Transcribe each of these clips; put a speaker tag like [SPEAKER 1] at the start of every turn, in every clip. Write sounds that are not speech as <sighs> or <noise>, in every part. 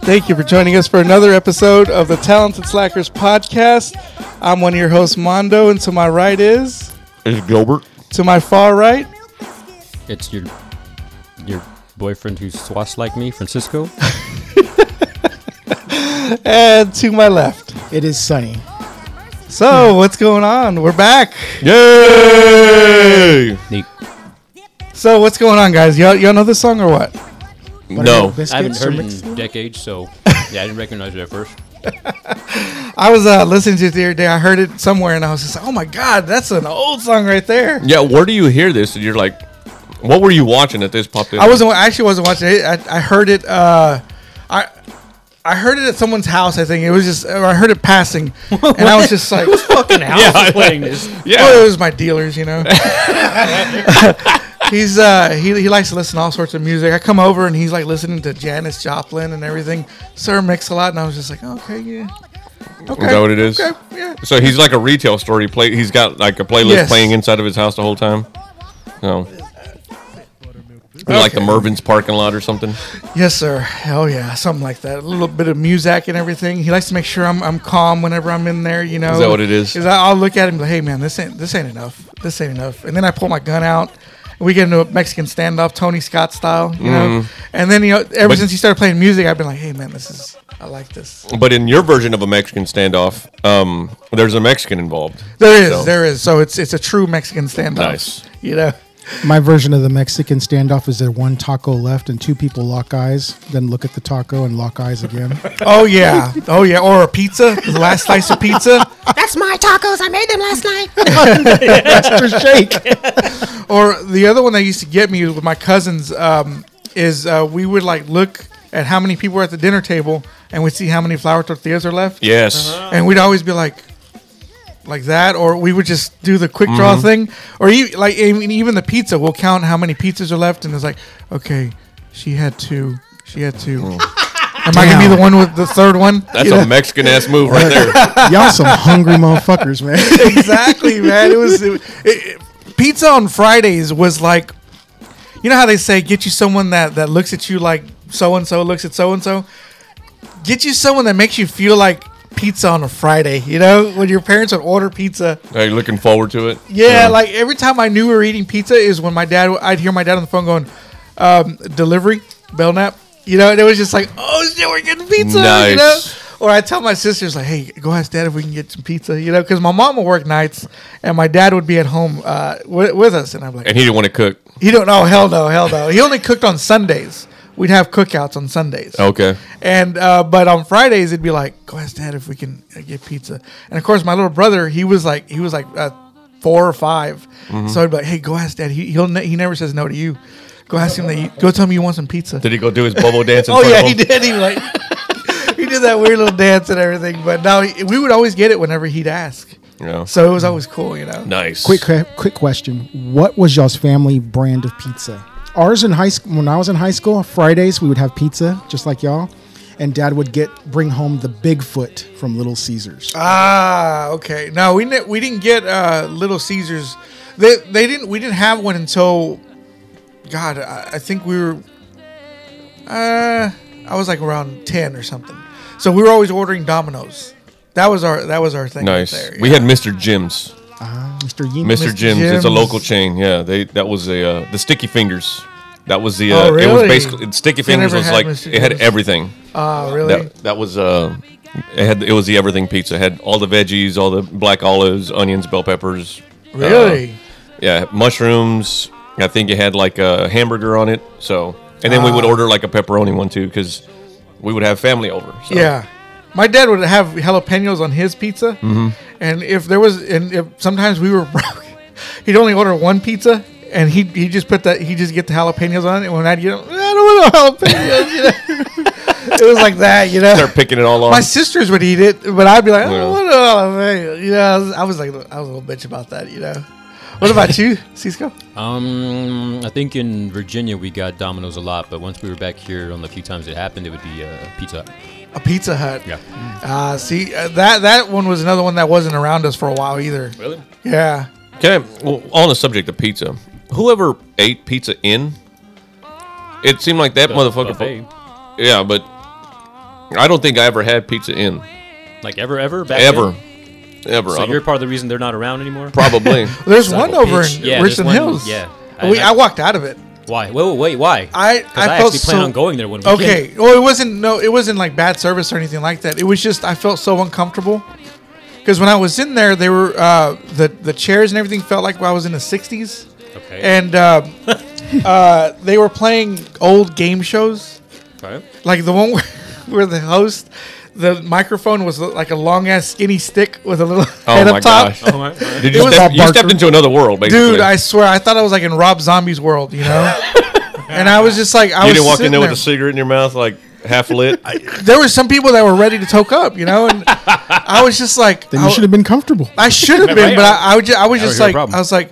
[SPEAKER 1] Thank you for joining us for another episode of the Talented Slackers podcast. I'm one of your hosts, Mondo, and to my right is,
[SPEAKER 2] It's Gilbert.
[SPEAKER 1] to my far right,
[SPEAKER 3] It's your your boyfriend who swats like
[SPEAKER 1] <laughs>
[SPEAKER 3] me, Francisco.
[SPEAKER 1] and to my left.
[SPEAKER 4] It is sunny.
[SPEAKER 1] So,
[SPEAKER 3] Hmm.
[SPEAKER 1] what's going on? We're back.
[SPEAKER 2] Yay!
[SPEAKER 3] Neat.
[SPEAKER 1] So, what's going on, guys? Y'all, y'all know this song or what?
[SPEAKER 2] No.
[SPEAKER 4] Biscuits
[SPEAKER 3] I haven't
[SPEAKER 4] or
[SPEAKER 3] heard
[SPEAKER 4] mixed
[SPEAKER 3] it in
[SPEAKER 4] them?
[SPEAKER 3] decades, so yeah, I didn't recognize it
[SPEAKER 1] <laughs>
[SPEAKER 3] at first.
[SPEAKER 1] I was uh, listening to it the other day. I heard it somewhere, and I was just like, "Oh my god, that's an old song right there."
[SPEAKER 2] Yeah, where do you hear this? And you're like, what were you watching that this popped in?
[SPEAKER 1] I wasn't. I actually wasn't watching it. I, I heard it. Uh, I I heard it at someone's house. I think it was just. Or I heard it
[SPEAKER 3] <laughs>
[SPEAKER 1] passing, and I was just like, <laughs>
[SPEAKER 3] Fucking house
[SPEAKER 2] Yeah, I-
[SPEAKER 3] playing this.
[SPEAKER 2] Yeah.
[SPEAKER 1] Well, it was my dealers, you know. <laughs> he's uh, he, he likes to listen to all sorts of music. I come over and he's like listening to Janis Joplin and everything. Sir Mix a lot, and I was just like, okay, yeah, okay,
[SPEAKER 2] Is that what it is?
[SPEAKER 1] okay, yeah.
[SPEAKER 2] So he's like a retail store. He play. He's got like a playlist
[SPEAKER 1] Yes.
[SPEAKER 2] playing inside of his house the whole time. No. Like the Mervin's parking lot or something.
[SPEAKER 1] Yes, sir. Oh yeah, something like that. A little bit of music and everything. He likes to make sure I'm, I'm calm whenever I'm in there. You know,
[SPEAKER 2] Is that what it is?
[SPEAKER 1] 'Cause I, I'll look at him and be like, "Hey, man, this ain't this ain't enough. This ain't enough." And then I pull my gun out. and We get into a Mexican standoff, Tony Scott style, you know. And then you know, ever
[SPEAKER 2] Mm-hmm. But-
[SPEAKER 1] since he started playing music, I've been like, "Hey, man, this is I like this."
[SPEAKER 2] But in your version of a Mexican standoff, um, there's a Mexican involved.
[SPEAKER 1] There is,
[SPEAKER 2] So-
[SPEAKER 1] there is. So it's it's a true Mexican standoff.
[SPEAKER 2] Nice.
[SPEAKER 1] You know,
[SPEAKER 4] My version of the Mexican standoff is that one taco left and two people lock eyes, then look at the taco and lock eyes
[SPEAKER 1] <laughs>
[SPEAKER 4] again.
[SPEAKER 1] oh yeah, oh yeah, or a pizza, the last slice of pizza,
[SPEAKER 5] That's my tacos. I made them last night.
[SPEAKER 4] Extra shake.
[SPEAKER 1] Or the other one that used to get me with my cousins um, is uh, we would like look at how many people were at the dinner table and we'd see how many flour tortillas are left.
[SPEAKER 2] Yes.
[SPEAKER 1] And we'd always be like, like that, or we would just do the quick
[SPEAKER 2] Mm-hmm.
[SPEAKER 1] draw thing, or e- like I mean, even the pizza. We'll count how many pizzas are left, and it's like, okay, she had two, she had two. Am I gonna be the one with the third one?
[SPEAKER 2] Mm. That's
[SPEAKER 1] You know?
[SPEAKER 2] a Mexican ass move
[SPEAKER 1] <laughs>
[SPEAKER 2] right there.
[SPEAKER 4] Y'all some hungry motherfuckers, man. <laughs>
[SPEAKER 1] exactly, man. It was it, it, pizza on Fridays was like, you know how they say get you someone that that looks at you like so and so looks at so and so. Get you someone that makes you feel like pizza on a Friday. You know when your parents would order pizza.
[SPEAKER 2] Are you looking forward to it?
[SPEAKER 1] Yeah, like every time I knew we were eating pizza is when my dad. I'd hear my dad on the phone going, um, "Delivery, Belknap." You know, and it was just like, "Oh shit, we're getting pizza!" You know.
[SPEAKER 2] Nice.
[SPEAKER 1] Or I tell my sisters like, "Hey, go ask dad if we can get some pizza," you know, because my mom would work nights and my dad would be at home uh, with, with us, and I'm like,
[SPEAKER 2] And he didn't want to cook.
[SPEAKER 1] "He don't know, hell no, hell no." He only cooked on Sundays. We'd have cookouts on Sundays.
[SPEAKER 2] Okay.
[SPEAKER 1] And uh, but on Fridays it'd be like, go ask Dad if we can uh, get pizza. And of course, my little brother, he was like, he was like uh, four or 5 so I'd be like, hey, go ask Dad. He he'll ne- he never says no to you. Go ask him that. You, go tell him you want some pizza.
[SPEAKER 2] Did he go do his bubble dance? In
[SPEAKER 1] oh
[SPEAKER 2] front
[SPEAKER 1] yeah,
[SPEAKER 2] of
[SPEAKER 1] he
[SPEAKER 2] him?
[SPEAKER 1] did. He like <laughs> he did that weird little dance and everything. But now we would always get it whenever he'd ask.
[SPEAKER 2] Yeah.
[SPEAKER 1] So it was always cool, you know.
[SPEAKER 2] Nice.
[SPEAKER 4] Quick, que- quick question. What was y'all's family brand of pizza? Ours in high school, when I was in high school, Fridays we would have pizza, just like y'all, and Dad would get bring home the Bigfoot from Little Caesars.
[SPEAKER 1] Ah, okay. No, we ne- we didn't get uh, Little Caesars. They they didn't. We didn't have one until, God, I, I think we were. Uh, I was like around ten or something. So we were always ordering Domino's. That was our that was our thing. right
[SPEAKER 2] Nice.
[SPEAKER 1] there,
[SPEAKER 2] We
[SPEAKER 1] yeah.
[SPEAKER 2] had Mr. Jim's.
[SPEAKER 4] Mr. Yeem.
[SPEAKER 2] Mr.
[SPEAKER 1] Mr.
[SPEAKER 2] Jim's. It's a
[SPEAKER 1] Jim's.
[SPEAKER 2] local chain. Yeah, they that was a uh, the Sticky Fingers. That was the. Uh,
[SPEAKER 1] Oh,
[SPEAKER 2] It was
[SPEAKER 1] really?
[SPEAKER 2] basically Sticky
[SPEAKER 1] See, I
[SPEAKER 2] Fingers
[SPEAKER 1] never
[SPEAKER 2] was
[SPEAKER 1] had
[SPEAKER 2] like
[SPEAKER 1] Mr.
[SPEAKER 2] it had
[SPEAKER 1] Jim's.
[SPEAKER 2] everything.
[SPEAKER 1] Ah, really?
[SPEAKER 2] That that was uh, it had it was the everything pizza. It had all the veggies, all the black olives, onions, bell peppers. uh,
[SPEAKER 1] really?
[SPEAKER 2] yeah, mushrooms. I think it had like a hamburger on it. So, and then we
[SPEAKER 1] Ah.
[SPEAKER 2] would order like a pepperoni one too because we would have family over. So.
[SPEAKER 1] Yeah. My dad would have jalapenos on his pizza,
[SPEAKER 2] Mm-hmm.
[SPEAKER 1] and if there was, and if sometimes we were <laughs> broke, he'd only order one pizza, and he he just put that he just get the jalapenos on it. And when I'd get, 'em, I don't want no jalapenos. you know? <laughs> it was like that, you know.
[SPEAKER 2] They're picking it all
[SPEAKER 1] My
[SPEAKER 2] off.
[SPEAKER 1] sisters would eat it, but I'd be like, I
[SPEAKER 2] Yeah.
[SPEAKER 1] don't want no jalapenos. You know, I was, I was like, I was a little bitch about that, you know. What about you, Cisco?
[SPEAKER 3] Um, I think in Virginia we got Domino's a lot, but once we were back here on the few times it happened, it would be uh, Pizza Hut. Mm.
[SPEAKER 1] A Pizza Hut.
[SPEAKER 3] Yeah.
[SPEAKER 1] Uh, see, uh, that that one was another one that wasn't around us for a while either.
[SPEAKER 2] Really?
[SPEAKER 1] Yeah.
[SPEAKER 2] Okay, well, on the subject of pizza, whoever ate pizza in, it seemed like that motherfucker.
[SPEAKER 3] Buffet.
[SPEAKER 2] Yeah, but I don't think I ever had pizza in
[SPEAKER 3] Like ever, ever, back
[SPEAKER 2] ever,
[SPEAKER 3] then?
[SPEAKER 2] ever. I
[SPEAKER 3] So
[SPEAKER 2] don't-
[SPEAKER 3] you're part of the reason they're not around
[SPEAKER 2] <laughs>
[SPEAKER 3] anymore.
[SPEAKER 2] probably.
[SPEAKER 1] There's
[SPEAKER 3] Son of
[SPEAKER 1] one
[SPEAKER 3] a
[SPEAKER 1] over
[SPEAKER 3] bitch.
[SPEAKER 1] in
[SPEAKER 3] Yeah, there's
[SPEAKER 1] Richland
[SPEAKER 3] one-
[SPEAKER 1] Hills.
[SPEAKER 3] yeah. I-
[SPEAKER 1] we,
[SPEAKER 3] I-
[SPEAKER 1] I walked out of it.
[SPEAKER 3] why? Wait, wait, wait. Why?
[SPEAKER 1] I-
[SPEAKER 3] 'Cause
[SPEAKER 1] I
[SPEAKER 3] I,
[SPEAKER 1] felt
[SPEAKER 3] actually plan
[SPEAKER 1] so-
[SPEAKER 3] on going there when we
[SPEAKER 1] Okay. Well, it wasn't no, it wasn't like bad service or anything like that. It was just I felt so uncomfortable because when I was in there, they were uh, the the chairs and everything felt like I was in the '60s,
[SPEAKER 3] Can. Okay.
[SPEAKER 1] and
[SPEAKER 3] <laughs>
[SPEAKER 1] um, uh, they were playing old game shows,
[SPEAKER 3] Okay.
[SPEAKER 1] like the one where, <laughs> where the host. The microphone was like a long ass skinny stick with a little
[SPEAKER 2] Oh
[SPEAKER 1] head
[SPEAKER 2] my
[SPEAKER 1] up top.
[SPEAKER 2] gosh!
[SPEAKER 3] All
[SPEAKER 1] <laughs>
[SPEAKER 3] right, all right.
[SPEAKER 2] Did you,
[SPEAKER 1] was
[SPEAKER 2] step,
[SPEAKER 4] Bob
[SPEAKER 2] you stepped
[SPEAKER 4] Barker.
[SPEAKER 2] into another world, basically.
[SPEAKER 1] Dude, I swear, I thought I was like in Rob Zombie's world, you
[SPEAKER 4] <laughs>
[SPEAKER 1] know? and I was just like, I
[SPEAKER 2] you
[SPEAKER 1] was
[SPEAKER 2] didn't walk in
[SPEAKER 1] sitting
[SPEAKER 2] there with a cigarette in your mouth, like
[SPEAKER 1] <laughs>
[SPEAKER 2] half lit.
[SPEAKER 1] there were some people that were ready to toke up, you know, and I was just like,
[SPEAKER 4] Then
[SPEAKER 1] I,
[SPEAKER 4] you should have been comfortable.
[SPEAKER 1] I should have been,
[SPEAKER 3] Right?
[SPEAKER 1] but I, I, was just, I was
[SPEAKER 3] That was
[SPEAKER 1] just
[SPEAKER 3] your
[SPEAKER 1] like,
[SPEAKER 3] problem.
[SPEAKER 1] I was like,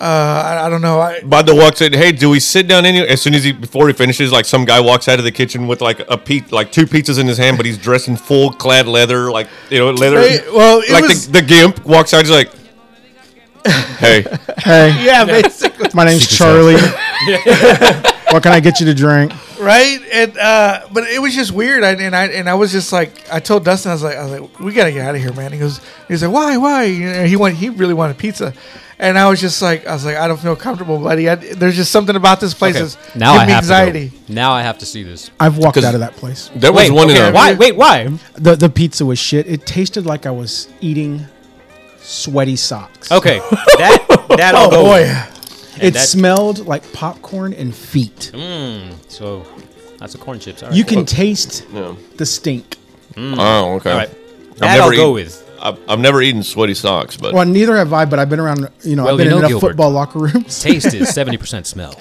[SPEAKER 1] uh, I, I don't know, I,
[SPEAKER 2] Bondo walks in. Hey, do we sit down any? As soon as he before he finishes, like some guy walks out of the kitchen with like a pe- like two pizzas in his hand, but he's dressed in full clad leather, like you know leather.
[SPEAKER 1] Hey, well, it
[SPEAKER 2] like
[SPEAKER 1] was-
[SPEAKER 2] <laughs> the, the gimp walks out. He's like, hey,
[SPEAKER 4] Hey,
[SPEAKER 1] yeah, basically,
[SPEAKER 4] my name's Charlie.
[SPEAKER 1] <laughs>
[SPEAKER 4] what can I get you to drink?
[SPEAKER 1] right? And uh, but it was just weird, I, and I and I was just like, I told Dustin, I was like, I was like, we gotta get out of here, man. He goes, he's like, why, why? And he went, he really wanted pizza. And I was just like, I was like, I don't feel comfortable, buddy. I, there's just something about this place that's
[SPEAKER 3] Now
[SPEAKER 1] giving
[SPEAKER 3] I
[SPEAKER 1] me
[SPEAKER 3] have
[SPEAKER 1] anxiety.
[SPEAKER 3] to go. Now I have to see this.
[SPEAKER 4] I've walked
[SPEAKER 2] 'Cause-
[SPEAKER 4] out of that place.
[SPEAKER 2] there was one in a
[SPEAKER 3] why? Wait, why?
[SPEAKER 4] The the pizza was shit. It tasted like I was eating sweaty socks.
[SPEAKER 3] Okay, that that I'll
[SPEAKER 1] Oh,
[SPEAKER 3] go. with.
[SPEAKER 4] It
[SPEAKER 3] that- Mm.
[SPEAKER 4] smelled like popcorn and feet.
[SPEAKER 3] So that's a corn chips. All right.
[SPEAKER 4] You <laughs> can taste
[SPEAKER 2] No.
[SPEAKER 4] the stink.
[SPEAKER 2] Oh, okay.
[SPEAKER 3] All right.
[SPEAKER 2] I've
[SPEAKER 3] That I'll
[SPEAKER 2] eaten-
[SPEAKER 3] go with.
[SPEAKER 2] I've, I've never eaten sweaty socks, but
[SPEAKER 4] Well, neither have I, but I've been around. You know,
[SPEAKER 3] Well,
[SPEAKER 4] I've been
[SPEAKER 3] you know,
[SPEAKER 4] in enough
[SPEAKER 3] Gilbert.
[SPEAKER 4] football
[SPEAKER 3] <laughs>
[SPEAKER 4] locker rooms.
[SPEAKER 3] Taste is seventy percent smell.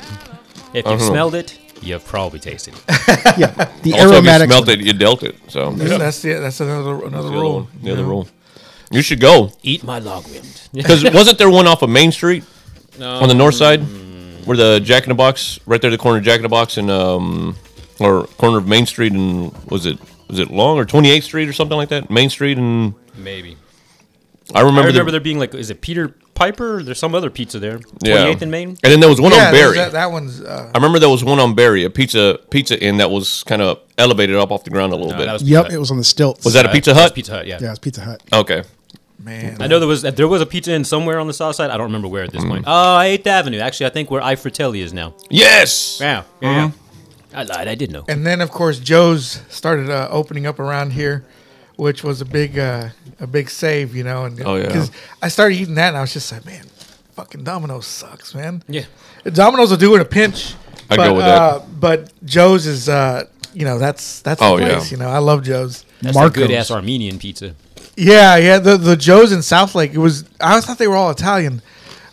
[SPEAKER 3] If you've smelled it, you've probably tasted it.
[SPEAKER 4] yeah,
[SPEAKER 2] also
[SPEAKER 4] the
[SPEAKER 2] if you
[SPEAKER 4] aromatic.
[SPEAKER 2] smelt it, you dealt it. So
[SPEAKER 1] That's, that's the that's another another
[SPEAKER 2] the other
[SPEAKER 1] rule.
[SPEAKER 2] one. The other rule. You should go
[SPEAKER 3] Eat my log wind.
[SPEAKER 1] <laughs>
[SPEAKER 2] because wasn't there one off of Main Street on the north side where the Jack in the Box right there, the corner of Jack in the Box and um or corner of Main Street and was it was it Long or 28th Street or something like that? Main Street and
[SPEAKER 3] <laughs> Maybe.
[SPEAKER 2] I remember,
[SPEAKER 3] I
[SPEAKER 2] the,
[SPEAKER 3] remember there being like, is it Peter Piper? Or there's some other pizza there.
[SPEAKER 2] yeah.
[SPEAKER 3] 28th and Main.
[SPEAKER 2] And then there was one
[SPEAKER 3] Oh,
[SPEAKER 1] Yeah,
[SPEAKER 2] on
[SPEAKER 1] there's
[SPEAKER 2] Barry.
[SPEAKER 1] That, that one's. Uh,
[SPEAKER 2] I remember there was one on Barry, a pizza pizza inn that was kind of elevated up off the ground a little bit.
[SPEAKER 3] that was-
[SPEAKER 4] Yep, it was on the stilts.
[SPEAKER 2] Was that a
[SPEAKER 3] Uh,
[SPEAKER 2] Pizza
[SPEAKER 3] that's
[SPEAKER 2] Hut?
[SPEAKER 3] Pizza Hut. Yeah.
[SPEAKER 4] Yeah, it was Pizza Hut.
[SPEAKER 2] okay.
[SPEAKER 1] man,
[SPEAKER 3] I know there was uh, there was a pizza in somewhere on the south side. I don't remember where at this point. Oh, Eighth Avenue. Actually, I think where I Fratelli is now.
[SPEAKER 2] Yes.
[SPEAKER 3] Yeah. Yeah. I lied. I did know.
[SPEAKER 1] And then of course Joe's started uh, opening up around here, which was a big uh, a big save, you know. And
[SPEAKER 2] Oh, yeah.
[SPEAKER 1] I started eating that, and I was just like, man, fucking Domino's sucks, man.
[SPEAKER 3] Yeah.
[SPEAKER 1] Domino's will do in a pinch.
[SPEAKER 2] I'd
[SPEAKER 1] but,
[SPEAKER 2] go with
[SPEAKER 1] uh, But Joe's is, uh, you know, that's that's
[SPEAKER 2] Oh,
[SPEAKER 1] the
[SPEAKER 2] yeah.
[SPEAKER 1] place. You know, I love Joe's.
[SPEAKER 3] That's a
[SPEAKER 4] Marco's.
[SPEAKER 3] good ass Armenian pizza.
[SPEAKER 1] Yeah, yeah. The the Joes in South Lake. It was. I thought they were all Italian,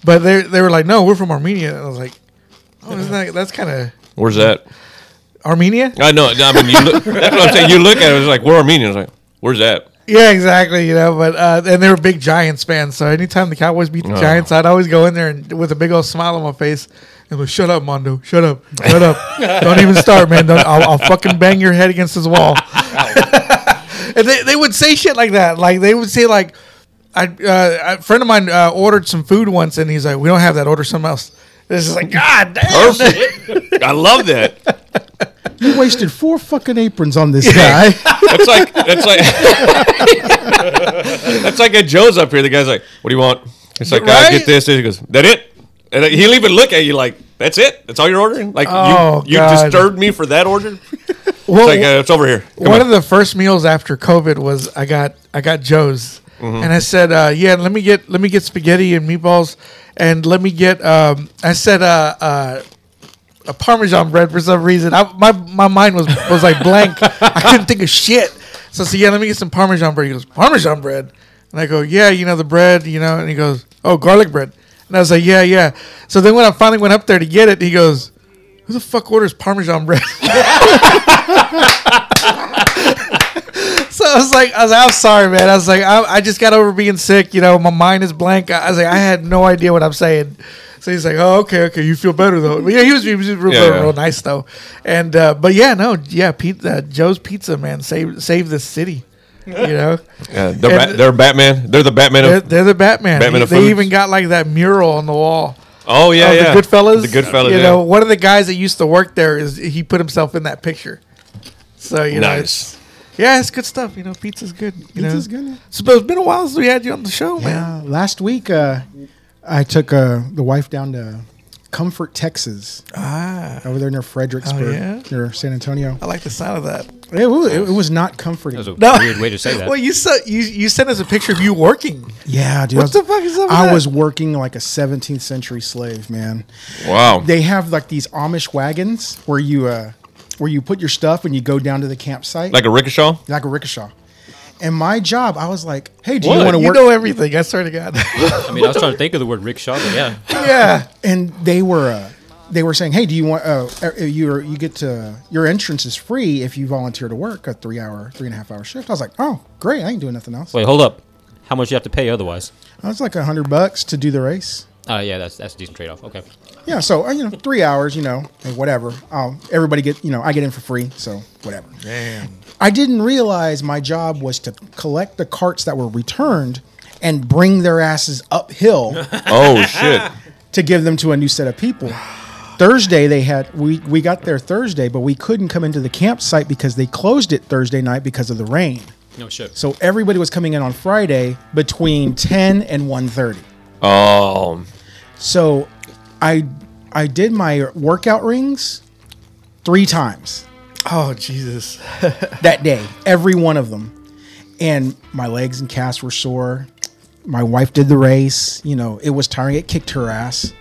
[SPEAKER 1] but they they were like, no, we're from Armenia. And I was like, oh, isn't that that's kind of
[SPEAKER 2] Where's that?
[SPEAKER 1] Armenia?
[SPEAKER 2] I know. I mean, you look, <laughs> that's what I'm saying. You look at it, it's like, we're Armenians. Like, where's that?
[SPEAKER 1] Yeah, exactly. You know, but uh, and they were big Giants fans. So anytime the Cowboys beat the
[SPEAKER 2] Oh.
[SPEAKER 1] Giants, I'd always go in there and with a big old smile on my face and go, "Shut up, Mondo. Shut up. Shut up. Don't even start, man. Don't, I'll, I'll fucking bang your head against this wall." <laughs> and they, they would say shit like that. Like they would say like, I uh, a friend of mine uh, ordered some food once, and he's like, "We don't have that. Order something else." This is like, God damn.
[SPEAKER 2] Perfect. I love that.
[SPEAKER 4] You wasted four fucking aprons on
[SPEAKER 3] <laughs>
[SPEAKER 4] this guy.
[SPEAKER 2] That's like that's like <laughs> that's like at Joe's up here. The guy's like, "What do you want?" It's like, "I
[SPEAKER 1] Right?
[SPEAKER 2] get this." He goes, "That it?" And he'll even look at you like, "That's it? That's all you're ordering?" Like,
[SPEAKER 1] Oh,
[SPEAKER 2] you, you
[SPEAKER 1] God.
[SPEAKER 2] disturbed me for that order. It's
[SPEAKER 1] Well,
[SPEAKER 2] like, uh, it's over here. Come
[SPEAKER 1] one
[SPEAKER 2] on.
[SPEAKER 1] of the first meals after COVID was I got I got Joe's,
[SPEAKER 2] Mm-hmm.
[SPEAKER 1] and I said, uh, "Yeah, let me get let me get spaghetti and meatballs, and let me get." Um, I said, uh, uh, "A Parmesan bread for some reason." I, my my mind was was like blank.
[SPEAKER 2] <laughs>
[SPEAKER 1] I couldn't think of shit. So I said, "Yeah, let me get some Parmesan bread." He goes, "Parmesan bread," and I go, "Yeah, you know the bread, you know." And he goes, "Oh, garlic bread," and I was like, "Yeah, yeah." So then when I finally went up there to get it, he goes. Who the fuck orders Parmesan bread? <laughs> So I was like, I was, like, I'm sorry, man. I was like, I, I just got over being sick. You know, my mind is blank. I, I was like, I had no idea what I'm saying. So he's like, oh, okay, okay, you feel better though. But yeah, he was, he was real,
[SPEAKER 2] Yeah,
[SPEAKER 1] real,
[SPEAKER 2] yeah.
[SPEAKER 1] real nice though. And uh, but yeah, no, yeah, pizza, uh, Joe's Pizza, man, save save this city. You know,
[SPEAKER 2] <laughs> Yeah, they're,
[SPEAKER 1] and-
[SPEAKER 2] Bat- they're Batman. They're the Batman
[SPEAKER 1] they're,
[SPEAKER 2] of.
[SPEAKER 1] they're the Batman.
[SPEAKER 2] Batman of
[SPEAKER 1] they
[SPEAKER 2] foods.
[SPEAKER 1] even got like that mural on the wall.
[SPEAKER 2] Oh yeah,
[SPEAKER 1] of
[SPEAKER 2] yeah.
[SPEAKER 1] The Goodfellas.
[SPEAKER 2] The Goodfellas.
[SPEAKER 1] You
[SPEAKER 2] yeah.
[SPEAKER 1] know, one of the guys that used to work there is he put himself in that picture. So you know, it's-
[SPEAKER 2] nice.
[SPEAKER 1] Yeah, it's good stuff. You know, pizza's good. You
[SPEAKER 4] Pizza's
[SPEAKER 1] know?
[SPEAKER 4] good.
[SPEAKER 1] It's been it's been a while since we had you on the show, man.
[SPEAKER 4] Yeah. Last week, uh, I took uh, the wife down to Comfort, Texas,
[SPEAKER 1] Ah, Oh,
[SPEAKER 4] over there near Fredericksburg,
[SPEAKER 1] yeah?
[SPEAKER 4] near San Antonio.
[SPEAKER 1] I like the sound of that.
[SPEAKER 4] It was, it was not comforting.
[SPEAKER 3] That was a
[SPEAKER 1] No.
[SPEAKER 3] weird way to
[SPEAKER 1] <laughs>
[SPEAKER 3] say that.
[SPEAKER 1] Well, you saw, you you sent us a picture of you working.
[SPEAKER 4] yeah, dude. I
[SPEAKER 1] What
[SPEAKER 4] was-
[SPEAKER 1] the fuck is up with
[SPEAKER 4] I
[SPEAKER 1] that?
[SPEAKER 4] was working like a 17th century slave, man.
[SPEAKER 6] Wow.
[SPEAKER 4] They have like these Amish wagons where you uh, where you put your stuff and you go down to the campsite like,
[SPEAKER 6] Like a rickshaw?
[SPEAKER 4] a rickshaw. And my job, I was like, hey, do you
[SPEAKER 6] What?
[SPEAKER 4] want to
[SPEAKER 1] You
[SPEAKER 4] work?
[SPEAKER 1] know everything. I swear to God.
[SPEAKER 4] <laughs>
[SPEAKER 3] I mean, I was trying to think of the word rickshaw, but yeah.
[SPEAKER 1] yeah.
[SPEAKER 4] and they were uh, they were saying, "Hey, do you want uh, uh, you you get to your entrance is free if you volunteer to work a three hour, three and a half hour shift." I was like, "Oh, great! I ain't doing nothing else."
[SPEAKER 3] <laughs> Wait, hold up. How much you have to pay otherwise?
[SPEAKER 4] I was like a hundred bucks to do the race.
[SPEAKER 3] Uh, yeah, that's that's a decent trade off. Okay.
[SPEAKER 4] Yeah, so uh, you know, three hours, you know, and whatever. Um, everybody get you know, I get in for free, so whatever.
[SPEAKER 1] Damn.
[SPEAKER 4] I didn't realize my job was to collect the carts that were returned and bring their asses uphill
[SPEAKER 1] <laughs>
[SPEAKER 6] Oh, <laughs> shit.
[SPEAKER 4] to give them to a new set of people. Thursday they had we we got there Thursday, but we couldn't come into the campsite because they closed it Thursday night because of the rain.
[SPEAKER 3] No shit.
[SPEAKER 4] So everybody was coming in on Friday between 10 and 1:30.
[SPEAKER 6] Oh,
[SPEAKER 4] So I I did my workout rings 3 times
[SPEAKER 1] Oh Jesus.
[SPEAKER 4] that day, every one of them. And my legs and calves were sore. My wife did the race. You know, it was tiring. It kicked her ass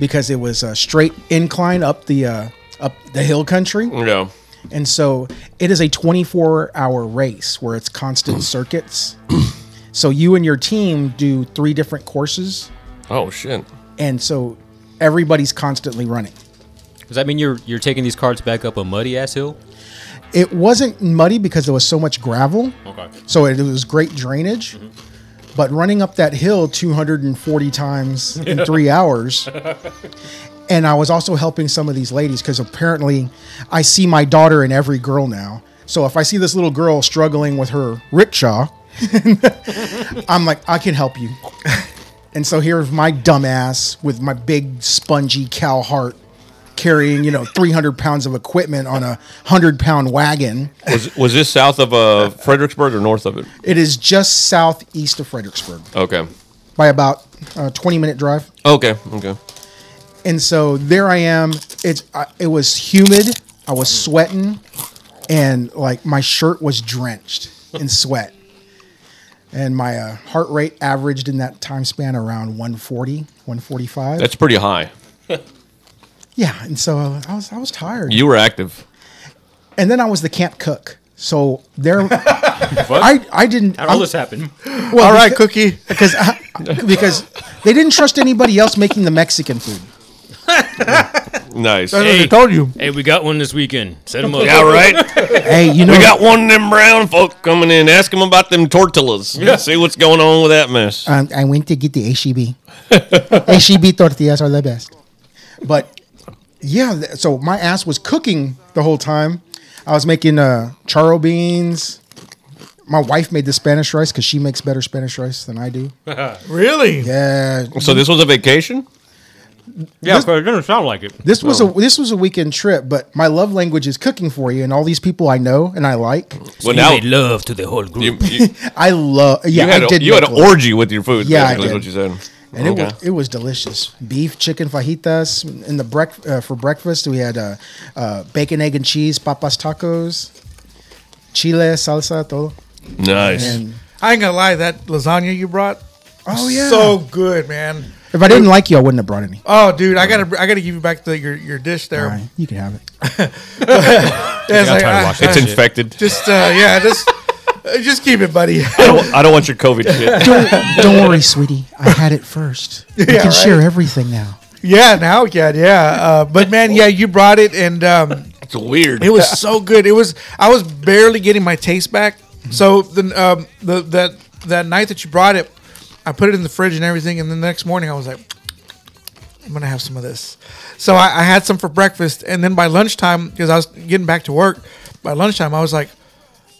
[SPEAKER 4] because it was a straight incline up the uh, up the hill country,
[SPEAKER 6] yeah.
[SPEAKER 4] and so it is a 24 hour race where it's constant circuits. So you and your team do three different courses,
[SPEAKER 6] Oh, shit.
[SPEAKER 4] and so everybody's constantly running.
[SPEAKER 3] Does that mean you're you're taking these cards back up a muddy ass hill?
[SPEAKER 4] It wasn't muddy because there was so much gravel.
[SPEAKER 3] Okay.
[SPEAKER 4] So it was great drainage. But running up that hill 240 times in three hours. And I was also helping some of these ladies because apparently I see my daughter in every girl now. So if I see this little girl struggling with her rickshaw, <laughs> I'm like, I can help you. <laughs> And so here's my dumbass with my big spongy cow heart carrying, you know, 300 pounds of equipment on a 100 pound wagon.
[SPEAKER 6] Was was this south of uh, Fredericksburg or north of it?
[SPEAKER 4] It is just southeast of Fredericksburg
[SPEAKER 6] Okay.
[SPEAKER 4] by about a 20 minute drive.
[SPEAKER 6] Okay. Okay.
[SPEAKER 4] And so there I am. It's I it was humid. I was sweating and like my shirt was drenched in sweat. And my uh, heart rate averaged in that time span around 140, 145.
[SPEAKER 6] That's pretty high.
[SPEAKER 4] yeah, and so uh, I was I was tired.
[SPEAKER 6] You were active.
[SPEAKER 4] and then I was the camp cook. So
[SPEAKER 6] <laughs>
[SPEAKER 4] there I I didn't
[SPEAKER 3] How did all this happen?
[SPEAKER 4] well,
[SPEAKER 1] All right,
[SPEAKER 4] because-
[SPEAKER 1] Cookie.
[SPEAKER 4] because I, because they didn't trust anybody else making the Mexican food.
[SPEAKER 6] Nice.
[SPEAKER 1] That's what I
[SPEAKER 3] Hey.
[SPEAKER 1] told you.
[SPEAKER 3] Hey, we got one this weekend. Set him up.
[SPEAKER 6] <laughs> Yeah, right.
[SPEAKER 4] Hey, you know
[SPEAKER 6] We got one of them brown folk coming in. Ask them about them tortillas. See what's going on with that mess.
[SPEAKER 4] um, I went to get the E <laughs> HEB. HEB E tortillas are the best. But yeah, th- so my ass was cooking the whole time. I was making uh, charro beans. My wife made the Spanish rice because she makes better Spanish rice than I
[SPEAKER 6] <laughs>
[SPEAKER 4] do.
[SPEAKER 1] Really?
[SPEAKER 4] Yeah,
[SPEAKER 6] So this was a vacation.
[SPEAKER 3] Yeah, because it doesn't sound like it.
[SPEAKER 4] this was a this was a weekend trip, but my love language is cooking for you, and all these people I know and I like.
[SPEAKER 6] Well,
[SPEAKER 3] You
[SPEAKER 6] now
[SPEAKER 3] made love to the whole group.
[SPEAKER 6] you, you,
[SPEAKER 4] I love. Yeah,
[SPEAKER 6] you had,
[SPEAKER 4] I
[SPEAKER 6] a-
[SPEAKER 4] did.
[SPEAKER 6] you had
[SPEAKER 4] make
[SPEAKER 6] an
[SPEAKER 4] love.
[SPEAKER 6] orgy with your food.
[SPEAKER 4] Yeah, I
[SPEAKER 6] basically, is
[SPEAKER 4] did.
[SPEAKER 6] what you said.
[SPEAKER 4] and it was
[SPEAKER 6] Okay.
[SPEAKER 4] it was delicious. Beef, chicken fajitas in the break uh, for breakfast. We had uh, uh, bacon, egg, and cheese papas tacos, chile, salsa, todo.
[SPEAKER 6] nice.
[SPEAKER 4] And
[SPEAKER 1] I ain't gonna lie, that lasagna you brought.
[SPEAKER 4] Oh, yeah.
[SPEAKER 1] So good, man.
[SPEAKER 4] if I didn't like you, I wouldn't have brought any.
[SPEAKER 1] Oh, dude, I gotta, I gotta give you back the, your, your dish there.
[SPEAKER 4] All right, you can have it.
[SPEAKER 1] Yeah, it's
[SPEAKER 3] I'm
[SPEAKER 1] like,
[SPEAKER 3] tired
[SPEAKER 1] ah,
[SPEAKER 3] of watching
[SPEAKER 1] ah,
[SPEAKER 6] it's
[SPEAKER 3] shit.
[SPEAKER 6] infected.
[SPEAKER 1] just, uh, yeah, just, uh, just keep it, buddy.
[SPEAKER 6] I don't, I don't want your COVID shit.
[SPEAKER 4] Don't don't worry, sweetie. I had it <laughs> first. We
[SPEAKER 1] Yeah,
[SPEAKER 4] can share
[SPEAKER 1] right.
[SPEAKER 4] everything now.
[SPEAKER 1] yeah, now, yeah, yeah. Uh, but man, yeah, you brought it, and um,
[SPEAKER 6] It's weird.
[SPEAKER 1] It was so good. It was. I was barely getting my taste back. So the um, the that that night that you brought it, I put it in the fridge and everything. And the next morning, I was like, I'm gonna have some of this. So I, I had some for breakfast, and then by lunchtime, because I was getting back to work, by lunchtime I was like,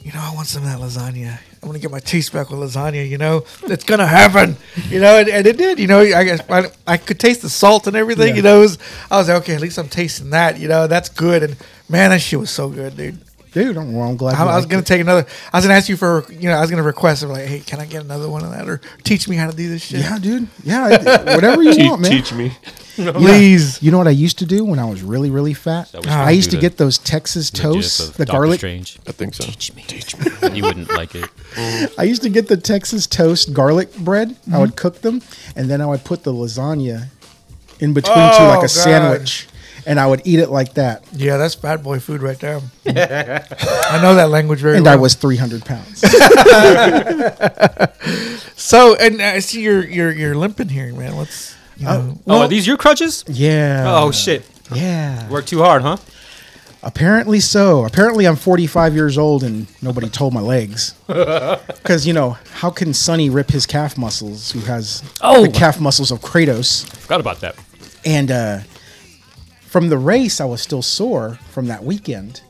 [SPEAKER 1] you know, I want some of that lasagna. I'm gonna get my taste back with lasagna. You know, it's gonna happen. You know, and, and it did. You know, I guess I, I could taste the salt and everything. You know, it was, I was like, okay, at least I'm tasting that. You know, that's good. And man, that shit was so good, dude.
[SPEAKER 4] Dude, I'm, well, I'm glad.
[SPEAKER 1] I,
[SPEAKER 4] you
[SPEAKER 1] I was
[SPEAKER 4] liked
[SPEAKER 1] gonna
[SPEAKER 4] it.
[SPEAKER 1] take another. I was gonna ask you for, you know, I was gonna request. I'm like, hey, can I get another one of that, or teach me how to do this shit?
[SPEAKER 4] Yeah, dude. <laughs> Yeah, it- whatever you want, man.
[SPEAKER 6] Teach me.
[SPEAKER 1] please.
[SPEAKER 4] You know what I used to do when I was really, really fat?
[SPEAKER 3] That was
[SPEAKER 4] I used to
[SPEAKER 3] the-
[SPEAKER 4] get those Texas
[SPEAKER 3] the gif
[SPEAKER 4] toasts,
[SPEAKER 3] of
[SPEAKER 4] the
[SPEAKER 3] Doctor
[SPEAKER 4] garlic.
[SPEAKER 3] Strange.
[SPEAKER 6] I think so.
[SPEAKER 3] Teach me. Teach me. you wouldn't like
[SPEAKER 4] <laughs>
[SPEAKER 3] it.
[SPEAKER 4] I used to get the Texas toast garlic bread. I would cook them, and then I would put the lasagna in between to
[SPEAKER 1] Oh,
[SPEAKER 4] like a
[SPEAKER 1] God.
[SPEAKER 4] sandwich, and I would eat it like that.
[SPEAKER 1] Yeah, that's bad boy food right
[SPEAKER 4] <laughs>
[SPEAKER 1] there. I know that language very
[SPEAKER 4] And
[SPEAKER 1] well.
[SPEAKER 4] I was 300 pounds.
[SPEAKER 1] so, and uh, I see you're you're you're limping here, man. What's you know,
[SPEAKER 3] oh, are these your crutches?
[SPEAKER 4] Uh, yeah.
[SPEAKER 3] oh shit!
[SPEAKER 4] yeah.
[SPEAKER 3] Worked too hard, huh?
[SPEAKER 4] Apparently so. Apparently I'm 45 years old and nobody told my legs. Because you know how can Sonny rip his calf muscles? Who has
[SPEAKER 3] Oh.
[SPEAKER 4] the calf muscles of Kratos?
[SPEAKER 3] Forgot about that.
[SPEAKER 4] And uh, from the race, I was still sore from that weekend.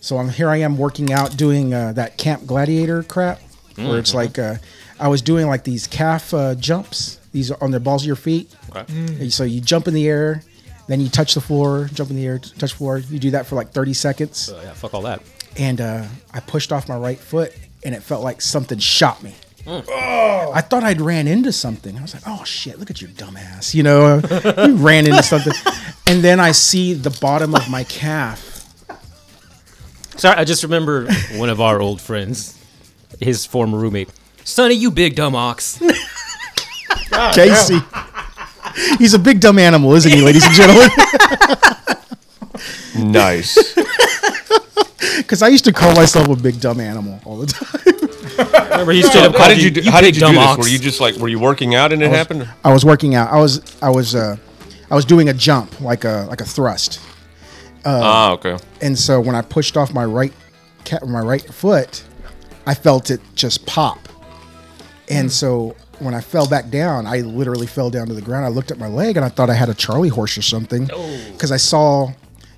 [SPEAKER 4] So I'm here. I am working out, doing uh, that Camp Gladiator crap, where it's like uh, I was doing like these calf uh, jumps. These are on the balls of your feet. And so you jump in the air, then you touch the floor, jump in the air, t- touch the floor. You do that for like 30 seconds,
[SPEAKER 3] Uh, yeah, fuck all that.
[SPEAKER 4] and uh, I pushed off my right foot, and it felt like something shot me. Oh. I thought I'd ran into something. I was like, "Oh shit! Look at your dumbass!" You know, <laughs> you ran into something, and then I see the bottom of my calf.
[SPEAKER 3] Sorry, I just remember one of our old friends, his former roommate. Sonny, you big dumb ox.
[SPEAKER 4] Casey, he's a big dumb animal, isn't he, ladies and gentlemen? <laughs>
[SPEAKER 6] Nice.
[SPEAKER 4] Because I used to call myself a big dumb animal all the time.
[SPEAKER 3] Remember he stood up.
[SPEAKER 6] how
[SPEAKER 3] called
[SPEAKER 6] did you, do,
[SPEAKER 3] you
[SPEAKER 6] how
[SPEAKER 3] big
[SPEAKER 6] did you do
[SPEAKER 3] dumb
[SPEAKER 6] this?
[SPEAKER 3] ox.
[SPEAKER 6] Were you just like were you working out and it happened?
[SPEAKER 4] I was uh, working out. I was, I was, uh, I was doing a jump, like a like a thrust,
[SPEAKER 6] ah, okay.
[SPEAKER 4] and so when I pushed off my right ca- my right foot, I felt it just pop. And so when I fell back down, I literally fell down to the ground. I looked at my leg and I thought I had a Charlie horse or something because I saw,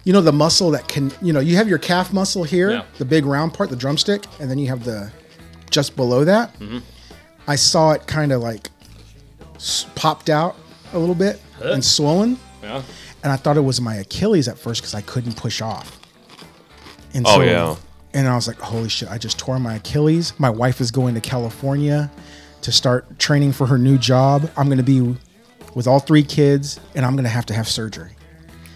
[SPEAKER 4] you know, the muscle that can, you know, you have your calf muscle here,
[SPEAKER 3] Yeah.
[SPEAKER 4] the big round part, the drumstick, and then you have the just below that. I saw it kind of like s- popped out a little bit and swollen.
[SPEAKER 3] Yeah.
[SPEAKER 4] And I thought it was my Achilles at first because I couldn't push off. And
[SPEAKER 6] Oh, yeah.
[SPEAKER 4] And I was like, holy shit, I just tore my Achilles. My wife is going to California to start training for her new job. I'm going to be with all three kids and I'm going to have to have surgery.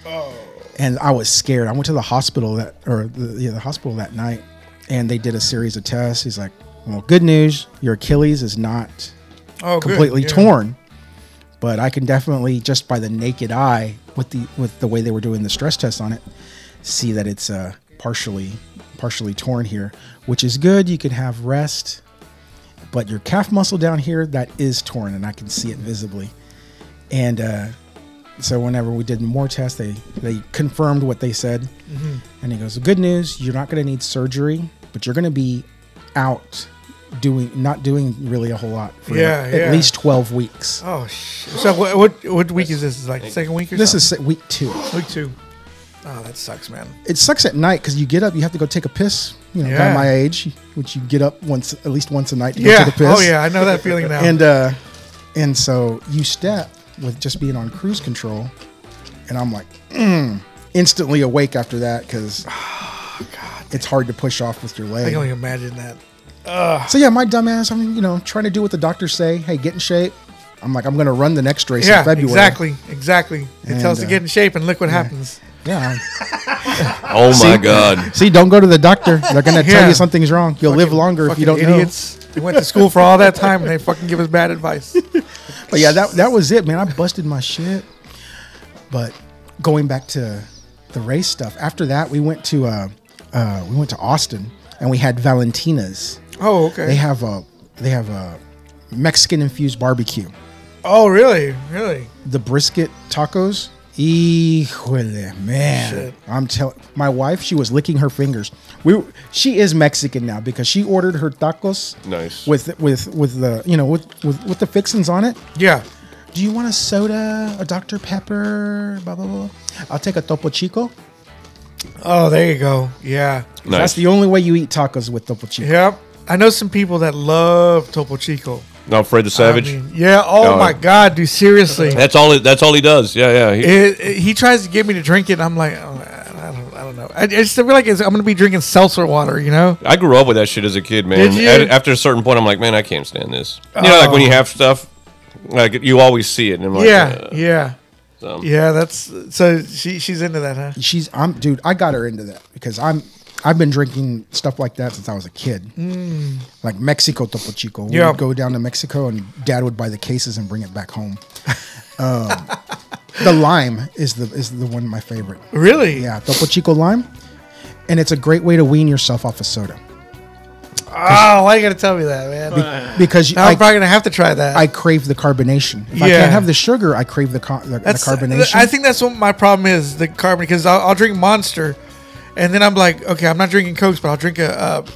[SPEAKER 6] Oh.
[SPEAKER 4] And I was scared. I went to the hospital that, or the, yeah, the hospital that night and they did a series of tests. He's like, well, good news, your Achilles is not
[SPEAKER 1] oh, good,
[SPEAKER 4] completely
[SPEAKER 1] yeah.
[SPEAKER 4] torn. But I can definitely just by the naked eye, with the with the way they were doing the stress test on it, see that it's uh, partially partially torn here, which is good. You can have rest, but your calf muscle down here that is torn, and I can see it visibly. And uh, so whenever we did more tests, they they confirmed what they said,
[SPEAKER 1] Mm-hmm.
[SPEAKER 4] and he goes, "Good news, you're not going to need surgery, but you're going to be out." doing not doing really a whole lot for like,
[SPEAKER 1] Yeah, yeah.
[SPEAKER 4] at least 12 weeks.
[SPEAKER 1] Oh shit! So what what, what week is this? Is it like second week or
[SPEAKER 4] This
[SPEAKER 1] something?
[SPEAKER 4] is week two.
[SPEAKER 1] week two. Oh, that sucks, man.
[SPEAKER 4] It sucks at night because you get up, you have to go take a piss. You know,
[SPEAKER 1] Yeah.
[SPEAKER 4] by my age, which you get up once at least once a night to
[SPEAKER 1] Yeah.
[SPEAKER 4] go take a piss.
[SPEAKER 1] Oh yeah, I know that feeling now.
[SPEAKER 4] And uh, and so you step with just being on cruise control, and I'm like mm, instantly awake after
[SPEAKER 1] <sighs>
[SPEAKER 4] that because it's hard to push off with your
[SPEAKER 1] I
[SPEAKER 4] leg.
[SPEAKER 1] can only imagine that.
[SPEAKER 4] So yeah, my dumbass, I'm you know trying to do what the doctors say. Hey, get in shape. I'm like I'm gonna run the next race
[SPEAKER 1] yeah,
[SPEAKER 4] in February.
[SPEAKER 1] exactly, exactly. They tell us
[SPEAKER 4] And,
[SPEAKER 1] to
[SPEAKER 4] uh,
[SPEAKER 1] get in shape, and look what happens.
[SPEAKER 4] Yeah.
[SPEAKER 6] Oh my god.
[SPEAKER 4] See, don't go to the doctor. They're gonna tell
[SPEAKER 1] Yeah.
[SPEAKER 4] you something's wrong. You'll live longer if you don't
[SPEAKER 1] Fucking
[SPEAKER 4] know.
[SPEAKER 1] idiots. They went to school for all that time, and they fucking give us bad
[SPEAKER 4] <laughs>
[SPEAKER 1] advice.
[SPEAKER 4] But yeah, that that was it, man. I busted my shit. But going back to the race stuff, after that we went to uh, uh, we went to Austin and we had Valentina's.
[SPEAKER 1] Oh, okay.
[SPEAKER 4] They have a they have a Mexican infused barbecue.
[SPEAKER 1] oh, really? Really?
[SPEAKER 4] The brisket tacos. Híjole, man.
[SPEAKER 1] Shit.
[SPEAKER 4] I'm telling my wife, she was licking her fingers. We she is Mexican now because she ordered her tacos
[SPEAKER 6] Nice.
[SPEAKER 4] with with with the you know with with, with the fixings on it.
[SPEAKER 1] Yeah.
[SPEAKER 4] Do you want a soda, a Dr. Pepper, blah, blah, blah? I'll take a Topo Chico.
[SPEAKER 1] Oh, there you go. Yeah.
[SPEAKER 4] That's
[SPEAKER 6] Nice.
[SPEAKER 4] the only way you eat tacos with Topo Chico.
[SPEAKER 1] Yep. I know some people that love Topo Chico.
[SPEAKER 6] no, Fred the
[SPEAKER 1] I
[SPEAKER 6] Savage.
[SPEAKER 1] mean, yeah. Oh
[SPEAKER 6] Oh.
[SPEAKER 1] my God, dude. Seriously.
[SPEAKER 6] that's all. It, that's all he does. Yeah, yeah. He,
[SPEAKER 1] it, it- he tries to get me to drink it. and I'm like, oh, I don't, I don't know. I, I just feel like it's, I'm gonna be drinking seltzer water. You know.
[SPEAKER 6] I grew up with that shit as a kid, man.
[SPEAKER 1] Did you?
[SPEAKER 6] At- after a certain point, I'm like, man, I can't stand this. You know, like when
[SPEAKER 4] Oh.
[SPEAKER 6] you have stuff, like you always see it, and I'm like,
[SPEAKER 1] yeah,
[SPEAKER 6] uh,
[SPEAKER 1] yeah,
[SPEAKER 6] so.
[SPEAKER 1] yeah. That's so she she's into that, huh?
[SPEAKER 4] She's I'm dude. I got her into that because I'm I've been drinking stuff like that since I was a kid. Like Mexico Topo Chico. We
[SPEAKER 1] Mm. Yeah.
[SPEAKER 4] would go down to Mexico and Dad would buy the cases and bring it back home. <laughs> um, the lime is the is the one my favorite.
[SPEAKER 1] Really?
[SPEAKER 4] Yeah, Topo Chico lime, and it's a great way to wean yourself off of soda
[SPEAKER 1] Oh, why you gotta tell me that, man? <sighs>
[SPEAKER 4] because
[SPEAKER 1] now I'm
[SPEAKER 4] I,
[SPEAKER 1] probably gonna have to try that.
[SPEAKER 4] I crave the carbonation. If I
[SPEAKER 1] Yeah.
[SPEAKER 4] can't have the sugar, I crave the, co- the, the
[SPEAKER 1] that's uh,
[SPEAKER 4] carbonation.
[SPEAKER 1] I think that's what my problem is the carbon because I'll, I'll drink Monster, and then I'm like, okay, I'm not drinking Cokes, but I'll drink a. Uh,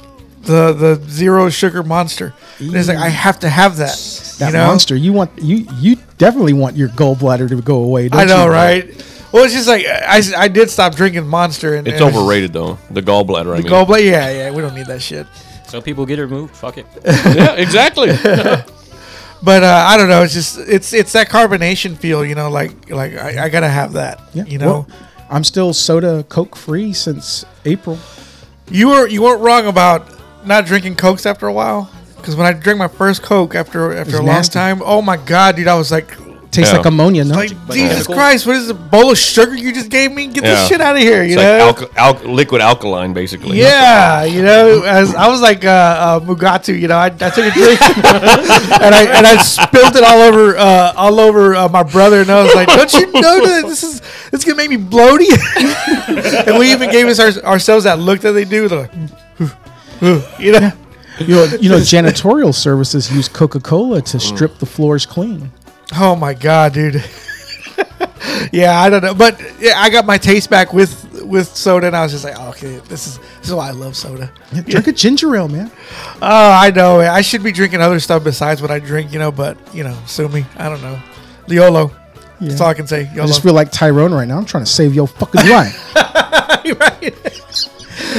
[SPEAKER 1] the, the zero sugar monster. And it's like I have to have that.
[SPEAKER 4] that
[SPEAKER 1] you know?
[SPEAKER 4] monster. You want you you definitely want your gallbladder to go away. Don't
[SPEAKER 1] I know,
[SPEAKER 4] you?
[SPEAKER 1] right? Well, it's just like I, I did stop drinking Monster, and
[SPEAKER 6] It's
[SPEAKER 1] and-
[SPEAKER 6] overrated though. The gallbladder. I mean,
[SPEAKER 1] Gallbladder, yeah, yeah, we don't need that shit.
[SPEAKER 3] So people get it removed. Fuck it.
[SPEAKER 6] yeah,
[SPEAKER 1] <laughs>
[SPEAKER 6] exactly.
[SPEAKER 1] But uh, I don't know. It's just it's it's that carbonation feel, you know. Like like I, I gotta have that.
[SPEAKER 4] Yeah,
[SPEAKER 1] You know,
[SPEAKER 4] well, I'm still soda Coke free since April.
[SPEAKER 1] you were you weren't wrong about not drinking cokes after a while. Because when I drank my first coke after after
[SPEAKER 4] was
[SPEAKER 1] a long
[SPEAKER 4] nasty.
[SPEAKER 1] time, oh my god, dude, I was like.
[SPEAKER 4] Tastes
[SPEAKER 6] Yeah.
[SPEAKER 4] like ammonia, no?
[SPEAKER 1] Like Jesus
[SPEAKER 3] chemicals?
[SPEAKER 1] Christ! What is this bowl of sugar you just gave me? Get
[SPEAKER 6] Yeah.
[SPEAKER 1] this shit out of here! You
[SPEAKER 6] It's
[SPEAKER 1] know,
[SPEAKER 6] like alco- al- liquid alkaline, basically.
[SPEAKER 1] Yeah, you know, as I was like uh, uh, Mugatu, you know, I, I took a drink <laughs> and I and I spilled it all over uh, all over uh, my brother, and I was like, "Don't you know that this is this is gonna make me bloaty?" <laughs> and we even gave us our, ourselves that look that they do, they're like, hmm," you know,
[SPEAKER 4] You know, you know, janitorial services use Coca Cola to strip the floors clean.
[SPEAKER 1] oh my god, dude. <laughs> yeah, I don't know, but yeah, I got my taste back with with soda, and I was just like, oh, okay, this is this is why I love soda.
[SPEAKER 4] Drink a ginger ale, man.
[SPEAKER 1] Oh, I know. I should be drinking other stuff besides what I drink, you know, but, you know, sue me. I don't know. Liolo. That's all I can say.
[SPEAKER 4] I
[SPEAKER 1] YOLO.
[SPEAKER 4] just feel like Tyrone right now. I'm trying to save your fucking life.
[SPEAKER 1] Right?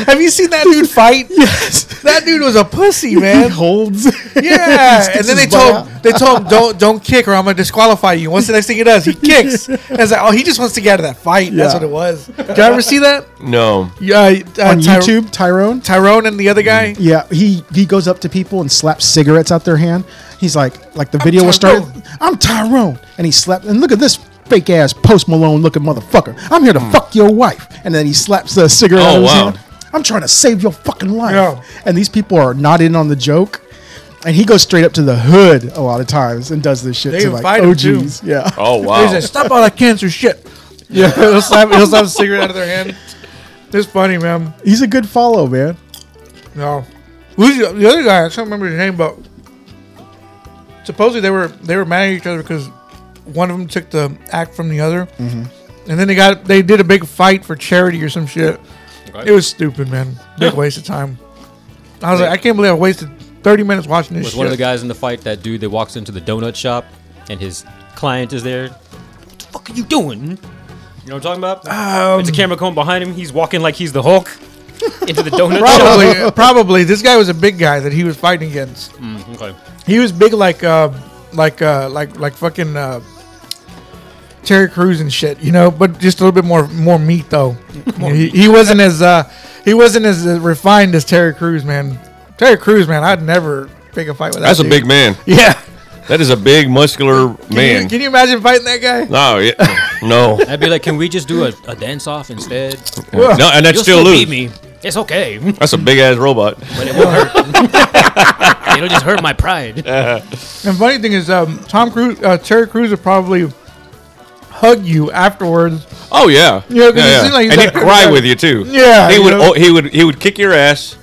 [SPEAKER 1] Have you seen that dude
[SPEAKER 4] <laughs>
[SPEAKER 1] fight? <laughs> Yes. That dude was a pussy, man.
[SPEAKER 4] holds.
[SPEAKER 1] <laughs>
[SPEAKER 4] <laughs>
[SPEAKER 1] Yeah.
[SPEAKER 4] Sticks
[SPEAKER 1] and then
[SPEAKER 4] his
[SPEAKER 1] they
[SPEAKER 4] butt
[SPEAKER 1] told
[SPEAKER 4] out.
[SPEAKER 1] him, they told him, don't don't kick or I'm gonna disqualify you. What's the next thing he
[SPEAKER 4] <laughs>
[SPEAKER 1] does? He kicks. And it's like, oh, he just wants to get out of that fight. That's
[SPEAKER 4] Yeah.
[SPEAKER 1] what it was. Did I ever see that?
[SPEAKER 6] No.
[SPEAKER 1] Yeah. Uh,
[SPEAKER 4] on
[SPEAKER 1] Ty-
[SPEAKER 4] YouTube, Mm-hmm. Tyrone.
[SPEAKER 1] Tyrone and the other guy.
[SPEAKER 4] Yeah, he he goes up to people and slaps cigarettes out their hand. He's like, like the video was started.
[SPEAKER 1] Tyrone.
[SPEAKER 4] I'm Tyrone, and he slapped. And look at this fake ass Post Malone looking motherfucker. I'm here to
[SPEAKER 1] Hmm.
[SPEAKER 4] fuck your wife, and then he slaps the cigarette
[SPEAKER 6] Oh,
[SPEAKER 4] out of his
[SPEAKER 6] wow.
[SPEAKER 4] hand. I'm trying to save your fucking life,
[SPEAKER 1] Yeah.
[SPEAKER 4] and these people are not in on the joke. And he goes straight up to the hood a lot of times and does this shit
[SPEAKER 1] They
[SPEAKER 4] to
[SPEAKER 1] even
[SPEAKER 4] like
[SPEAKER 1] fight him, too.
[SPEAKER 4] OGs. Yeah,
[SPEAKER 6] Oh
[SPEAKER 1] He
[SPEAKER 6] wow.
[SPEAKER 1] said, stop all that cancer shit. <laughs> Yeah. he'll, slap, he'll slap a cigarette out of their hand. It's funny, man.
[SPEAKER 4] he's a good follow, man.
[SPEAKER 1] No. Who's the, the other guy? I can't remember his name, but supposedly they were they were mad at each other because one of them took the act from the other,
[SPEAKER 3] Mm-hmm.
[SPEAKER 1] and then they got they did a big fight for charity or some shit.
[SPEAKER 3] Okay.
[SPEAKER 1] It was stupid, man. Big waste of time. I was like, I can't believe I wasted thirty minutes watching this.
[SPEAKER 3] <laughs> Was
[SPEAKER 1] shit.
[SPEAKER 3] one of the guys in the fight that dude that walks into the donut shop and his client is there. What the fuck are you doing? You know what I'm talking about? it's a camera coming behind him. He's walking like he's the <laughs> Hulk into the donut shop.
[SPEAKER 1] Probably,
[SPEAKER 3] <laughs>
[SPEAKER 1] probably this guy was a big guy that he was fighting against.
[SPEAKER 3] Mm, okay.
[SPEAKER 1] He was big like uh like uh like like fucking uh Terry Crews and shit, you know, but just a little bit more more meat though. he, he wasn't as uh he wasn't as uh, refined as Terry Crews, man. Terry Crews, man, I'd never pick a fight with that.
[SPEAKER 6] That's a
[SPEAKER 1] dude.
[SPEAKER 6] big man.
[SPEAKER 1] <laughs> Yeah.
[SPEAKER 6] That is a big muscular <laughs>
[SPEAKER 1] Can
[SPEAKER 6] man.
[SPEAKER 1] you, can you imagine fighting that guy?
[SPEAKER 6] No, yeah, no,
[SPEAKER 3] I'd be like, can we just do a, a dance off instead?
[SPEAKER 6] no, and that's
[SPEAKER 3] You'll
[SPEAKER 6] still lose.
[SPEAKER 3] beat me. It's okay, but
[SPEAKER 6] That's a big ass robot.
[SPEAKER 3] it won't hurt. It'll just hurt my pride. <laughs>
[SPEAKER 1] And funny thing is, um, Tom Cruise, uh, Terry Crews would probably hug you afterwards.
[SPEAKER 6] Oh yeah,
[SPEAKER 1] Yeah, 'cause it seemed like he's
[SPEAKER 6] and he'd
[SPEAKER 1] like-
[SPEAKER 6] cry with you too.
[SPEAKER 1] Yeah,
[SPEAKER 6] he
[SPEAKER 1] you
[SPEAKER 6] would.
[SPEAKER 1] know.
[SPEAKER 6] Oh, he would. He would kick your ass,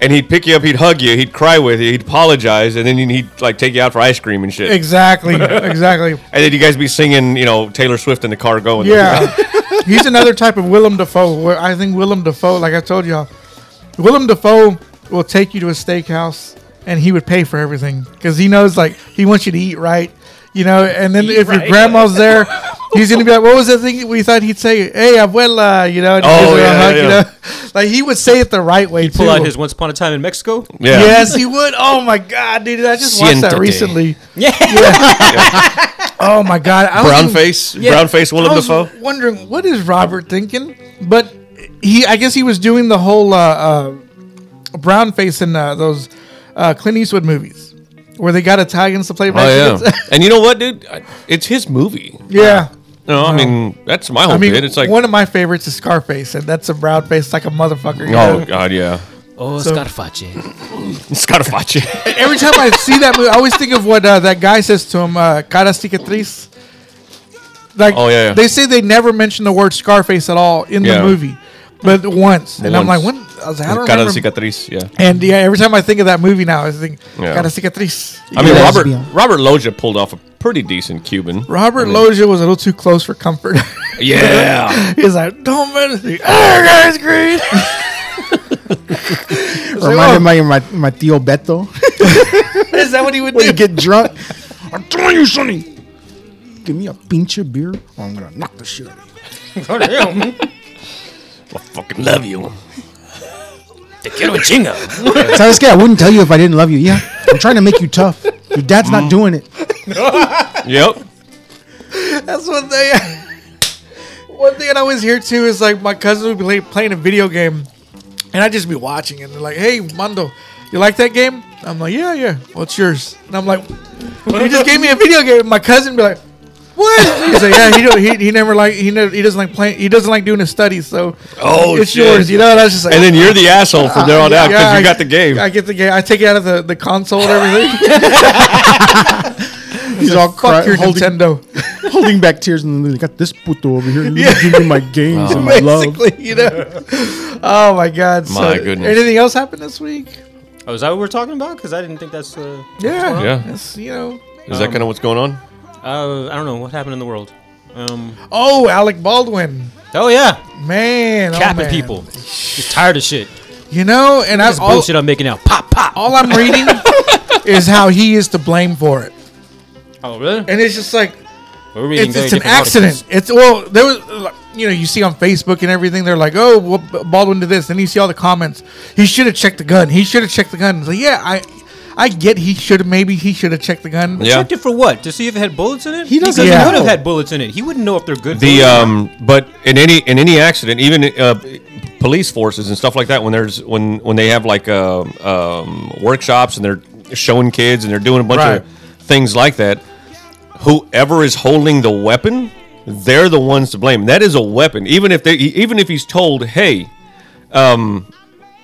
[SPEAKER 6] and he'd pick you up. He'd hug you. He'd cry with you. He'd apologize, and then he'd, he'd like take you out for ice cream and shit.
[SPEAKER 1] Exactly, <laughs> exactly.
[SPEAKER 6] And then you guys be singing, you know, Taylor Swift in the car going.
[SPEAKER 1] Yeah, <laughs> he's another type of Willem Dafoe. Where I think Willem Dafoe, like I told y'all, Willem Dafoe will take you to a steakhouse and he would pay for everything because he knows like he wants you to eat right, you know. And then if your grandma's there, he's gonna be like, "What was that thing we thought he'd say? Hey, abuela," you know. And he
[SPEAKER 6] Oh,
[SPEAKER 1] gives her a
[SPEAKER 6] yeah,
[SPEAKER 1] You
[SPEAKER 6] yeah.
[SPEAKER 1] know? <laughs> Like he would say it the right way.
[SPEAKER 3] Pull
[SPEAKER 1] too.
[SPEAKER 3] out his Once Upon a Time in Mexico.
[SPEAKER 6] yeah.
[SPEAKER 1] Yes, he would. Oh my god, dude! I just watched that
[SPEAKER 6] Siéntate.
[SPEAKER 1] recently.
[SPEAKER 3] Yeah.
[SPEAKER 1] <laughs> Oh my god, I was
[SPEAKER 6] Brown
[SPEAKER 1] even-
[SPEAKER 6] face, brown face, Willem
[SPEAKER 1] I was
[SPEAKER 6] Dafoe.
[SPEAKER 1] wondering what is Robert thinking, but he I guess he was doing the whole uh, uh, brown face in uh, those uh, Clint Eastwood movies where they got Italians to play
[SPEAKER 2] Oh
[SPEAKER 1] Mexicans.
[SPEAKER 2] yeah,
[SPEAKER 1] <laughs>
[SPEAKER 2] and you know what, dude? I- It's his movie.
[SPEAKER 1] yeah.
[SPEAKER 2] No, I mean that's my whole
[SPEAKER 1] I mean,
[SPEAKER 2] bit. Oh, It's like,
[SPEAKER 1] one of my favorites is Scarface, and that's a brown face like a motherfucker. you know?
[SPEAKER 2] <laughs> oh god, yeah,
[SPEAKER 3] Oh,
[SPEAKER 1] So-
[SPEAKER 3] Scarface.
[SPEAKER 2] <laughs> Scarface.
[SPEAKER 1] Every time I see that movie, I always think of what uh, that guy says to him, uh, cara cicatriz. Like,
[SPEAKER 2] Oh, yeah, yeah.
[SPEAKER 1] they say they never mention the word Scarface at all in
[SPEAKER 2] Yeah.
[SPEAKER 1] the movie, but once. And I'm like,
[SPEAKER 2] Once.
[SPEAKER 1] when? I, was like, I don't
[SPEAKER 2] Cara
[SPEAKER 1] remember.
[SPEAKER 2] cicatriz. Yeah,
[SPEAKER 1] and yeah, every time I think of that movie now, I think
[SPEAKER 2] Yeah.
[SPEAKER 1] cara cicatriz.
[SPEAKER 2] I mean
[SPEAKER 4] Yeah,
[SPEAKER 2] Robert
[SPEAKER 4] lesbian.
[SPEAKER 2] Robert Loggia pulled off a pretty decent Cuban.
[SPEAKER 1] Robert Loggia was a little too close for comfort.
[SPEAKER 2] <laughs>
[SPEAKER 1] <laughs>
[SPEAKER 2] Yeah,
[SPEAKER 1] He's like, don't mess me. <laughs> Oh, guys, green.
[SPEAKER 4] Reminded me of my, my tío Beto.
[SPEAKER 1] <laughs> Is that what he would
[SPEAKER 4] when you
[SPEAKER 1] do?
[SPEAKER 4] get drunk, I'm telling you, Sonny, give me a pinch of beer or I'm going to knock the shit out of you.
[SPEAKER 2] I fucking love you.
[SPEAKER 3] Te quiero chinga.
[SPEAKER 4] Tyler Skye, I wouldn't tell you if I didn't love you. Yeah, I'm trying to make you tough. Your dad's not doing it.
[SPEAKER 2] Yep.
[SPEAKER 1] That's one thing. <laughs> one thing I always hear too is like my cousin would be like, playing a video game, and I'd just be watching, and they're like, "Hey, Mondo, you like that game?" I'm like, "Yeah, yeah. What's yours?" And I'm like, "You just gave me a video game." And my cousin be like, "What?" He's like, "Yeah, he don't, he, he never like he never, he doesn't like playing he doesn't like doing his studies, so
[SPEAKER 2] Oh,
[SPEAKER 1] it's
[SPEAKER 2] shit.
[SPEAKER 1] yours." You know, and I was just like,
[SPEAKER 2] And then you're the asshole from there on out because
[SPEAKER 1] <laughs> yeah,
[SPEAKER 2] you
[SPEAKER 1] I-
[SPEAKER 2] got the game.
[SPEAKER 1] I get the game. I take it out of the, the console and everything.
[SPEAKER 2] <laughs>
[SPEAKER 4] He's all
[SPEAKER 1] Fuck your
[SPEAKER 4] cry- holding,
[SPEAKER 1] Nintendo.
[SPEAKER 4] holding back tears and then they got this puto over here. You give me my games and my love.
[SPEAKER 1] <laughs> basically, you know. <laughs> Oh my God! So,
[SPEAKER 2] My goodness.
[SPEAKER 1] Anything else happened this week?
[SPEAKER 3] Oh, is that what we're talking about? Because I didn't think that's. Uh,
[SPEAKER 1] Yeah,
[SPEAKER 2] Yeah.
[SPEAKER 1] It's, you know.
[SPEAKER 2] Is that kind of what's going on?
[SPEAKER 3] uh, I don't know what happened in the world. Um,
[SPEAKER 1] Oh, Alec Baldwin,
[SPEAKER 3] oh yeah,
[SPEAKER 1] man, oh,
[SPEAKER 3] capping
[SPEAKER 1] man.
[SPEAKER 3] people. Just tired of shit.
[SPEAKER 1] You know, and I,
[SPEAKER 3] This
[SPEAKER 1] all,
[SPEAKER 3] bullshit I'm making out. Pop pop.
[SPEAKER 1] all I'm
[SPEAKER 3] <laughs>
[SPEAKER 1] reading is how he is to blame for it,
[SPEAKER 3] Oh really?
[SPEAKER 1] and it's just like
[SPEAKER 3] We're reading
[SPEAKER 1] it's,
[SPEAKER 3] very
[SPEAKER 1] it's an
[SPEAKER 3] different
[SPEAKER 1] accident. It's well, there was like, you know you see on Facebook and everything they're like, oh, well, B- Baldwin did this, and you see all the comments. He should have checked the gun. He should have checked the gun. It's like, yeah, I, I get he should have maybe he should have checked the gun.
[SPEAKER 2] Yeah.
[SPEAKER 3] Checked it for what? To see if it had bullets in it?
[SPEAKER 4] He doesn't
[SPEAKER 1] know.
[SPEAKER 3] would have had bullets in it. He wouldn't know if they're good.
[SPEAKER 2] The
[SPEAKER 3] bullets.
[SPEAKER 2] um, but in any in any accident, even uh, police forces and stuff like that, when there's when when they have like uh, um, workshops and they're showing kids and they're doing a bunch
[SPEAKER 1] Right.
[SPEAKER 2] of things like that, whoever is holding the weapon, they're the ones to blame. That is a weapon, even if they e, even if he's told, hey, um,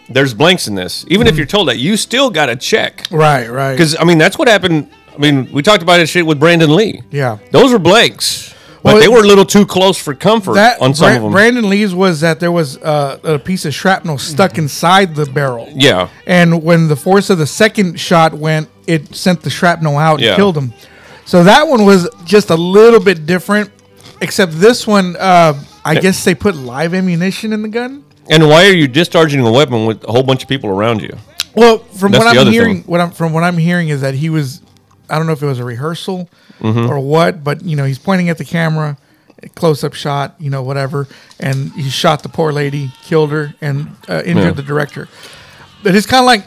[SPEAKER 2] there's blanks in this. Even if you're told that, you still got to check.
[SPEAKER 1] Right, right.
[SPEAKER 2] Because I mean, that's what happened. I mean, we talked about this shit with Brandon Lee.
[SPEAKER 1] Yeah.
[SPEAKER 2] those were blanks, but
[SPEAKER 1] Well,
[SPEAKER 2] they were a little too close for comfort
[SPEAKER 1] that
[SPEAKER 2] on some
[SPEAKER 1] Bra-
[SPEAKER 2] of them.
[SPEAKER 1] Brandon Lee's was that there was uh, a piece of shrapnel stuck inside the barrel.
[SPEAKER 2] Mm-hmm. Yeah.
[SPEAKER 1] And when the force of the second shot went, it sent the shrapnel out and
[SPEAKER 2] Yeah.
[SPEAKER 1] killed him. So that one was just a little bit different, except this one, uh, I guess they put live ammunition in the gun.
[SPEAKER 2] and why are you discharging a weapon with a whole bunch of people around you?
[SPEAKER 1] Well, from
[SPEAKER 2] That's
[SPEAKER 1] what
[SPEAKER 2] the
[SPEAKER 1] I'm
[SPEAKER 2] other
[SPEAKER 1] hearing,
[SPEAKER 2] thing.
[SPEAKER 1] what I'm from what I'm hearing is that he was, I don't know if it was a rehearsal
[SPEAKER 2] Mm-hmm.
[SPEAKER 1] or what, but you know he's pointing at the camera, close up shot, you know whatever, and he shot the poor lady, killed her, and uh, injured
[SPEAKER 2] Yeah.
[SPEAKER 1] the director. But it's kind of like,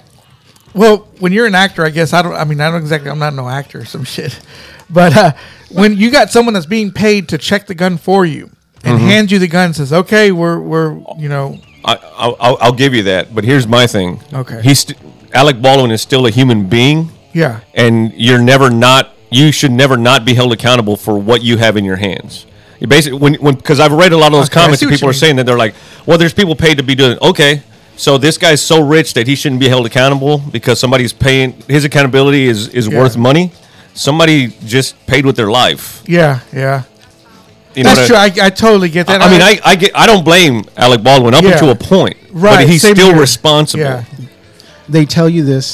[SPEAKER 1] well, when you're an actor, I guess I don't. I mean, I don't exactly. I'm not no actor or some <laughs> shit, but uh, when you got someone that's being paid to check the gun for you and
[SPEAKER 2] Mm-hmm.
[SPEAKER 1] hands you the gun, and says, "Okay, we're we're you know."
[SPEAKER 2] I, I'll, I'll- I'll give you that, but here's my thing.
[SPEAKER 1] Okay.
[SPEAKER 2] he's st- Alec Baldwin is still a human being,
[SPEAKER 1] Yeah.
[SPEAKER 2] and you're never not. You should never not be held accountable for what you have in your hands. You basically, when when because I've read a lot of those
[SPEAKER 1] Okay, I
[SPEAKER 2] comments,
[SPEAKER 1] see
[SPEAKER 2] that
[SPEAKER 1] what
[SPEAKER 2] people
[SPEAKER 1] you
[SPEAKER 2] are
[SPEAKER 1] mean.
[SPEAKER 2] saying that they're like, well, there's people paid to be doing. Okay, so this guy's so rich that he shouldn't be held accountable because somebody's paying his accountability is is
[SPEAKER 1] Yeah.
[SPEAKER 2] worth money. Somebody just paid with their life.
[SPEAKER 1] Yeah, yeah.
[SPEAKER 2] You know
[SPEAKER 1] That's
[SPEAKER 2] what I-
[SPEAKER 1] true. I, I totally get that.
[SPEAKER 2] I mean, I, I get I don't blame Alec Baldwin up
[SPEAKER 1] Yeah.
[SPEAKER 2] until a point,
[SPEAKER 1] Right,
[SPEAKER 2] But he's
[SPEAKER 1] same
[SPEAKER 2] still
[SPEAKER 1] here.
[SPEAKER 2] responsible.
[SPEAKER 1] Yeah. <laughs>
[SPEAKER 4] They tell you this,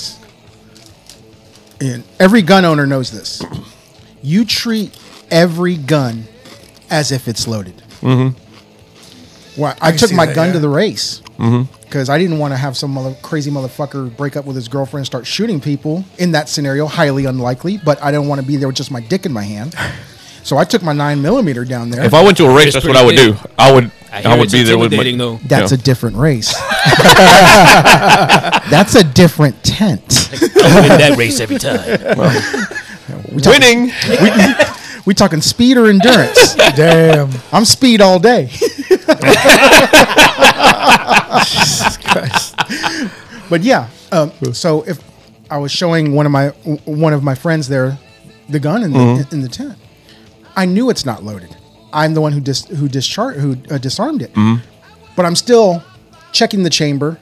[SPEAKER 4] and every gun owner knows this. You treat every gun as if it's loaded. Mm-hmm. Well, I,
[SPEAKER 1] can
[SPEAKER 4] took
[SPEAKER 1] see
[SPEAKER 4] my
[SPEAKER 1] that,
[SPEAKER 4] gun
[SPEAKER 1] yeah.
[SPEAKER 4] to the race
[SPEAKER 2] Mm-hmm.
[SPEAKER 4] because I didn't want to have some mother- crazy motherfucker break up with his girlfriend and start shooting people in that scenario. Highly unlikely, but I don't want to be there with just my dick in
[SPEAKER 2] <laughs>
[SPEAKER 4] my hand. So I took my nine millimeter down there.
[SPEAKER 2] If I went to a race, that's what I would do. I would
[SPEAKER 3] I,
[SPEAKER 2] I,
[SPEAKER 3] hear
[SPEAKER 2] would
[SPEAKER 3] it's
[SPEAKER 2] be there with
[SPEAKER 3] intimidating,
[SPEAKER 2] my,
[SPEAKER 3] though.
[SPEAKER 4] That's
[SPEAKER 2] Yeah.
[SPEAKER 4] a different
[SPEAKER 2] <laughs>
[SPEAKER 4] race. <laughs> That's a different tent.
[SPEAKER 3] win that race every time.
[SPEAKER 4] We talking,
[SPEAKER 2] winning.
[SPEAKER 4] we, we talking speed or endurance?
[SPEAKER 1] Damn.
[SPEAKER 4] I'm speed all day.
[SPEAKER 1] Jesus Christ.
[SPEAKER 4] But yeah, um, so if I was showing one of my w- one of my friends there the gun in the, in the tent, I knew it's not loaded. I'm the one who dis, who discharged who uh, disarmed it, but I'm still checking the chamber,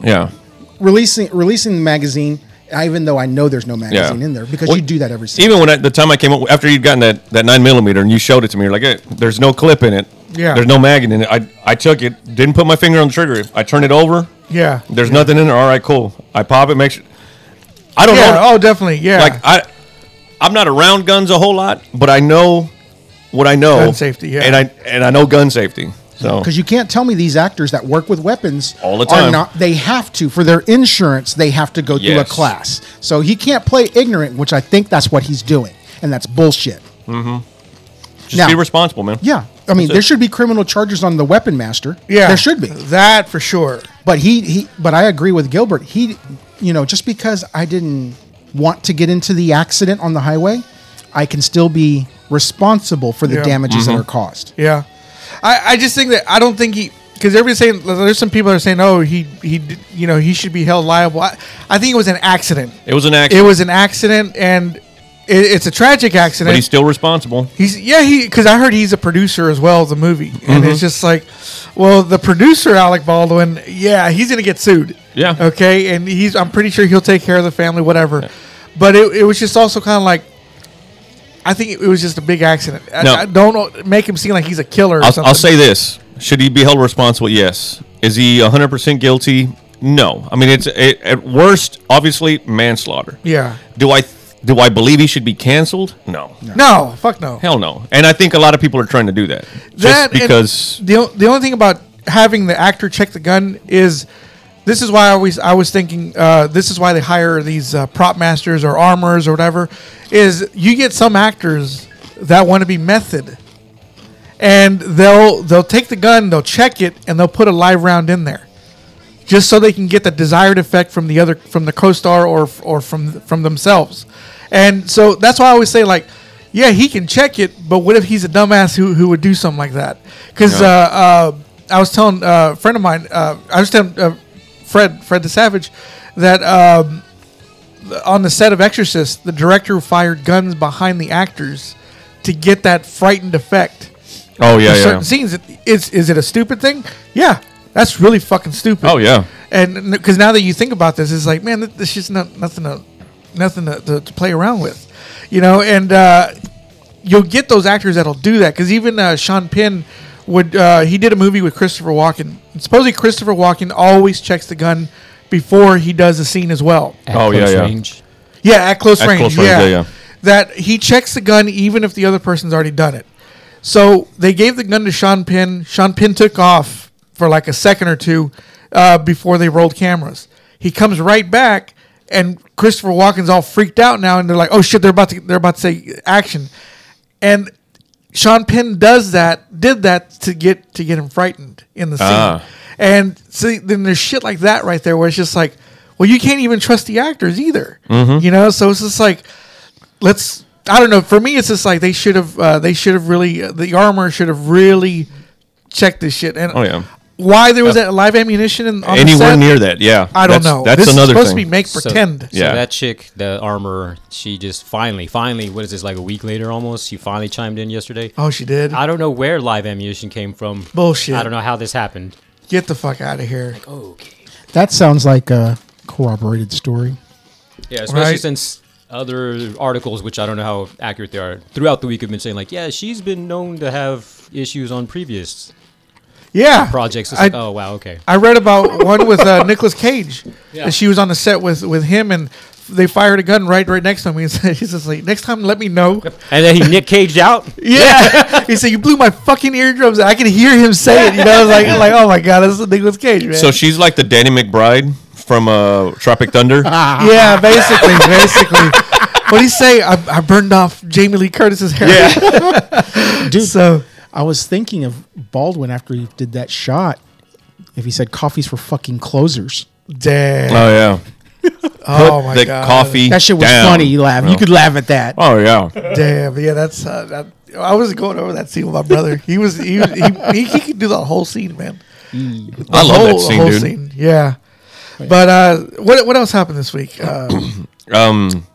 [SPEAKER 6] Yeah.
[SPEAKER 4] releasing releasing the magazine, even though I know there's no magazine in there because
[SPEAKER 6] Well,
[SPEAKER 4] you do that every season.
[SPEAKER 6] Even when I, the time I came up after you'd gotten that that nine millimeter and you showed it to me, you're like, hey, "There's no clip in it.
[SPEAKER 1] Yeah.
[SPEAKER 6] There's no magnet in it." I I took it, didn't put my finger on the trigger. I turned it over.
[SPEAKER 1] Yeah.
[SPEAKER 6] There's nothing in there. All right, cool. I pop it. Make sure. I don't
[SPEAKER 1] Yeah.
[SPEAKER 6] know.
[SPEAKER 1] Oh, definitely. Yeah.
[SPEAKER 6] Like
[SPEAKER 2] uh,
[SPEAKER 6] I, I'm not around guns a whole lot, but I know what I know.
[SPEAKER 1] Gun safety, yeah.
[SPEAKER 6] And I and I know gun safety. So
[SPEAKER 4] Because you can't tell me these actors that work with weapons
[SPEAKER 6] All the
[SPEAKER 4] Are
[SPEAKER 6] time.
[SPEAKER 4] not, they have to for their insurance. They have to go through a
[SPEAKER 6] Yes.
[SPEAKER 4] class, so he can't play ignorant, which I think that's what he's doing, and that's bullshit.
[SPEAKER 6] just
[SPEAKER 4] now-
[SPEAKER 6] be responsible, man.
[SPEAKER 4] Yeah, I mean, there should be criminal charges on the weapon master.
[SPEAKER 1] yeah.
[SPEAKER 4] there should be.
[SPEAKER 1] That for sure.
[SPEAKER 4] But he, he, but I agree with Gilbert. He, you know, just because I didn't want to get into the accident on the highway, I can still be responsible for the
[SPEAKER 1] Yeah.
[SPEAKER 4] damages
[SPEAKER 6] Mm-hmm.
[SPEAKER 4] that are caused.
[SPEAKER 1] Yeah, I, I just think that I don't think he because everybody's saying there's some people that are saying oh he he did- you know he should be held liable. I, I think it was an accident.
[SPEAKER 6] It was an
[SPEAKER 1] It
[SPEAKER 6] accident,
[SPEAKER 1] was an accident, and it, it's a tragic
[SPEAKER 6] but
[SPEAKER 1] accident.
[SPEAKER 6] he's still responsible.
[SPEAKER 1] He's yeah he because I heard he's a producer as well as a movie,
[SPEAKER 6] Mm-hmm.
[SPEAKER 1] and it's just like, well the producer Alec Baldwin yeah he's gonna get sued
[SPEAKER 6] Yeah.
[SPEAKER 1] okay and he's I'm pretty sure he'll take care of the family whatever, but it, it was just also kind of like. I think it was just a big accident. I-
[SPEAKER 6] No.
[SPEAKER 1] I, don't make him seem like he's a killer. Or
[SPEAKER 6] I'll,
[SPEAKER 1] something.
[SPEAKER 6] I'll say this: Should he be held responsible? Yes. Is he 100 percent guilty? No. I mean, it's it, at worst, obviously manslaughter.
[SPEAKER 1] Yeah.
[SPEAKER 6] Do I do I believe he should be canceled? No.
[SPEAKER 1] No, fuck no.
[SPEAKER 6] Hell no. And I think a lot of people are trying to do that just
[SPEAKER 1] and
[SPEAKER 6] because.
[SPEAKER 1] the o- the only thing about having the actor check the gun is this is why I always I was thinking uh, this is why they hire these uh, prop masters or armors or whatever is you get some actors that want to be method and they'll they'll take the gun they'll check it and they'll put a live round in there just so they can get the desired effect from the other from the co-star or or from from themselves and so that's why i always say like yeah he can check it but what if he's a dumbass who, who would do something like that because
[SPEAKER 6] Yeah.
[SPEAKER 1] uh, uh, i was telling uh, a friend of mine uh, i was telling uh, fred fred the savage that um, on the set of exorcist the director fired guns behind the actors to get that frightened effect
[SPEAKER 6] oh yeah,
[SPEAKER 1] for
[SPEAKER 6] yeah.
[SPEAKER 1] certain scenes. It, is is it a stupid thing? Yeah, that's really fucking stupid.
[SPEAKER 6] Oh, yeah.
[SPEAKER 1] and because now that you think about this, it's like man, th- this is not nothing to nothing to, to, to play around with, you know. And uh, you'll get those actors that'll do that because even uh, Sean Penn would uh, he did a movie with Christopher Walken. Supposedly Christopher Walken always checks the gun before he does a scene as well.
[SPEAKER 3] At
[SPEAKER 6] Oh, yeah,
[SPEAKER 3] close
[SPEAKER 6] yeah.
[SPEAKER 3] range.
[SPEAKER 1] Yeah, at close
[SPEAKER 6] At
[SPEAKER 1] range.
[SPEAKER 6] close range,
[SPEAKER 1] yeah.
[SPEAKER 6] yeah, yeah.
[SPEAKER 1] That he checks the gun even if the other person's already done it. So they gave the gun to Sean Penn. Sean Penn took off for like a second or two uh, before they rolled cameras. He comes right back, and Christopher Walken's all freaked out now, and they're like, "Oh shit, they're about to they're about to say action," and Sean Penn does that did that to get to get him frightened in the scene.
[SPEAKER 6] Ah.
[SPEAKER 1] And see, then there's shit like that right there where it's just like, well, you can't even trust the actors either.
[SPEAKER 6] Mm-hmm.
[SPEAKER 1] You know, so it's just like, let's. I don't know. For me, it's just like they should have. Uh, they should have really. the armor should have really checked this shit. And
[SPEAKER 6] Oh, yeah. Uh,
[SPEAKER 1] why there was that live ammunition in, on the
[SPEAKER 6] Anywhere
[SPEAKER 1] set,
[SPEAKER 6] near that? Yeah.
[SPEAKER 1] I don't
[SPEAKER 6] That's-
[SPEAKER 1] know.
[SPEAKER 6] That's
[SPEAKER 1] this
[SPEAKER 6] another
[SPEAKER 1] is supposed
[SPEAKER 6] thing.
[SPEAKER 1] to be make pretend.
[SPEAKER 3] So,
[SPEAKER 6] Yeah.
[SPEAKER 3] so that chick, the armor, she just finally, finally, what is this, like a week later almost? She finally chimed in yesterday.
[SPEAKER 1] Oh, she did.
[SPEAKER 3] I don't know where live ammunition came from.
[SPEAKER 1] Bullshit.
[SPEAKER 3] I don't know how this happened.
[SPEAKER 1] Get the fuck out of here.
[SPEAKER 3] uh,
[SPEAKER 4] That sounds like a corroborated story.
[SPEAKER 3] Yeah, especially
[SPEAKER 1] Right.
[SPEAKER 3] since other articles, which I don't know how accurate they are, throughout the week have been saying like, yeah, she's been known to have issues on previous
[SPEAKER 1] Yeah.
[SPEAKER 3] projects. It's
[SPEAKER 1] I-
[SPEAKER 3] like, oh wow, okay.
[SPEAKER 1] I read about one with uh, Nicolas Cage. And she was on the set with, with him, and they fired a gun right right next to him. He <laughs> said, he says, like, next time, let me know.
[SPEAKER 3] And then he Nick Caged out.
[SPEAKER 1] Yeah. <laughs> he said, you blew my fucking eardrums. out." I can hear him say it. You know, I was like, like oh, my God, this is Nicolas Cage, man.
[SPEAKER 6] So she's like the Danny McBride from uh, Tropic Thunder.
[SPEAKER 1] <laughs> yeah, basically, basically. What do you say? I, I burned off Jamie Lee Curtis's hair.
[SPEAKER 6] Oh,
[SPEAKER 1] Yeah.
[SPEAKER 4] Dude,
[SPEAKER 1] so,
[SPEAKER 4] I was thinking of Baldwin after he did that shot. If he said coffee's for fucking closers,
[SPEAKER 1] damn.
[SPEAKER 6] oh yeah.
[SPEAKER 1] oh, my
[SPEAKER 6] the
[SPEAKER 1] God.
[SPEAKER 6] coffee.
[SPEAKER 4] that shit was
[SPEAKER 6] down.
[SPEAKER 4] funny. You laugh. You could laugh at that.
[SPEAKER 6] Oh yeah.
[SPEAKER 1] Damn. Yeah, that's, uh, that, I was going over that scene with my brother. He was he was- he, he, he could do the whole scene, man. The
[SPEAKER 2] I love
[SPEAKER 1] whole-
[SPEAKER 2] that
[SPEAKER 1] the
[SPEAKER 2] scene,
[SPEAKER 1] whole
[SPEAKER 2] dude.
[SPEAKER 1] Yeah. But uh, what what else happened this week? Uh,
[SPEAKER 2] <clears throat> Um,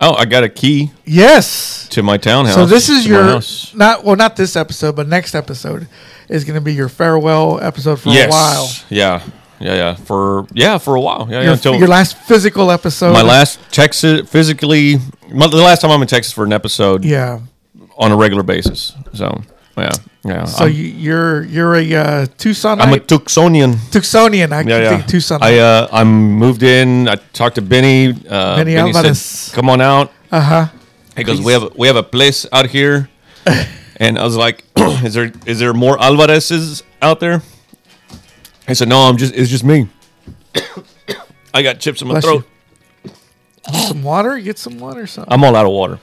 [SPEAKER 2] oh, I got a key
[SPEAKER 1] yes.
[SPEAKER 2] to my townhouse.
[SPEAKER 1] So this is
[SPEAKER 2] to my
[SPEAKER 1] your
[SPEAKER 2] house.
[SPEAKER 1] not well not this episode, but next episode is going to be your farewell episode for
[SPEAKER 2] yes.
[SPEAKER 1] a while.
[SPEAKER 2] Yeah, yeah, yeah. For yeah, for a while. Yeah, yeah
[SPEAKER 1] Your,
[SPEAKER 2] until
[SPEAKER 1] your last physical episode.
[SPEAKER 2] my last Texas physically. My, the last time I'm in Texas for an episode
[SPEAKER 1] Yeah.
[SPEAKER 2] on a regular basis. So yeah, yeah.
[SPEAKER 1] So
[SPEAKER 2] I'm,
[SPEAKER 1] you, you're you're a uh, Tucson.
[SPEAKER 2] I'm a Tucsonian.
[SPEAKER 1] Tucsonian. I
[SPEAKER 2] Yeah,
[SPEAKER 1] can
[SPEAKER 2] yeah.
[SPEAKER 1] think Tucson.
[SPEAKER 2] I uh, I'm moved in. I talked to Benny. Uh,
[SPEAKER 1] Benny
[SPEAKER 2] Benny
[SPEAKER 1] Alvarez. Uh-huh.
[SPEAKER 2] said, "Come on out." Uh huh. He goes, "We have we have a place
[SPEAKER 1] <laughs>
[SPEAKER 2] out here," and I was like, <clears throat> "Is there is there more Alvarez's out there?" I said, "No, I'm just it's just me. <coughs> I got chips in my
[SPEAKER 1] Bless
[SPEAKER 2] throat.
[SPEAKER 1] you. some water. Get some water. or Something.
[SPEAKER 2] I'm all out of water.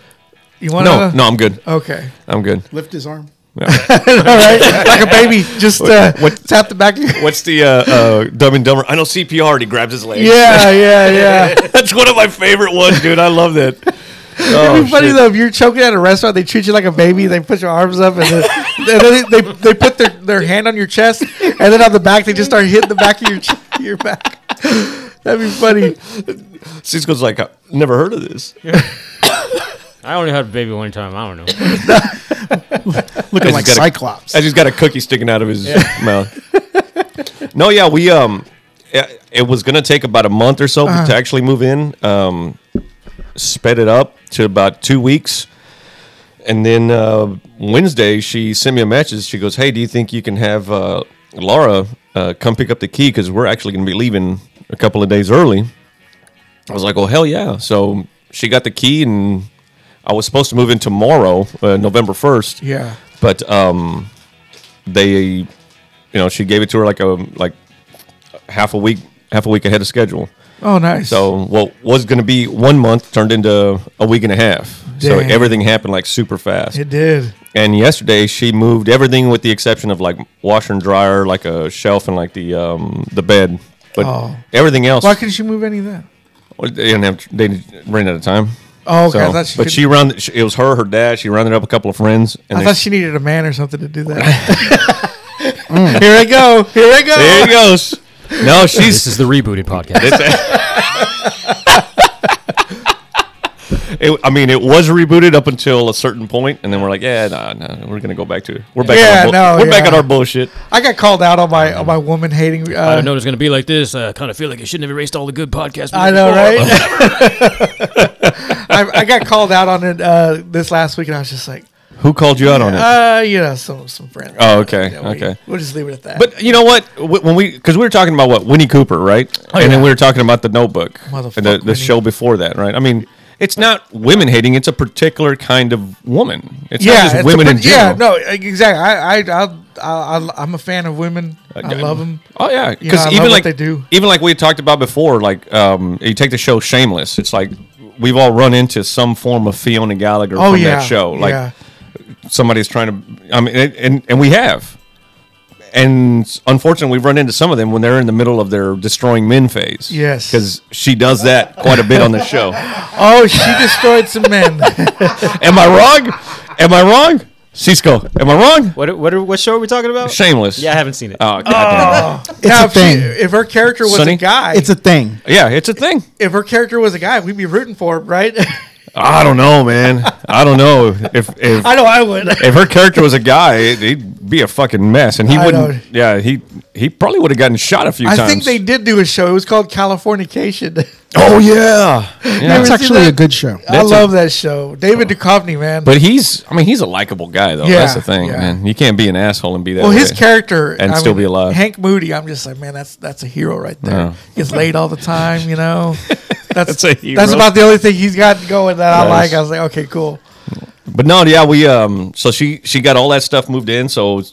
[SPEAKER 1] You want
[SPEAKER 2] No, no, I'm good.
[SPEAKER 1] Okay. <laughs>
[SPEAKER 2] I'm good.
[SPEAKER 4] Lift his arm.
[SPEAKER 1] All right. like a baby, just uh, tap the
[SPEAKER 2] <laughs>
[SPEAKER 1] back. Of your-
[SPEAKER 2] What's the uh, uh, Dumb and Dumber? I know CPR. And he grabs his
[SPEAKER 1] <laughs>
[SPEAKER 2] leg.
[SPEAKER 1] yeah, yeah, yeah.
[SPEAKER 2] <laughs> that's one of my favorite ones, dude. I
[SPEAKER 1] <laughs>
[SPEAKER 2] love that. Oh,
[SPEAKER 1] It'd be funny
[SPEAKER 2] shit.
[SPEAKER 1] though if you're choking at a restaurant, they treat you like a baby. They put your arms up and
[SPEAKER 2] <laughs>
[SPEAKER 1] then, and then they, they they put their, their hand on your chest and then on the back they just start hitting the back of your ch- your back. <laughs> That'd be funny.
[SPEAKER 2] Cisco's like, I've never heard of this.
[SPEAKER 3] I only had a baby one time. I
[SPEAKER 1] <laughs>
[SPEAKER 3] don't know.
[SPEAKER 4] Looking
[SPEAKER 2] I
[SPEAKER 4] like
[SPEAKER 2] just gotta-
[SPEAKER 4] Cyclops.
[SPEAKER 2] I just got a cookie sticking out of his <laughs> mouth. No, yeah, we um, it, it was gonna take about a month or so to actually move in. Um, sped it up to about two weeks, and then uh, Wednesday she sent me a message. She goes, "Hey, do you think you can have uh, Laura uh, come pick up the key because we're actually gonna be leaving a couple of days early?" I was like, "Oh hell yeah!" So she got the key and. I was supposed to move in tomorrow, uh, November first
[SPEAKER 1] Yeah.
[SPEAKER 2] but um, they, you know, she gave it to her like a like half a week half a week ahead of schedule.
[SPEAKER 1] Oh, nice.
[SPEAKER 2] So what was going to be one month turned into a week and a half. So
[SPEAKER 1] Dang.
[SPEAKER 2] everything happened like super fast.
[SPEAKER 1] it did.
[SPEAKER 2] and yesterday she moved everything with the exception of like washer and dryer, like a shelf, and like the um, the bed. But
[SPEAKER 1] Oh.
[SPEAKER 2] everything else,
[SPEAKER 1] Why couldn't she move any of that?
[SPEAKER 2] well, they didn't have they ran out of time.
[SPEAKER 1] Oh, okay. I
[SPEAKER 2] So-
[SPEAKER 1] thought she
[SPEAKER 2] but
[SPEAKER 1] could-
[SPEAKER 2] she run. It was her, her dad. She rounded up a couple of friends. And
[SPEAKER 1] I
[SPEAKER 2] they-
[SPEAKER 1] thought she needed a man or something to do
[SPEAKER 2] <laughs>
[SPEAKER 1] that. Here I go. Here I go.
[SPEAKER 2] Mm.
[SPEAKER 1] <laughs>
[SPEAKER 2] there he goes. No, she's
[SPEAKER 3] this is the rebooted podcast.
[SPEAKER 2] It, I mean, it was rebooted up until a certain point, and then we're like, yeah, nah, nah, we're gonna go back to we're back.
[SPEAKER 1] Yeah,
[SPEAKER 2] on our
[SPEAKER 1] no,
[SPEAKER 2] we're back
[SPEAKER 1] yeah.
[SPEAKER 2] on our bullshit.
[SPEAKER 1] I got called out on my on my woman hating.
[SPEAKER 3] I
[SPEAKER 1] Uh,
[SPEAKER 3] don't know it's gonna be like this. I kind of feel like I shouldn't have erased all the good podcasts.
[SPEAKER 1] I know, right? <laughs> I, I got called out on it uh, this last week, and I was just like,
[SPEAKER 2] Who called you out on it?
[SPEAKER 1] uh, you know, some some friends.
[SPEAKER 2] oh, okay,
[SPEAKER 1] Yeah, we-
[SPEAKER 2] okay.
[SPEAKER 1] We'll just leave it at that.
[SPEAKER 2] But you know what? Wh- When we because we were talking about what Winnie Cooper, right? And then we were talking about the Notebook,
[SPEAKER 1] Motherfuck
[SPEAKER 2] and the,
[SPEAKER 1] Oh, Winnie.
[SPEAKER 2] the show before that, right? I mean, it's not women hating; it's a particular kind of woman. It's
[SPEAKER 1] yeah,
[SPEAKER 2] not just
[SPEAKER 1] it's
[SPEAKER 2] women
[SPEAKER 1] a,
[SPEAKER 2] in
[SPEAKER 1] pretty- yeah,
[SPEAKER 2] general.
[SPEAKER 1] no, e, exactly. I I I'll, I'll, i am a fan of women. I love them.
[SPEAKER 2] Oh yeah,
[SPEAKER 1] You know, I
[SPEAKER 2] because
[SPEAKER 1] love
[SPEAKER 2] even
[SPEAKER 1] what
[SPEAKER 2] like
[SPEAKER 1] they do.
[SPEAKER 2] even like we talked about before, like um, you take the show Shameless. It's like we've all run into some form of Fiona Gallagher
[SPEAKER 1] Oh
[SPEAKER 2] from
[SPEAKER 1] yeah,
[SPEAKER 2] that show. Like
[SPEAKER 1] yeah.
[SPEAKER 2] somebody's trying to. I mean, and, and and we have, and unfortunately, we've run into some of them when they're in the middle of their destroying men phase.
[SPEAKER 1] Yes.
[SPEAKER 2] because she does that quite a bit on the
[SPEAKER 1] <laughs>
[SPEAKER 2] show.
[SPEAKER 1] oh, she destroyed some
[SPEAKER 2] <laughs>
[SPEAKER 1] men.
[SPEAKER 2] Am I wrong? Am I wrong? Cisco, am I wrong?
[SPEAKER 3] What, what what show are we talking about?
[SPEAKER 2] Shameless.
[SPEAKER 3] Yeah, I haven't seen it.
[SPEAKER 2] Oh, goddamn.
[SPEAKER 4] It's
[SPEAKER 1] now,
[SPEAKER 4] a
[SPEAKER 1] if, she,
[SPEAKER 4] thing.
[SPEAKER 1] if her character was
[SPEAKER 2] Sonny?
[SPEAKER 1] a guy,
[SPEAKER 4] it's a thing.
[SPEAKER 2] yeah, it's a thing.
[SPEAKER 1] if her character was a guy, we'd be rooting for him,
[SPEAKER 2] <laughs>
[SPEAKER 1] right?
[SPEAKER 2] I don't know, man. I don't know if if
[SPEAKER 1] I know I would.
[SPEAKER 2] if her character was a guy, he'd be a fucking mess, and he
[SPEAKER 1] I
[SPEAKER 2] wouldn't.
[SPEAKER 1] know.
[SPEAKER 2] Yeah, he he probably would have gotten shot a few
[SPEAKER 1] I
[SPEAKER 2] times.
[SPEAKER 1] think they did do a show. It was called Californication. <laughs>
[SPEAKER 2] Oh yeah, yeah.
[SPEAKER 4] It's
[SPEAKER 1] see
[SPEAKER 4] actually
[SPEAKER 1] that?
[SPEAKER 4] a good show.
[SPEAKER 1] I
[SPEAKER 2] That's a-
[SPEAKER 1] love that show. David Duchovny, man.
[SPEAKER 2] But he's, I mean, he's a likable guy though. That's
[SPEAKER 1] Yeah,
[SPEAKER 2] the thing,
[SPEAKER 1] yeah.
[SPEAKER 2] man. You can't be an asshole and be that.
[SPEAKER 1] well, his
[SPEAKER 2] way.
[SPEAKER 1] character
[SPEAKER 2] and still be alive.
[SPEAKER 1] Hank Moody. I'm just like, man, that's that's a hero right there.
[SPEAKER 2] Yeah.
[SPEAKER 1] Gets laid all the time, you
[SPEAKER 2] <laughs>
[SPEAKER 1] know. That's
[SPEAKER 2] That's a hero.
[SPEAKER 1] that's about the only thing he's got going that I
[SPEAKER 2] Yes.
[SPEAKER 1] like. I was like, okay, cool.
[SPEAKER 2] But no, yeah, we um. So she she got all that stuff moved in. So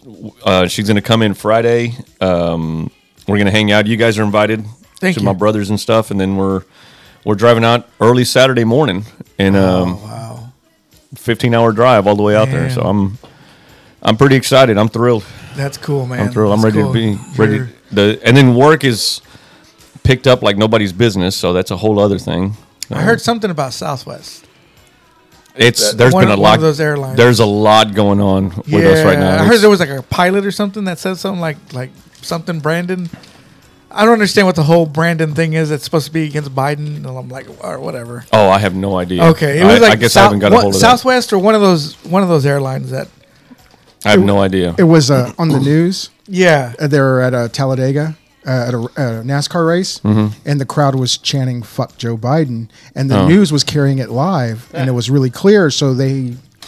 [SPEAKER 2] uh, she's gonna come in Friday. Um, we're gonna hang out. You guys are invited.
[SPEAKER 1] Thank
[SPEAKER 2] to
[SPEAKER 1] you.
[SPEAKER 2] my brothers and stuff, and then we're we're driving out early Saturday morning, and um,
[SPEAKER 1] Oh, Wow,
[SPEAKER 2] fifteen hour drive all the way out there.
[SPEAKER 1] Man.
[SPEAKER 2] So I'm I'm pretty excited. I'm thrilled.
[SPEAKER 1] that's cool, man.
[SPEAKER 2] I'm thrilled. I'm
[SPEAKER 1] That's
[SPEAKER 2] ready
[SPEAKER 1] cool.
[SPEAKER 2] to be ready.
[SPEAKER 1] You're-
[SPEAKER 2] The and then work is picked up like nobody's business. So that's a whole other thing.
[SPEAKER 1] I heard something about Southwest.
[SPEAKER 2] It's there's
[SPEAKER 1] One-
[SPEAKER 2] been a
[SPEAKER 1] one
[SPEAKER 2] lot.
[SPEAKER 1] of those airlines.
[SPEAKER 2] There's a lot going on with us right now.
[SPEAKER 1] I heard
[SPEAKER 2] It's-
[SPEAKER 1] there was like a pilot or something that said something like like something Brandon. I don't understand what the whole Brandon thing is. It's supposed to be against Biden, and I'm like, all right, whatever.
[SPEAKER 2] oh, I have no idea.
[SPEAKER 1] Okay, it
[SPEAKER 2] I,
[SPEAKER 1] was like
[SPEAKER 2] I guess
[SPEAKER 1] Sou-
[SPEAKER 2] I haven't got a
[SPEAKER 1] what-
[SPEAKER 2] hold of that.
[SPEAKER 1] Southwest or one of those one of those airlines that.
[SPEAKER 2] I have no idea.
[SPEAKER 4] It was uh, on the news.
[SPEAKER 1] Yeah,
[SPEAKER 4] Uh, They were at a Talladega. Uh, at, a, at a NASCAR race,
[SPEAKER 2] Mm-hmm.
[SPEAKER 4] and the crowd was chanting "fuck Joe Biden," and
[SPEAKER 2] Oh.
[SPEAKER 4] the news was carrying it live, and it was really clear. So they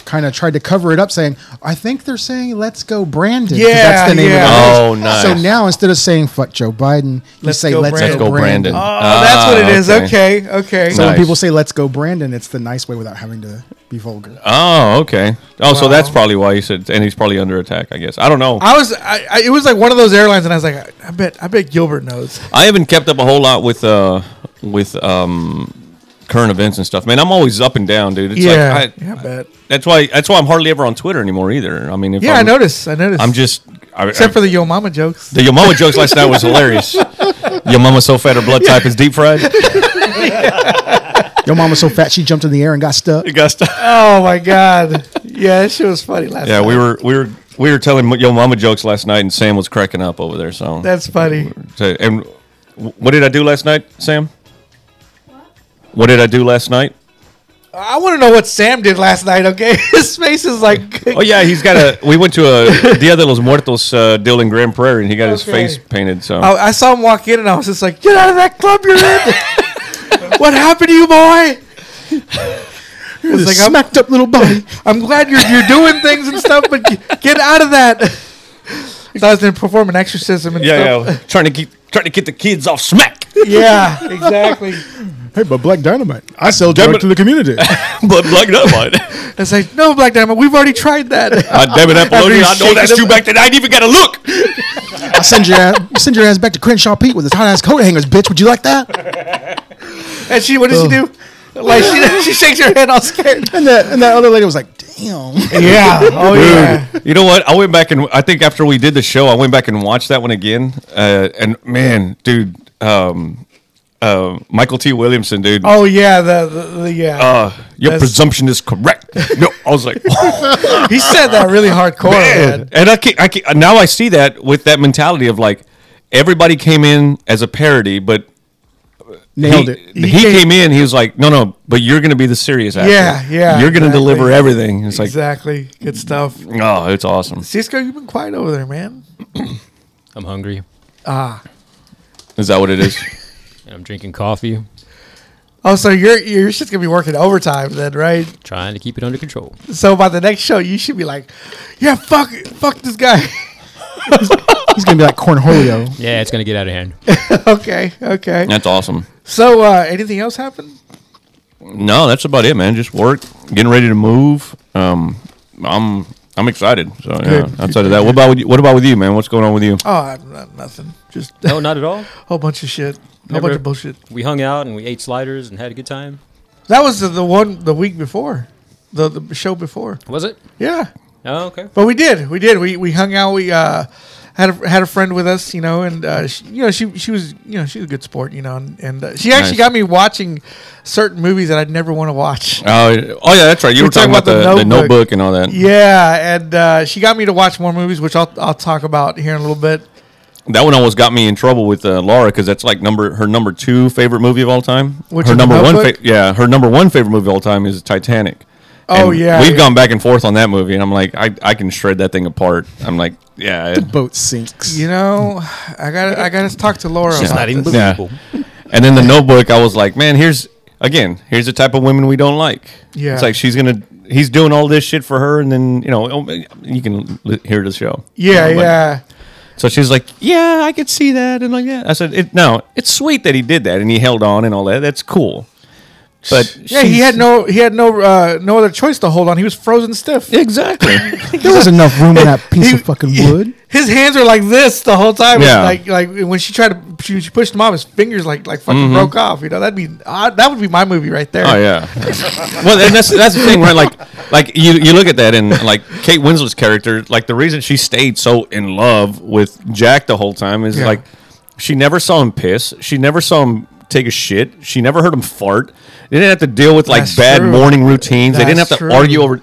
[SPEAKER 4] kind of tried to cover it up, saying, "I think they're saying let's go Brandon." 'cause
[SPEAKER 1] Yeah, yeah.
[SPEAKER 2] Oh,
[SPEAKER 4] news.
[SPEAKER 2] nice.
[SPEAKER 4] So now instead of saying "fuck Joe Biden," you
[SPEAKER 1] Let's
[SPEAKER 4] say
[SPEAKER 1] go
[SPEAKER 4] "Let's
[SPEAKER 1] Brandon."
[SPEAKER 4] go
[SPEAKER 2] Let's go
[SPEAKER 4] Brandon."
[SPEAKER 2] Brandon.
[SPEAKER 1] oh, that's what it is.
[SPEAKER 2] Ah,
[SPEAKER 1] Okay, okay.
[SPEAKER 4] So
[SPEAKER 2] Nice.
[SPEAKER 4] when people say "Let's go Brandon," it's the nice way without having to be vulgar.
[SPEAKER 2] Oh, okay. Oh, so
[SPEAKER 1] Wow.
[SPEAKER 2] that's probably why he said, and he's probably under attack. I guess I don't know.
[SPEAKER 1] I was, I, I, it was like one of those airlines, and I was like, I, I bet, I bet Gilbert knows.
[SPEAKER 2] I haven't kept up a whole lot with uh with um current events and stuff. Man, I'm always up and down, dude. It's
[SPEAKER 1] yeah,
[SPEAKER 2] like I,
[SPEAKER 1] yeah, I bet.
[SPEAKER 2] that's why that's why I'm hardly ever on Twitter anymore either. I mean, if
[SPEAKER 1] Yeah,
[SPEAKER 2] I'm,
[SPEAKER 1] i noticed. I noticed.
[SPEAKER 2] I'm just I,
[SPEAKER 1] except
[SPEAKER 2] I-
[SPEAKER 1] for the Yo Mama jokes.
[SPEAKER 2] <laughs> the your mama jokes last night was
[SPEAKER 1] <laughs>
[SPEAKER 2] hilarious. Your mama so fat her blood type is deep fried.
[SPEAKER 4] Your mom was so fat she jumped in the air and got stuck.
[SPEAKER 2] It got stuck.
[SPEAKER 1] oh my god, yeah, that shit was funny last.
[SPEAKER 2] Yeah,
[SPEAKER 1] night.
[SPEAKER 2] we were we were we were telling your mama jokes last night, and Sam was cracking up over there. So
[SPEAKER 1] That's funny.
[SPEAKER 2] So- and wh- what did I do last night, Sam? What did I do last night?
[SPEAKER 1] I want to know what Sam did last night. Okay, <laughs> his face is like.
[SPEAKER 2] <laughs> Oh yeah, he's got a. We went to a Dia de los Muertos uh, deal in Grand Prairie, and he got his
[SPEAKER 1] Okay.
[SPEAKER 2] face painted. So
[SPEAKER 1] I, I saw him walk in, and I was just like, "Get out of that club you're in! <laughs>
[SPEAKER 2] <laughs>
[SPEAKER 1] what happened to you, boy?"
[SPEAKER 4] It was
[SPEAKER 1] like, I'm-
[SPEAKER 4] smacked up
[SPEAKER 2] <laughs>
[SPEAKER 4] little body.
[SPEAKER 1] I'm glad you're you're doing things and stuff, but g- get out of that. So I was gonna perform an exorcism and
[SPEAKER 2] yeah,
[SPEAKER 1] stuff.
[SPEAKER 2] yeah, trying to keep trying to get the kids off smack, <laughs>
[SPEAKER 1] Yeah, exactly.
[SPEAKER 4] Hey, but Black Dynamite, I sell
[SPEAKER 2] Damn
[SPEAKER 4] direct
[SPEAKER 2] it.
[SPEAKER 4] to the
[SPEAKER 2] <laughs>
[SPEAKER 4] community.
[SPEAKER 2] but like that
[SPEAKER 1] <laughs>
[SPEAKER 2] one.
[SPEAKER 1] It's like, no, Black Diamond, we've already tried that.
[SPEAKER 2] I damn it, Apollonia! I know that's too back that I ain't even got a look.
[SPEAKER 4] I send your ass, send your ass back to Crenshaw Pete with his hot ass coat hangers, bitch. Would you like that?
[SPEAKER 1] <laughs> And she, what does she do? Like she, <laughs> she shakes her head all scared.
[SPEAKER 4] And that and that other lady was like, "Damn."
[SPEAKER 1] Yeah. Oh yeah.
[SPEAKER 2] You know what? I went back and I think after we did the show, I went back and watched that one again. Uh, and man, dude, um, uh, Michael T. Williamson, dude.
[SPEAKER 1] Oh yeah. The the, the yeah.
[SPEAKER 2] Uh, your
[SPEAKER 1] That's-
[SPEAKER 2] presumption
[SPEAKER 1] <laughs>
[SPEAKER 2] is correct. No, I was like,
[SPEAKER 1] he said that really hardcore.
[SPEAKER 2] Man.
[SPEAKER 1] Uh, Man.
[SPEAKER 2] And I can, I can, now I see that with that mentality of like everybody came in as a parody, but
[SPEAKER 4] Nailed
[SPEAKER 2] he,
[SPEAKER 4] it.
[SPEAKER 2] He, came, in, he was like, no, no, but you're going to be the serious actor.
[SPEAKER 1] Yeah, yeah,
[SPEAKER 2] You're going to
[SPEAKER 1] exactly.
[SPEAKER 2] deliver everything. It's like,
[SPEAKER 1] Exactly. Good stuff.
[SPEAKER 2] oh, it's awesome.
[SPEAKER 1] Cisco, you've been quiet over there, man.
[SPEAKER 3] I'm hungry
[SPEAKER 2] Is that what
[SPEAKER 1] <laughs>
[SPEAKER 2] it is?
[SPEAKER 3] and I'm drinking coffee,
[SPEAKER 1] Oh, so your your shit's gonna be working overtime then, right?
[SPEAKER 3] trying to keep it under control.
[SPEAKER 1] So by the next show, you should be like, yeah, fuck, fuck this guy. <laughs>
[SPEAKER 4] He's gonna be like Cornholio.
[SPEAKER 3] Yeah, it's gonna get out
[SPEAKER 1] <laughs>
[SPEAKER 3] of hand.
[SPEAKER 1] okay, okay.
[SPEAKER 2] that's awesome.
[SPEAKER 1] So uh, anything else happened?
[SPEAKER 2] No, that's about it, man. Just work, getting ready to move. Um, I'm. I'm excited. So yeah,
[SPEAKER 1] Good.
[SPEAKER 2] outside of that, what about with you, what about with you, man? What's going on with you?
[SPEAKER 1] Oh, I'm not, nothing. Just a
[SPEAKER 3] No, not at all.
[SPEAKER 1] whole bunch of shit. A whole
[SPEAKER 3] Never-
[SPEAKER 1] bunch of bullshit.
[SPEAKER 3] We hung out and we ate sliders and had a good time.
[SPEAKER 1] That was the, the one the week before, the the show before.
[SPEAKER 3] Was it?
[SPEAKER 1] Yeah,
[SPEAKER 3] Oh, okay.
[SPEAKER 1] but we did, we did. We we hung out. We uh, had a, had a friend with us, you know, and uh, she, you know she she was you know she was a good sport, you know, and, and uh, she actually
[SPEAKER 2] Nice.
[SPEAKER 1] got me watching certain movies that I'd never want to watch.
[SPEAKER 2] Oh, oh yeah, that's right. You
[SPEAKER 1] We're
[SPEAKER 2] were talking about, the, the
[SPEAKER 1] Notebook.
[SPEAKER 2] notebook and all that.
[SPEAKER 1] Yeah, and uh, she got me to watch more movies, which I'll I'll talk about here in a little bit.
[SPEAKER 2] That one almost got me in trouble with uh, Laura because that's like number her number two favorite movie of all time.
[SPEAKER 1] Which
[SPEAKER 2] her
[SPEAKER 1] is
[SPEAKER 2] number one,
[SPEAKER 1] Notebook?
[SPEAKER 2] fa- yeah, her number one favorite movie of all time is Titanic.
[SPEAKER 1] Oh,
[SPEAKER 2] And
[SPEAKER 1] yeah,
[SPEAKER 2] we've
[SPEAKER 1] yeah.
[SPEAKER 2] gone back and forth on that movie, and I'm like, I, I can shred that thing apart. I'm like, yeah, I-
[SPEAKER 4] Boat sinks.
[SPEAKER 1] You know, I got I got to talk to Laura.
[SPEAKER 3] It's
[SPEAKER 1] about
[SPEAKER 3] not even
[SPEAKER 1] this.
[SPEAKER 2] yeah.
[SPEAKER 3] believable.
[SPEAKER 2] And then the Notebook, I was like, man, here's again, here's the type of women we don't like.
[SPEAKER 1] Yeah.
[SPEAKER 2] it's like she's gonna, he's doing all this shit for her, and then you know, oh, you can li- hear the show.
[SPEAKER 1] Yeah,
[SPEAKER 2] You know, but-
[SPEAKER 1] yeah.
[SPEAKER 2] So she's like, "Yeah, I could see that," and like, "Yeah." I said, it, "No, it's sweet that he did that, and he held on and all that. That's cool." But
[SPEAKER 1] Yeah, he had no he had no uh, no other choice to hold on. He was frozen stiff.
[SPEAKER 2] exactly.
[SPEAKER 1] <laughs>
[SPEAKER 4] there was enough room in that piece
[SPEAKER 1] He-
[SPEAKER 4] of fucking wood.
[SPEAKER 1] His hands are like this the whole time. It's
[SPEAKER 2] Yeah.
[SPEAKER 1] Like like when she tried to she, she pushed him off, his fingers like like fucking broke off. You know that'd be uh, that would be my movie right there. <laughs>
[SPEAKER 2] Mm-hmm. oh yeah. well, and that's that's the thing, right? Like, like you you look at that and like Kate Winslet's character, like the reason she stayed so in love with Jack the whole time is
[SPEAKER 1] Yeah.
[SPEAKER 2] like she never saw him piss, she never saw him take a shit. She never heard him fart. They didn't have to deal with like
[SPEAKER 1] That's
[SPEAKER 2] bad
[SPEAKER 1] true.
[SPEAKER 2] morning routines. they didn't have
[SPEAKER 1] That's
[SPEAKER 2] to
[SPEAKER 1] true.
[SPEAKER 2] argue over.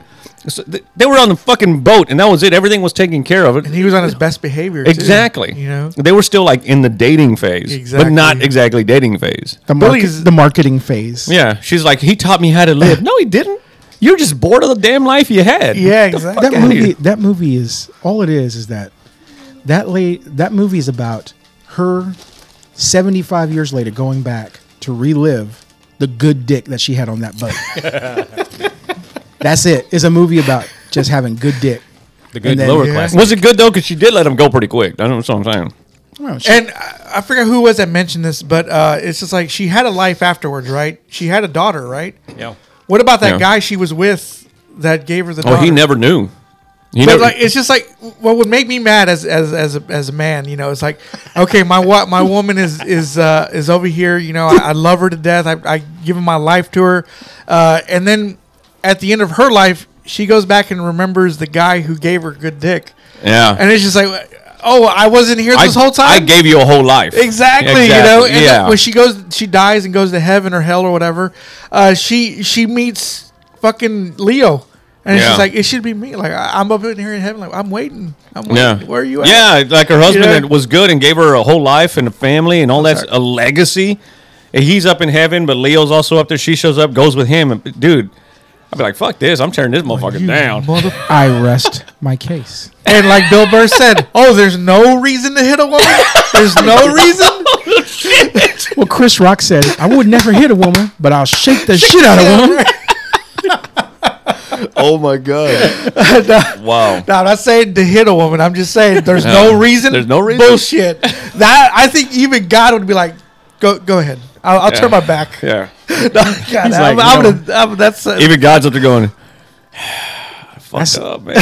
[SPEAKER 2] so th- They were on the fucking boat, and that was it. Everything was taken care of.
[SPEAKER 1] And he was on his best behavior. too,
[SPEAKER 2] Exactly.
[SPEAKER 1] you know.
[SPEAKER 2] they were still like in the dating phase, but not
[SPEAKER 1] Exactly.
[SPEAKER 2] exactly dating phase.
[SPEAKER 4] The, market,
[SPEAKER 1] Billy's-
[SPEAKER 4] the marketing phase.
[SPEAKER 2] Yeah, she's like, he taught me how to live. no, he didn't. You're just bored of the damn life you had.
[SPEAKER 1] Yeah,
[SPEAKER 2] Get the fuck
[SPEAKER 1] exactly.
[SPEAKER 4] that
[SPEAKER 2] outta
[SPEAKER 4] movie
[SPEAKER 2] here.
[SPEAKER 4] that movie is all it is is that that late that movie is about her 75 years later going back to relive the good dick that she had on that boat that's it it's a movie about just having good dick
[SPEAKER 3] The good
[SPEAKER 4] And then-
[SPEAKER 3] lower
[SPEAKER 1] Yeah.
[SPEAKER 3] class.
[SPEAKER 2] Was it good though? Because she did let him go pretty quick. I don't know what I'm saying.
[SPEAKER 4] Well, she-
[SPEAKER 1] And I, I forgot who it was that mentioned this, but uh, it's just like she had a life afterwards, right? She had a daughter, right?
[SPEAKER 3] Yeah.
[SPEAKER 1] What about that
[SPEAKER 2] Yeah.
[SPEAKER 1] guy she was with that gave her the?
[SPEAKER 2] Oh,
[SPEAKER 1] daughter?
[SPEAKER 2] he never knew. He
[SPEAKER 1] But
[SPEAKER 2] never.
[SPEAKER 1] like, it's just like what would make me mad as as as a, as a man, you know. It's like, okay, my what my woman is is uh, is over here. You know, I, I love her to death. I, I give my life to her, uh, and then at the end of her life, she goes back and remembers the guy who gave her good dick,
[SPEAKER 2] yeah.
[SPEAKER 1] and it's just like, oh, I wasn't here this
[SPEAKER 2] I,
[SPEAKER 1] whole time.
[SPEAKER 2] I gave you a whole life.
[SPEAKER 1] Exactly, you know. And
[SPEAKER 2] yeah.
[SPEAKER 1] when she goes, she dies and goes to heaven or hell or whatever. Uh, she she meets fucking Leo, and it's
[SPEAKER 2] Yeah.
[SPEAKER 1] just like it should be me. Like I, I'm up in here in heaven. Like I'm waiting. I'm waiting.
[SPEAKER 2] yeah.
[SPEAKER 1] Where are you at?
[SPEAKER 2] Yeah, like her husband
[SPEAKER 1] You know?
[SPEAKER 2] that was good and gave her a whole life and a family and all that's a legacy. And he's up in heaven, but Leo's also up there. She shows up, goes with him, and dude, I'd be like, "Fuck this! I'm tearing this motherfucker
[SPEAKER 1] Oh, You
[SPEAKER 2] down."
[SPEAKER 1] motherf-
[SPEAKER 4] i rest my case
[SPEAKER 1] and like Bill Burr
[SPEAKER 2] <laughs>
[SPEAKER 1] said, oh, there's no reason to hit a woman. There's no reason.
[SPEAKER 4] well chris rock said i would never hit a woman but i'll shake the shit out of one
[SPEAKER 2] oh my god!
[SPEAKER 1] <laughs>
[SPEAKER 2] wow.
[SPEAKER 1] No, I'm not saying to hit a woman. I'm just saying there's no,
[SPEAKER 2] No,
[SPEAKER 1] reason.
[SPEAKER 2] there's no reason.
[SPEAKER 1] Bullshit. That I think even God would be like, go go ahead. I'll, I'll turn my back.
[SPEAKER 2] Yeah.
[SPEAKER 1] God,
[SPEAKER 2] He's
[SPEAKER 1] I'm,
[SPEAKER 2] like,
[SPEAKER 1] I'm
[SPEAKER 2] no.
[SPEAKER 1] gonna. I'm, that's uh,
[SPEAKER 2] Even God's up there going. <sighs> Fuck <laughs>
[SPEAKER 4] That's-
[SPEAKER 2] up, man.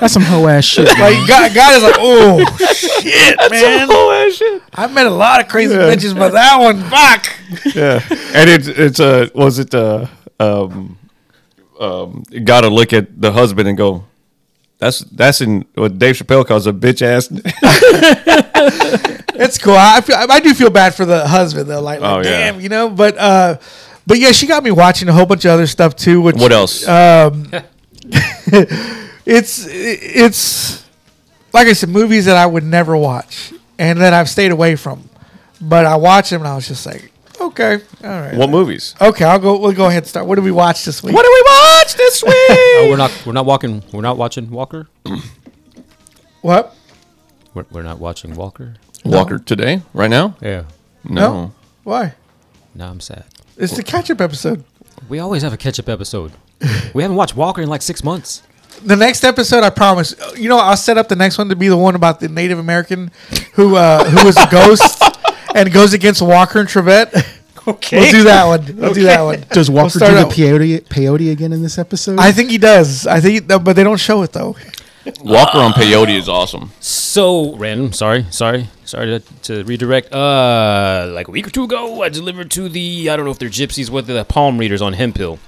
[SPEAKER 4] that's some hoe ass shit man.
[SPEAKER 1] Like God, God is like, <laughs> oh shit, man.
[SPEAKER 2] Oh, shit.
[SPEAKER 1] I've met a lot of crazy bitches, but that one, fuck.
[SPEAKER 2] yeah. And it's it's uh was it uh um um got to look at the husband and go that's that's in what Dave Chappelle calls a bitch ass. <laughs>
[SPEAKER 1] It's cool. I feel, I do feel bad for the husband though. Like, like,
[SPEAKER 2] Oh, yeah.
[SPEAKER 1] damn, you know. But uh, but yeah, she got me watching a whole bunch of other stuff too. Which
[SPEAKER 2] What else?
[SPEAKER 1] it's it's like I said, movies that I would never watch and that I've stayed away from. But I watched them and I was just like, okay, all right.
[SPEAKER 2] what movies?
[SPEAKER 1] Okay, I'll go. We'll go ahead and start. What did we watch this week?
[SPEAKER 2] What do we watch this
[SPEAKER 3] <laughs> Oh,
[SPEAKER 2] week?
[SPEAKER 3] we're not. We're not walking. We're not watching Walker.
[SPEAKER 1] What?
[SPEAKER 3] We're, we're not watching Walker.
[SPEAKER 2] Walker today, right now?
[SPEAKER 3] Yeah.
[SPEAKER 2] No.
[SPEAKER 1] Why?
[SPEAKER 3] Now I'm sad.
[SPEAKER 1] It's the catch-up episode.
[SPEAKER 3] We always have a catch-up episode. <laughs> we haven't watched Walker in like six months.
[SPEAKER 1] The next episode, I promise. You know, I'll set up the next one to be the one about the Native American who uh, who was a <laughs> ghost and goes against Walker and Trevette. Okay, we'll do that one. We'll do that one.
[SPEAKER 4] does
[SPEAKER 1] We'll
[SPEAKER 4] walker
[SPEAKER 1] start
[SPEAKER 4] do the
[SPEAKER 1] out-
[SPEAKER 4] peyote, peyote again in this episode
[SPEAKER 1] I think he does. I think, but they don't show it though.
[SPEAKER 6] Walker on peyote is awesome.
[SPEAKER 3] So random. Sorry. Sorry. Sorry to, to redirect. Uh, like a week or two ago, I delivered to the I don't know if they're gypsies, what the palm readers on Hemp Hill.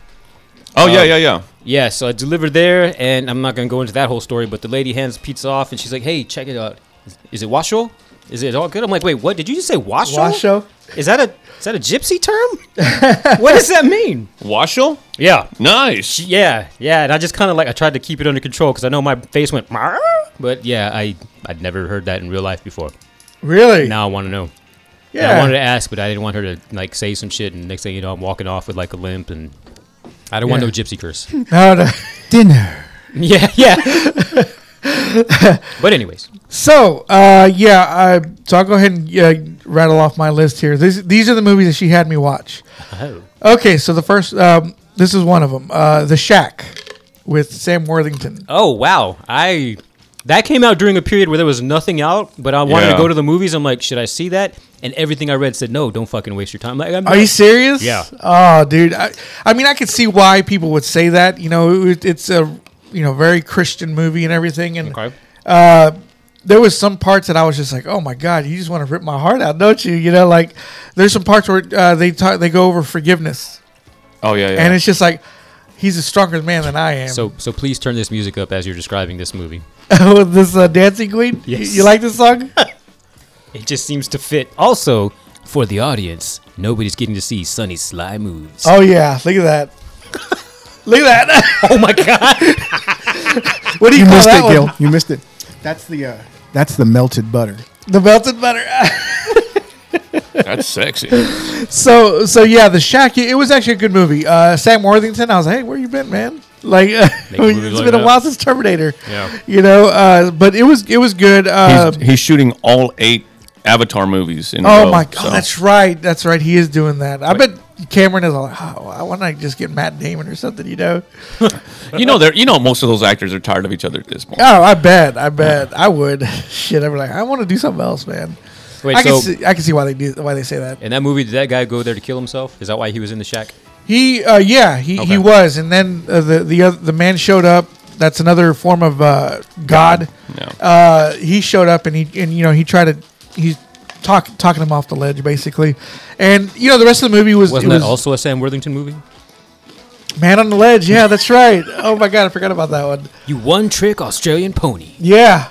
[SPEAKER 2] Oh yeah, yeah, yeah.
[SPEAKER 3] Yeah, so I delivered there, and I'm not gonna go into that whole story, but the lady hands pizza off, and she's like, "Hey, check it out. Is- Is it washo? Is it all good?" I'm like, "Wait, what? Did you just say washo?
[SPEAKER 1] Washo?
[SPEAKER 3] Is that a is that a gypsy term?
[SPEAKER 1] <laughs>
[SPEAKER 3] what does that mean?"
[SPEAKER 6] Washoe?
[SPEAKER 3] Yeah,
[SPEAKER 6] Nice.
[SPEAKER 3] yeah, yeah. And I just kind of like I tried to keep it under control because I know my face went, "Marr," but yeah, I I'd never heard that in real life before.
[SPEAKER 1] Really?
[SPEAKER 3] Now I want to know. And
[SPEAKER 1] Yeah.
[SPEAKER 3] I wanted to ask, but I didn't want her to like say some shit, and next thing you know, I'm walking off with like a limp, and I don't want
[SPEAKER 1] Yeah.
[SPEAKER 3] no gypsy curse.
[SPEAKER 1] No, no.
[SPEAKER 4] dinner
[SPEAKER 3] <laughs> Yeah, yeah. but anyways,
[SPEAKER 1] So, uh, yeah, uh, so I'll go ahead and uh, rattle off my list here. These, these are the movies that she had me watch.
[SPEAKER 3] Oh.
[SPEAKER 1] Okay, so the first, um, this is one of them uh, The Shack with Sam Worthington.
[SPEAKER 3] oh wow, I that came out during a period where there was nothing out, but I wanted
[SPEAKER 2] Yeah.
[SPEAKER 3] to go to the movies. I'm like, should I see that? And everything I read said, no, don't fucking waste your time. Like, I'm
[SPEAKER 1] Are you serious?
[SPEAKER 3] Yeah.
[SPEAKER 1] Oh, dude. I, I mean, I could see why people would say that. You know, it, it's a you know very Christian movie and everything. And
[SPEAKER 3] <laughs> Okay.
[SPEAKER 1] uh, there was some parts that I was just like, oh my god, you just want to rip my heart out, don't you? You know, like there's some parts where uh, they talk, they go over forgiveness,
[SPEAKER 2] Oh yeah, yeah.
[SPEAKER 1] and it's just like he's a stronger man than I am.
[SPEAKER 3] So, so please turn this music up as you're describing this movie.
[SPEAKER 1] <laughs> with this uh, dancing queen, You-
[SPEAKER 3] Yes. <laughs>
[SPEAKER 1] you like this song?
[SPEAKER 3] It just seems to fit. Also, for the audience, Nobody's getting to see Sonny's sly moves.
[SPEAKER 1] Oh yeah, look at that. look at that.
[SPEAKER 3] <laughs> Oh my god!
[SPEAKER 1] <laughs> what do you,
[SPEAKER 4] You
[SPEAKER 1] call
[SPEAKER 4] missed
[SPEAKER 1] that
[SPEAKER 4] it, Gil.
[SPEAKER 1] one?
[SPEAKER 4] You missed it. That's the uh, that's the melted butter.
[SPEAKER 1] The melted butter. <laughs>
[SPEAKER 6] That's
[SPEAKER 2] <laughs>
[SPEAKER 6] sexy. That's
[SPEAKER 1] so so yeah, the Shack. It was actually a good movie. Uh, Sam Worthington. I was like, hey, where you been, man? Like <laughs> uh,
[SPEAKER 3] Make movies
[SPEAKER 1] it's
[SPEAKER 3] like
[SPEAKER 1] been a
[SPEAKER 3] that.
[SPEAKER 1] while since Terminator.
[SPEAKER 3] Yeah.
[SPEAKER 1] You know, uh, but it was it was good. Uh,
[SPEAKER 2] He's, he's shooting all eight Avatar movies. In a
[SPEAKER 1] Oh
[SPEAKER 2] row,
[SPEAKER 1] my god,
[SPEAKER 2] so-
[SPEAKER 1] that's right, that's right. He is doing that. I bet Cameron is all like, oh, I want to just get Matt Damon or something, you know?
[SPEAKER 2] you know they're you know most of those actors are tired of each other at this point.
[SPEAKER 1] Oh, I bet, I bet, I would. <laughs> Shit, I'd be like, I want to do something else, man.
[SPEAKER 3] Wait,
[SPEAKER 1] I can
[SPEAKER 3] so
[SPEAKER 1] see, I can see why they do why they say that.
[SPEAKER 3] in that movie, did that guy go there to kill himself? Is that why he was in the shack?
[SPEAKER 1] He, uh, yeah, he, he
[SPEAKER 3] Okay.
[SPEAKER 1] was, and then uh, the the other, the man showed up. That's another form of uh, God.
[SPEAKER 2] Yeah.
[SPEAKER 1] Uh, he showed up, and he and you know he tried to he's talk talking him off the ledge basically, and you know the rest of the movie was
[SPEAKER 3] Wasn't
[SPEAKER 1] it was
[SPEAKER 3] that also a Sam Worthington movie?
[SPEAKER 1] Man on the Ledge. Yeah, that's right. oh my god, I forgot about that one.
[SPEAKER 3] You one trick Australian pony.
[SPEAKER 1] Yeah.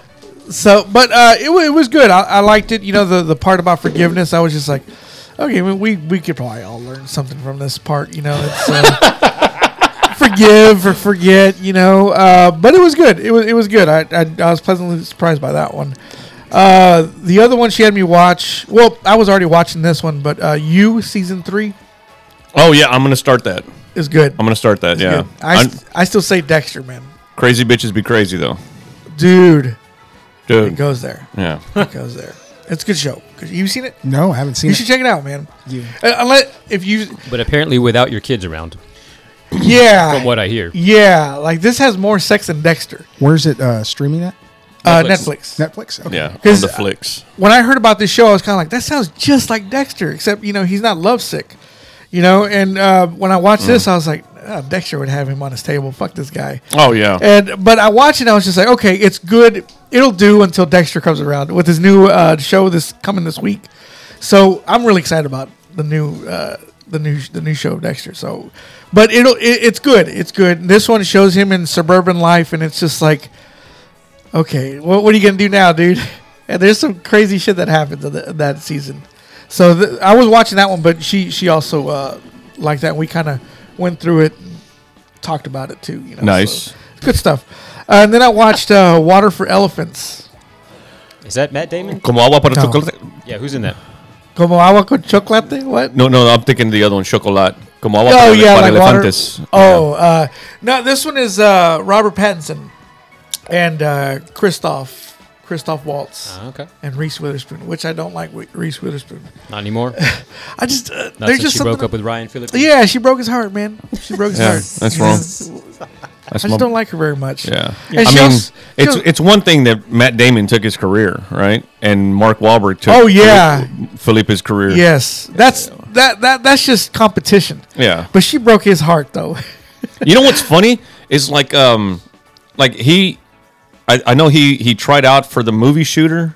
[SPEAKER 1] So, but uh, it, wa- it was good. I, I liked it. You know, the, the part about forgiveness, I was just like, okay, we, we, we could probably all learn something from this part. You know, it's uh, forgive or forget, you know. Uh, but it was good. It was, it was good. I, I, I was pleasantly surprised by that one. Uh, the other one she had me watch, well, I was already watching this one, but uh, You Season 3
[SPEAKER 2] Oh yeah, I'm gonna start that. I'm
[SPEAKER 1] is good.
[SPEAKER 2] gonna start that. Um, yeah,
[SPEAKER 1] Good. I,
[SPEAKER 2] I'm-
[SPEAKER 1] st- I still say Dexter, man.
[SPEAKER 2] crazy bitches be crazy though,
[SPEAKER 1] Dude, it
[SPEAKER 2] dude.
[SPEAKER 1] goes there. <laughs>
[SPEAKER 2] Yeah,
[SPEAKER 1] It goes there. It's a good show. you seen it?
[SPEAKER 4] No, I haven't seen
[SPEAKER 1] You
[SPEAKER 4] it.
[SPEAKER 1] should check it out, man.
[SPEAKER 4] Yeah.
[SPEAKER 1] Uh, unless if you,
[SPEAKER 3] But apparently, without your kids around,
[SPEAKER 1] yeah,
[SPEAKER 3] from what I hear.
[SPEAKER 1] yeah, like this has more sex than Dexter.
[SPEAKER 4] Where's it uh, streaming at?
[SPEAKER 1] Uh,
[SPEAKER 2] Netflix.
[SPEAKER 1] Netflix.
[SPEAKER 4] Netflix. Okay.
[SPEAKER 2] yeah, on
[SPEAKER 1] His-
[SPEAKER 2] the flicks.
[SPEAKER 1] When I heard about this show, I was kind of like, that sounds just like Dexter, except you know he's not lovesick, you know. And uh, when I watched
[SPEAKER 3] Mm.
[SPEAKER 1] this, I was like, oh, Dexter would have him on his table. Fuck this guy.
[SPEAKER 2] Oh yeah,
[SPEAKER 1] And but I watched it, and I was just like, okay, it's good. It'll do until Dexter comes around with his new uh, show this coming this week. So I'm really excited about the new uh, the new the new show of Dexter. So, but it'll it, it's good. It's good. This one shows him in suburban life, and it's just like, okay, what what are you gonna do now, dude? <laughs> And there's some crazy shit that happens in, the, in that season. So th- I was watching that one, but she she also uh, liked that. And we kind of went through it, and talked about it too. You know,
[SPEAKER 2] Nice.
[SPEAKER 1] So it's good stuff. Uh, and then I watched uh, Water for Elephants.
[SPEAKER 3] Is that Matt Damon?
[SPEAKER 2] Como agua para
[SPEAKER 1] No.
[SPEAKER 2] chocolate.
[SPEAKER 3] Yeah, who's in that?
[SPEAKER 1] Como agua con chocolate. What?
[SPEAKER 2] No, no, I'm thinking the other one, chocolate. Como agua
[SPEAKER 1] oh
[SPEAKER 2] para,
[SPEAKER 1] yeah,
[SPEAKER 2] para
[SPEAKER 1] like water-
[SPEAKER 2] elefantes.
[SPEAKER 1] Oh uh, no, this one is uh, Robert Pattinson and uh, Christoph Christoph Waltz
[SPEAKER 3] Ah, okay.
[SPEAKER 1] and Reese Witherspoon, which I don't like. Wi- Reese Witherspoon. <laughs>
[SPEAKER 3] Not anymore.
[SPEAKER 1] I just uh,
[SPEAKER 3] Not
[SPEAKER 1] there's
[SPEAKER 3] since
[SPEAKER 1] just
[SPEAKER 3] she broke
[SPEAKER 1] something-
[SPEAKER 3] up with Ryan Phillippe.
[SPEAKER 1] Yeah, she broke his heart, man. She broke his
[SPEAKER 2] Yeah,
[SPEAKER 1] heart.
[SPEAKER 2] that's wrong. That's
[SPEAKER 1] I
[SPEAKER 2] my-
[SPEAKER 1] just don't like her very much.
[SPEAKER 2] Yeah,
[SPEAKER 1] And
[SPEAKER 2] I
[SPEAKER 1] she
[SPEAKER 2] mean,
[SPEAKER 1] also- she
[SPEAKER 2] it's
[SPEAKER 1] also-
[SPEAKER 2] it's one thing that Matt Damon took his career, right, and Mark Wahlberg took.
[SPEAKER 1] Oh, yeah.
[SPEAKER 2] Philippe- Philippe's career.
[SPEAKER 1] Yes, that's that that that's just competition.
[SPEAKER 2] Yeah.
[SPEAKER 1] but she broke his heart though. <laughs>
[SPEAKER 2] You know what's funny is like um, like he, I, I know he he tried out for the movie shooter,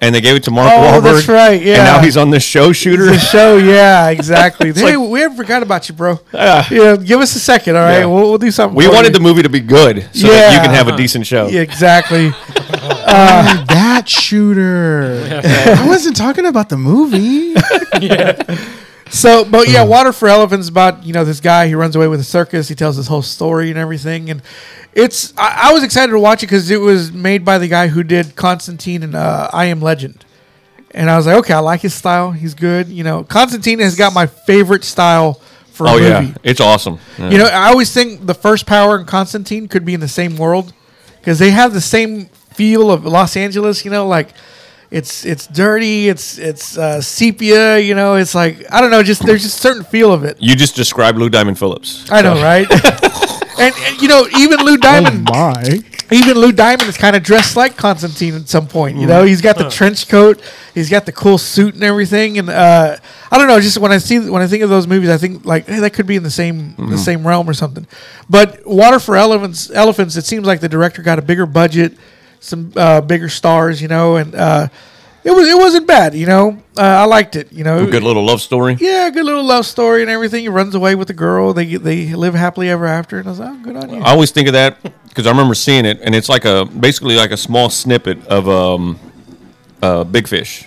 [SPEAKER 2] and they gave it to Mark
[SPEAKER 1] Oh,
[SPEAKER 2] Wahlberg.
[SPEAKER 1] that's right, yeah.
[SPEAKER 2] And now he's on the show shooter.
[SPEAKER 1] the show, yeah, exactly. hey,
[SPEAKER 2] like-
[SPEAKER 1] we forgot about you, bro. yeah, give us a second, all right?
[SPEAKER 2] Yeah.
[SPEAKER 1] We'll, we'll do something.
[SPEAKER 2] <laughs> We
[SPEAKER 1] for
[SPEAKER 2] wanted the
[SPEAKER 1] you.
[SPEAKER 2] movie to be good so that you
[SPEAKER 1] Yeah.
[SPEAKER 2] can have a decent show.
[SPEAKER 1] <laughs> Yeah, exactly.
[SPEAKER 4] Ah, that shooter. I wasn't talking about the movie.
[SPEAKER 1] So, but
[SPEAKER 2] Hmm.
[SPEAKER 1] yeah, Water for Elephants is about you know this guy. He runs away with a circus. He tells his whole story and everything. And it's I, I was excited to watch it because it was made by the guy who did Constantine and uh, I Am Legend. And I was like, okay, I like his style. He's good. You know, Constantine has got my favorite style for a
[SPEAKER 2] Oh
[SPEAKER 1] movie.
[SPEAKER 2] yeah, it's awesome. Yeah.
[SPEAKER 1] You know, I always think the first power and Constantine could be in the same world because they have the same feel of Los Angeles. You know, like it's it's dirty, it's it's uh, sepia. You know, it's like I don't know, just there's just certain feel of it.
[SPEAKER 2] You just described Lou Diamond Phillips.
[SPEAKER 1] I know,
[SPEAKER 4] <laughs>
[SPEAKER 1] right? and, and, you know, even Lou
[SPEAKER 4] oh
[SPEAKER 1] Diamond,
[SPEAKER 4] my.
[SPEAKER 1] even Lou Diamond is kind of dressed like Constantine at some point. You know, he's got the trench coat, he's got the cool suit and everything. And uh, I don't know, just when I see when I think of those movies, I think like, hey, that could be in the same the same realm or something. But Water for Elephants, Elephants, it seems like the director got a bigger budget, some uh, bigger stars, you know, and uh, it was it wasn't bad. You know, uh, I liked it. You know,
[SPEAKER 6] good little love story.
[SPEAKER 1] yeah, good little love story and everything. He runs away with the girl. They they live happily ever after. And I was like, oh, good on you.
[SPEAKER 2] I always think of that because I remember seeing it, and it's like a basically like a small snippet of um, uh, Big Fish.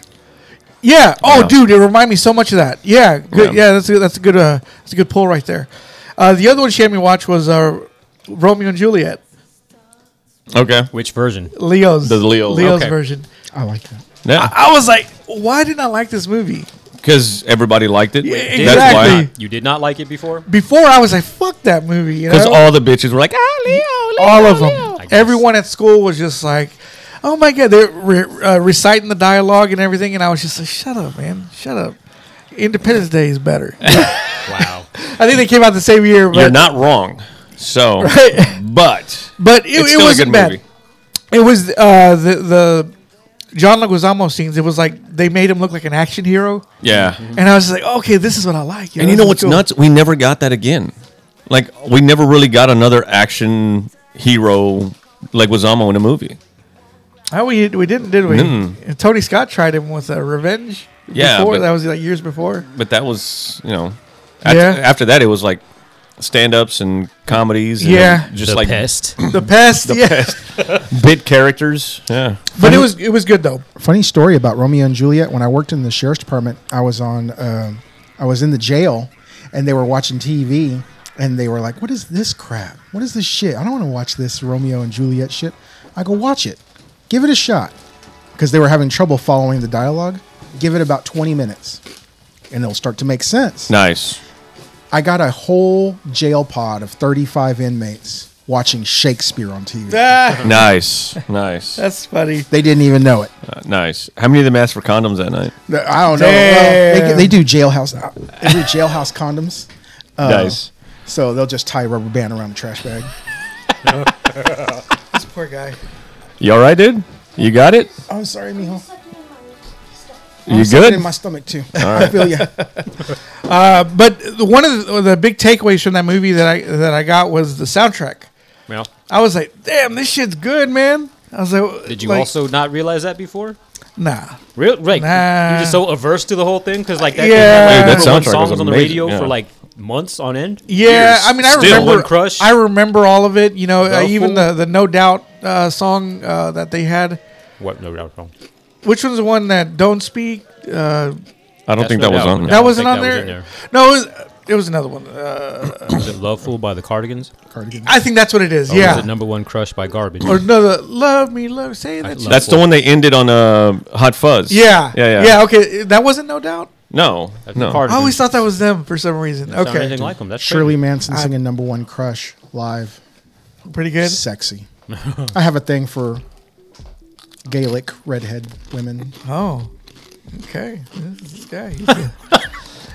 [SPEAKER 1] Yeah. Oh, dude, it reminded me so much of that. Yeah. Good. Yeah. that's a, that's a good uh, that's a good pull right there. Uh, the other one she had me watch was uh, Romeo and Juliet,
[SPEAKER 2] Okay.
[SPEAKER 3] Which version?
[SPEAKER 1] Leo's
[SPEAKER 2] The Leo-
[SPEAKER 1] Leo's
[SPEAKER 3] okay.
[SPEAKER 1] version.
[SPEAKER 4] <laughs> I like that.
[SPEAKER 2] Yeah.
[SPEAKER 1] I was like, why did I like this movie?
[SPEAKER 2] Because everybody liked it.
[SPEAKER 1] exactly.
[SPEAKER 2] That's why.
[SPEAKER 3] You did not like it before?
[SPEAKER 1] Before I was like, fuck that movie. You
[SPEAKER 7] Because
[SPEAKER 1] know?
[SPEAKER 7] all the bitches were like, ah, Leo, Leo.
[SPEAKER 1] all of
[SPEAKER 3] I
[SPEAKER 1] them.
[SPEAKER 3] guess.
[SPEAKER 1] Everyone at school was just like, "Oh my god!" They're re- uh, reciting the dialogue and everything, and I was just like, "Shut up, man! Shut up!" Independence Day is
[SPEAKER 2] <laughs>
[SPEAKER 1] better. <laughs>
[SPEAKER 3] Wow.
[SPEAKER 1] I think they came out the same year, but <laughs>
[SPEAKER 2] You're not wrong. <laughs> So, but
[SPEAKER 1] but it,
[SPEAKER 2] it's
[SPEAKER 1] it
[SPEAKER 2] still a
[SPEAKER 1] wasn't
[SPEAKER 2] good
[SPEAKER 1] bad.
[SPEAKER 2] movie.
[SPEAKER 1] It was uh, the the John Leguizamo scenes. It was like they made him look like an action hero,
[SPEAKER 2] Yeah.
[SPEAKER 1] and I was just like, "Okay, this is what I like."
[SPEAKER 2] And you
[SPEAKER 1] this
[SPEAKER 2] know
[SPEAKER 1] is
[SPEAKER 2] what's
[SPEAKER 1] cool.
[SPEAKER 2] nuts? We never got that again. Like we never really got another action hero like Wazamo in a movie.
[SPEAKER 1] Oh, we we didn't, did we? And Tony Scott tried him with uh, Revenge.
[SPEAKER 2] Mm. Yeah,
[SPEAKER 1] before.
[SPEAKER 2] but-
[SPEAKER 1] that was like years
[SPEAKER 2] <laughs>
[SPEAKER 1] before.
[SPEAKER 2] But that was, you know, at-
[SPEAKER 1] Yeah.
[SPEAKER 2] after that it was like stand-ups and comedies. And
[SPEAKER 1] Yeah.
[SPEAKER 2] just like
[SPEAKER 3] pest.
[SPEAKER 1] The past, yeah.
[SPEAKER 2] bit characters. Yeah,
[SPEAKER 1] <laughs> But it was it was good
[SPEAKER 2] <laughs>
[SPEAKER 1] though.
[SPEAKER 4] Funny story about Romeo and Juliet. When I worked in the sheriff's department, I was on, um, I was in the jail, and they were watching TV, and they were like, "What is this crap? What is this shit? I don't want to watch this Romeo and Juliet shit." I go, "Watch it, give it a shot," because they were having trouble following the dialogue. Give it about twenty minutes, and it'll start to make sense.
[SPEAKER 2] nice.
[SPEAKER 4] I got a whole jail pod of thirty-five inmates watching Shakespeare on TV.
[SPEAKER 1] Ah,
[SPEAKER 2] <laughs> Nice, nice, uh,
[SPEAKER 1] that's funny.
[SPEAKER 4] they didn't even know it.
[SPEAKER 2] nice. How many of them asked for condoms that night?
[SPEAKER 4] The- I don't know. Well,
[SPEAKER 1] Damn.
[SPEAKER 4] they, they do jailhouse. They do jailhouse condoms. Uh,
[SPEAKER 2] nice.
[SPEAKER 4] So they'll just tie a rubber band around the trash bag.
[SPEAKER 1] <laughs> This poor guy.
[SPEAKER 2] You all right, dude? You got it?
[SPEAKER 4] I'm sorry, mijo.
[SPEAKER 5] <laughs>
[SPEAKER 4] I'm
[SPEAKER 2] You
[SPEAKER 4] sucking
[SPEAKER 2] good?
[SPEAKER 4] In my stomach too. I feel you.
[SPEAKER 1] Uh, but the, one of the, the big takeaways from that movie that I that I got was the soundtrack.
[SPEAKER 3] <clears throat> Well,
[SPEAKER 1] I was like, damn, this shit's good, man. I was like,
[SPEAKER 3] did you
[SPEAKER 1] like,
[SPEAKER 3] also not realize that before?
[SPEAKER 1] Nah.
[SPEAKER 3] Real, like
[SPEAKER 1] Nah.
[SPEAKER 3] You're just so averse to the whole thing because like that,
[SPEAKER 1] Yeah.
[SPEAKER 2] Dude, that
[SPEAKER 3] that number one
[SPEAKER 2] soundtrack was
[SPEAKER 3] song was on the
[SPEAKER 2] amazing,
[SPEAKER 3] radio
[SPEAKER 2] yeah.
[SPEAKER 3] for like months on end.
[SPEAKER 1] Yeah, I mean, I
[SPEAKER 2] Still.
[SPEAKER 1] remember.
[SPEAKER 3] One Crush.
[SPEAKER 1] I remember all of it. You know, uh,
[SPEAKER 3] Bellful.
[SPEAKER 1] even the the No Doubt uh, song uh, that they had.
[SPEAKER 3] What? No, no, no.
[SPEAKER 1] Which one's the one that Don't Speak? Uh,
[SPEAKER 2] I don't
[SPEAKER 3] That's
[SPEAKER 2] think
[SPEAKER 3] no
[SPEAKER 2] that was
[SPEAKER 3] doubt.
[SPEAKER 2] on.
[SPEAKER 3] No.
[SPEAKER 2] there.
[SPEAKER 1] that
[SPEAKER 3] don't
[SPEAKER 1] wasn't
[SPEAKER 3] think
[SPEAKER 1] on
[SPEAKER 3] that was
[SPEAKER 1] there.
[SPEAKER 3] in there.
[SPEAKER 1] No, it was, it was another one. Uh,
[SPEAKER 3] Is it "Love Fool" by the Cardigans?
[SPEAKER 4] Cardigan.
[SPEAKER 1] I think that's what it is.
[SPEAKER 3] Or
[SPEAKER 1] yeah.
[SPEAKER 3] Is Oh, it "Number One Crush" by Garbage?
[SPEAKER 1] or no, the Love Me, Love Say That.
[SPEAKER 3] love
[SPEAKER 1] You-
[SPEAKER 2] That's the one they ended on. Uh, Hot Fuzz.
[SPEAKER 1] Yeah.
[SPEAKER 2] yeah, yeah.
[SPEAKER 1] Yeah. Okay, that wasn't No Doubt.
[SPEAKER 2] No,
[SPEAKER 3] That's the
[SPEAKER 2] no.
[SPEAKER 1] I
[SPEAKER 3] Cardigans.
[SPEAKER 1] always thought that was them for some reason.
[SPEAKER 3] Sound
[SPEAKER 1] Okay,
[SPEAKER 3] anything like them. That's
[SPEAKER 4] Shirley
[SPEAKER 3] crazy.
[SPEAKER 4] Manson singing "Number One Crush" live.
[SPEAKER 1] pretty good.
[SPEAKER 4] Sexy. I have a thing for Gaelic redhead women,
[SPEAKER 1] Oh, okay. This this guy, he's a-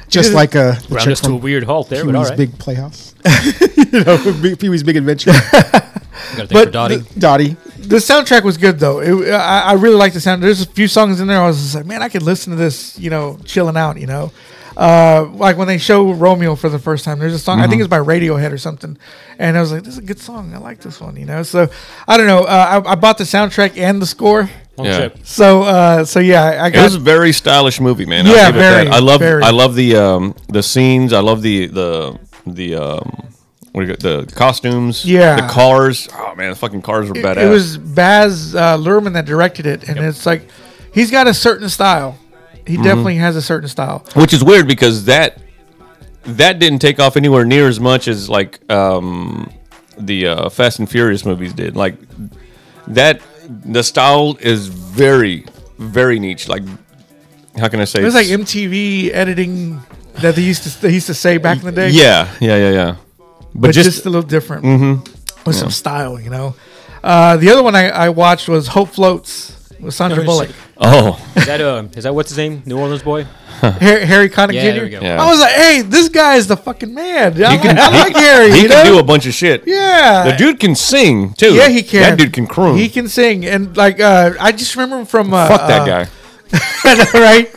[SPEAKER 4] just like a the
[SPEAKER 3] Round
[SPEAKER 4] chick
[SPEAKER 3] us to a
[SPEAKER 4] from
[SPEAKER 3] weird halt there,
[SPEAKER 4] Pee
[SPEAKER 3] but all
[SPEAKER 4] Wee's
[SPEAKER 3] right.
[SPEAKER 4] Big Playhouse. <laughs> you know, Big- Pee Wee's Big Adventure.
[SPEAKER 3] Got a thing
[SPEAKER 1] But
[SPEAKER 3] for Dottie.
[SPEAKER 4] Dottie.
[SPEAKER 1] the soundtrack was good though. It, I, I really like the sound. There's a few songs in there. I was just like, man, I could listen to this, you know, chilling out. You know, uh, like when they show Romeo for the first time. There's a song.
[SPEAKER 2] Mm-hmm.
[SPEAKER 1] I think it's by Radiohead or something. And I was like, this is a good song. I like this one. You know, so I don't know. Uh, I, I bought the soundtrack and the score.
[SPEAKER 3] Long
[SPEAKER 2] Yeah.
[SPEAKER 3] trip.
[SPEAKER 1] So, uh, so yeah, I- I
[SPEAKER 2] It was
[SPEAKER 1] got.
[SPEAKER 2] a very stylish movie, man. I'll
[SPEAKER 1] Yeah,
[SPEAKER 2] give it that.
[SPEAKER 1] very,
[SPEAKER 2] I love
[SPEAKER 1] very.
[SPEAKER 2] I love the um, the scenes. I love the the the um, what do you got, the costumes.
[SPEAKER 1] Yeah.
[SPEAKER 2] the cars. Oh man, the fucking cars were
[SPEAKER 1] It,
[SPEAKER 2] badass.
[SPEAKER 1] it was Baz uh, Luhrmann that directed it, and it's like he's got a certain style. He
[SPEAKER 2] Mm-hmm.
[SPEAKER 1] definitely has a certain style.
[SPEAKER 2] which is weird because that that didn't take off anywhere near as much as like um, the uh, Fast and Furious movies did. Like that, the style is very very niche. Like how can I say?
[SPEAKER 1] It was like MTV editing that they used to they used to say back in the day.
[SPEAKER 2] yeah, yeah, yeah, yeah. But,
[SPEAKER 1] but just,
[SPEAKER 2] just Mm-hmm.
[SPEAKER 1] a little different with some style, you know. Uh, the other one I, I watched was Hope Floats with Sandra Bullock, <laughs>
[SPEAKER 2] oh
[SPEAKER 3] Is that uh, is that what's his name? New Orleans boy.
[SPEAKER 1] Harry, Harry Connick
[SPEAKER 3] Yeah,
[SPEAKER 1] Jr.
[SPEAKER 3] there we go.
[SPEAKER 2] Yeah.
[SPEAKER 1] I was like, hey, this guy is the fucking man. I, like,
[SPEAKER 2] can-
[SPEAKER 1] I like Harry.
[SPEAKER 2] he
[SPEAKER 1] you
[SPEAKER 2] can
[SPEAKER 1] know?
[SPEAKER 2] do a bunch of shit.
[SPEAKER 1] yeah.
[SPEAKER 2] The dude can sing too.
[SPEAKER 1] Yeah, he can.
[SPEAKER 2] That dude can croon.
[SPEAKER 1] He can sing, and like uh, I just remember him from uh,
[SPEAKER 2] Fuck that
[SPEAKER 1] uh,
[SPEAKER 2] guy.
[SPEAKER 1] <laughs> right?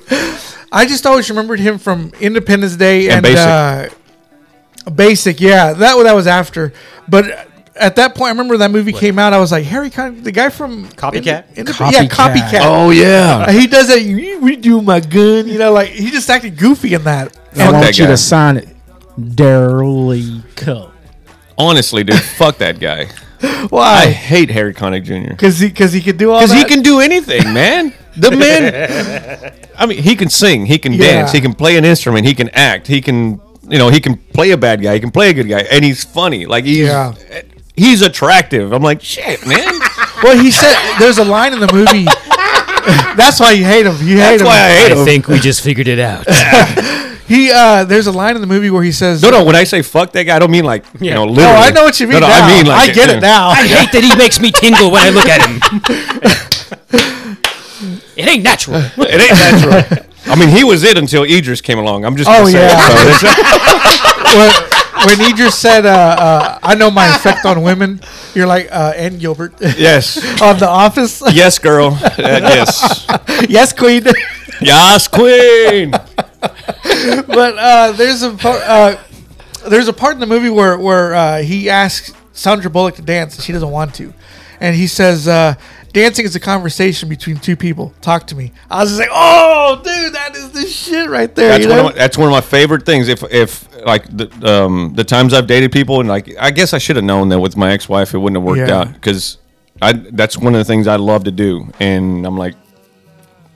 [SPEAKER 1] I just always remembered him from Independence Day and,
[SPEAKER 2] And
[SPEAKER 1] Uh, Basic. Yeah, that that was after. But at that point, I remember that movie came out. I was like, Harry, Con- the guy from
[SPEAKER 3] Copycat?
[SPEAKER 1] Inde- Indep- yeah,
[SPEAKER 4] Copycat.
[SPEAKER 1] copycat.
[SPEAKER 2] Oh yeah.
[SPEAKER 1] He does that. "You- We do my gun. You know, like he just acted goofy in that.
[SPEAKER 4] I
[SPEAKER 2] Fuck
[SPEAKER 4] want
[SPEAKER 2] that
[SPEAKER 4] you
[SPEAKER 2] guy.
[SPEAKER 4] to sign it, Darley Coe.
[SPEAKER 2] Honestly, dude, fuck that guy. I
[SPEAKER 1] <laughs> Why?
[SPEAKER 2] hate Harry Connick Jr.
[SPEAKER 1] Because he because he could do all.
[SPEAKER 2] Because he
[SPEAKER 1] that?
[SPEAKER 2] can do anything, man. The man, I mean, he can sing, he can dance,
[SPEAKER 4] Yeah.
[SPEAKER 2] he can play an instrument, he can act, he can, you know, he can play a bad guy, he can play a good guy, and he's funny. Like he's
[SPEAKER 4] Yeah.
[SPEAKER 2] he's attractive. I'm like, shit, man.
[SPEAKER 1] <laughs> Well, he said there's a line in the movie. <laughs> That's why you hate him. You hate
[SPEAKER 2] That's
[SPEAKER 1] him.
[SPEAKER 2] why I hate
[SPEAKER 3] I
[SPEAKER 2] him.
[SPEAKER 3] think we just figured it
[SPEAKER 1] <laughs>
[SPEAKER 3] out.
[SPEAKER 1] He uh, there's a line in the movie where he says, "Oh,
[SPEAKER 2] no, no. When I say fuck that guy, I don't mean like you
[SPEAKER 3] Yeah.
[SPEAKER 2] know.
[SPEAKER 3] No,
[SPEAKER 2] Literally.
[SPEAKER 1] I know what you mean.
[SPEAKER 2] No, no,
[SPEAKER 1] now.
[SPEAKER 2] I mean like
[SPEAKER 1] I get it now.
[SPEAKER 3] I hate that he makes me tingle when I look at him. it ain't natural.
[SPEAKER 2] It ain't
[SPEAKER 1] <laughs>
[SPEAKER 2] natural. I mean, he was it until Idris came along. I'm just.
[SPEAKER 1] Oh,
[SPEAKER 2] gonna say it.
[SPEAKER 1] yeah.
[SPEAKER 2] So it's-
[SPEAKER 1] when, when he just said, uh, uh, "I know my effect on women," you're like, uh, "And
[SPEAKER 2] <laughs>
[SPEAKER 1] Gilbert
[SPEAKER 2] yes.
[SPEAKER 1] on The Office."
[SPEAKER 2] Yes, girl. Uh, <laughs>
[SPEAKER 1] <laughs>
[SPEAKER 2] yes.
[SPEAKER 1] yes, Queen.
[SPEAKER 2] Yes,
[SPEAKER 1] <laughs>
[SPEAKER 2] queen.
[SPEAKER 1] but uh, there's a part, uh, there's a part in the movie where where uh, he asks Sandra Bullock to dance and she doesn't want to, and he says. Uh, Dancing is a conversation between two people. Talk to me. I was just like, "Oh, dude, that is the shit right there."
[SPEAKER 2] That's
[SPEAKER 1] you
[SPEAKER 2] one,
[SPEAKER 1] know?
[SPEAKER 2] of my, that's one of my favorite things. If if like the um the times I've dated people and like I guess I should have known that with my ex wife it wouldn't have worked
[SPEAKER 1] Yeah.
[SPEAKER 2] out because I that's one of the things I love to do and I'm like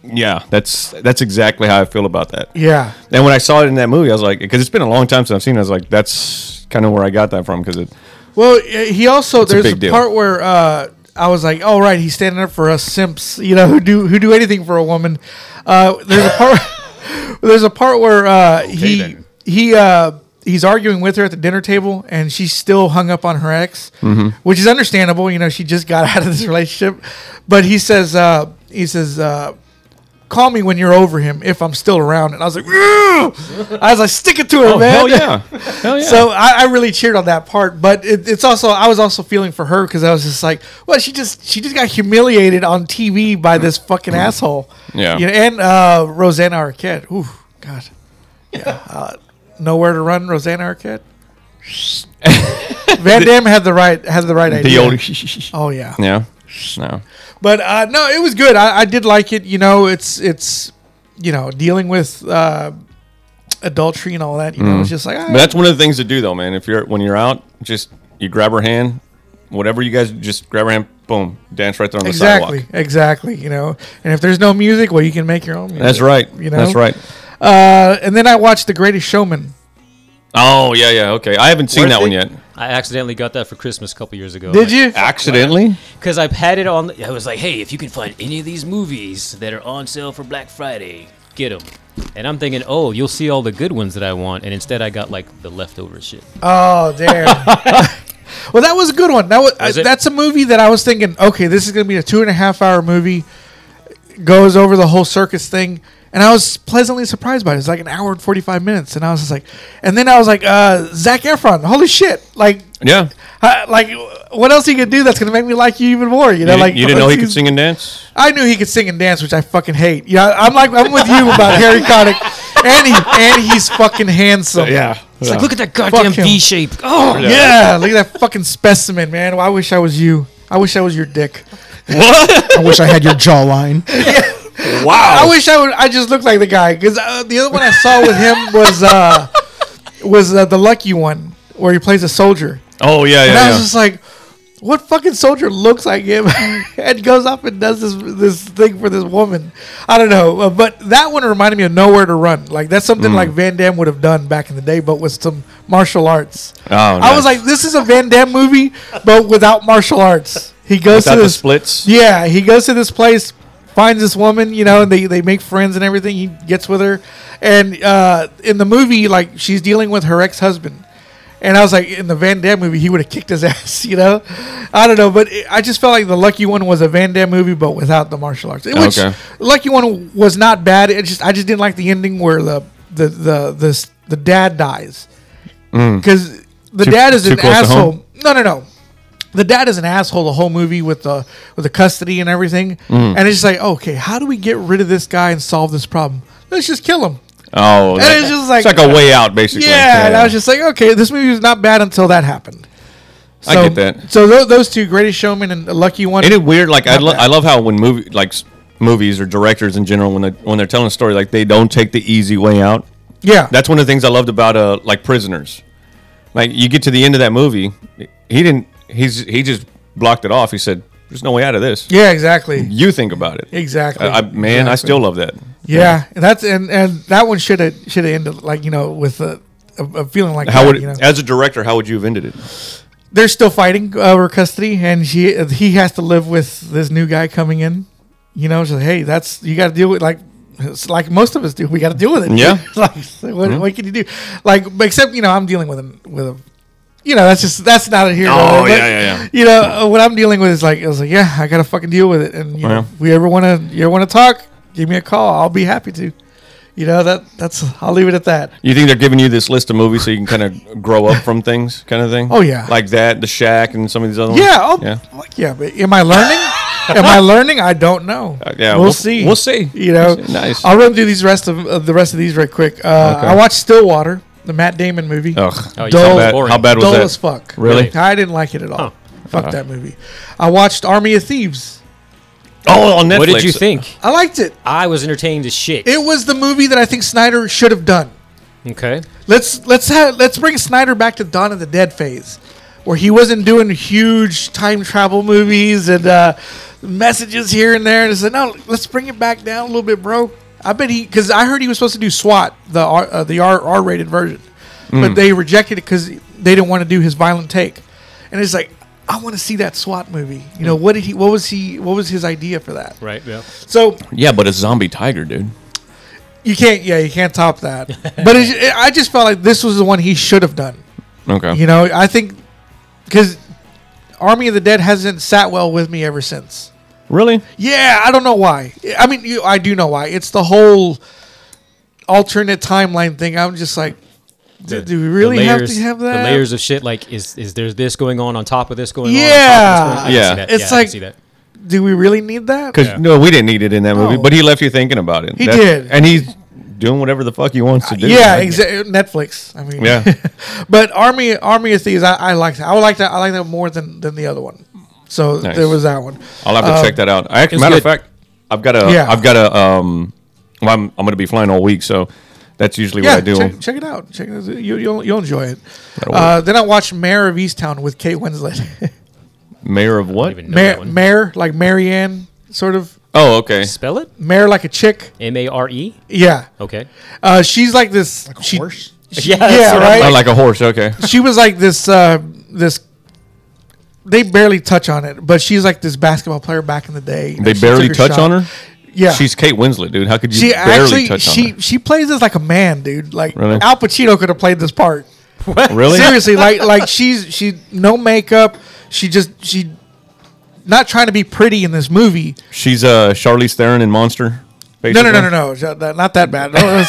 [SPEAKER 2] yeah that's that's exactly how I feel about that.
[SPEAKER 1] yeah,
[SPEAKER 2] And when I saw it in that movie, I was like, because it's been a long time since I've seen. it. I was like, that's kind of where I got that
[SPEAKER 1] <laughs>
[SPEAKER 2] from because it.
[SPEAKER 1] Well, uh, he also
[SPEAKER 2] a
[SPEAKER 1] there's a,
[SPEAKER 2] big deal.
[SPEAKER 1] part where uh, I was like, "Oh right, he's standing up for us simps, you know, who do who do anything for a woman." Uh, there's a part. <laughs> there's a part where uh, he
[SPEAKER 2] then.
[SPEAKER 1] he uh, he's arguing with her at the dinner table, and she's still hung up on her ex,
[SPEAKER 2] Mm-hmm.
[SPEAKER 1] which is understandable. You know, she just got <laughs> out of this relationship, but he says uh, he says. Uh, Call me when you're over him if I'm still around. And I was like, "Ew!" I was like, stick it to him,
[SPEAKER 2] Oh
[SPEAKER 1] man.
[SPEAKER 2] hell yeah, hell yeah.
[SPEAKER 1] So I, I really cheered on that part, but it, it's also I was also feeling for her because I was just like, well, she just she just got humiliated on TV by this fucking asshole.
[SPEAKER 2] Mm-hmm. Yeah.
[SPEAKER 1] You know, and uh, Rosanna Arquette. Ooh, God. Yeah. Uh, nowhere to run, Rosanna Arquette.
[SPEAKER 2] <laughs>
[SPEAKER 1] Van Damme had the right had the right
[SPEAKER 2] the
[SPEAKER 1] idea.
[SPEAKER 2] old
[SPEAKER 1] oh yeah.
[SPEAKER 2] yeah, no.
[SPEAKER 1] But uh, no, it was good. I, I did like it. You know, it's it's you know dealing with uh, adultery and all that. You know, it's just like ah,
[SPEAKER 2] Mm. But that's one of the things to do though, man. If you're when you're out, just you grab her hand, whatever you guys just grab her hand, boom, dance right there on the
[SPEAKER 1] exactly,
[SPEAKER 2] sidewalk.
[SPEAKER 1] exactly. You know, and if there's no music, well, you can make your own. Music,
[SPEAKER 2] That's right.
[SPEAKER 1] You know,
[SPEAKER 2] That's right.
[SPEAKER 1] Uh, and then I watched The Greatest Showman.
[SPEAKER 2] Oh yeah, yeah. Okay, I haven't seen
[SPEAKER 3] Worth
[SPEAKER 2] that one yet.
[SPEAKER 3] it? I accidentally got that for Christmas a couple years ago.
[SPEAKER 1] Did you?
[SPEAKER 2] Accidentally,
[SPEAKER 3] Because I've had it on. I was like, hey, if you can find any of these movies that are on sale for Black Friday, get them. And I'm thinking, oh, you'll see all the good ones that I want. And instead, I got like the leftover shit.
[SPEAKER 1] Oh damn. <laughs> well, that was a good one. That was,
[SPEAKER 3] Was
[SPEAKER 1] I-
[SPEAKER 3] it?
[SPEAKER 1] that's a movie that I was thinking. Okay, this is gonna be a two and a half hour movie. Goes over the whole circus thing. And I was pleasantly surprised by it. It's like an hour and forty five minutes, and I was just like, and then I was like, uh, Zach Efron, holy shit! Like,
[SPEAKER 2] yeah.
[SPEAKER 1] uh, like, what else he could do that's gonna make me like you even more? You know,
[SPEAKER 2] you,
[SPEAKER 1] like
[SPEAKER 2] you didn't know he
[SPEAKER 1] <laughs>
[SPEAKER 2] could
[SPEAKER 1] he's-
[SPEAKER 2] sing and dance.
[SPEAKER 1] I knew he could sing and dance, which I fucking hate. Yeah, I'm like I'm with you about Harry Connick, and he and he's fucking handsome.
[SPEAKER 2] It's like,
[SPEAKER 3] Look at that goddamn
[SPEAKER 1] him.
[SPEAKER 3] V shape. Oh,
[SPEAKER 1] Oh, yeah. Look at that fucking specimen, man. Well, I wish I was you. I wish I was your dick.
[SPEAKER 4] I wish I had your <laughs> jawline.
[SPEAKER 1] I wish I would. I just looked like the guy because uh, the other one I saw with him was uh, was uh, the lucky one where he plays a soldier,
[SPEAKER 2] Oh yeah,
[SPEAKER 1] and I was
[SPEAKER 2] yeah,
[SPEAKER 1] just like. What fucking soldier looks like him <laughs> and goes up and does this this thing for this woman? I don't know, uh, but that one reminded me of Nowhere to Run. Like that's something
[SPEAKER 2] Mm.
[SPEAKER 1] like Van Damme would have done back in the day, but with some martial arts.
[SPEAKER 2] yeah. Oh,
[SPEAKER 1] I
[SPEAKER 2] no.
[SPEAKER 1] was like, this is a Van Damme movie, but without martial arts. He goes
[SPEAKER 2] without
[SPEAKER 1] to
[SPEAKER 2] the
[SPEAKER 1] this.
[SPEAKER 2] splits.
[SPEAKER 1] Yeah, he goes to this place, finds this woman, you know, and they, they make friends and everything. He gets with her. And uh, in the movie, like, she's dealing with her ex husband. And I was like, in the Van Damme movie, he would have kicked his <laughs> ass, you know? I don't know, but it, I just felt like The Lucky One was a Van Damme movie, but without the martial arts. Which,
[SPEAKER 2] Okay.
[SPEAKER 1] Lucky One was not bad. It just I just didn't like the ending where the the the the, the dad dies. Because the
[SPEAKER 2] Too-
[SPEAKER 1] dad is
[SPEAKER 2] too
[SPEAKER 1] an
[SPEAKER 2] close to home?
[SPEAKER 1] asshole. No, no, no. The dad is an asshole the whole movie with the with the custody and everything.
[SPEAKER 2] Mm.
[SPEAKER 1] And it's just like, okay, how do we get rid of this guy and solve this problem? Let's just kill him.
[SPEAKER 2] Oh, that-
[SPEAKER 1] it's just like-
[SPEAKER 2] it's like a way out, basically.
[SPEAKER 1] Yeah, and I was just like, okay, this movie was not bad until that happened. So,
[SPEAKER 2] I get that.
[SPEAKER 1] So tho- those two, Greatest Showman and The Lucky One.
[SPEAKER 2] Ain't it weird? Like I,
[SPEAKER 1] Not
[SPEAKER 2] lo-
[SPEAKER 1] bad.
[SPEAKER 2] I love how when movie like s- movies or directors in general when they when they're telling a story like they don't take the easy way out.
[SPEAKER 1] yeah,
[SPEAKER 2] That's one of the things I loved about uh like Prisoners. Like you get to the end of that movie, he didn't. He's he just blocked it off. He said, There's no way out of this.
[SPEAKER 1] Yeah, exactly.
[SPEAKER 2] You think about it.
[SPEAKER 1] Exactly.
[SPEAKER 2] I, I- man, I
[SPEAKER 1] Exactly.
[SPEAKER 2] still love that.
[SPEAKER 1] Yeah, and that's and and that one should have should have ended like you know with a, a, a feeling like
[SPEAKER 2] How
[SPEAKER 1] that,
[SPEAKER 2] would,
[SPEAKER 1] you know?
[SPEAKER 2] as a director, how would you have ended it?
[SPEAKER 1] they're still fighting uh, over custody, and she he has to live with this new guy coming in. You know, so hey, that's you got to deal with like. It's like most of us do. We got to deal with it. <laughs>
[SPEAKER 2] Yeah. Mm-hmm.
[SPEAKER 1] like, what, what can you do? Like, except you know, I'm dealing with a with a, you know, that's just that's not a hero.
[SPEAKER 2] Oh,
[SPEAKER 1] But,
[SPEAKER 2] yeah, yeah, yeah.
[SPEAKER 1] You know, uh, what I'm dealing with is like, I was like, yeah, I got to fucking deal with it. And you know,
[SPEAKER 2] Yeah.
[SPEAKER 1] if we ever want to, you ever want to talk, give me a call. I'll be happy to. You know, that that's I'll leave it at that.
[SPEAKER 2] You think they're giving you this list of movies so you can kind of grow up from things, kind of thing?
[SPEAKER 1] Oh, yeah.
[SPEAKER 2] like that, The Shack, and some of these other
[SPEAKER 1] Yeah, oh. I'll,
[SPEAKER 2] ones.
[SPEAKER 1] yeah, yeah. But am I
[SPEAKER 2] <laughs>
[SPEAKER 1] learning? am I learning? I don't know.
[SPEAKER 2] Uh, yeah,
[SPEAKER 1] we'll,
[SPEAKER 2] we'll-
[SPEAKER 1] see.
[SPEAKER 2] we'll see.
[SPEAKER 1] You know,
[SPEAKER 2] Nice.
[SPEAKER 1] I'll run through these rest of uh, the rest of these right quick. Uh,
[SPEAKER 2] Okay.
[SPEAKER 1] I watched Stillwater, the Matt Damon movie.
[SPEAKER 2] Ugh.
[SPEAKER 3] Oh, you
[SPEAKER 1] Dull.
[SPEAKER 3] sound
[SPEAKER 2] Bad-
[SPEAKER 3] boring.
[SPEAKER 2] how bad was
[SPEAKER 1] Dull
[SPEAKER 2] that?
[SPEAKER 1] as fuck.
[SPEAKER 2] Really? Uh-huh.
[SPEAKER 1] I didn't like it at all. Fuck that movie. I watched Army of Thieves.
[SPEAKER 2] Oh, on Netflix.
[SPEAKER 3] What did you think?
[SPEAKER 1] I liked it.
[SPEAKER 3] I was entertained as shit.
[SPEAKER 1] It was the movie that I think Snyder should have done.
[SPEAKER 3] okay.
[SPEAKER 1] Let's let's have, let's bring Snyder back to Dawn of the Dead phase, where he wasn't doing huge time travel movies and uh, messages here and there. And said, no, let's bring it back down a little bit, bro. I bet he because I heard he was supposed to do SWAT, the R, uh, the R R rated version, but they rejected it because they didn't want to do his violent take. And it's like, I want to see that SWAT movie. You know what did he? What was he? What was his idea for that?
[SPEAKER 3] Right. Yeah.
[SPEAKER 1] So
[SPEAKER 2] Yeah, but a zombie tiger, dude.
[SPEAKER 1] you can't. Yeah, you can't top that. but it, it, I just felt like this was the one he should have done.
[SPEAKER 2] Okay.
[SPEAKER 1] You know, I think because Army of the Dead hasn't sat well with me ever since.
[SPEAKER 2] Really?
[SPEAKER 1] Yeah, I don't know why. I mean, you, I do know why. It's the whole alternate timeline thing. I'm just like, do, do we really have to have that?
[SPEAKER 3] The layers of shit. Like, is is there this going on on top of this going on?
[SPEAKER 1] Yeah.
[SPEAKER 3] on top of this going on? I can
[SPEAKER 2] Yeah.
[SPEAKER 3] see that.
[SPEAKER 1] It's
[SPEAKER 3] I can
[SPEAKER 1] like-
[SPEAKER 3] see that.
[SPEAKER 1] Do we really need that?
[SPEAKER 2] Because no, we didn't need it in that movie,
[SPEAKER 1] No.
[SPEAKER 2] but he left you thinking about it.
[SPEAKER 1] He did.
[SPEAKER 2] and he's doing whatever the fuck he wants to do.
[SPEAKER 1] yeah,
[SPEAKER 2] Like,
[SPEAKER 1] exactly. Netflix. I mean,
[SPEAKER 2] Yeah.
[SPEAKER 1] <laughs> but Army Army of Thieves, I, I like that. I would like that. I like that more than than the other one. So
[SPEAKER 2] Nice.
[SPEAKER 1] there was that one.
[SPEAKER 2] I'll have to check that out. I actually, matter of
[SPEAKER 3] good.
[SPEAKER 2] fact, I've got a,
[SPEAKER 1] uh, Yeah.
[SPEAKER 2] have got a, um, well, I'm, I'm going to be flying all week, so that's usually
[SPEAKER 1] yeah,
[SPEAKER 2] what I do.
[SPEAKER 1] Check, check it out. Check it out. You, you'll you'll enjoy it. Uh, then I watched Mayor of Easttown with Kate Winslet.
[SPEAKER 2] Mayor of what?
[SPEAKER 3] Even know that
[SPEAKER 1] <laughs> Mayor,
[SPEAKER 3] one.
[SPEAKER 1] Mayor, like Marianne, sort of.
[SPEAKER 2] Oh, okay.
[SPEAKER 3] Spell it.
[SPEAKER 1] Mayor, like a chick.
[SPEAKER 3] M A R E.
[SPEAKER 1] Yeah,
[SPEAKER 2] Oh.
[SPEAKER 3] Okay. <laughs>
[SPEAKER 1] uh, she's like this. she,
[SPEAKER 4] Horse.
[SPEAKER 3] Yeah.
[SPEAKER 1] yeah, right.
[SPEAKER 2] Oh, like a horse. Okay.
[SPEAKER 1] <laughs> she was like this. Uh, this. They barely touch on it, but she's like this basketball player back in the day.
[SPEAKER 2] They barely touch on her.
[SPEAKER 1] Yeah,
[SPEAKER 2] She's Kate Winslet, dude. How could you
[SPEAKER 1] she
[SPEAKER 2] barely
[SPEAKER 1] actually
[SPEAKER 2] touch on
[SPEAKER 1] she she plays this like a man, dude. Like
[SPEAKER 2] Really?
[SPEAKER 1] Al Pacino could have played this part.
[SPEAKER 2] her? Really?
[SPEAKER 1] Seriously, like like she's she no makeup. She just she not trying to be pretty in this movie.
[SPEAKER 2] She's uh, Charlize Theron in Monster.
[SPEAKER 1] No,
[SPEAKER 2] basically?
[SPEAKER 1] no, no, no, no, Sh- that- not that bad. That was-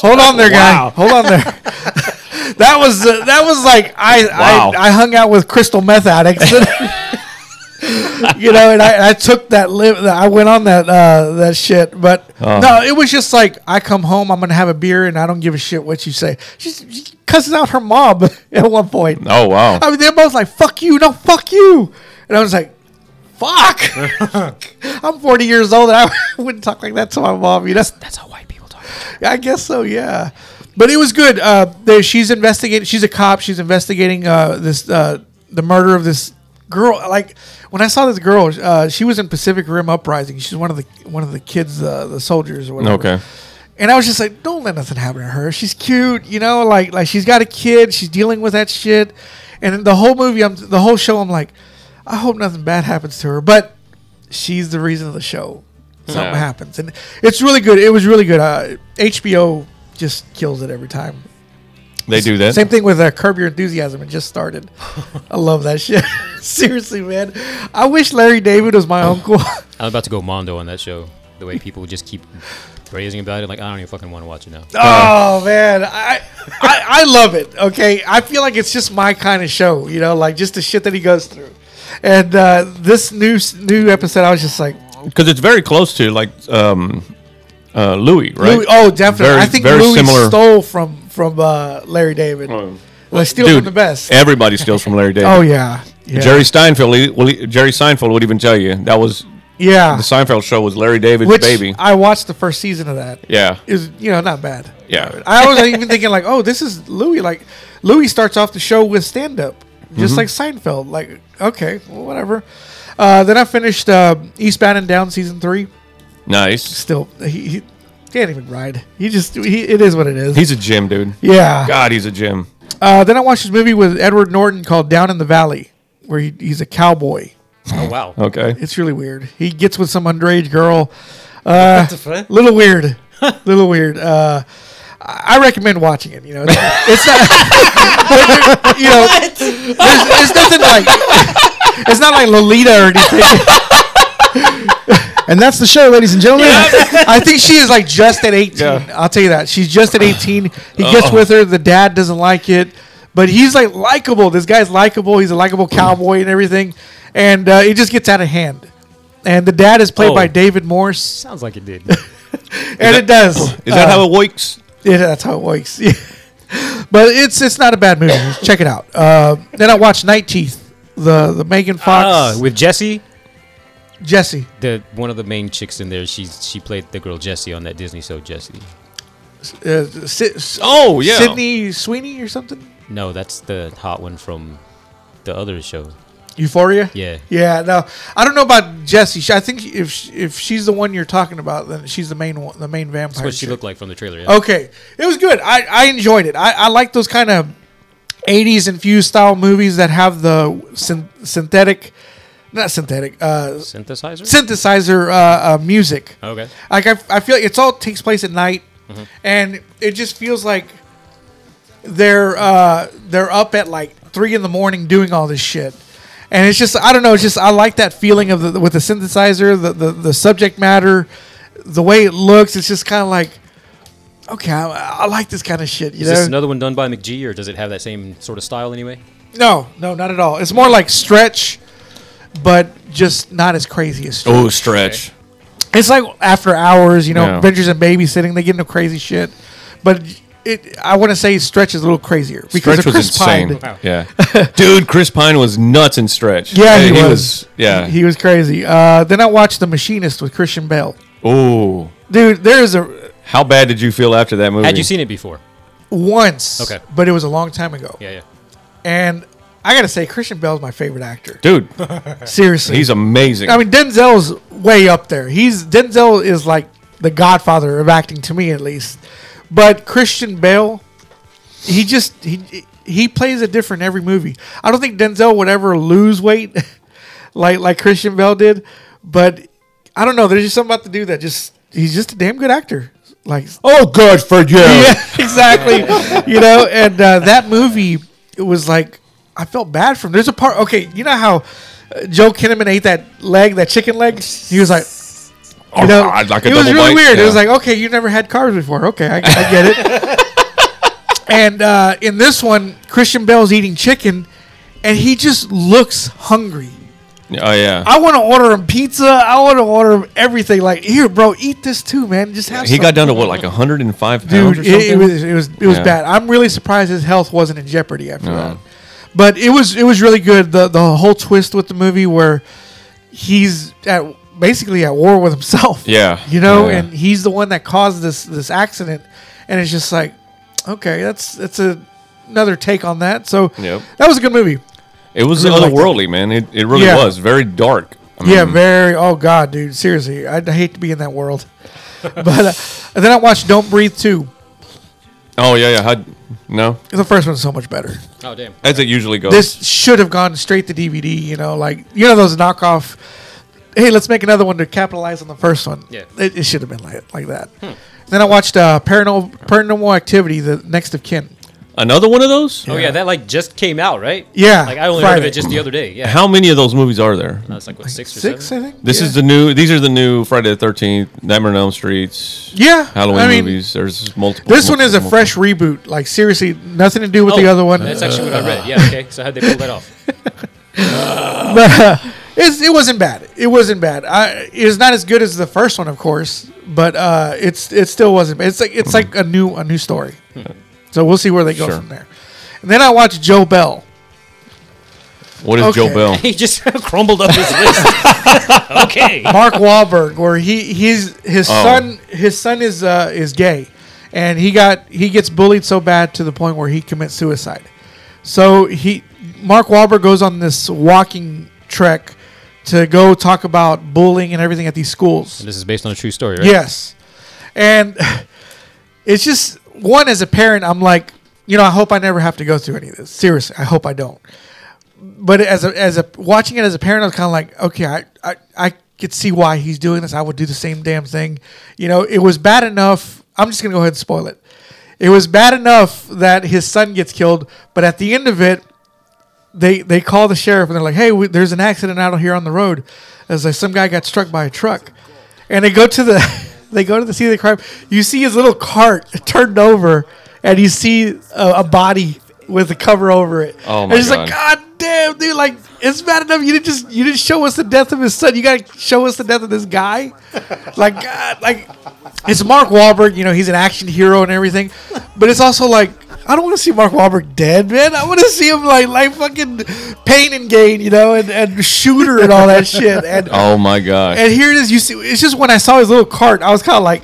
[SPEAKER 1] <laughs> hold on there, guy. Hold on there. That was uh, that was like I,
[SPEAKER 2] Wow.
[SPEAKER 1] I I hung out with crystal meth addicts, you know, and I, I took that lip. I went on that uh, that shit, but no, it was just like I come home, I'm gonna have a beer, and I don't give a shit what you say. She's, she cusses out her mom <laughs> at one point.
[SPEAKER 2] Oh wow.
[SPEAKER 1] I mean, they're both like, fuck you, no, fuck you. And I was like, fuck.
[SPEAKER 3] <laughs>
[SPEAKER 1] I'm 40 years old and I <laughs> wouldn't talk like that to my mom, you know?
[SPEAKER 3] That's how white people talk.
[SPEAKER 1] I guess so, yeah. But it was good. Uh, there, she's investigating, she's a cop, she's investigating uh, this uh, the murder of this girl. Like, when I saw this girl, uh, she was in Pacific Rim Uprising. She's one of the one of the kids, uh, the soldiers or whatever.
[SPEAKER 2] Okay.
[SPEAKER 1] And I was just like, don't let nothing happen to her. She's cute, you know, like like she's got a kid, she's dealing with that shit. And then the whole movie, I'm the whole show, I'm like, I hope nothing bad happens to her. But she's the reason of the show. Something
[SPEAKER 2] Yeah.
[SPEAKER 1] happens, and it's really good. It was really good. Uh, HBO just kills it every time.
[SPEAKER 2] They do that.
[SPEAKER 1] Same thing with uh, Curb Your Enthusiasm. It just started. I love that shit. <laughs> Seriously, man. I wish Larry David was my uncle.
[SPEAKER 3] I'm about to go mondo on that show. The way people just keep praising about it, like I don't even fucking want to watch
[SPEAKER 1] <laughs>
[SPEAKER 3] it now.
[SPEAKER 2] Uh,
[SPEAKER 1] Oh man, I, I I love it. Okay, I feel like it's just my kind of show. You know, like just the shit that he goes through. And uh, this new new episode, I was just like,
[SPEAKER 2] because it's very close to like um, uh, Louis, right?
[SPEAKER 1] Louis, oh, definitely.
[SPEAKER 2] Very-
[SPEAKER 1] I think
[SPEAKER 2] very
[SPEAKER 1] Louis
[SPEAKER 2] similar.
[SPEAKER 1] stole from from uh, Larry David. like steal from the best.
[SPEAKER 2] Everybody steals from
[SPEAKER 1] <laughs>
[SPEAKER 2] Larry David.
[SPEAKER 1] oh yeah, yeah,
[SPEAKER 2] Jerry Seinfeld. he- well, he- Jerry Seinfeld would even tell you that was
[SPEAKER 1] yeah.
[SPEAKER 2] the Seinfeld show was Larry David's
[SPEAKER 1] Which
[SPEAKER 2] baby.
[SPEAKER 1] I watched the first season of that.
[SPEAKER 2] yeah,
[SPEAKER 1] is you know not bad.
[SPEAKER 2] yeah.
[SPEAKER 1] I was even thinking like, oh, this is Louis. Like Louis starts off the show with stand up, just like Seinfeld. Like okay, well, whatever. Uh, then I finished uh, Eastbound and Down season three.
[SPEAKER 6] Nice.
[SPEAKER 1] Still, he, he can't even ride. He just he, it is what it is.
[SPEAKER 2] He's a gym, dude.
[SPEAKER 1] yeah.
[SPEAKER 2] God, he's a gym.
[SPEAKER 1] Uh, then I watched this movie with Edward Norton called Down in the Valley, where he, he's a cowboy.
[SPEAKER 3] Oh wow.
[SPEAKER 2] Okay.
[SPEAKER 1] It's really weird. He gets with some underage girl.
[SPEAKER 3] the fuck?
[SPEAKER 1] Little weird. little weird. Uh, I I recommend watching it. You know, it's, it's not. <laughs> you know, there's, there's nothing like. It's not like Lolita or anything.
[SPEAKER 4] And that's the show, ladies and gentlemen.
[SPEAKER 1] I think she is like just at 18.
[SPEAKER 2] Yeah.
[SPEAKER 1] I'll tell you that. She's just at 18. He gets with her. The dad doesn't like it, but he's like likable. This guy's likable. He's a likable cowboy and everything. And uh, it just gets out of hand. And the dad is played
[SPEAKER 3] Oh.
[SPEAKER 1] by David Morse.
[SPEAKER 3] Sounds like it did.
[SPEAKER 1] and it does. Uh,
[SPEAKER 6] Is that how it works?
[SPEAKER 1] Yeah, that's how it works. <laughs> Yeah. but it's it's not a bad movie. Check it out. Uh, then I watched Night Teeth, the the Megan Fox
[SPEAKER 3] Uh, with Jesse,
[SPEAKER 1] Jesse.
[SPEAKER 3] the one of the main chicks in there, she's she played the girl Jesse on that Disney show Jesse.
[SPEAKER 1] Uh, Si- S-
[SPEAKER 6] Oh, yeah.
[SPEAKER 1] Sydney Sweeney or something.
[SPEAKER 3] No, that's the hot one from the other show.
[SPEAKER 1] Euphoria.
[SPEAKER 3] Yeah.
[SPEAKER 1] Yeah. No, I don't know about Jesse. She- I think if sh- if she's the one you're talking about, then she's the main one, the main vampire.
[SPEAKER 3] That's what she
[SPEAKER 1] chick.
[SPEAKER 3] looked like from the trailer. Yeah.
[SPEAKER 1] Okay, it was good. I, I enjoyed it. I, I like those kind of '80s infused style movies that have the syn- synthetic, not synthetic, uh,
[SPEAKER 3] Synthesizer?
[SPEAKER 1] synthesizer uh, uh, music.
[SPEAKER 3] okay. Mm-hmm.
[SPEAKER 1] Like I, I feel it's all takes place at night, and it just feels like they're uh, they're up at like three in the morning doing all this shit, and it's just I don't know. It's just I like that feeling of the with the synthesizer, the the, the subject matter, the way it looks. It's just kind of like. Okay, I, I like this kind of shit. You
[SPEAKER 3] Is
[SPEAKER 1] know,
[SPEAKER 3] this another one done by McGee, or does it have that same sort of style anyway?
[SPEAKER 1] no, no, not at all. It's more like stretch, but just not as crazy as stretch.
[SPEAKER 6] Oh, stretch.
[SPEAKER 1] It's like after hours, you know,
[SPEAKER 2] Yeah.
[SPEAKER 1] Avengers and babysitting. They get into crazy shit, but it. I want to say Stretch is a little crazier because
[SPEAKER 2] Stretch
[SPEAKER 1] of
[SPEAKER 2] was
[SPEAKER 1] Chris
[SPEAKER 2] insane.
[SPEAKER 1] Pine. <laughs>
[SPEAKER 2] Yeah. Dude, Chris Pine was nuts in stretch.
[SPEAKER 1] Yeah, he,
[SPEAKER 2] Hey,
[SPEAKER 1] was.
[SPEAKER 2] Yeah.
[SPEAKER 1] he was crazy. Uh, then I watched The Machinist with Christian Bale.
[SPEAKER 2] oh.
[SPEAKER 1] Dude, there is a
[SPEAKER 2] How bad did you feel after that movie?
[SPEAKER 3] Had you seen it before?
[SPEAKER 1] once,
[SPEAKER 3] Okay.
[SPEAKER 1] but it was a long time ago,
[SPEAKER 3] Yeah, yeah.
[SPEAKER 1] and I gotta say Christian Bale's my favorite actor.
[SPEAKER 3] <laughs>
[SPEAKER 2] Dude,
[SPEAKER 1] Seriously,
[SPEAKER 2] he's amazing.
[SPEAKER 1] I mean, Denzel's way up there. He's Denzel is like the godfather of acting to me, at least. But Christian Bale, he just he he plays a different every movie. I don't think Denzel would ever lose weight <laughs> like like Christian Bale did, but I don't know. There's just something about the dude that just he's just a damn good actor. Like
[SPEAKER 2] oh, good for you.
[SPEAKER 6] <laughs>
[SPEAKER 1] yeah, <laughs> exactly. you know, and uh, that movie, it was like I felt bad for him. There's a part. Okay, you know how uh, Joe Kinnaman ate that leg, that chicken leg. He was like, you know,
[SPEAKER 6] I'd like a
[SPEAKER 1] it was
[SPEAKER 6] double
[SPEAKER 1] really
[SPEAKER 6] bite,
[SPEAKER 1] weird. It was
[SPEAKER 6] yeah.
[SPEAKER 1] like, okay, you never had carbs before. Okay, I, I get it. <laughs> and uh, in this one, Christian Bale's eating chicken, and he just looks hungry.
[SPEAKER 2] Oh, yeah.
[SPEAKER 1] I want to order him pizza. I want to order him everything. Like, here, bro, eat this too, man. Just have.
[SPEAKER 2] he
[SPEAKER 1] some."
[SPEAKER 2] got down to what, like 105 pounds
[SPEAKER 1] dude.
[SPEAKER 2] or
[SPEAKER 1] It,
[SPEAKER 2] something?
[SPEAKER 1] it was it was it was
[SPEAKER 2] Yeah.
[SPEAKER 1] bad. I'm really surprised his health wasn't in jeopardy after that. But it was it was really good. The the whole twist with the movie where he's at basically at war with himself.
[SPEAKER 2] Yeah.
[SPEAKER 1] you know,
[SPEAKER 2] Yeah.
[SPEAKER 1] and he's the one that caused this this accident, and it's just like, okay, that's that's a another take on that. So
[SPEAKER 2] Yep.
[SPEAKER 1] that was a good movie.
[SPEAKER 2] It was
[SPEAKER 1] really liked it.
[SPEAKER 2] otherworldly, man. It, it really
[SPEAKER 1] Yeah.
[SPEAKER 2] was. Very dark. I mean,
[SPEAKER 1] Yeah, very. Oh God, dude, seriously, I'd hate to be in that world. <laughs> but uh, and then I watched Don't Breathe two.
[SPEAKER 2] Oh, yeah, yeah. How, no.
[SPEAKER 1] The first one's so much better.
[SPEAKER 3] Oh damn.
[SPEAKER 1] Uh,
[SPEAKER 2] As it usually
[SPEAKER 3] Oh.
[SPEAKER 2] goes.
[SPEAKER 1] this should have gone straight to DVD. You know, like you know those knockoff. Hey, let's make another one to capitalize on the first one.
[SPEAKER 3] Yeah. Hmm.
[SPEAKER 1] it, it should have been like like that. Then I watched uh, Paranormal Paranormal Activity: The Next of Kin.
[SPEAKER 6] Another one of those?
[SPEAKER 3] Oh yeah, that like just came out, right?
[SPEAKER 1] Yeah,
[SPEAKER 3] Like I only heard
[SPEAKER 1] Friday.
[SPEAKER 3] of it just the other day.
[SPEAKER 1] <laughs>
[SPEAKER 3] Yeah.
[SPEAKER 6] How many of those movies are there?
[SPEAKER 3] That's like what six or
[SPEAKER 1] Six,
[SPEAKER 3] seven.
[SPEAKER 1] I think.
[SPEAKER 6] This
[SPEAKER 1] yeah.
[SPEAKER 6] is the new. These are the new Friday the Thirteenth, Nightmare on Elm Street,
[SPEAKER 1] yeah
[SPEAKER 6] Halloween
[SPEAKER 1] I mean,
[SPEAKER 6] movies. There's multiple.
[SPEAKER 1] This one is a
[SPEAKER 6] multiple-
[SPEAKER 1] fresh reboot. Like seriously, nothing to do with
[SPEAKER 3] Oh,
[SPEAKER 1] the other one.
[SPEAKER 3] That's actually what I
[SPEAKER 1] <laughs>
[SPEAKER 3] read. Yeah. Okay. So how'd they pull that off? <laughs>
[SPEAKER 1] It's, it wasn't bad. It wasn't bad. I, it's not as good as the first one, of course, but uh, it's it still wasn't. It's like
[SPEAKER 6] Hmm.
[SPEAKER 1] it's like a new a new story.
[SPEAKER 3] Hmm.
[SPEAKER 1] So we'll see where they go
[SPEAKER 2] Sure.
[SPEAKER 1] from there. And then I watched Joe Bell.
[SPEAKER 6] What is
[SPEAKER 1] Okay.
[SPEAKER 6] Joe
[SPEAKER 1] <laughs>
[SPEAKER 6] Bell?
[SPEAKER 3] he just <laughs> crumbled up his list. <laughs> okay.
[SPEAKER 1] Mark Wahlberg, where he he's his son his son is uh, is gay, and he got he gets bullied so bad to the point where he commits suicide. So he Mark Wahlberg goes on this walking trek to go talk about bullying and everything at these schools.
[SPEAKER 3] This is based on a true story, right?
[SPEAKER 1] Yes. And <sighs> it's just one as a parent, I'm like, you know, I hope I never have to go through any of this. Seriously, I hope I don't. But as a as a watching it as a parent, I was kind of like, okay, I, I I could see why he's doing this. I would do the same damn thing. You know, it was bad enough. I'm just gonna go ahead and spoil it. It was bad enough that his son gets killed, but at the end of it, they they call the sheriff and they're like, "Hey, we, there's an accident out here on the road." As like some guy got struck by a truck, and they go to the <laughs> they go to the scene of the crime. You see his little cart turned over, and you see a, a body with a cover over it.
[SPEAKER 2] Oh
[SPEAKER 1] And
[SPEAKER 2] my
[SPEAKER 1] it's like,
[SPEAKER 2] God.
[SPEAKER 1] God damn, dude! Like it's bad enough you didn't just you didn't show us the death of his son. You got to show us the death of this guy. like God, like it's Mark Wahlberg. You know he's an action hero and everything, but it's also like. I don't want to see Mark Wahlberg dead, man. I want to see him like, like fucking pain and gain, you know, and, and shooter and all that shit. And
[SPEAKER 2] Oh my god.
[SPEAKER 1] and here it is. You see, it's just when I saw his little cart, I was kind of like,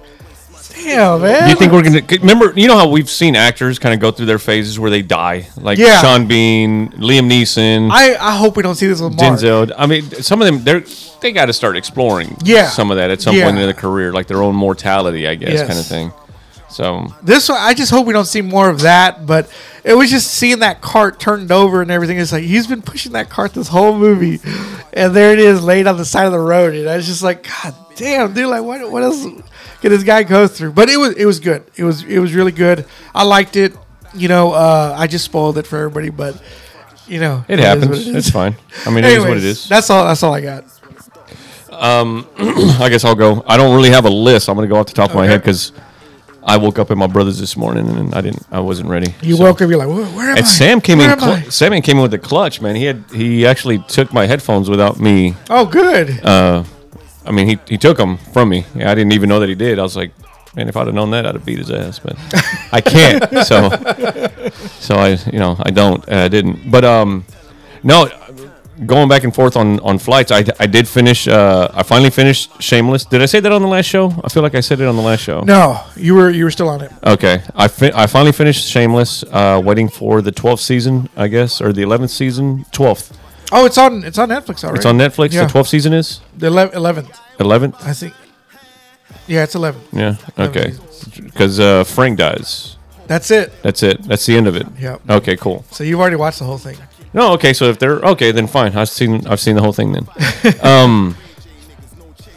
[SPEAKER 1] "Damn, man!"
[SPEAKER 2] You think we're gonna remember? You know how we've seen actors kind of go through their phases where they die, like
[SPEAKER 1] Yeah.
[SPEAKER 2] Sean Bean, Liam Neeson,
[SPEAKER 1] I, I hope we don't see this with Mark.
[SPEAKER 2] Denzel. I mean, some of them they're they got to start exploring,
[SPEAKER 1] Yeah.
[SPEAKER 2] some of that at some
[SPEAKER 1] Yeah.
[SPEAKER 2] point in their career, like their own mortality, I guess,
[SPEAKER 1] Yes.
[SPEAKER 2] kind of thing. So
[SPEAKER 1] This one, I just hope we don't see more of that. But it was just seeing that cart turned over and everything. It's like he's been pushing that cart this whole movie, and there it is, laid on the side of the road. And I was just like, "God damn, dude! Like, what, what else can this guy go through?" But it was it was good. It was it was really good. I liked it. You know, uh, I just spoiled it for everybody, but you know, is
[SPEAKER 2] it
[SPEAKER 1] what
[SPEAKER 2] happens.
[SPEAKER 1] it is.
[SPEAKER 2] it's fine. I mean, it is what it
[SPEAKER 1] Anyways,
[SPEAKER 2] is.
[SPEAKER 1] That's all. That's all I got.
[SPEAKER 2] I guess I'll go. I don't really have a list. I'm gonna go off the top of my
[SPEAKER 1] Okay.
[SPEAKER 2] head because I woke up at my brother's this morning and I didn't. I wasn't ready.
[SPEAKER 1] You
[SPEAKER 2] So-
[SPEAKER 1] woke up. You're like, where, where am
[SPEAKER 2] And
[SPEAKER 1] I?
[SPEAKER 2] Sam came
[SPEAKER 1] Where
[SPEAKER 2] in.
[SPEAKER 1] am I?"
[SPEAKER 2] Cl- Sam came in with the clutch, man. He had he actually took my headphones without me.
[SPEAKER 1] oh, good.
[SPEAKER 2] Uh, I mean, he he took them from me. Yeah, I didn't even know that he did. I was like, man, if I'd have known that, I'd have beat his ass.
[SPEAKER 1] <laughs>
[SPEAKER 2] But I can't. So so I you know I don't. And I didn't. But um, no, going back and forth on on flights. I I did finish. Uh, I finally finished Shameless. Did I say that on the last show? I feel like I said it on the last show.
[SPEAKER 1] no, you were you were still on it.
[SPEAKER 2] Okay, I fin- I finally finished Shameless. Uh, waiting for the twelfth season, I guess, or the eleventh season. Twelfth.
[SPEAKER 1] Oh, it's on it's on Netflix already.
[SPEAKER 2] It's on Netflix.
[SPEAKER 1] Yeah.
[SPEAKER 2] The twelfth season is
[SPEAKER 1] The eleventh,
[SPEAKER 2] eleventh.
[SPEAKER 1] I think. Yeah, it's eleven.
[SPEAKER 2] Yeah. Okay.
[SPEAKER 1] 11th
[SPEAKER 2] Because uh, Frank dies.
[SPEAKER 1] That's it.
[SPEAKER 2] That's it. That's the end of it.
[SPEAKER 1] Yep.
[SPEAKER 2] Okay. Cool.
[SPEAKER 1] So you've already watched the whole thing.
[SPEAKER 2] No. Okay. So if they're okay, then fine. I've seen I've seen the whole
[SPEAKER 1] <laughs>
[SPEAKER 2] thing then. um,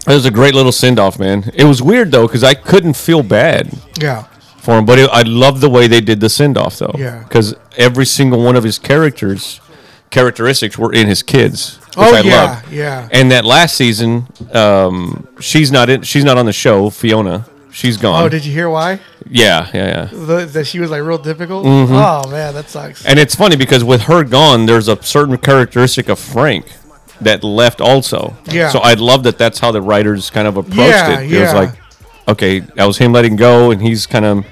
[SPEAKER 2] it was a great little send off, man. It was weird though because I couldn't feel bad
[SPEAKER 1] Yeah.
[SPEAKER 2] for him. But it, I love the way they did the send off though.
[SPEAKER 1] Yeah.
[SPEAKER 2] Because every single one of his characters characteristics were in his kids. Which
[SPEAKER 1] Oh,
[SPEAKER 2] I
[SPEAKER 1] yeah,
[SPEAKER 2] loved.
[SPEAKER 1] yeah.
[SPEAKER 2] And that last season, um, she's not in. She's not on the show. Fiona. She's gone.
[SPEAKER 1] Oh, did you hear why?
[SPEAKER 2] yeah, yeah, yeah.
[SPEAKER 1] The, that she was like real difficult.
[SPEAKER 2] Mm-hmm.
[SPEAKER 1] Oh man, that sucks.
[SPEAKER 2] And it's funny because with her gone, there's a certain characteristic of Frank that left also.
[SPEAKER 1] Yeah.
[SPEAKER 2] So I love that that's how the writers kind of approached
[SPEAKER 1] Yeah,
[SPEAKER 2] it. It was
[SPEAKER 1] yeah.
[SPEAKER 2] like, okay, that was him letting go, and he's kind of,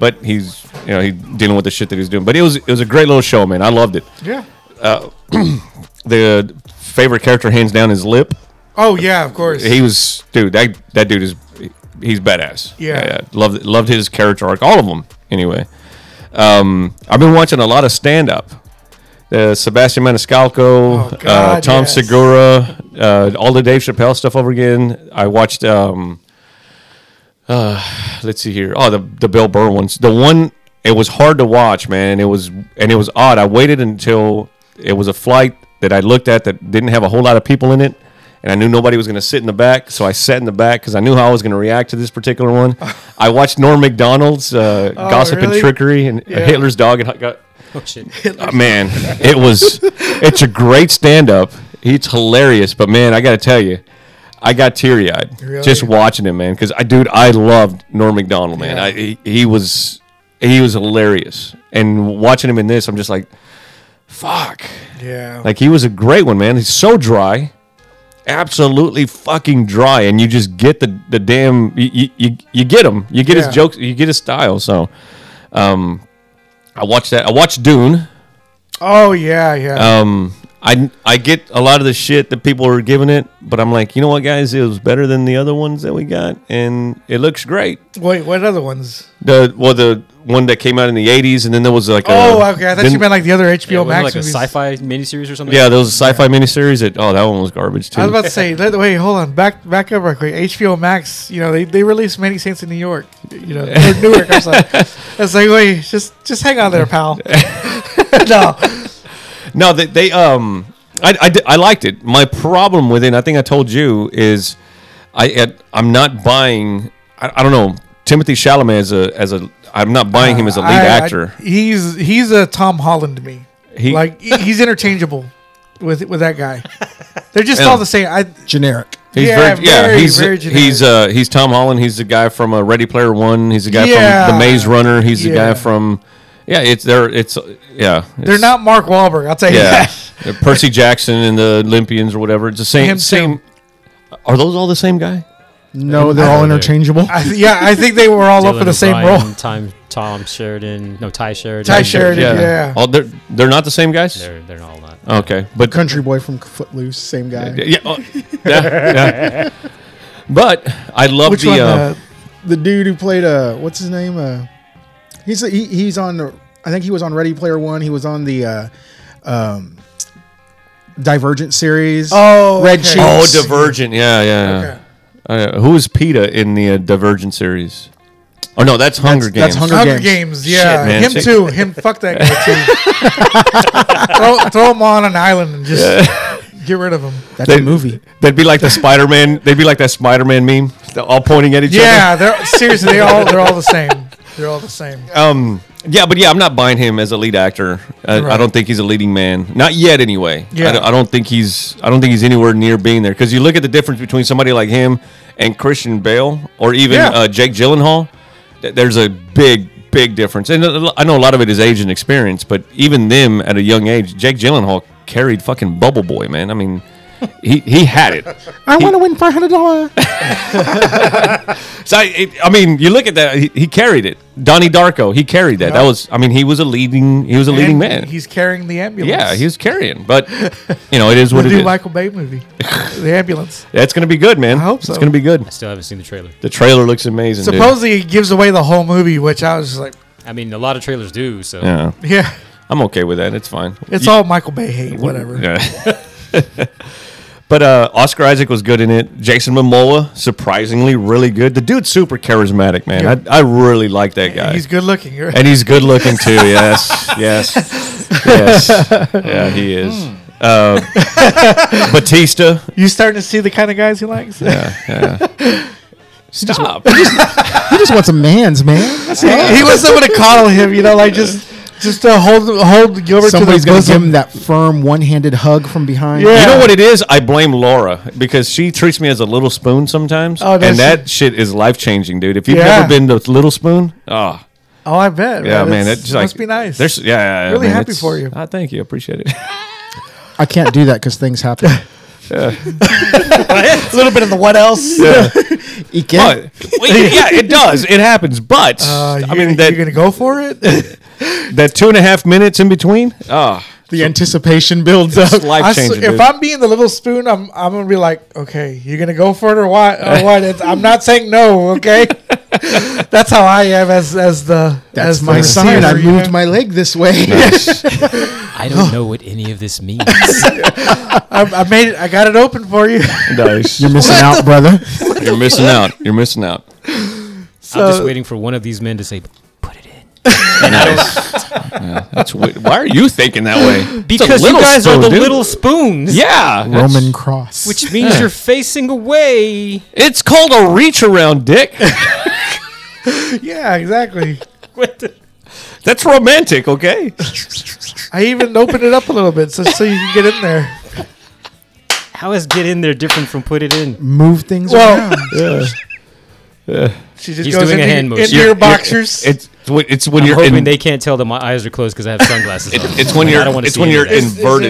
[SPEAKER 2] but he's you know he dealing with the shit that he's doing. But it was it was a great little show, man. I loved it.
[SPEAKER 1] yeah.
[SPEAKER 2] The favorite character, hands down, is Lip.
[SPEAKER 1] Oh yeah, of course.
[SPEAKER 2] He was dude. That that dude is he's badass.
[SPEAKER 1] Yeah.
[SPEAKER 2] Loved loved his character arc. All of them. Anyway, um, I've been watching a lot of stand up. Uh, Sebastian Maniscalco,
[SPEAKER 1] Oh,
[SPEAKER 2] uh,
[SPEAKER 1] God,
[SPEAKER 2] Tom
[SPEAKER 1] yes.
[SPEAKER 2] Segura, uh, all the Dave Chappelle stuff over again. I watched. Um, uh, let's see here. Oh, the the Bill Burr ones. The one it was hard to watch, man. It was and it was odd. I waited until it was a flight that I looked at that didn't have a whole lot of people in it, and I knew nobody was going to sit in the back, so I sat in the back because I knew how I was going to react to this
[SPEAKER 1] <laughs>
[SPEAKER 2] particular one. I watched Norm Macdonald's uh, Gossip
[SPEAKER 1] Oh, really?
[SPEAKER 2] and Trickery and
[SPEAKER 1] Yeah.
[SPEAKER 2] Hitler's Dog and got.
[SPEAKER 3] Oh, shit.
[SPEAKER 2] Uh, man, it was. It's a great stand up. He's hilarious, but man, I got to tell you, I got teary eyed
[SPEAKER 1] Really?
[SPEAKER 2] just watching him, man. Because I, dude, I loved Norm Macdonald, man.
[SPEAKER 1] Yeah.
[SPEAKER 2] I he, he was he was hilarious, and watching him in this, I'm just like, fuck.
[SPEAKER 1] yeah.
[SPEAKER 2] Like he was a great one, man. He's so dry, absolutely fucking dry, and you just get the the damn you you, you, you get him, you get
[SPEAKER 1] Yeah.
[SPEAKER 2] his jokes, you get his style. So, um, I watched that. I watched Dune.
[SPEAKER 1] oh yeah, yeah.
[SPEAKER 2] Um, I I get a lot of the shit that people are giving it, but I'm like, you know what, guys, it was better than the other ones that we got, and it looks great.
[SPEAKER 1] Wait, what other ones?
[SPEAKER 2] The well, the one that came out in the '80s, and then there was like
[SPEAKER 1] oh,
[SPEAKER 2] a,
[SPEAKER 1] okay. I thought
[SPEAKER 2] uh, then-
[SPEAKER 1] you meant like the other
[SPEAKER 3] Yeah,
[SPEAKER 1] HBO
[SPEAKER 3] wasn't it
[SPEAKER 1] Max
[SPEAKER 3] like a
[SPEAKER 1] movies.
[SPEAKER 3] sci-fi miniseries or something.
[SPEAKER 2] yeah, there was a sci-fi miniseries that oh, that one was garbage too.
[SPEAKER 1] I was about to say, let, wait, hold on, back back up right quick. HBO Max, you know, they, they released Many Saints in New York, you know,
[SPEAKER 2] <laughs>
[SPEAKER 1] or Newark or something. It's like, wait, just just hang on there,
[SPEAKER 2] <laughs>
[SPEAKER 1] pal. <laughs> no,
[SPEAKER 2] No, they, they um, I, I, di- I liked it. My problem with it, and I think I told you, is I at, I'm not buying. I, I don't know Timothy Chalamet as a as a. I'm not buying him as a lead
[SPEAKER 1] Uh, I- I-
[SPEAKER 2] actor.
[SPEAKER 1] he's he's a Tom Holland to me.
[SPEAKER 2] He-
[SPEAKER 1] like he- he's interchangeable with with that
[SPEAKER 2] <laughs>
[SPEAKER 1] guy. They're just
[SPEAKER 2] Yeah.
[SPEAKER 1] all the same. I
[SPEAKER 4] generic.
[SPEAKER 2] He's
[SPEAKER 1] Yeah,
[SPEAKER 2] very, yeah,
[SPEAKER 1] very,
[SPEAKER 2] he's
[SPEAKER 1] very generic.
[SPEAKER 2] he's uh he's Tom Holland. He's the guy from uh, Ready Player One. He's the guy
[SPEAKER 1] Yeah.
[SPEAKER 2] from The Maze Runner. He's the
[SPEAKER 1] Yeah.
[SPEAKER 2] guy from yeah. It's they're it's uh, yeah.
[SPEAKER 1] they're
[SPEAKER 2] it's-
[SPEAKER 1] not Mark Wahlberg. I'll tell you
[SPEAKER 2] yeah.
[SPEAKER 1] that. <laughs>
[SPEAKER 2] Uh, Percy Jackson and the Olympians or whatever. It's the same
[SPEAKER 1] Him too.
[SPEAKER 2] same. Are those all the same guy?
[SPEAKER 4] No, they're all
[SPEAKER 3] they're-
[SPEAKER 4] interchangeable.
[SPEAKER 1] I, th- yeah, I think they were all up for the same role.
[SPEAKER 3] Time, Tom Sheridan, no Ty Sheridan.
[SPEAKER 1] Ty Sheridan, yeah.
[SPEAKER 2] All they're they're not the same guys.
[SPEAKER 3] They're they're all not.
[SPEAKER 2] Okay, but
[SPEAKER 4] Country boy from Footloose, same guy.
[SPEAKER 2] yeah, oh, yeah,
[SPEAKER 1] <laughs>
[SPEAKER 2] yeah. But I love
[SPEAKER 1] Which
[SPEAKER 2] the
[SPEAKER 1] one?
[SPEAKER 2] uh,
[SPEAKER 1] Uh,
[SPEAKER 4] The dude who played uh, what's his name? Uh, he's he, he's on. I think he was on Ready Player One. He was on the uh, um, Divergent series.
[SPEAKER 1] Oh,
[SPEAKER 4] Red
[SPEAKER 1] okay.
[SPEAKER 4] Shoes.
[SPEAKER 2] oh Divergent. Yeah, yeah. yeah. Uh, who is Peta in the uh, Divergent series? Oh no, that's Hunger Games.
[SPEAKER 4] that's Hunger
[SPEAKER 1] Hunger
[SPEAKER 4] Games.
[SPEAKER 1] Games, yeah,
[SPEAKER 2] man.
[SPEAKER 1] him too. Him, fuck that guy too.
[SPEAKER 2] <laughs>
[SPEAKER 1] throw, throw him on an island and just get rid of him.
[SPEAKER 4] That's a movie.
[SPEAKER 2] That'd be like the Spider Man. They'd be like that Spider Man meme, They're all pointing at each
[SPEAKER 1] Yeah, they're seriously, they all they're all the same. They're all the same.
[SPEAKER 2] other. Um, yeah, but yeah, I'm not buying him as a lead actor. I, I
[SPEAKER 1] Right.
[SPEAKER 2] don't think he's a leading man, not yet, anyway.
[SPEAKER 1] Yeah.
[SPEAKER 2] I don't, I don't think he's. I don't think he's anywhere near being there because you look at the difference between somebody like him and Christian Bale or even
[SPEAKER 1] Yeah.
[SPEAKER 2] uh, Jake Gyllenhaal. Th- There's a big, big difference, and uh, I know a lot of it is age and experience, but even them at a young age, Jake Gyllenhaal carried fucking Bubble Boy, man. I mean, <laughs> he he had it.
[SPEAKER 4] I want to win five hundred dollars.
[SPEAKER 2] So I, it, I mean, you look at that. He, he carried it. Donnie Darko. He carried that. That was. I mean, he was a leading. He was a leading
[SPEAKER 1] And
[SPEAKER 2] man.
[SPEAKER 1] He's carrying the ambulance.
[SPEAKER 2] yeah, he was carrying.
[SPEAKER 1] <laughs>
[SPEAKER 2] But you know, it is
[SPEAKER 1] the
[SPEAKER 2] what it
[SPEAKER 1] new
[SPEAKER 2] is.
[SPEAKER 1] Michael Bay
[SPEAKER 2] <laughs>
[SPEAKER 1] movie, the ambulance.
[SPEAKER 2] That's gonna be good, man. I
[SPEAKER 1] hope so.
[SPEAKER 2] It's gonna be good.
[SPEAKER 3] I still haven't seen the trailer.
[SPEAKER 2] The trailer looks amazing. dude.
[SPEAKER 1] Supposedly, he gives away the whole movie, which I was just like,
[SPEAKER 3] I mean, a lot of trailers do. So
[SPEAKER 2] Yeah,
[SPEAKER 1] yeah,
[SPEAKER 2] I'm okay with that. It's fine.
[SPEAKER 1] it's
[SPEAKER 2] You-
[SPEAKER 1] all Michael Bay hate, whatever.
[SPEAKER 2] Yeah. <laughs> but uh, Oscar Isaac was good in it. Jason Momoa, surprisingly, really good. The dude's super charismatic, man.
[SPEAKER 1] Yeah.
[SPEAKER 2] I, I really like that guy.
[SPEAKER 1] He's good looking. You're
[SPEAKER 2] And he's good looking too. Yes, yes, yes. Yeah, he is. Uh, Um, <laughs> Batista.
[SPEAKER 1] you starting to see the kind of guys he likes.
[SPEAKER 2] Yeah, yeah. Stop.
[SPEAKER 4] He just wants a man's man. That's all.
[SPEAKER 1] <laughs> he wants someone to coddle him, you know, like just just to hold hold Gilbert
[SPEAKER 4] Somebody's
[SPEAKER 1] to the
[SPEAKER 4] gonna give
[SPEAKER 1] bosom.
[SPEAKER 4] him that firm one-handed hug from behind.
[SPEAKER 1] Yeah.
[SPEAKER 2] You know what it is? I blame Laura because she treats me as a little spoon sometimes,
[SPEAKER 1] Oh, does
[SPEAKER 2] and
[SPEAKER 1] she?
[SPEAKER 2] that shit is life changing, dude. If you've
[SPEAKER 1] Yeah.
[SPEAKER 2] never been to Little Spoon, oh
[SPEAKER 1] Oh, I bet.
[SPEAKER 2] yeah, man,
[SPEAKER 1] That
[SPEAKER 2] that's
[SPEAKER 1] must
[SPEAKER 2] just like
[SPEAKER 1] be nice.
[SPEAKER 2] There's, yeah, yeah, yeah,
[SPEAKER 1] Really
[SPEAKER 2] man,
[SPEAKER 1] happy
[SPEAKER 2] it's-
[SPEAKER 1] for you.
[SPEAKER 2] Ah, thank you, appreciate it.
[SPEAKER 4] I can't do that because things happen.
[SPEAKER 1] a little bit of the what else?
[SPEAKER 4] He
[SPEAKER 2] <laughs> But
[SPEAKER 4] can't.
[SPEAKER 2] well, yeah, <laughs> it does. It happens, but
[SPEAKER 1] Uh,
[SPEAKER 2] I mean
[SPEAKER 1] you're
[SPEAKER 2] that
[SPEAKER 1] gonna go for it.
[SPEAKER 2] that two and a half minutes in between. Ah,
[SPEAKER 4] The anticipation builds
[SPEAKER 2] <laughs>
[SPEAKER 4] up.
[SPEAKER 2] It's life
[SPEAKER 1] I s-
[SPEAKER 2] changing.
[SPEAKER 1] if I'm being the little spoon, I'm I'm gonna be like, okay, you're gonna go for it or what? Or what? It's, I'm not saying no. Okay, <laughs> that's how I am as as the
[SPEAKER 4] That's
[SPEAKER 1] as
[SPEAKER 4] my
[SPEAKER 1] the
[SPEAKER 4] sign. I
[SPEAKER 1] receiver, you
[SPEAKER 4] moved
[SPEAKER 1] know?
[SPEAKER 4] my leg this way.
[SPEAKER 3] I don't know what any of this means.
[SPEAKER 1] I, I made it. I got it open for you. <laughs>
[SPEAKER 2] nice.
[SPEAKER 4] You're missing <laughs> out, brother.
[SPEAKER 2] You're missing out. You're missing out.
[SPEAKER 3] I'm
[SPEAKER 1] So-
[SPEAKER 3] just waiting for one of these men to say, "Put it in."
[SPEAKER 2] That's wi- why are you thinking that way?
[SPEAKER 3] Because you
[SPEAKER 2] little
[SPEAKER 3] guys are
[SPEAKER 2] spoon,
[SPEAKER 3] the
[SPEAKER 2] dude.
[SPEAKER 3] little spoons.
[SPEAKER 2] Yeah, that's-
[SPEAKER 4] Roman cross.
[SPEAKER 3] Which means <laughs> you're facing away.
[SPEAKER 2] It's called a reach around, Dick. <laughs>
[SPEAKER 1] yeah, exactly.
[SPEAKER 3] What the-
[SPEAKER 2] That's romantic, okay?
[SPEAKER 1] I even opened it up a little bit so so you can get in there.
[SPEAKER 3] How is get in there different from put it in?
[SPEAKER 4] move things
[SPEAKER 1] Well,
[SPEAKER 4] around.
[SPEAKER 1] she just
[SPEAKER 3] He's
[SPEAKER 1] goes
[SPEAKER 3] doing a
[SPEAKER 1] into,
[SPEAKER 3] hand
[SPEAKER 1] your,
[SPEAKER 3] motion.
[SPEAKER 1] into your boxers.
[SPEAKER 2] It's when- it's when
[SPEAKER 3] I'm
[SPEAKER 2] you're
[SPEAKER 3] hoping
[SPEAKER 2] in,
[SPEAKER 3] they can't tell that my eyes are closed because I have sunglasses on.
[SPEAKER 2] it's when
[SPEAKER 3] I
[SPEAKER 2] you're
[SPEAKER 3] don't wanna
[SPEAKER 2] it's
[SPEAKER 3] see
[SPEAKER 2] when
[SPEAKER 3] any
[SPEAKER 2] you're
[SPEAKER 3] of that.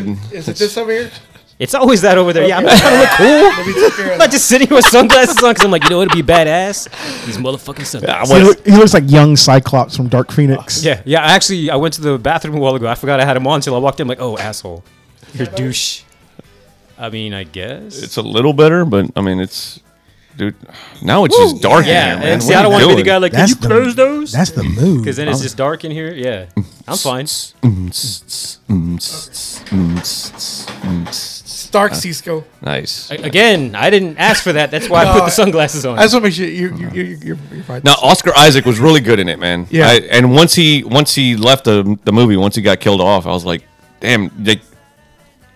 [SPEAKER 2] inverted.
[SPEAKER 1] Is, it this over here?
[SPEAKER 3] It's always that over there. Yeah, I'm not trying to look cool. <laughs>
[SPEAKER 1] Let me take care
[SPEAKER 3] I'm
[SPEAKER 1] of
[SPEAKER 3] not
[SPEAKER 1] that.
[SPEAKER 3] just sitting here with sunglasses on because I'm like, you know, it'd be badass. These motherfucking
[SPEAKER 2] I
[SPEAKER 3] sunglasses.
[SPEAKER 4] he,
[SPEAKER 2] was-
[SPEAKER 4] loo- he looks like young Cyclops from Dark Phoenix.
[SPEAKER 3] Yeah, yeah. Actually, I went to the bathroom a while ago. I forgot I had them on until I walked in. I'm like, oh, asshole. Your douche. I mean, I guess.
[SPEAKER 2] It's a little better, but I mean, it's dude. Now it's just dark
[SPEAKER 3] yeah,
[SPEAKER 2] in here, man.
[SPEAKER 3] and see,
[SPEAKER 2] What
[SPEAKER 3] I
[SPEAKER 2] are
[SPEAKER 3] don't
[SPEAKER 2] you
[SPEAKER 3] want to be the
[SPEAKER 2] doing?
[SPEAKER 3] guy like, can
[SPEAKER 4] That's
[SPEAKER 3] you
[SPEAKER 4] the-
[SPEAKER 3] close those?
[SPEAKER 4] That's the mood.
[SPEAKER 3] Because then it's just dark in here. Yeah,
[SPEAKER 1] <laughs>
[SPEAKER 3] I'm fine.
[SPEAKER 2] Mm, tss, tss, mm, tss, tss, mm, tss, tss, mm, tss, tss.
[SPEAKER 1] Stark Cisco.
[SPEAKER 2] Nice.
[SPEAKER 3] A- Again, I didn't ask for that. That's why I
[SPEAKER 1] No,
[SPEAKER 3] put the
[SPEAKER 1] I-
[SPEAKER 3] sunglasses on.
[SPEAKER 1] I just want to make sure you, you, you, you, you're, you're right.
[SPEAKER 2] Now Oscar Isaac was really good in it, man.
[SPEAKER 1] Yeah.
[SPEAKER 2] I, and once he once he left the the movie, once he got killed off, I was like, damn. Like,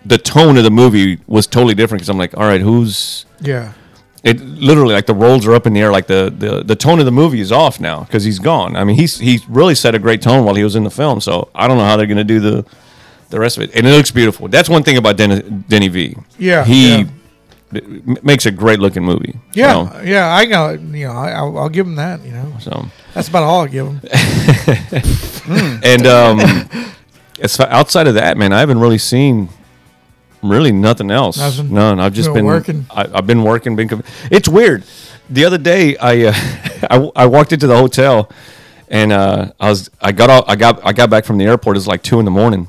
[SPEAKER 2] the tone of the movie was totally different because I'm like, all right, who's
[SPEAKER 1] yeah.
[SPEAKER 2] it literally like the rolls are up in the air like the the, the tone of the movie is off now because he's gone i mean he's he really set a great tone while he was in the film so i don't know how they're going to do the the rest of it and it looks beautiful that's one thing about denny, denny v
[SPEAKER 1] Yeah,
[SPEAKER 2] he
[SPEAKER 1] yeah.
[SPEAKER 2] m- makes a great looking movie you
[SPEAKER 1] Yeah,
[SPEAKER 2] know?
[SPEAKER 1] yeah, I got you know, I, I'll, I'll give him that. You know,
[SPEAKER 2] so
[SPEAKER 1] that's about all I give him.
[SPEAKER 2] and um as fa- outside of that man i haven't really seen really nothing else
[SPEAKER 1] Nothing?
[SPEAKER 2] none i've just
[SPEAKER 1] Been
[SPEAKER 2] been
[SPEAKER 1] working?
[SPEAKER 2] I, i've been working been com- it's weird the other day i uh, <laughs> I, I walked into the hotel and uh i was i got off i got i got back from the airport it's like two in the morning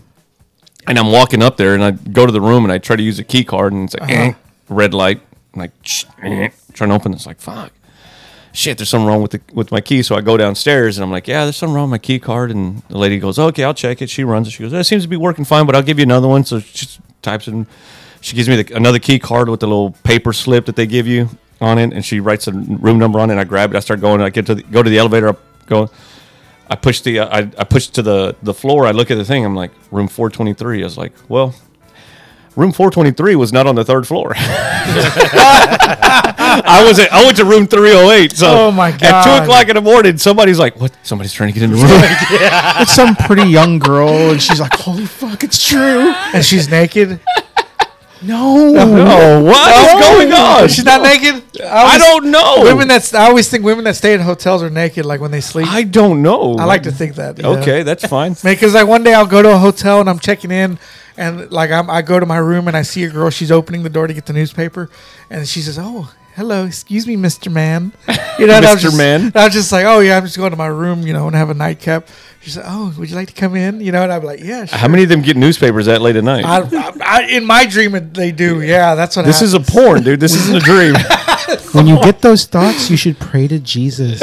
[SPEAKER 2] and i'm walking up there and i go to the room and i try to use a key card and it's like
[SPEAKER 1] Uh-huh.
[SPEAKER 2] eh, red light I'm like <sniffs> eh, trying to open this like fuck shit, there's something wrong with the with my key. So I go downstairs and I'm like, yeah, there's something wrong with my key card. And the lady goes, okay, I'll check it. She runs it. She goes, that seems to be working fine, but I'll give you another one. So she just types in. She gives me the, another key card with the little paper slip that they give you on it, and she writes a room number on it. And I grab it. I start going. I get to the, go to the elevator. I go. I push the uh, I, I push to the the floor. I look at the thing. I'm like room 423. I was like, well, room 423 was not on the third floor. <laughs> I was at, I went to room 308. So
[SPEAKER 1] Oh, my
[SPEAKER 2] At
[SPEAKER 1] God.
[SPEAKER 2] two o'clock in the morning, somebody's like, "What? Somebody's trying to get in the room."
[SPEAKER 4] it's some pretty young girl, and she's like, "Holy fuck, it's true."
[SPEAKER 1] And she's naked.
[SPEAKER 4] No,
[SPEAKER 2] oh, what is going on?
[SPEAKER 1] She's not naked.
[SPEAKER 2] Oh, I
[SPEAKER 1] always-
[SPEAKER 2] don't know.
[SPEAKER 1] Women that's I always think women that stay in hotels are naked, like when they sleep. I,
[SPEAKER 2] I don't know.
[SPEAKER 1] like to think that. you know?
[SPEAKER 2] Okay, that's
[SPEAKER 1] <laughs>
[SPEAKER 2] fine.
[SPEAKER 1] Because like one day I'll go to a hotel and I'm checking in, and like I'm, I go to my room and I see a girl. She's opening the door to get the newspaper, and she says, "Oh, hello, excuse me, Mister Man." <laughs> You know, and I was
[SPEAKER 2] Mr.
[SPEAKER 1] just-
[SPEAKER 2] Man?
[SPEAKER 1] and I was just like, "Oh yeah, I'm just going to my room, you know, and have a nightcap." She said, "Oh, would you like to come in?" You know, and I'm like, "Yeah." Sure.
[SPEAKER 2] How many of them get newspapers that late at night?
[SPEAKER 1] I, I, I, in my dream, it- they do. Yeah, that's what.
[SPEAKER 2] this is a porn, dude. This isn't a
[SPEAKER 1] <laughs>
[SPEAKER 2] dream.
[SPEAKER 4] <laughs> When you get those thoughts, you should pray to Jesus.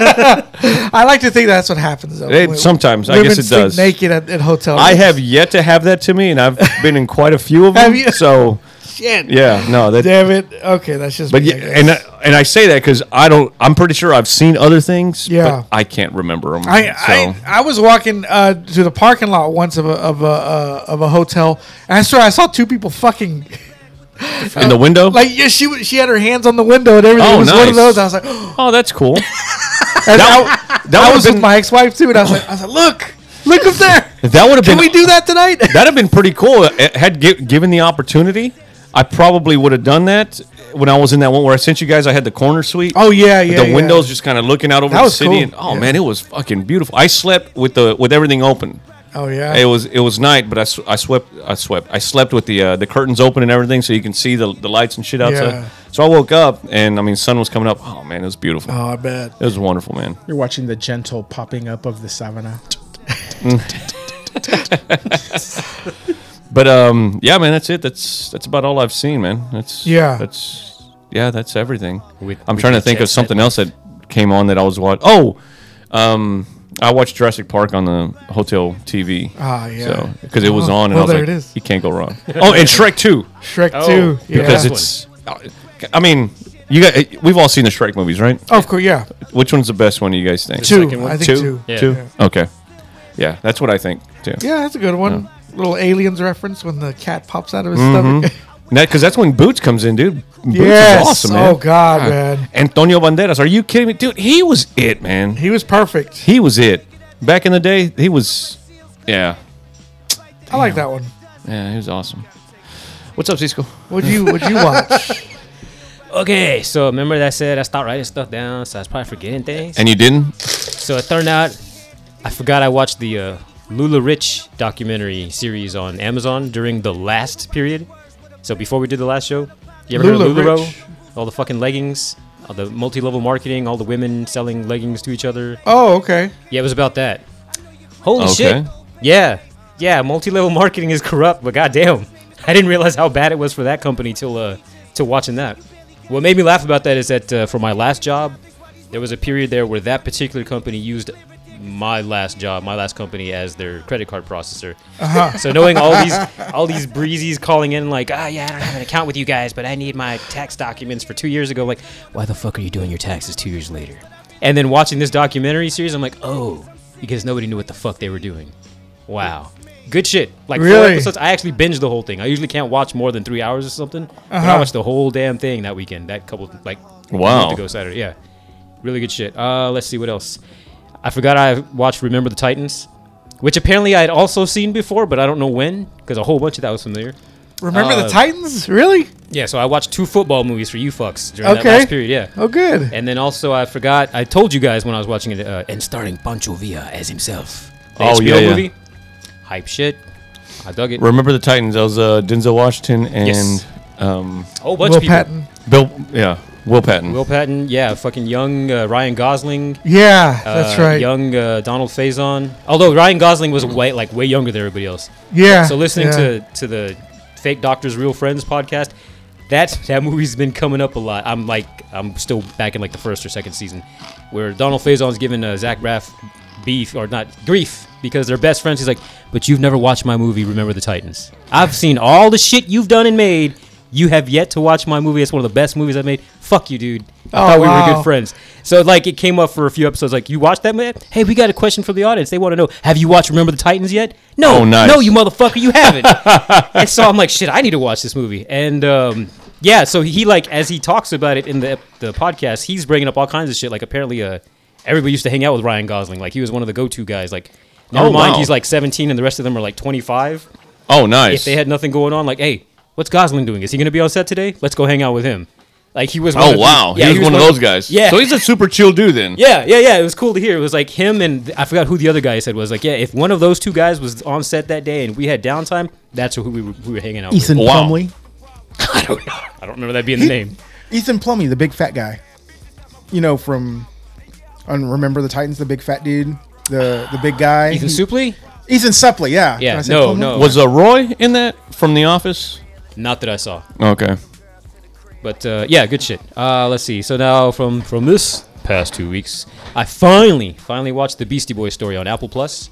[SPEAKER 1] is. I like to think that's what happens. Though.
[SPEAKER 2] It-
[SPEAKER 1] When-
[SPEAKER 2] sometimes, I
[SPEAKER 1] women
[SPEAKER 2] guess it
[SPEAKER 1] sleep
[SPEAKER 2] does.
[SPEAKER 1] Naked at, at hotels.
[SPEAKER 2] I have yet to have that to me, and I've been in quite a few of them.
[SPEAKER 1] Have you?
[SPEAKER 2] So,
[SPEAKER 1] Shit.
[SPEAKER 2] yeah, no, that
[SPEAKER 1] Damn it. Okay, that's just.
[SPEAKER 2] But
[SPEAKER 1] me,
[SPEAKER 2] yeah,
[SPEAKER 1] I
[SPEAKER 2] and uh,
[SPEAKER 1] guess.
[SPEAKER 2] I- and I say that because I don't. I'm pretty sure I've seen other things.
[SPEAKER 1] Yeah.
[SPEAKER 2] but I can't remember them.
[SPEAKER 1] I,
[SPEAKER 2] so
[SPEAKER 1] I I was walking uh, to the parking lot once of a of a uh, of a hotel, and I saw I saw two people fucking
[SPEAKER 2] in the window.
[SPEAKER 1] like yeah she was- she had her hands on the window and everything.
[SPEAKER 2] Oh,
[SPEAKER 1] it was one
[SPEAKER 2] nice.
[SPEAKER 1] of those. I was like, <gasps> and
[SPEAKER 2] oh, that's
[SPEAKER 1] <laughs>
[SPEAKER 2] cool.
[SPEAKER 1] I,
[SPEAKER 2] That,
[SPEAKER 1] I
[SPEAKER 2] would
[SPEAKER 1] was
[SPEAKER 2] have been
[SPEAKER 1] with my ex wife too, and I was like, I was like, look, look up
[SPEAKER 2] <laughs>
[SPEAKER 1] there.
[SPEAKER 2] that would have
[SPEAKER 1] Can
[SPEAKER 2] been
[SPEAKER 1] we do that tonight? <laughs>
[SPEAKER 2] that have been pretty cool. It had gi- given the opportunity, I probably would have done that when I was in that one where I sent you guys. I had the corner suite.
[SPEAKER 1] Oh yeah, yeah.
[SPEAKER 2] the
[SPEAKER 1] yeah.
[SPEAKER 2] windows just kind of looking out over
[SPEAKER 1] That
[SPEAKER 2] the
[SPEAKER 1] was
[SPEAKER 2] city,
[SPEAKER 1] cool.
[SPEAKER 2] and oh
[SPEAKER 1] Yeah.
[SPEAKER 2] man, it was fucking beautiful. I slept with the with everything open.
[SPEAKER 1] Oh yeah.
[SPEAKER 2] It was it was night, but I, sw- I swept I swept I slept with the uh, the curtains open and everything, so you can see the, the lights and shit outside.
[SPEAKER 1] Yeah.
[SPEAKER 2] So I woke up and I mean, sun was coming up. Oh man, it was beautiful.
[SPEAKER 1] oh, I bet.
[SPEAKER 2] It was wonderful, man.
[SPEAKER 4] You're watching the gentle popping up of the savannah.
[SPEAKER 2] But um, yeah, man, that's it. That's that's about all I've seen, man. That's
[SPEAKER 1] Yeah.
[SPEAKER 2] That's yeah, that's everything.
[SPEAKER 3] With-
[SPEAKER 2] I'm
[SPEAKER 3] with
[SPEAKER 2] trying
[SPEAKER 3] the
[SPEAKER 2] to think
[SPEAKER 3] jet
[SPEAKER 2] of
[SPEAKER 3] set.
[SPEAKER 2] something else that came on that I was watching. Oh, um, I watched Jurassic Park on the hotel TV.
[SPEAKER 1] Ah, yeah.
[SPEAKER 2] because it was
[SPEAKER 1] Oh,
[SPEAKER 2] on, and
[SPEAKER 1] well,
[SPEAKER 2] I was
[SPEAKER 1] there
[SPEAKER 2] like,
[SPEAKER 1] it is.
[SPEAKER 2] you can't go wrong. oh, and Shrek Two.
[SPEAKER 1] Shrek
[SPEAKER 3] Oh,
[SPEAKER 1] too. Yeah.
[SPEAKER 2] because
[SPEAKER 3] Yeah.
[SPEAKER 2] it's. I mean, you got. We've all seen the Shrek movies, right?
[SPEAKER 1] Oh, of course, yeah.
[SPEAKER 2] Which one's the best one? You guys think?
[SPEAKER 1] Two,
[SPEAKER 3] second one?
[SPEAKER 1] I think
[SPEAKER 2] Two?
[SPEAKER 1] two.
[SPEAKER 3] Yeah.
[SPEAKER 2] Two? Okay. Yeah, that's what I think too.
[SPEAKER 1] Yeah, that's a good one. Little aliens reference when the cat pops out of his stomach. <laughs>
[SPEAKER 2] because that's when Boots comes in, dude. Mm-hmm. Boots
[SPEAKER 1] yes.
[SPEAKER 2] is awesome, man.
[SPEAKER 1] Oh God, man.
[SPEAKER 2] Antonio Banderas, are you kidding me, dude? He was it, man.
[SPEAKER 1] He was perfect.
[SPEAKER 2] He was it. Back in the day, he was. Yeah,
[SPEAKER 1] I like that one.
[SPEAKER 2] yeah, he was awesome. What's up, Cisco?
[SPEAKER 1] Would you Would you watch?
[SPEAKER 3] Okay, so remember that I said I stopped writing stuff down, so I was probably forgetting things.
[SPEAKER 2] And you didn't?
[SPEAKER 3] so it turned out I forgot I watched the uh, Lula Rich documentary series on Amazon during the last period. So before we did the last show, you ever heard of
[SPEAKER 1] Lula
[SPEAKER 3] LuLaRoe?
[SPEAKER 1] Rich.
[SPEAKER 3] All the fucking leggings, all the multi-level marketing, all the women selling leggings to each other.
[SPEAKER 1] <laughs> oh, okay.
[SPEAKER 3] Yeah, it was about that. Holy
[SPEAKER 2] Okay.
[SPEAKER 3] shit! Yeah, yeah, multi-level marketing is corrupt, but goddamn, I didn't realize how bad it was for that company till uh, till watching that. What made me laugh about that is that uh, for my last job, there was a period there where that particular company used my last job, my last company, as their credit card processor. <laughs> So knowing all these all these breezes calling in like, ah, yeah, I don't have an account with you guys, but I need my tax documents for two years ago. I'm like, why the fuck are you doing your taxes two years later? And then watching this documentary series, I'm like, oh, because nobody knew what the fuck they were doing. Wow. Good shit. Like four
[SPEAKER 1] Really?
[SPEAKER 3] episodes. I actually binged the whole thing. I usually can't watch more than three hours or something. But I watched the whole damn thing that weekend. That couple like
[SPEAKER 2] Wow.
[SPEAKER 3] ago Saturday. Yeah. Really good shit. Uh let's see what else. I forgot I watched Remember the Titans, which apparently I had also seen before, but I don't know when, because a whole bunch of that was familiar.
[SPEAKER 1] Remember the
[SPEAKER 3] Uh,
[SPEAKER 1] Titans? Really?
[SPEAKER 3] Yeah, so I watched two football movies for you fucks during that
[SPEAKER 1] Okay.
[SPEAKER 3] last period, yeah.
[SPEAKER 1] Oh, good.
[SPEAKER 3] And then also, I forgot. I told you guys when I was watching it, uh, and starring Pancho Villa as himself. The
[SPEAKER 2] Oh,
[SPEAKER 3] HBO
[SPEAKER 2] yeah, yeah.
[SPEAKER 3] movie. Hype shit. I dug it.
[SPEAKER 2] Remember the Titans? That was uh, Denzel Washington and
[SPEAKER 3] Yes.
[SPEAKER 2] um,
[SPEAKER 3] Oh, bunch
[SPEAKER 1] Will
[SPEAKER 3] of people.
[SPEAKER 1] Patton.
[SPEAKER 2] Bill. Yeah, Will Patton.
[SPEAKER 3] Will Patton. Yeah, fucking young uh, Ryan Gosling.
[SPEAKER 1] Yeah,
[SPEAKER 3] uh,
[SPEAKER 1] that's right.
[SPEAKER 3] Young uh, Donald Faison. Although Ryan Gosling was way like way younger than everybody else.
[SPEAKER 1] yeah.
[SPEAKER 3] So listening
[SPEAKER 1] Ah, yeah.
[SPEAKER 3] to to the Fake Doctors Real Friends podcast, that that movie's been coming up a lot. I'm like I'm still back in like the first or second season, where Donald Faison's giving uh, Zach Braff beef or not grief because they're best friends. He's like, but you've never watched my movie. Remember the Titans. I've seen all the shit you've done and made. You have yet to watch my movie. It's one of the best movies I've made. Fuck you, dude. I
[SPEAKER 1] Oh,
[SPEAKER 3] thought we were
[SPEAKER 1] wow.
[SPEAKER 3] good friends. So like it came up for a few episodes. Like you watched that man? Hey, we got a question from the audience. They want to know: Have you watched Remember the Titans yet? No,
[SPEAKER 2] Oh, nice.
[SPEAKER 3] no, you motherfucker, you haven't.
[SPEAKER 2] <laughs>
[SPEAKER 3] and so I'm like, shit, I need to watch this movie. And um, yeah, so he like as he talks about it in the the podcast, he's bringing up all kinds of shit. Like apparently, uh, everybody used to hang out with Ryan Gosling. Like he was one of the go to guys. Like never
[SPEAKER 2] Oh,
[SPEAKER 3] mind,
[SPEAKER 2] wow.
[SPEAKER 3] he's like 17, and the rest of them are like 25.
[SPEAKER 2] Oh, nice.
[SPEAKER 3] If they had nothing going on, like, hey, what's Gosling doing? Is he going to be on set today? Let's go hang out with him. Like he was. one
[SPEAKER 2] oh
[SPEAKER 3] of the-
[SPEAKER 2] wow,
[SPEAKER 3] yeah,
[SPEAKER 2] he was one of those guys.
[SPEAKER 3] Yeah,
[SPEAKER 2] So he's a super chill dude then.
[SPEAKER 3] yeah, yeah, yeah. It was cool to hear. It was like him and I forgot who the other guy said was like, yeah, if one of those two guys was on set that day and we had downtime, that's who we were, we were hanging out
[SPEAKER 4] Ethan
[SPEAKER 2] Wow.
[SPEAKER 4] Plumley.
[SPEAKER 3] with. I don't remember that being the name.
[SPEAKER 4] Ethan Plumley, the big fat guy. You know from, on remember the Titans, the big fat dude, the the big guy.
[SPEAKER 3] Ethan Supley?
[SPEAKER 4] Ethan Suplee, yeah.
[SPEAKER 3] Yeah,
[SPEAKER 4] Did I say
[SPEAKER 3] no,
[SPEAKER 4] Plumlee?
[SPEAKER 3] no.
[SPEAKER 2] Was uh, Roy in that from The Office?
[SPEAKER 3] Not that I saw,
[SPEAKER 2] Okay.
[SPEAKER 3] but uh, yeah, good shit. Uh, let's see. So now from from this past two weeks, I finally finally watched the Beastie Boys story on Apple Plus.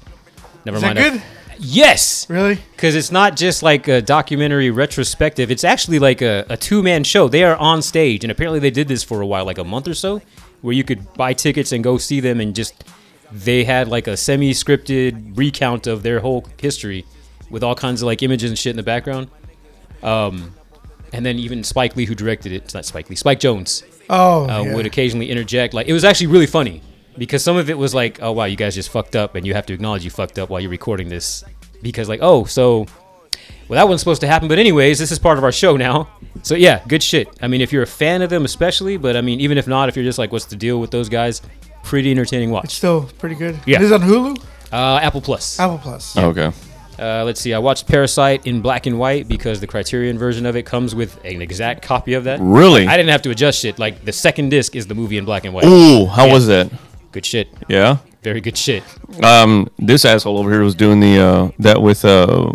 [SPEAKER 3] Never
[SPEAKER 1] Is that
[SPEAKER 3] mind. I-
[SPEAKER 1] good?
[SPEAKER 3] yes.
[SPEAKER 1] Really?
[SPEAKER 3] Because it's not just like a documentary retrospective. It's actually like a, a two man show. They are on stage, and apparently they did this for a while, like a month or so, where you could buy tickets and go see them, and just they had like a semi scripted recount of their whole history with all kinds of like images and shit in the background. Um, and then even Spike Lee, who directed it, it's not Spike Lee, Spike Jones,
[SPEAKER 1] Oh,
[SPEAKER 3] uh,
[SPEAKER 1] yeah.
[SPEAKER 3] would occasionally interject. Like it was actually really funny because some of it was like, "Oh wow, you guys just fucked up, and you have to acknowledge you fucked up while you're recording this," because like, "Oh, so well that wasn't supposed to happen." But anyways, this is part of our show now. So yeah, good shit. I mean, if you're a fan of them, especially, but I mean, even if not, if you're just like, "What's the deal with those guys?" Pretty entertaining watch.
[SPEAKER 1] still pretty good.
[SPEAKER 3] Yeah.
[SPEAKER 1] It is on Hulu,
[SPEAKER 3] Uh, Apple Plus.
[SPEAKER 1] Apple Plus.
[SPEAKER 2] Okay.
[SPEAKER 3] Uh, let's see. I watched Parasite in black and white because the Criterion version of it comes with an exact copy of that.
[SPEAKER 2] Really?
[SPEAKER 3] I didn't have to adjust shit. Like the second disc is the movie in black and white.
[SPEAKER 2] Ooh, how was that?
[SPEAKER 3] Good shit.
[SPEAKER 2] Yeah.
[SPEAKER 3] Very good shit.
[SPEAKER 2] Um, this asshole over here was doing the uh, that with uh,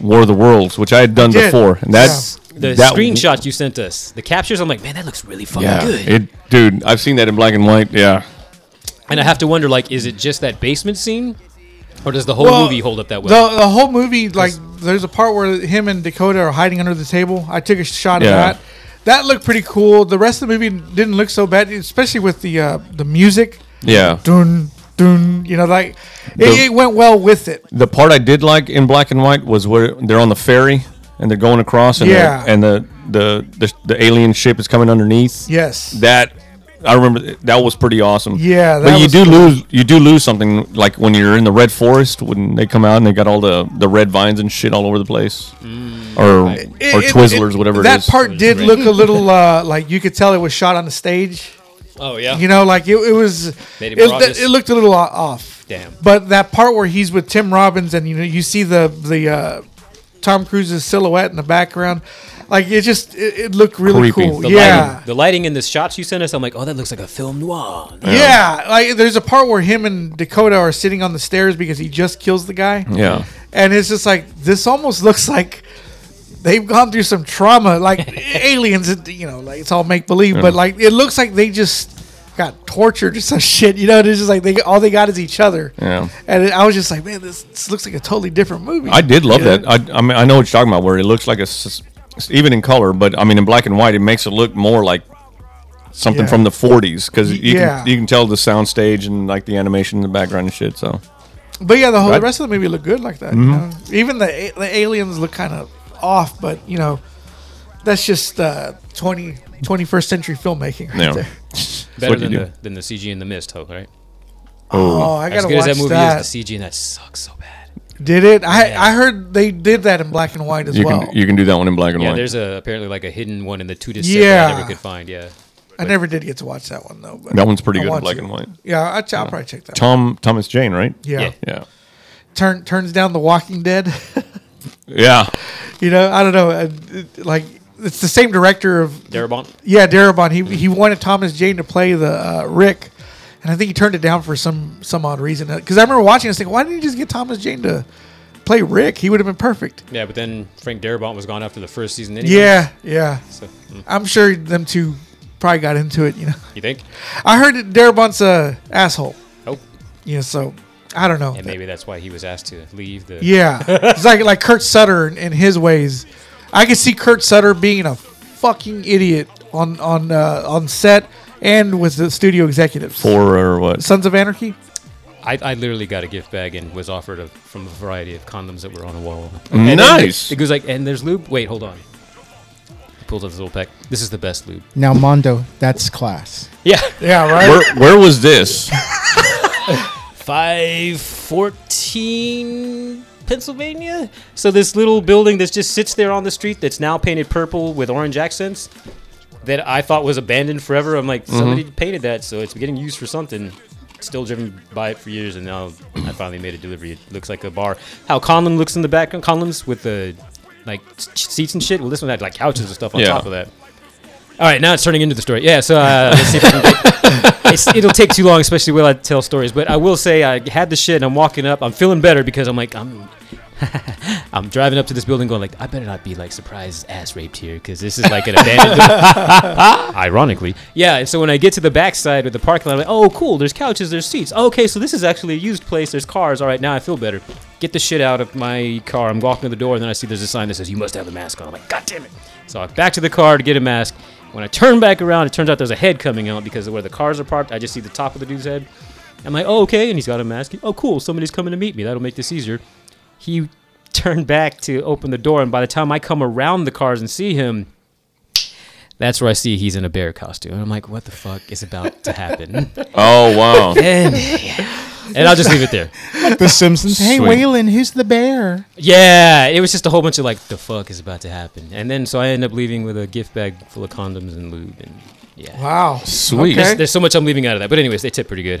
[SPEAKER 2] War of the Worlds, which I had done
[SPEAKER 1] did.
[SPEAKER 2] before. And that's
[SPEAKER 3] The
[SPEAKER 2] that-
[SPEAKER 3] screenshots you sent us, the captures, I'm like, man, that looks really fucking
[SPEAKER 2] Yeah.
[SPEAKER 3] good.
[SPEAKER 2] It, dude, I've seen that in black and white. Yeah.
[SPEAKER 3] and I have to wonder, like, is it just that basement scene, or does the whole
[SPEAKER 1] Well,
[SPEAKER 3] movie hold up that way?
[SPEAKER 1] The, the whole movie, like, there's a part where him and Dakota are hiding under the table. I took a shot
[SPEAKER 2] Yeah.
[SPEAKER 1] of that. That looked pretty cool. The rest of the movie didn't look so bad, especially with the uh, the music.
[SPEAKER 2] Yeah.
[SPEAKER 1] Dun dun. You know, like it,
[SPEAKER 2] The-
[SPEAKER 1] it went well with it.
[SPEAKER 2] The part I did like in black and white was where they're on the ferry and they're going across, and
[SPEAKER 1] Yeah.
[SPEAKER 2] the, and the, the the the alien ship is coming underneath.
[SPEAKER 1] Yes.
[SPEAKER 2] That I remember. That was pretty awesome.
[SPEAKER 1] Yeah, that
[SPEAKER 2] but you
[SPEAKER 1] was
[SPEAKER 2] do lose you do lose something like when you're in the red forest when they come out and they got all the the red vines and shit all over the place,
[SPEAKER 3] Mm.
[SPEAKER 2] or
[SPEAKER 1] It-
[SPEAKER 2] or
[SPEAKER 1] it-
[SPEAKER 2] Twizzlers,
[SPEAKER 1] it-
[SPEAKER 2] whatever
[SPEAKER 1] That
[SPEAKER 2] it is.
[SPEAKER 1] part did look a
[SPEAKER 2] <laughs>
[SPEAKER 1] little uh, like you could tell it was shot on the stage.
[SPEAKER 3] oh yeah,
[SPEAKER 1] You know, like it, it was.
[SPEAKER 3] Made
[SPEAKER 1] It,
[SPEAKER 3] it more obvious.
[SPEAKER 1] it looked a little o- off.
[SPEAKER 3] Damn.
[SPEAKER 1] But that part where he's with Tim Robbins and you know you see the the uh, Tom Cruise's silhouette in the background, Like it just it, it looked really
[SPEAKER 2] Creepy.
[SPEAKER 1] cool.
[SPEAKER 3] The
[SPEAKER 1] yeah.
[SPEAKER 3] lighting, the lighting in the shots you sent us, I'm like, oh, that looks like a film noir.
[SPEAKER 1] Yeah, like there's a part where him and Dakota are sitting on the stairs because he just kills the guy.
[SPEAKER 2] Yeah.
[SPEAKER 1] And it's just like this almost looks like they've gone through some trauma
[SPEAKER 2] <laughs>
[SPEAKER 1] like aliens you know, like it's all make believe, but like it looks like they just got tortured or some <laughs> shit, you know, and it's just like they all they got is each other.
[SPEAKER 2] Yeah.
[SPEAKER 1] And I was just like, man, this, this looks like a totally different movie.
[SPEAKER 2] I did love
[SPEAKER 1] Yeah.
[SPEAKER 2] that. I, I mean, I know what you're talking about, where it looks like a s- s- even in color, but I mean, in black and white, it makes it look more like something
[SPEAKER 1] Yeah.
[SPEAKER 2] from the 40s because you
[SPEAKER 1] yeah.
[SPEAKER 2] can you can tell the soundstage and like the animation in the background and shit. So
[SPEAKER 1] But yeah, the whole the
[SPEAKER 2] Right. Mm-hmm.
[SPEAKER 1] rest of the movie looked good like that. you know? Even the a- the aliens look kind of off, but you know, that's just uh, 20, 21st century filmmaking right <laughs>
[SPEAKER 2] Yeah.
[SPEAKER 1] there.
[SPEAKER 3] Better
[SPEAKER 2] what you
[SPEAKER 3] than
[SPEAKER 2] do.
[SPEAKER 3] the, than the CG in the mist, Hulk, right?
[SPEAKER 1] Oh, I
[SPEAKER 3] As
[SPEAKER 1] gotta
[SPEAKER 3] good
[SPEAKER 1] watch
[SPEAKER 3] as that
[SPEAKER 1] that.
[SPEAKER 3] movie is, the CG and that sucks so bad.
[SPEAKER 1] Did it? I
[SPEAKER 3] Yeah.
[SPEAKER 1] I heard they did that in black and white as
[SPEAKER 2] you
[SPEAKER 1] well.
[SPEAKER 2] can you can do that one in black and
[SPEAKER 3] Yeah,
[SPEAKER 2] white.
[SPEAKER 3] there's a apparently like a hidden one in the two disc set that I
[SPEAKER 1] Yeah.
[SPEAKER 3] never could find. Yeah,
[SPEAKER 1] I never did get to watch that one though. But
[SPEAKER 2] that one's pretty
[SPEAKER 1] I
[SPEAKER 2] good in
[SPEAKER 1] want
[SPEAKER 2] black
[SPEAKER 1] to.
[SPEAKER 2] and white.
[SPEAKER 1] Yeah, I'll, ch- I'll probably check that. out.
[SPEAKER 2] Tom Thomas Jane, right?
[SPEAKER 1] Yeah.
[SPEAKER 3] Yeah.
[SPEAKER 2] Yeah.
[SPEAKER 1] turn turns down the Walking Dead. <laughs>
[SPEAKER 2] Yeah.
[SPEAKER 1] you know, I don't know. uh, it- Like it's the same director of
[SPEAKER 3] Darabont.
[SPEAKER 1] Yeah, Darabont. He he wanted Thomas Jane to play the uh, Rick, and I think he turned it down for some some odd reason. Because I remember watching this thing. Why didn't he just get Thomas Jane to play Rick? He would have been perfect.
[SPEAKER 3] Yeah, but then Frank Darabont was gone after the first season. Anyway,
[SPEAKER 1] Yeah, yeah.
[SPEAKER 3] So, mm,
[SPEAKER 1] I'm sure them two probably got into it. You know, <laughs>
[SPEAKER 3] you think?
[SPEAKER 1] I heard that Darabont's a asshole.
[SPEAKER 3] Oh,
[SPEAKER 1] You know, so I don't know.
[SPEAKER 3] and maybe that's why he was asked to leave the.
[SPEAKER 1] Yeah, it's like like Kurt Sutter in, in his ways. I could see Kurt Sutter being a fucking idiot on on uh, on set and with the studio executives.
[SPEAKER 2] Or or what?
[SPEAKER 1] Sons of Anarchy.
[SPEAKER 3] I, I literally got a gift bag and was offered a, from a variety of condoms that were on a wall.
[SPEAKER 2] Nice.
[SPEAKER 3] It goes like, and there's lube. Wait, hold on. He pulls out his little pack. This is the best lube.
[SPEAKER 4] Now, Mondo, that's class.
[SPEAKER 3] Yeah. <laughs>
[SPEAKER 1] Yeah, right.
[SPEAKER 2] Where, where was this?
[SPEAKER 3] Five fourteen, Pennsylvania. So this little building that just sits there on the street that's now painted purple with orange accents that I thought was abandoned forever. I'm like, somebody painted that, so it's getting used for something. Still driven by it for years, and now I finally made a delivery. It looks like a bar. How Conlon looks in the background, Conlon's with the like s- seats and shit. Well, this one had like couches and stuff on
[SPEAKER 2] Yeah.
[SPEAKER 3] top of that. All right, now it's turning into the story. Yeah, so uh, let's see if I can it's, it'll take too long, especially when I tell stories. But I will say I had the shit, and I'm walking up. I'm feeling better because I'm like I'm. <laughs> I'm driving up to this building, going like, I better not be like surprised ass raped here because this is like an abandoned. Ironically, yeah. And so when I get to the backside with the parking lot, I'm like, oh cool, there's couches, there's seats. Oh, okay, so this is actually a used place. There's cars. All right, now I feel better. Get the shit out of my car. I'm walking to the door, and then I see there's a sign that says you must have the mask on. I'm like, god damn it. So I back to the car to get a mask. When I turn back around, it turns out there's a head coming out because of where the cars are parked. I just see the top of the dude's head. I'm like, oh, okay. And he's got a mask. Oh, cool. Somebody's coming to meet me. That'll make this easier. He <laughs> turned back to open the door. And by the time I come around the cars and see him, that's where I see he's in a bear costume. And I'm like, what the fuck is about to
[SPEAKER 4] <laughs>
[SPEAKER 3] happen?
[SPEAKER 2] Oh
[SPEAKER 3] <laughs>
[SPEAKER 2] wow.
[SPEAKER 3] and, and I'll just leave it there.
[SPEAKER 4] <laughs> The Simpsons. Hey,
[SPEAKER 2] Sweet.
[SPEAKER 4] Waylon, who's the bear?
[SPEAKER 3] Yeah, it was just a whole bunch of like, the fuck is about to happen. And then so I end up leaving with a gift bag full of condoms and lube. And yeah.
[SPEAKER 1] Wow.
[SPEAKER 2] Sweet.
[SPEAKER 1] Okay.
[SPEAKER 3] There's so much I'm leaving out of that. But, anyways, they tip pretty
[SPEAKER 2] <laughs>
[SPEAKER 3] good. <laughs>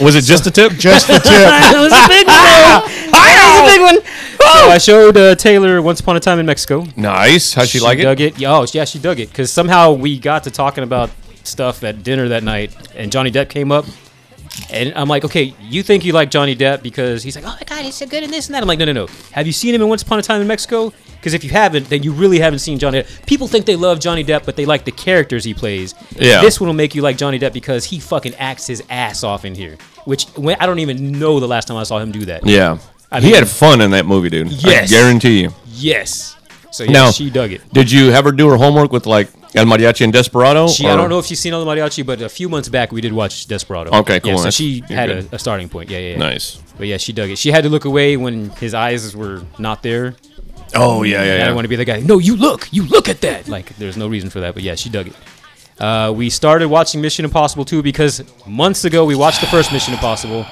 [SPEAKER 2] Was it just a tip?
[SPEAKER 4] <laughs> Just the tip.
[SPEAKER 3] it was a big one.
[SPEAKER 4] <laughs>
[SPEAKER 3] So I showed uh, Taylor Once Upon a Time in Mexico.
[SPEAKER 2] Nice. How'd she, like it?
[SPEAKER 3] Dug it. Yeah, Oh, yeah, she dug it. Because somehow we got to talking about stuff at dinner that night, and Johnny Depp came up. And I'm like, okay, you think you like Johnny Depp because he's like, oh my God, he's so good in this and that. I'm like, no, no, no. Have you seen him in Once Upon a Time in Mexico? Because if you haven't, then you really haven't seen Johnny Depp. People think they love Johnny Depp, but they like the characters he plays.
[SPEAKER 2] Yeah.
[SPEAKER 3] This one will make you like Johnny Depp because he fucking acts his ass off in here, which when, I don't even know the last time I saw him do that.
[SPEAKER 2] Yeah.
[SPEAKER 3] I
[SPEAKER 2] he
[SPEAKER 3] mean-
[SPEAKER 2] had fun in that movie, dude.
[SPEAKER 3] Yes.
[SPEAKER 2] I guarantee you.
[SPEAKER 3] Yes. So yeah,
[SPEAKER 2] Now-
[SPEAKER 3] she dug it.
[SPEAKER 2] Did you have her do her homework with like El Mariachi and Desperado?
[SPEAKER 3] She, I don't know if she's seen El Mariachi, but a few months back we did watch Desperado.
[SPEAKER 2] Okay, cool.
[SPEAKER 3] Yeah, so
[SPEAKER 2] That's-
[SPEAKER 3] she
[SPEAKER 2] you're
[SPEAKER 3] had
[SPEAKER 2] good.
[SPEAKER 3] a, a starting point. Yeah, yeah, yeah.
[SPEAKER 2] Nice.
[SPEAKER 3] But yeah, she dug it. She had to look away when his eyes were not there.
[SPEAKER 2] Oh yeah, yeah,
[SPEAKER 3] I don't want to be the guy. No, you look. You look at that. Like there's no reason for that. But yeah, she dug it. Uh, we started watching Mission Impossible 2 because months ago we watched the first Mission Impossible,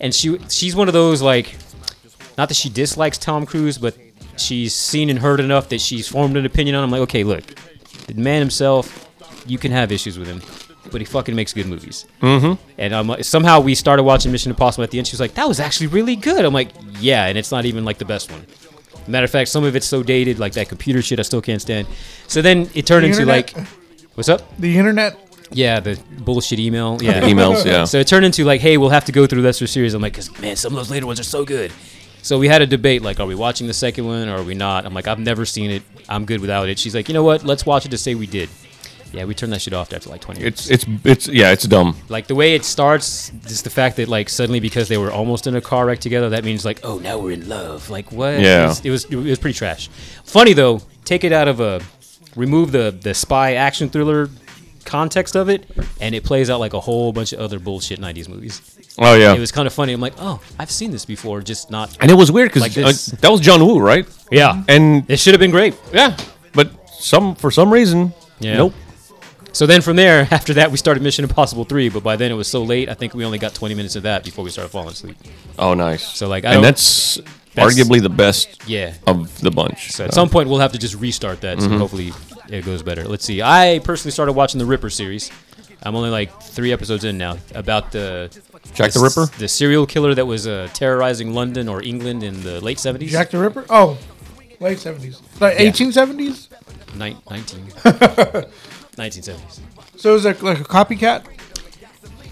[SPEAKER 3] and she she's one of those like, not that she dislikes Tom Cruise, but she's seen and heard enough that she's formed an opinion on him. Like, okay, look, the man himself, you can have issues with him, but he fucking makes good movies. And I'm like, somehow we started watching Mission Impossible. At the end, she was like, "That was actually really good." I'm like, "Yeah," and it's not even like the best one. Matter of fact, some of it's so dated, like that computer shit, I still can't stand. So then it turned
[SPEAKER 1] The
[SPEAKER 3] into
[SPEAKER 1] internet?
[SPEAKER 3] like, what's up?
[SPEAKER 1] The internet.
[SPEAKER 3] Yeah, the bullshit email. Yeah,
[SPEAKER 2] Emails, yeah.
[SPEAKER 3] So it turned into like, hey, we'll have to go through lesser series. I'm like, cause man, some of those later ones are so good. So we had a debate like, are we watching the second one or are we not? I'm like, I've never seen it. I'm good without it. She's like, you know what? Let's watch it to say we did. Yeah, we turned that shit off after like 20 minutes.
[SPEAKER 2] It's it's it's yeah, it's dumb.
[SPEAKER 3] Like the way it starts, just the fact that like suddenly because they were almost in a car wreck together, that means like, oh, now we're in love. Like what?
[SPEAKER 2] Yeah.
[SPEAKER 3] It was it was, it was pretty trash. Funny though, take it out of a remove the the spy action thriller context of it, and it plays out like a whole bunch of other bullshit '90s movies.
[SPEAKER 2] Oh yeah,
[SPEAKER 3] It was kind of funny. I'm like, oh, I've seen this before, just not.
[SPEAKER 2] and it was weird because
[SPEAKER 3] Like this.
[SPEAKER 2] that was John Woo, right?
[SPEAKER 3] Yeah, and
[SPEAKER 2] And
[SPEAKER 3] it should have been great.
[SPEAKER 2] yeah, but some for some reason,
[SPEAKER 3] Yeah.
[SPEAKER 2] nope.
[SPEAKER 3] So then from there, <laughs> after that, we started Mission Impossible Three, but by then it was so late. I think we only got 20 minutes of that before we started falling asleep.
[SPEAKER 2] Oh nice.
[SPEAKER 3] So like, I
[SPEAKER 2] and
[SPEAKER 3] don't-
[SPEAKER 2] that's,
[SPEAKER 3] that's-
[SPEAKER 2] arguably the best
[SPEAKER 3] yeah.
[SPEAKER 2] of the bunch. Uh,
[SPEAKER 3] So at some point, we'll have to just restart that.
[SPEAKER 2] Mm-hmm.
[SPEAKER 3] So hopefully, it goes better. Let's see. I personally started watching the Ripper series. I'm only like three episodes in now about the
[SPEAKER 2] Jack the Ripper?
[SPEAKER 3] the serial killer that was uh, terrorizing London or England in the late 70s.
[SPEAKER 1] Jack the Ripper. Oh, late seventies, like eighteen seventies.
[SPEAKER 3] Nin- 19. 1970s.
[SPEAKER 1] So it was like, like a copycat.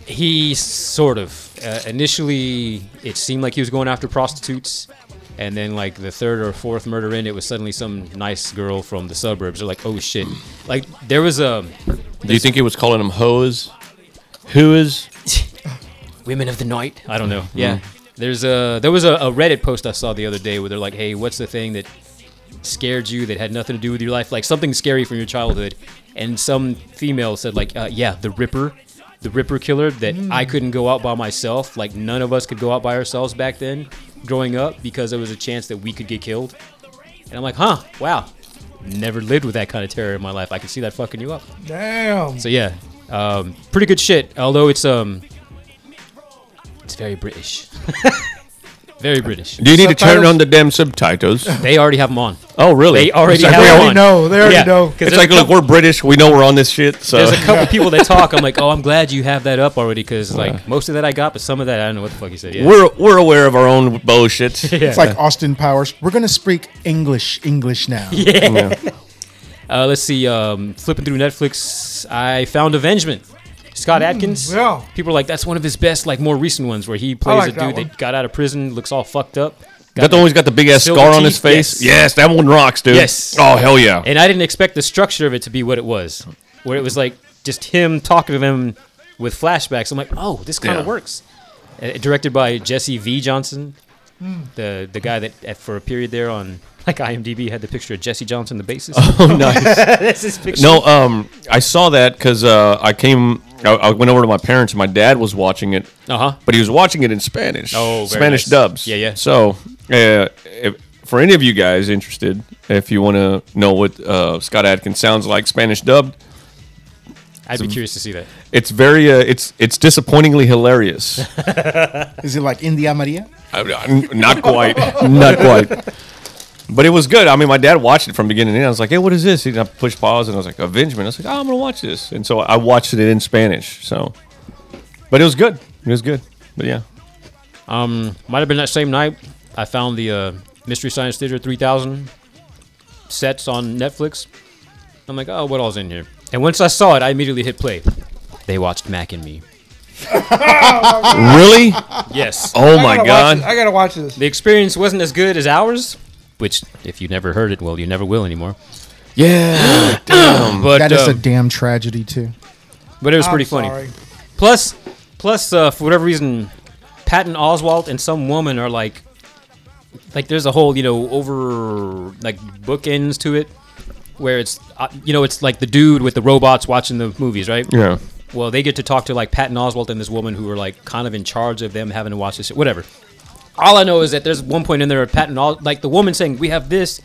[SPEAKER 3] He sort of uh, initially it seemed like he was going after prostitutes, and then like the third or fourth murder in, it was suddenly some nice girl from the suburbs. They're like, oh shit! Like there was a
[SPEAKER 6] Do you think he was calling them hoes? Who is?
[SPEAKER 3] women of the night. I don't know. Yeah. There's a there was a, a Reddit post I saw the other day where they're like, "Hey, what's the thing that scared you that had nothing to do with your life? Like something scary from your childhood." And some female said like, uh, "Yeah, the Ripper, the Ripper killer that I couldn't go out by myself. Like none of us could go out by ourselves back then growing up because there was a chance that we could get killed." And I'm like, "Huh, wow." Never lived with that kind of terror in my life. I can see that fucking you up.
[SPEAKER 1] Damn.
[SPEAKER 3] So yeah, um, pretty good shit. Although it's um, it's very British, <laughs> very British.
[SPEAKER 2] Do you need to turn
[SPEAKER 1] Subtitles?
[SPEAKER 2] on the damn subtitles?
[SPEAKER 3] They already have them on.
[SPEAKER 2] oh really?
[SPEAKER 3] They already
[SPEAKER 2] It's like,
[SPEAKER 3] have
[SPEAKER 1] They
[SPEAKER 2] we
[SPEAKER 3] them
[SPEAKER 1] already
[SPEAKER 2] all-
[SPEAKER 3] on.
[SPEAKER 1] know. They already
[SPEAKER 3] Yeah,
[SPEAKER 1] know.
[SPEAKER 3] 'cause
[SPEAKER 2] It's
[SPEAKER 3] there's
[SPEAKER 2] like
[SPEAKER 3] a
[SPEAKER 2] look, uh,
[SPEAKER 3] couple,
[SPEAKER 2] we're British. We know we're on this shit. So <laughs>
[SPEAKER 3] there's a couple people that talk. I'm like, oh, I'm glad you have that up already because like most of that I got, but some of that I don't know what the fuck you said. Yeah.
[SPEAKER 2] we're we're aware of our own bullshit.
[SPEAKER 4] It's like Austin Powers. We're gonna speak English, English
[SPEAKER 3] <laughs>
[SPEAKER 4] now.
[SPEAKER 3] Uh, let's see. Um, flipping through Netflix, I found Avengement. Scott Adkins.
[SPEAKER 1] Mm, yeah.
[SPEAKER 3] People are like, that's one of his best, like more recent ones where he plays
[SPEAKER 1] like
[SPEAKER 3] a
[SPEAKER 1] that
[SPEAKER 3] dude that,
[SPEAKER 1] one.
[SPEAKER 3] got out of prison, looks all fucked up.
[SPEAKER 2] That the one who's got the big ass
[SPEAKER 3] Silver
[SPEAKER 2] scar on his
[SPEAKER 3] teeth,
[SPEAKER 2] face.
[SPEAKER 3] yes.
[SPEAKER 2] Yes. that one rocks, dude.
[SPEAKER 3] Yes.
[SPEAKER 2] Oh hell yeah.
[SPEAKER 3] And I didn't expect the structure of it to be what it was, where it was like just him talking to them with flashbacks. I'm like, oh, this kind of
[SPEAKER 2] Yeah.
[SPEAKER 3] works. Uh, directed by Jesse V. Johnson, the the guy that at, for a period there on <laughs> like IMDb had the picture of Jesse Johnson, the bassist. <laughs>
[SPEAKER 2] oh nice.
[SPEAKER 3] That's his picture.
[SPEAKER 2] No, um, I saw that because uh, I came, I, I went over to my parents. and My dad was watching it,
[SPEAKER 3] Uh huh.
[SPEAKER 2] but he was watching it in Spanish.
[SPEAKER 3] Oh, very
[SPEAKER 2] Spanish
[SPEAKER 3] nice.
[SPEAKER 2] dubs.
[SPEAKER 3] Yeah, yeah.
[SPEAKER 2] So, uh, if, for any of you guys interested, if you want to know what uh, Scott Adkins sounds like Spanish dubbed,
[SPEAKER 3] I'd be curious to see that.
[SPEAKER 2] it's very, uh, it's it's disappointingly hilarious. <laughs>
[SPEAKER 4] Is it like India Maria?
[SPEAKER 2] I- I- not quite, <laughs> not quite. But it was good. I mean, my dad watched it from beginning to end. I was like, "Hey, what is this?" And I pushed pause, and I was like, "Avengement." I was like, "Oh, I'm gonna watch this." And so I watched it in Spanish. So, but it was good. It was good. But yeah,
[SPEAKER 3] Um, might have been that same night I found the uh, Mystery Science Theater 3000 sets on Netflix. I'm like, oh, what all's in here? And once I saw it, I immediately hit play. They watched Mac and Me.
[SPEAKER 2] really?
[SPEAKER 3] Yes.
[SPEAKER 2] Oh
[SPEAKER 1] I
[SPEAKER 2] my
[SPEAKER 1] gotta watch
[SPEAKER 2] god!
[SPEAKER 1] this. I gotta watch this.
[SPEAKER 3] The experience wasn't as good as ours, which, if you never heard it, well, you never will anymore.
[SPEAKER 2] Yeah, um,
[SPEAKER 3] But,
[SPEAKER 4] That is
[SPEAKER 3] uh,
[SPEAKER 4] a damn tragedy too.
[SPEAKER 3] but it was
[SPEAKER 1] I'm
[SPEAKER 3] pretty funny.
[SPEAKER 1] sorry.
[SPEAKER 3] Plus, plus, uh, for whatever reason, Patton Oswalt and some woman are like, like there's a whole you know over like bookends to it, where it's uh, you know it's like the dude with the robots watching the movies, right?
[SPEAKER 2] yeah.
[SPEAKER 3] Well, they get to talk to like Patton Oswalt and this woman who are like kind of in charge of them having to watch this, whatever. All I know is that there's one point in there, Patton, Os- like the woman saying, "We have this,"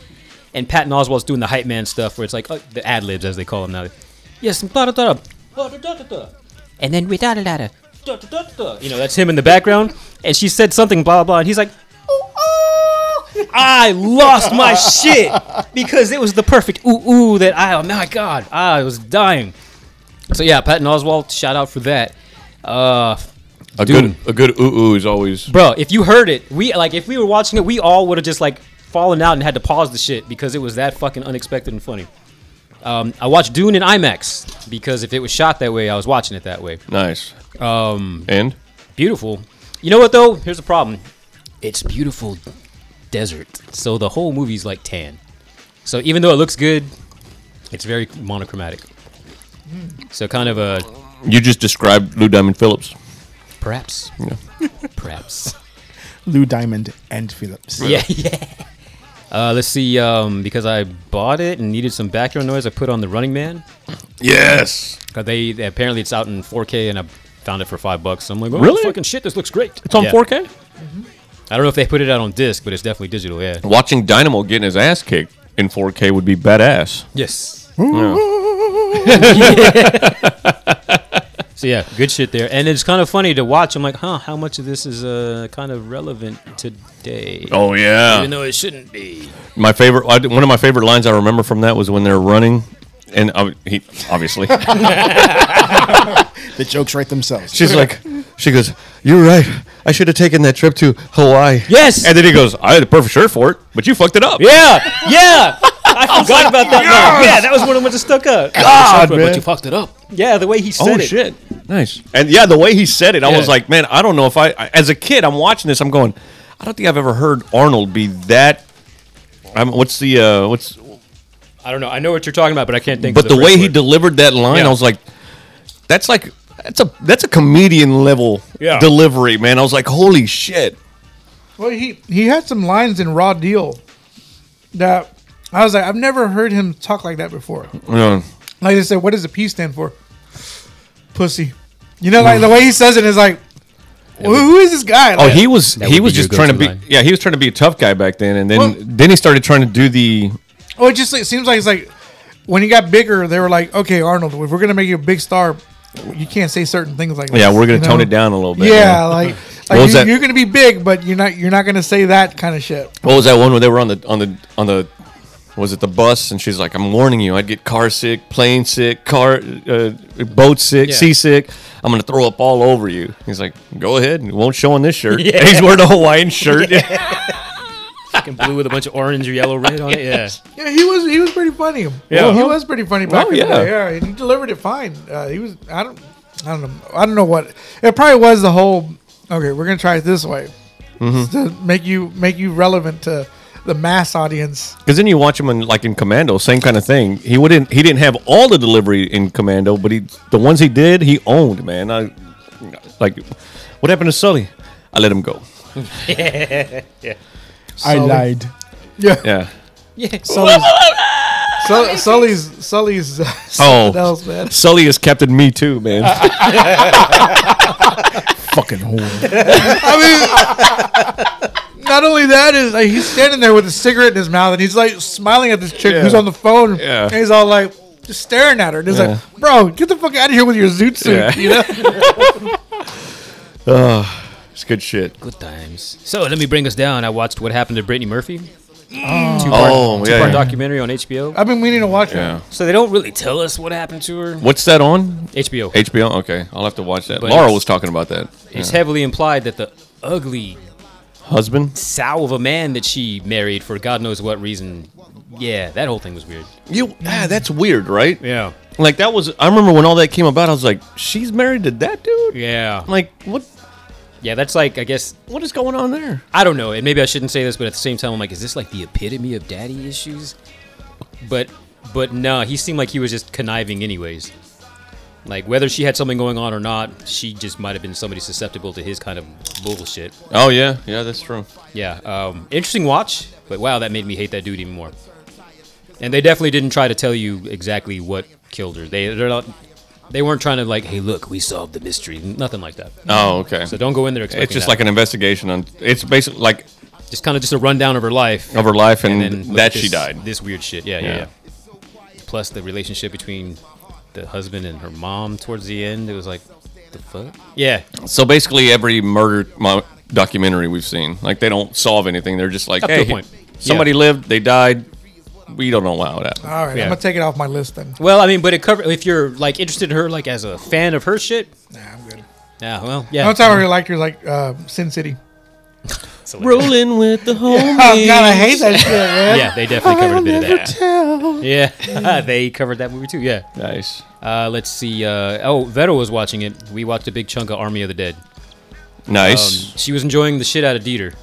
[SPEAKER 3] and Patton Oswalt's doing the hype man stuff, where it's like uh, the ad libs as they call them now. Yes, da da da da, and then we da da da da da da da. You know, that's him in the background, and she said something blah blah, blah and he's like. "Ooh, ooh." I lost my shit because it was the perfect ooh ooh that I oh my god I was dying. So yeah, Patton Oswald, shout out for that. Uh,
[SPEAKER 2] A
[SPEAKER 3] Dude.
[SPEAKER 2] good, a good ooh ooh is always.
[SPEAKER 3] bro, if you heard it, we like if we were watching it, we all would have just like falling out and had to pause the shit because it was that fucking unexpected and funny. Um, I watched Dune in IMAX because if it was shot that way, I was watching it that way.
[SPEAKER 2] Nice. Um. And
[SPEAKER 3] Beautiful. You know what though? Here's the problem. It's beautiful desert, so the whole movie's like tan. So even though it looks good, it's very monochromatic. So kind of a
[SPEAKER 2] you just described Lou Diamond Phillips.
[SPEAKER 3] perhaps, perhaps.
[SPEAKER 4] Lou Diamond and Phillips.
[SPEAKER 3] Yeah, <laughs> yeah. Uh, let's see. Um, because I bought it and needed some background noise, I put on the Running Man.
[SPEAKER 2] Yes.
[SPEAKER 3] 'Cause they, they- apparently it's out in 4K, and I found it for five bucks. So I'm like, oh,
[SPEAKER 2] Really?
[SPEAKER 3] Fucking shit! This looks great.
[SPEAKER 2] It's on
[SPEAKER 3] Yeah.
[SPEAKER 2] 4K.
[SPEAKER 3] I don't know if they put it out on disc, but it's definitely digital. Yeah.
[SPEAKER 2] Watching Dynamo getting his ass kicked in 4K would be badass.
[SPEAKER 3] Yes.
[SPEAKER 2] <laughs>
[SPEAKER 3] so yeah, good shit there. And it's kind of funny to watch. I'm like, huh? How much of this is uh, kind of relevant today?
[SPEAKER 2] Oh yeah.
[SPEAKER 3] Even though it shouldn't be.
[SPEAKER 2] My favorite, I- one of my favorite lines I remember from that was when they're running, and I, he
[SPEAKER 3] <laughs>
[SPEAKER 2] obviously
[SPEAKER 4] The jokes write themselves.
[SPEAKER 2] she's like, she goes, "You're right. I should have taken that trip to Hawaii."
[SPEAKER 3] Yes.
[SPEAKER 2] And then he goes, "I had a perfect shirt for it, but you fucked it up."
[SPEAKER 3] Yeah, yeah. I forgot about that. line. Yeah, that was one of the ones that stuck out.
[SPEAKER 2] God,
[SPEAKER 3] But you fucked it up. Yeah, the way he said
[SPEAKER 2] Oh
[SPEAKER 3] it.
[SPEAKER 2] shit! Nice. And yeah, the way he said it, I was
[SPEAKER 3] Yeah.
[SPEAKER 2] like, man, I don't know if I, I- as a kid, I'm watching this, I'm going, I don't think I've ever heard Arnold be that. I'm, what's the uh, what's?
[SPEAKER 3] I don't know. I know what you're talking about, but I can't think.
[SPEAKER 2] But
[SPEAKER 3] of
[SPEAKER 2] the, way
[SPEAKER 3] first
[SPEAKER 2] he
[SPEAKER 3] word.
[SPEAKER 2] delivered that line,
[SPEAKER 3] Yeah.
[SPEAKER 2] I was like, that's like that's a that's a comedian level
[SPEAKER 3] Yeah.
[SPEAKER 2] delivery, man. I was like, holy shit!
[SPEAKER 1] Well, he he had some lines in Raw Deal that I was like, I've never heard him talk like that before.
[SPEAKER 2] Yeah.
[SPEAKER 1] Like I said, what does the P stand for? Pussy. You know, like the way he says it is like, who- who is this guy?
[SPEAKER 2] Oh,
[SPEAKER 1] Like,
[SPEAKER 2] he was
[SPEAKER 3] That
[SPEAKER 2] he
[SPEAKER 3] would
[SPEAKER 2] was
[SPEAKER 3] be your
[SPEAKER 2] just trying to be
[SPEAKER 3] go-to line.
[SPEAKER 2] yeah he was trying to be a tough guy back then, and then
[SPEAKER 1] Well-
[SPEAKER 2] then he started trying to do the
[SPEAKER 1] Oh, it just it seems like it's like when he got bigger, they were like, okay, Arnold, if we're gonna make you a big star, you can't say certain things like
[SPEAKER 2] yeah
[SPEAKER 1] this,
[SPEAKER 2] we're gonna
[SPEAKER 1] you know?
[SPEAKER 2] tone it down a little bit.
[SPEAKER 1] Yeah,
[SPEAKER 2] <laughs>
[SPEAKER 1] like, like
[SPEAKER 2] was
[SPEAKER 1] you,
[SPEAKER 2] that?
[SPEAKER 1] you're gonna be big, but you're not you're not gonna say that kind of shit.
[SPEAKER 2] What was that one where they were on the on the on the was it the bus and she's like, "I'm warning you, I'd get car sick, plane sick, car uh, boat sick,
[SPEAKER 3] Yeah.
[SPEAKER 2] seasick. I'm gonna throw up all over you." He's like, "Go ahead, and it won't show on this
[SPEAKER 3] <laughs>
[SPEAKER 2] shirt." And he's wearing a Hawaiian shirt.
[SPEAKER 3] fucking blue with a bunch of orange or yellow red on it. Yeah.
[SPEAKER 1] Yeah, he was he was pretty funny.
[SPEAKER 2] Yeah.
[SPEAKER 1] he was pretty funny back
[SPEAKER 2] Oh,
[SPEAKER 1] in the
[SPEAKER 2] yeah.
[SPEAKER 1] day. Yeah, and he delivered it fine. Uh, he was I don't I don't know I don't know what it probably was the whole. Okay, we're gonna try it this way
[SPEAKER 2] Mm-hmm.
[SPEAKER 1] Just to make you make you relevant to the mass audience.
[SPEAKER 2] Because then you watch him in like in Commando, same kind of thing. He wouldn't he didn't have all the delivery in Commando, but he the ones he did, he owned. Man, I like what happened to Sully? I let him go.
[SPEAKER 4] I
[SPEAKER 1] Sully.
[SPEAKER 4] lied.
[SPEAKER 1] Yeah,
[SPEAKER 2] Yeah. <laughs>
[SPEAKER 1] Sully's Sul- Sully's Sully's uh, <laughs>
[SPEAKER 6] Oh.
[SPEAKER 1] something else, man.
[SPEAKER 2] Oh, Sully is Captain Me
[SPEAKER 1] <laughs>
[SPEAKER 2] Too, man.
[SPEAKER 4] Fucking whore.
[SPEAKER 1] I mean, not only that is like, he's standing there with a cigarette in his mouth and he's like smiling at this chick who's on the phone.
[SPEAKER 2] Yeah.
[SPEAKER 1] And he's all like just staring at her. And he's
[SPEAKER 2] Yeah.
[SPEAKER 1] like, bro, get the fuck out of here with your zoot suit.
[SPEAKER 2] Yeah.
[SPEAKER 1] You know?
[SPEAKER 2] <laughs> It's good shit.
[SPEAKER 3] Good times. So let me bring us down. I watched what happened to Brittany Murphy.
[SPEAKER 2] Oh,
[SPEAKER 3] Our documentary on HBO.
[SPEAKER 1] <laughs> I've been meaning to watch it.
[SPEAKER 2] Yeah.
[SPEAKER 3] So they don't really tell us what happened to her.
[SPEAKER 2] What's that on?
[SPEAKER 3] HBO.
[SPEAKER 2] HBO? Okay. I'll have to watch that.
[SPEAKER 3] But
[SPEAKER 2] Laura
[SPEAKER 3] it's-
[SPEAKER 2] was talking about that.
[SPEAKER 3] It's
[SPEAKER 2] Yeah.
[SPEAKER 3] heavily implied that the ugly
[SPEAKER 2] Husband?
[SPEAKER 3] sow of a man that she married for God knows what reason. Yeah, that whole thing was weird.
[SPEAKER 2] You ah, that's weird, right?
[SPEAKER 3] Yeah.
[SPEAKER 2] Like that was I remember when all that came about, I was like, She's married to that dude?
[SPEAKER 3] Yeah.
[SPEAKER 2] I'm like, what
[SPEAKER 3] Yeah, that's like I guess
[SPEAKER 2] what is going on there?
[SPEAKER 3] I don't know, and maybe I shouldn't say this, but at the same time, I'm like, is this like the epitome of daddy issues? But, but no, he seemed like he was just conniving, anyways. Like whether she had something going on or not, she just might have been somebody susceptible to his kind of bullshit.
[SPEAKER 2] Oh yeah, yeah, that's true.
[SPEAKER 3] Yeah, um, interesting watch, but wow, that made me hate that dude even more. And they definitely didn't try to tell you exactly what killed her. They they're not, they weren't trying to like, hey, look, we solved the mystery, nothing like that.
[SPEAKER 2] Oh, okay.
[SPEAKER 3] So don't go in there expecting.
[SPEAKER 2] it's just
[SPEAKER 3] that.
[SPEAKER 2] like an investigation on it's basically like
[SPEAKER 3] just kind of just a rundown of her life.
[SPEAKER 2] of her life and,
[SPEAKER 3] and then
[SPEAKER 2] that
[SPEAKER 3] this,
[SPEAKER 2] she died.
[SPEAKER 3] This weird shit. Yeah,
[SPEAKER 2] Yeah.
[SPEAKER 3] yeah, yeah. Plus the relationship between the husband and her mom towards the end. It was like, the fuck? Yeah,
[SPEAKER 2] So basically, every murder mo- documentary we've seen, like they don't solve anything. They're just like,
[SPEAKER 3] Up to
[SPEAKER 2] hey,
[SPEAKER 3] a point.
[SPEAKER 2] somebody
[SPEAKER 3] Yeah.
[SPEAKER 2] lived, they died. We don't know how that.
[SPEAKER 1] All right,
[SPEAKER 3] Yeah.
[SPEAKER 1] I'm gonna take it off my list then.
[SPEAKER 3] Well, I mean, but it covered. If you're like interested in her, like as a fan of her shit.
[SPEAKER 1] Nah, I'm good.
[SPEAKER 3] Yeah. Well.
[SPEAKER 1] The
[SPEAKER 3] Yeah.
[SPEAKER 1] only time I really liked her was like uh, Sin City.
[SPEAKER 3] That's
[SPEAKER 6] <laughs>
[SPEAKER 3] hilarious.
[SPEAKER 6] Rolling with the homies.
[SPEAKER 1] <laughs> Oh god, I hate that shit,
[SPEAKER 6] <laughs>
[SPEAKER 1] man.
[SPEAKER 3] Yeah, they definitely covered a bit of that. Yeah, <laughs> they covered that movie too. Yeah.
[SPEAKER 2] Nice.
[SPEAKER 3] Uh, let's see. Uh, oh, Vero was watching it. We watched a big chunk of Army of the Dead. Um,
[SPEAKER 2] Nice.
[SPEAKER 3] she was enjoying the shit out of Dieter.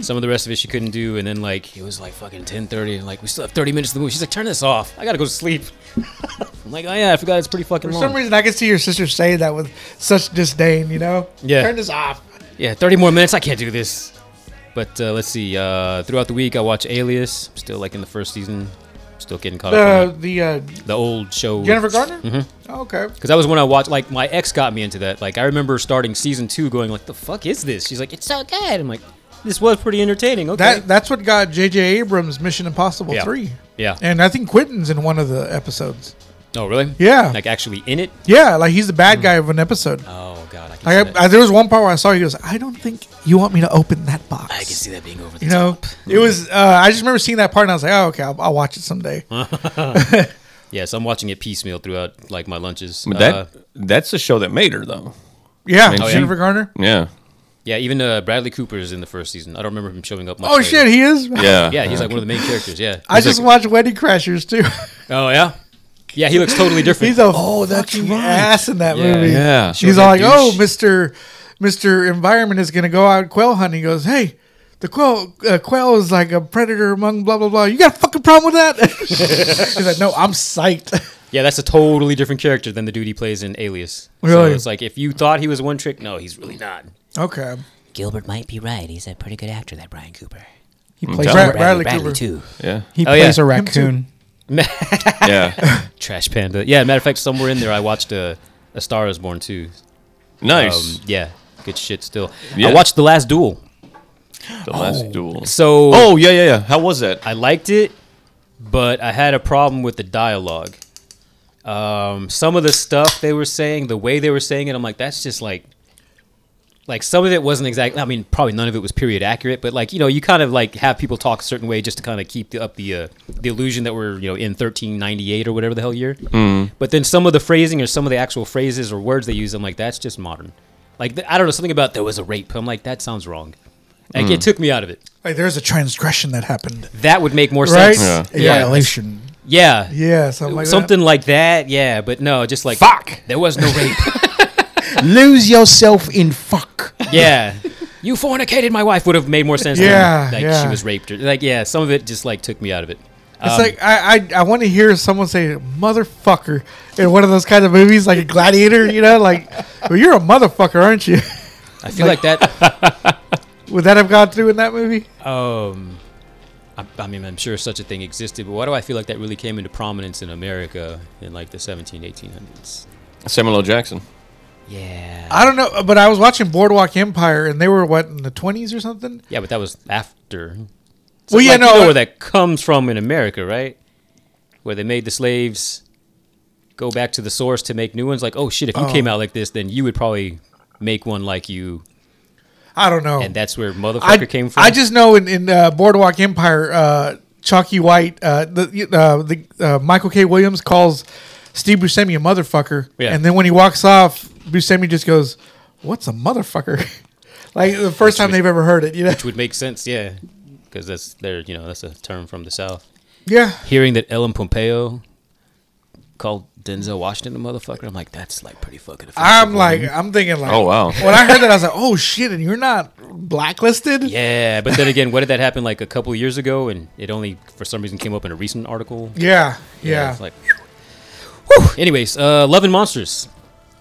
[SPEAKER 3] Some of the rest of it she couldn't do, and then like it was like fucking ten thirty, and like we still have thirty minutes of the movie. She's like, "Turn this off. I gotta go to sleep." <laughs> I'm like, "Oh yeah, I forgot it's pretty fucking
[SPEAKER 1] For
[SPEAKER 3] long."
[SPEAKER 1] some reason, I can see your sister saying that with such disdain. You know?
[SPEAKER 3] Yeah.
[SPEAKER 1] Turn this off.
[SPEAKER 3] yeah, thirty more minutes. I can't do this. But uh, let's see. Uh, throughout the week, I watch Alias. Still like in the first season. Still getting caught up.
[SPEAKER 1] Uh,
[SPEAKER 3] on
[SPEAKER 1] the uh,
[SPEAKER 3] that. The old show.
[SPEAKER 1] Jennifer Gardner. Mm-hmm. Okay.
[SPEAKER 3] Because that was when I watched. Like my ex got me into that. Like I remember starting season two, going like, "The fuck is this?" She's like, "It's so good." I'm like, "This was pretty entertaining." Okay.
[SPEAKER 1] That that's what got J.J. Abrams' Mission Impossible
[SPEAKER 3] Yeah.
[SPEAKER 1] three,
[SPEAKER 3] yeah.
[SPEAKER 1] and I think Quentin's in one of the episodes.
[SPEAKER 3] Oh really?
[SPEAKER 1] Yeah.
[SPEAKER 3] Like actually in it.
[SPEAKER 1] Yeah, like he's the bad guy of an episode.
[SPEAKER 3] Mm. Oh god, I can see
[SPEAKER 1] Like
[SPEAKER 3] that.
[SPEAKER 1] I, I, there was one part where I saw he goes, "I don't think you want me to open that box."
[SPEAKER 3] I can see that being over the
[SPEAKER 1] You
[SPEAKER 3] top.
[SPEAKER 1] know, it was. Uh, I just remember seeing that part, and I was like, "Oh, okay, I'll, I'll watch it someday."
[SPEAKER 3] Yeah, so I'm watching it piecemeal throughout like my lunches.
[SPEAKER 2] But
[SPEAKER 3] Uh,
[SPEAKER 2] that that's the show that made her though.
[SPEAKER 1] Yeah,
[SPEAKER 2] Oh, yeah.
[SPEAKER 1] Jennifer Garner.
[SPEAKER 2] Yeah.
[SPEAKER 3] yeah, even uh, Bradley Cooper is in the first season. I don't remember him showing up much.
[SPEAKER 1] Oh
[SPEAKER 3] later.
[SPEAKER 1] shit, he is.
[SPEAKER 2] Yeah.
[SPEAKER 3] Yeah, he's like one of the main characters. Yeah.
[SPEAKER 1] <laughs> I just watched Wedding Crashers too.
[SPEAKER 3] oh yeah. Yeah, he looks totally different.
[SPEAKER 1] he's a oh that's ass in that
[SPEAKER 3] Yeah.
[SPEAKER 1] movie.
[SPEAKER 2] Yeah.
[SPEAKER 1] He's all like,
[SPEAKER 3] Short
[SPEAKER 1] "Oh,
[SPEAKER 3] douche.
[SPEAKER 1] Mister, Mister Environment is gonna go out quail hunting." He goes, "Hey, the quail, uh, quail is like a predator among blah blah blah. You got a fucking problem with that?" <laughs> He's like, "No, I'm psyched." <laughs>
[SPEAKER 3] yeah, that's a totally different character than the dude he plays in Alias.
[SPEAKER 1] Really?
[SPEAKER 3] So it's like if you thought he was one trick, no, he's really not.
[SPEAKER 1] okay,
[SPEAKER 8] Gilbert might be right. He's a pretty good actor, that Brian Cooper.
[SPEAKER 4] He plays,
[SPEAKER 1] Brad-
[SPEAKER 4] a,
[SPEAKER 1] Brad-
[SPEAKER 4] ra-
[SPEAKER 1] Bradley Cooper.
[SPEAKER 8] too.
[SPEAKER 2] Yeah.
[SPEAKER 4] he
[SPEAKER 3] Oh, yeah.
[SPEAKER 4] plays a
[SPEAKER 1] Him too.
[SPEAKER 4] raccoon.
[SPEAKER 3] <laughs>
[SPEAKER 2] Yeah.
[SPEAKER 3] Trash panda. Yeah, matter of fact, somewhere in there I watched uh, A Star Is Born too.
[SPEAKER 2] Nice.
[SPEAKER 3] Um, yeah, good shit. Still,
[SPEAKER 2] Yeah.
[SPEAKER 3] I watched The Last Duel.
[SPEAKER 2] the last duel.
[SPEAKER 3] So
[SPEAKER 2] Oh yeah yeah yeah. How was that?
[SPEAKER 3] I liked it, but I had a problem with the dialogue. Um, some of the stuff they were saying, the way they were saying it, I'm like, that's just like, like some of it wasn't exactly. I mean, probably none of it was period accurate, but like you know, you kind of like have people talk a certain way just to kind of keep the, up the uh, the illusion that we're you know in 1398 or whatever the hell year. But then some of the phrasing or some of the actual phrases or words they use, I'm like, that's just modern. Like th- I don't know something about there was a rape. I'm like, that sounds wrong. Like it took me out of it.
[SPEAKER 1] Like, there's a transgression that happened,
[SPEAKER 3] That would make more
[SPEAKER 1] right?
[SPEAKER 3] sense.
[SPEAKER 1] A
[SPEAKER 3] Yeah.
[SPEAKER 1] violation.
[SPEAKER 3] Yeah.
[SPEAKER 1] Yeah, something like
[SPEAKER 3] Something like that, yeah, but no, just like
[SPEAKER 1] Fuck!
[SPEAKER 3] There was no
[SPEAKER 1] <laughs>
[SPEAKER 3] rape.
[SPEAKER 4] Lose yourself in fuck.
[SPEAKER 3] yeah, you fornicated my wife would have made more sense.
[SPEAKER 1] Yeah,
[SPEAKER 3] than, like
[SPEAKER 1] yeah.
[SPEAKER 3] she was raped. Or, like yeah, some of it just like took me out of it.
[SPEAKER 1] It's
[SPEAKER 3] Um,
[SPEAKER 1] like I I, I want to hear someone say "motherfucker" in one of those kinds of movies, like a Gladiator. You know, like, well, you're a motherfucker, aren't you? <laughs>
[SPEAKER 3] I feel like, that.
[SPEAKER 1] Would that have gone through in that movie?
[SPEAKER 3] Um, I, I mean, I'm sure such a thing existed, but why do I feel like that really came into prominence in America in like the 17, 1800s?
[SPEAKER 2] Samuel L. Jackson.
[SPEAKER 3] Yeah,
[SPEAKER 1] I don't know, but I was watching Boardwalk Empire, and they were what in the twenties or something.
[SPEAKER 3] yeah, but that was after. So,
[SPEAKER 1] Well, yeah,
[SPEAKER 3] like, you
[SPEAKER 1] no,
[SPEAKER 3] know
[SPEAKER 1] uh,
[SPEAKER 3] where that comes from in America, right? Where they made the slaves go back to the source to make new ones. Like, oh shit, if you came out like this, then you would probably make one like you,
[SPEAKER 1] I don't know.
[SPEAKER 3] and that's where motherfucker
[SPEAKER 1] Oh. I,
[SPEAKER 3] came from.
[SPEAKER 1] I just know in, in uh, Boardwalk Empire, uh, Chalky White, uh, the uh, the uh, Michael K. Williams calls Steve Buscemi a motherfucker,
[SPEAKER 3] Yeah.
[SPEAKER 1] and then when he walks off, Buscemi just goes, "What's a motherfucker?" <laughs> like the first time they've ever heard it, you know?
[SPEAKER 3] which would make sense, yeah, because that's there. You know, that's a term from the South.
[SPEAKER 1] Yeah,
[SPEAKER 3] Hearing that Ellen Pompeo called Denzel Washington a motherfucker, I'm like, that's like pretty fucking. Offensive.
[SPEAKER 1] I'm like, I'm thinking like,
[SPEAKER 2] Oh, wow.
[SPEAKER 1] When I heard that, I was like, "Oh shit!" And you're not blacklisted.
[SPEAKER 3] yeah, but then again, what did that happen like a couple years ago, and it only for some reason came up in a recent article.
[SPEAKER 1] yeah,
[SPEAKER 3] Yeah,
[SPEAKER 1] yeah.
[SPEAKER 3] it's like, whew. Anyways, uh, Love and Monsters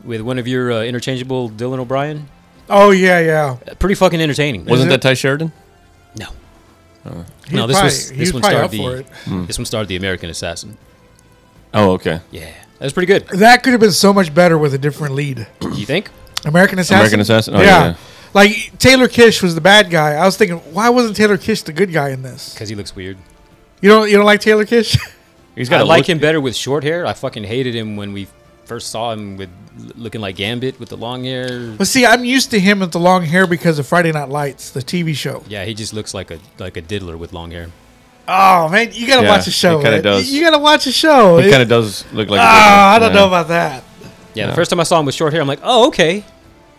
[SPEAKER 3] with one of your uh, interchangeable Dylan O'Brien.
[SPEAKER 1] Oh yeah, yeah.
[SPEAKER 3] Uh, pretty fucking entertaining.
[SPEAKER 2] Wasn't
[SPEAKER 1] it-
[SPEAKER 2] that Ty Sheridan?
[SPEAKER 3] No,
[SPEAKER 1] He
[SPEAKER 3] no, this
[SPEAKER 1] probably-
[SPEAKER 3] was
[SPEAKER 1] he
[SPEAKER 3] this one
[SPEAKER 1] probably
[SPEAKER 3] starred
[SPEAKER 1] up for
[SPEAKER 3] the
[SPEAKER 1] it.
[SPEAKER 3] this one starred the American Assassin.
[SPEAKER 2] Oh okay.
[SPEAKER 3] Yeah, that was pretty good.
[SPEAKER 1] <clears throat> That could have been so much better with a different lead.
[SPEAKER 3] You think?
[SPEAKER 1] American Assassin.
[SPEAKER 2] American Assassin? Oh, yeah.
[SPEAKER 1] Like Taylor Kish was the bad guy. I was thinking, why wasn't Taylor Kish the good guy in this?
[SPEAKER 3] Because he looks weird.
[SPEAKER 1] You don't you don't like Taylor Kish? <laughs>
[SPEAKER 2] He's
[SPEAKER 3] I
[SPEAKER 2] a
[SPEAKER 3] like
[SPEAKER 2] look-
[SPEAKER 3] him better with short hair. I fucking hated him when we first saw him with l- looking like Gambit with the
[SPEAKER 1] <laughs>
[SPEAKER 3] long hair.
[SPEAKER 1] but see, I'm used to him with the long hair because of Friday Night Lights, the TV show.
[SPEAKER 3] Yeah, he just looks like a like a diddler with long hair.
[SPEAKER 1] Oh man, you gotta
[SPEAKER 2] Yeah,
[SPEAKER 1] watch the show.
[SPEAKER 2] he kinda
[SPEAKER 1] man.
[SPEAKER 2] does.
[SPEAKER 1] You gotta watch the show.
[SPEAKER 2] He
[SPEAKER 1] It-
[SPEAKER 2] kind of does look like. a
[SPEAKER 1] Ah, I
[SPEAKER 2] dickhead.
[SPEAKER 1] don't know about that.
[SPEAKER 3] Yeah, the first time I saw him with short hair, I'm like, oh okay.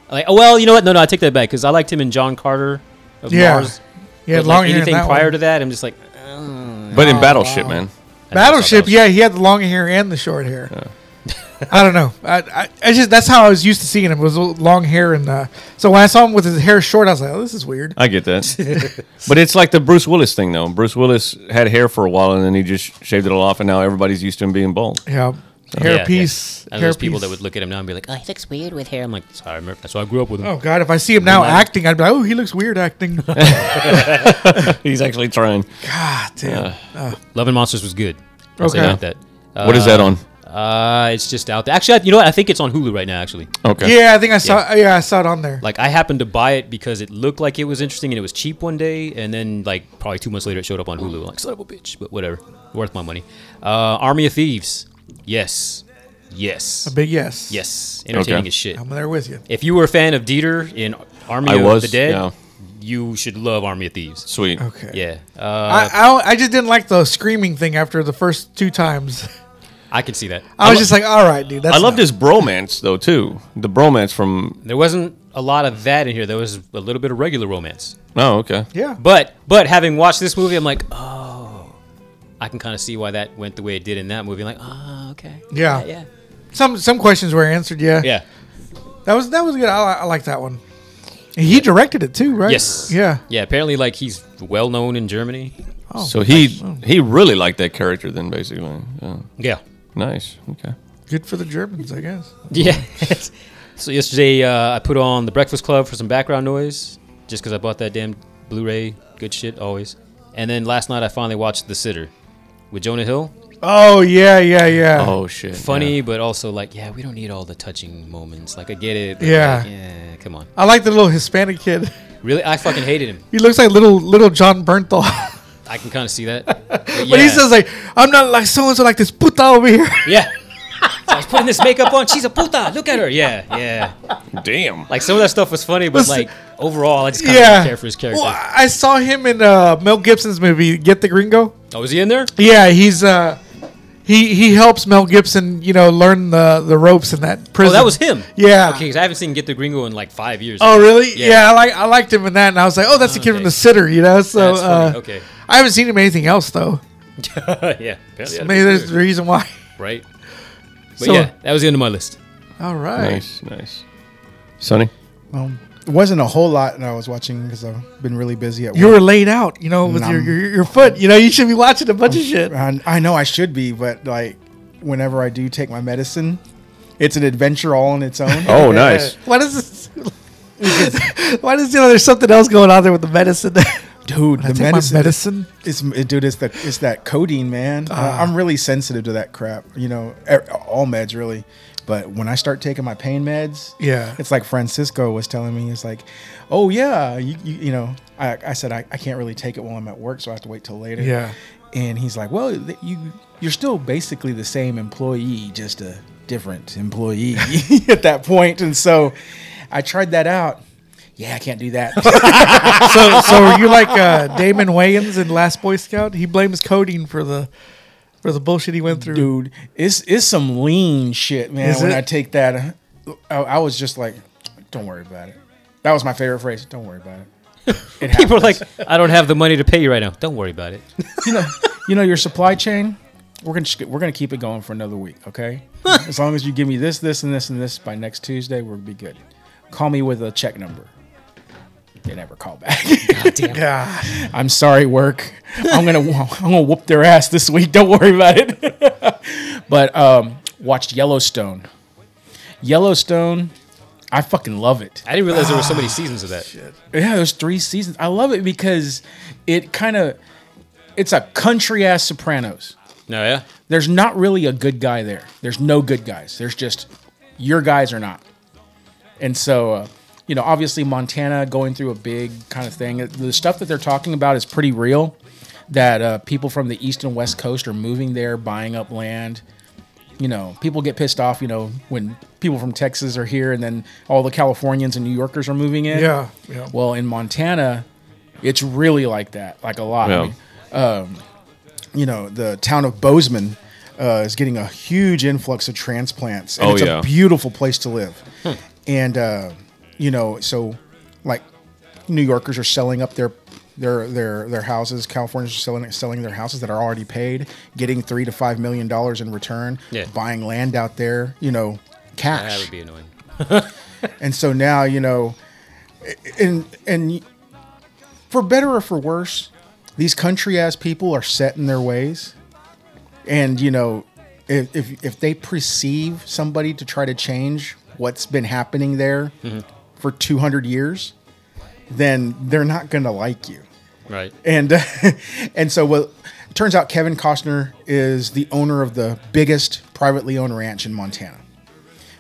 [SPEAKER 3] Like, oh well, you know what? No, no, I take that back because I liked him in John Carter of
[SPEAKER 1] Yeah.
[SPEAKER 3] Mars.
[SPEAKER 1] He had
[SPEAKER 3] But,
[SPEAKER 1] long
[SPEAKER 3] like,
[SPEAKER 1] hair in
[SPEAKER 3] anything
[SPEAKER 1] that
[SPEAKER 3] prior
[SPEAKER 1] one.
[SPEAKER 3] to that, I'm just like
[SPEAKER 2] But in Battleship, man.
[SPEAKER 1] Battleship, yeah, he had the long hair and the short hair. <laughs> I don't know. I, I, I just that's how I was used to seeing him was long hair and uh, so when I saw him with his hair short, I was like, oh, this is weird.
[SPEAKER 3] Uh,
[SPEAKER 2] I get <laughs> that. but it's like the Bruce Willis thing, though. Bruce Willis had hair for a while and then he just shaved it all off, and now everybody's used to him being bald.
[SPEAKER 1] Yeah,
[SPEAKER 3] Yeah,
[SPEAKER 1] hair
[SPEAKER 3] yeah.
[SPEAKER 1] piece.
[SPEAKER 3] And
[SPEAKER 1] Hair
[SPEAKER 3] there's people
[SPEAKER 1] piece.
[SPEAKER 3] that would look at him now and be like, "Oh, he looks weird with hair." I'm like, "Sorry, I remember. That's why I grew up with him."
[SPEAKER 1] Oh God! If I see him now acting, I'd be like, "Oh, he looks weird
[SPEAKER 3] <laughs>
[SPEAKER 1] acting." God
[SPEAKER 2] <laughs> He's actually trying.
[SPEAKER 1] damn!
[SPEAKER 3] Love and Monsters was good. I'll say
[SPEAKER 1] Okay.
[SPEAKER 3] about that. Uh,
[SPEAKER 2] What is that on?
[SPEAKER 3] Uh, it's just out there. Actually, I- you know what? I think it's on Hulu right now. Actually,
[SPEAKER 2] Okay.
[SPEAKER 1] yeah, I think I saw. Yeah. I saw it on there.
[SPEAKER 3] like I happened to buy it because it looked like it was interesting and it was cheap one day, and then like probably two months later it showed up on Hulu. I'm like son of a bitch, but whatever, worth my money. Uh, Army of Thieves, yes, yes,
[SPEAKER 1] Big yes.
[SPEAKER 3] yes, entertaining
[SPEAKER 2] Okay.
[SPEAKER 3] as shit.
[SPEAKER 1] I'm there with you.
[SPEAKER 3] If you were a fan of Dieter in Army
[SPEAKER 2] I
[SPEAKER 3] of
[SPEAKER 2] was,
[SPEAKER 3] the Dead,
[SPEAKER 2] yeah.
[SPEAKER 3] you should love Army of Thieves.
[SPEAKER 2] Sweet.
[SPEAKER 1] Okay.
[SPEAKER 3] Yeah, uh,
[SPEAKER 1] I,
[SPEAKER 3] I,
[SPEAKER 1] I don't- I just didn't like the screaming thing after the first two times. <laughs>
[SPEAKER 3] can see that.
[SPEAKER 1] I was just like, "All right, dude." That's
[SPEAKER 2] I loved
[SPEAKER 1] enough."
[SPEAKER 2] his bromance, though, too. The bromance from.
[SPEAKER 3] There wasn't a lot of that in here. There was a little bit of regular romance.
[SPEAKER 2] Oh, okay.
[SPEAKER 1] Yeah.
[SPEAKER 3] But but having watched this movie, I'm like, oh, I can kind of see why that went the way it did in that movie. like, oh, okay,
[SPEAKER 1] Yeah.
[SPEAKER 3] yeah,
[SPEAKER 1] Some some questions were answered. Yeah.
[SPEAKER 3] yeah.
[SPEAKER 1] That was that was good. I, li- I like that one. And He directed it too, right?
[SPEAKER 3] Yes.
[SPEAKER 1] Yeah.
[SPEAKER 3] Yeah. Apparently, like he's well known in Germany.
[SPEAKER 2] so he he really liked that character, then, basically. Yeah.
[SPEAKER 3] Yeah.
[SPEAKER 2] Nice. Okay.
[SPEAKER 1] Good for the Germans, I guess.
[SPEAKER 3] <laughs> Yeah. so yesterday, uh, I put on The Breakfast Club for some background noise, just because I bought that damn Blu-ray. Good shit, always. And then last night, I finally watched The Sitter with Jonah Hill.
[SPEAKER 1] Oh yeah, yeah, yeah.
[SPEAKER 2] Oh shit.
[SPEAKER 3] Funny, but also like, yeah, we don't need all the touching moments. Like, I get it. but,
[SPEAKER 1] Yeah.
[SPEAKER 3] like, yeah. Come on.
[SPEAKER 1] I like the little Hispanic kid.
[SPEAKER 3] Really, I fucking hated him.
[SPEAKER 1] He looks like little little John Bernthal. <laughs>
[SPEAKER 3] I can kind of see that. But,
[SPEAKER 1] but
[SPEAKER 3] yeah.
[SPEAKER 1] he says like, "I'm not like so and so like this puta over here." <laughs>
[SPEAKER 3] Yeah. I was putting this makeup on. She's a puta. Look at her. Yeah, yeah.
[SPEAKER 2] Yeah. Damn.
[SPEAKER 3] Like some of that stuff was funny, but
[SPEAKER 1] Listen-
[SPEAKER 3] like overall, I just kind of
[SPEAKER 1] yeah.
[SPEAKER 3] didn't care for his character.
[SPEAKER 1] Well, I saw him in uh, Mel Gibson's movie Get the Gringo.
[SPEAKER 3] Oh, is he in there?
[SPEAKER 1] Yeah, he's uh, he he helps Mel Gibson, you know, learn the the ropes in that
[SPEAKER 3] Oh,
[SPEAKER 1] prison.
[SPEAKER 3] that was him.
[SPEAKER 1] Yeah.
[SPEAKER 3] Okay, 'cause I haven't seen Get the Gringo in like five years.
[SPEAKER 1] Oh really? Yeah,
[SPEAKER 3] Yeah.
[SPEAKER 1] I like I liked him in that, and I was like, oh, that's the kid from
[SPEAKER 3] Okay.
[SPEAKER 1] The Sitter, you know. So
[SPEAKER 3] That's funny.
[SPEAKER 1] uh, <laughs>
[SPEAKER 3] Okay.
[SPEAKER 1] I haven't seen him in anything else though.
[SPEAKER 3] yeah. apparently that'd
[SPEAKER 1] Maybe
[SPEAKER 3] be
[SPEAKER 1] there's
[SPEAKER 3] weird,
[SPEAKER 1] the reason why. <laughs>
[SPEAKER 3] right. But
[SPEAKER 1] So-
[SPEAKER 3] yeah, that was the end of my list.
[SPEAKER 1] All right.
[SPEAKER 2] Nice. Nice. Sonny.
[SPEAKER 4] Um, it wasn't a whole lot that I was watching because I've been really busy at
[SPEAKER 1] You
[SPEAKER 4] work.
[SPEAKER 1] were laid out, you know, with your,
[SPEAKER 4] Nom.
[SPEAKER 1] your your foot. You know, you should be watching a bunch of shit.
[SPEAKER 4] And I know I should be, but like whenever I do take my medicine, it's an adventure all on its own.
[SPEAKER 2] Oh, nice.
[SPEAKER 1] <laughs> Why does this? why does you know? There's something else going on there with the medicine. <laughs>
[SPEAKER 4] Dude,
[SPEAKER 1] I
[SPEAKER 4] the
[SPEAKER 1] take my
[SPEAKER 4] medicine,
[SPEAKER 1] medicine? Ah.
[SPEAKER 4] It's it- dude, it's that it's that codeine, man. I- I'm really sensitive to that crap. You know, er- all meds really. But when I start taking my pain meds,
[SPEAKER 1] Yeah.
[SPEAKER 4] it's like Francisco was telling me. It's like, oh yeah, you you, you know, I, I said I, I can't really take it while I'm at work, so I have to wait till later.
[SPEAKER 1] Yeah.
[SPEAKER 4] and he's like, well, th- you you're still basically the same employee, just a different employee <laughs> at that point. And so, I tried that out. Yeah, I can't do that.
[SPEAKER 1] <laughs> <laughs> so so are you like uh, Damon Wayans in Last Boy Scout? He blames codeine for the for the bullshit he went through.
[SPEAKER 4] dude. It's it's some lean shit, man.
[SPEAKER 1] Is
[SPEAKER 4] when
[SPEAKER 1] it?
[SPEAKER 4] I take that, I, I was just like, "Don't worry about it." That was my favorite phrase. Don't worry about it. It
[SPEAKER 3] People are
[SPEAKER 4] happens.
[SPEAKER 3] like, I don't have the money to pay you right now. Don't worry about it.
[SPEAKER 4] you know, you know your supply chain. We're gonna just- we're gonna keep it going for another week, okay? as long as you give me this, this, and this, and this by next Tuesday, we'll be good. Call me with a check number. They never call back.
[SPEAKER 1] Yeah.
[SPEAKER 4] <laughs> I'm sorry, work. I'm gonna <laughs> I'm gonna whoop their ass this week. Don't worry about it. <laughs> but um, watched Yellowstone. Yellowstone, I fucking love it.
[SPEAKER 3] I didn't realize there were so many
[SPEAKER 1] Ah,
[SPEAKER 3] seasons of that.
[SPEAKER 4] Yeah, there's three seasons. I love it because it kind of it's a country ass Sopranos.
[SPEAKER 3] No, yeah.
[SPEAKER 4] There's not really a good guy there. There's no good guys. There's just your guys are not. And so, uh, you know, obviously Montana going through a big kind of thing. The stuff that they're talking about is pretty real. That uh, people from the east and west coast are moving there, buying up land. You know, people get pissed off. You know, when people from Texas are here, and then all the Californians and New Yorkers are moving in.
[SPEAKER 1] Yeah. Yeah.
[SPEAKER 4] Well, in Montana, it's really like that, like a lot. I
[SPEAKER 2] Yeah.
[SPEAKER 4] mean, you know, the town of Bozeman uh, is getting a huge influx of transplants. And
[SPEAKER 2] Oh,
[SPEAKER 4] it's
[SPEAKER 2] yeah.
[SPEAKER 4] a beautiful place to live. And, uh, you know, so like New Yorkers are selling up their their their their houses. Californians are selling selling their houses that are already paid, getting three to five million dollars in return.
[SPEAKER 3] Yeah.
[SPEAKER 4] buying land out there, you know, cash.
[SPEAKER 3] That would be annoying.
[SPEAKER 4] And so now, you know, and and for better or for worse, these country ass people are set in their ways. And you know, if if, if they perceive somebody to try to change what's been happening there for 200 years, then they're not going to like you
[SPEAKER 3] Right.
[SPEAKER 4] and <laughs> and so well it turns out kevin costner is the owner of the biggest privately owned ranch in montana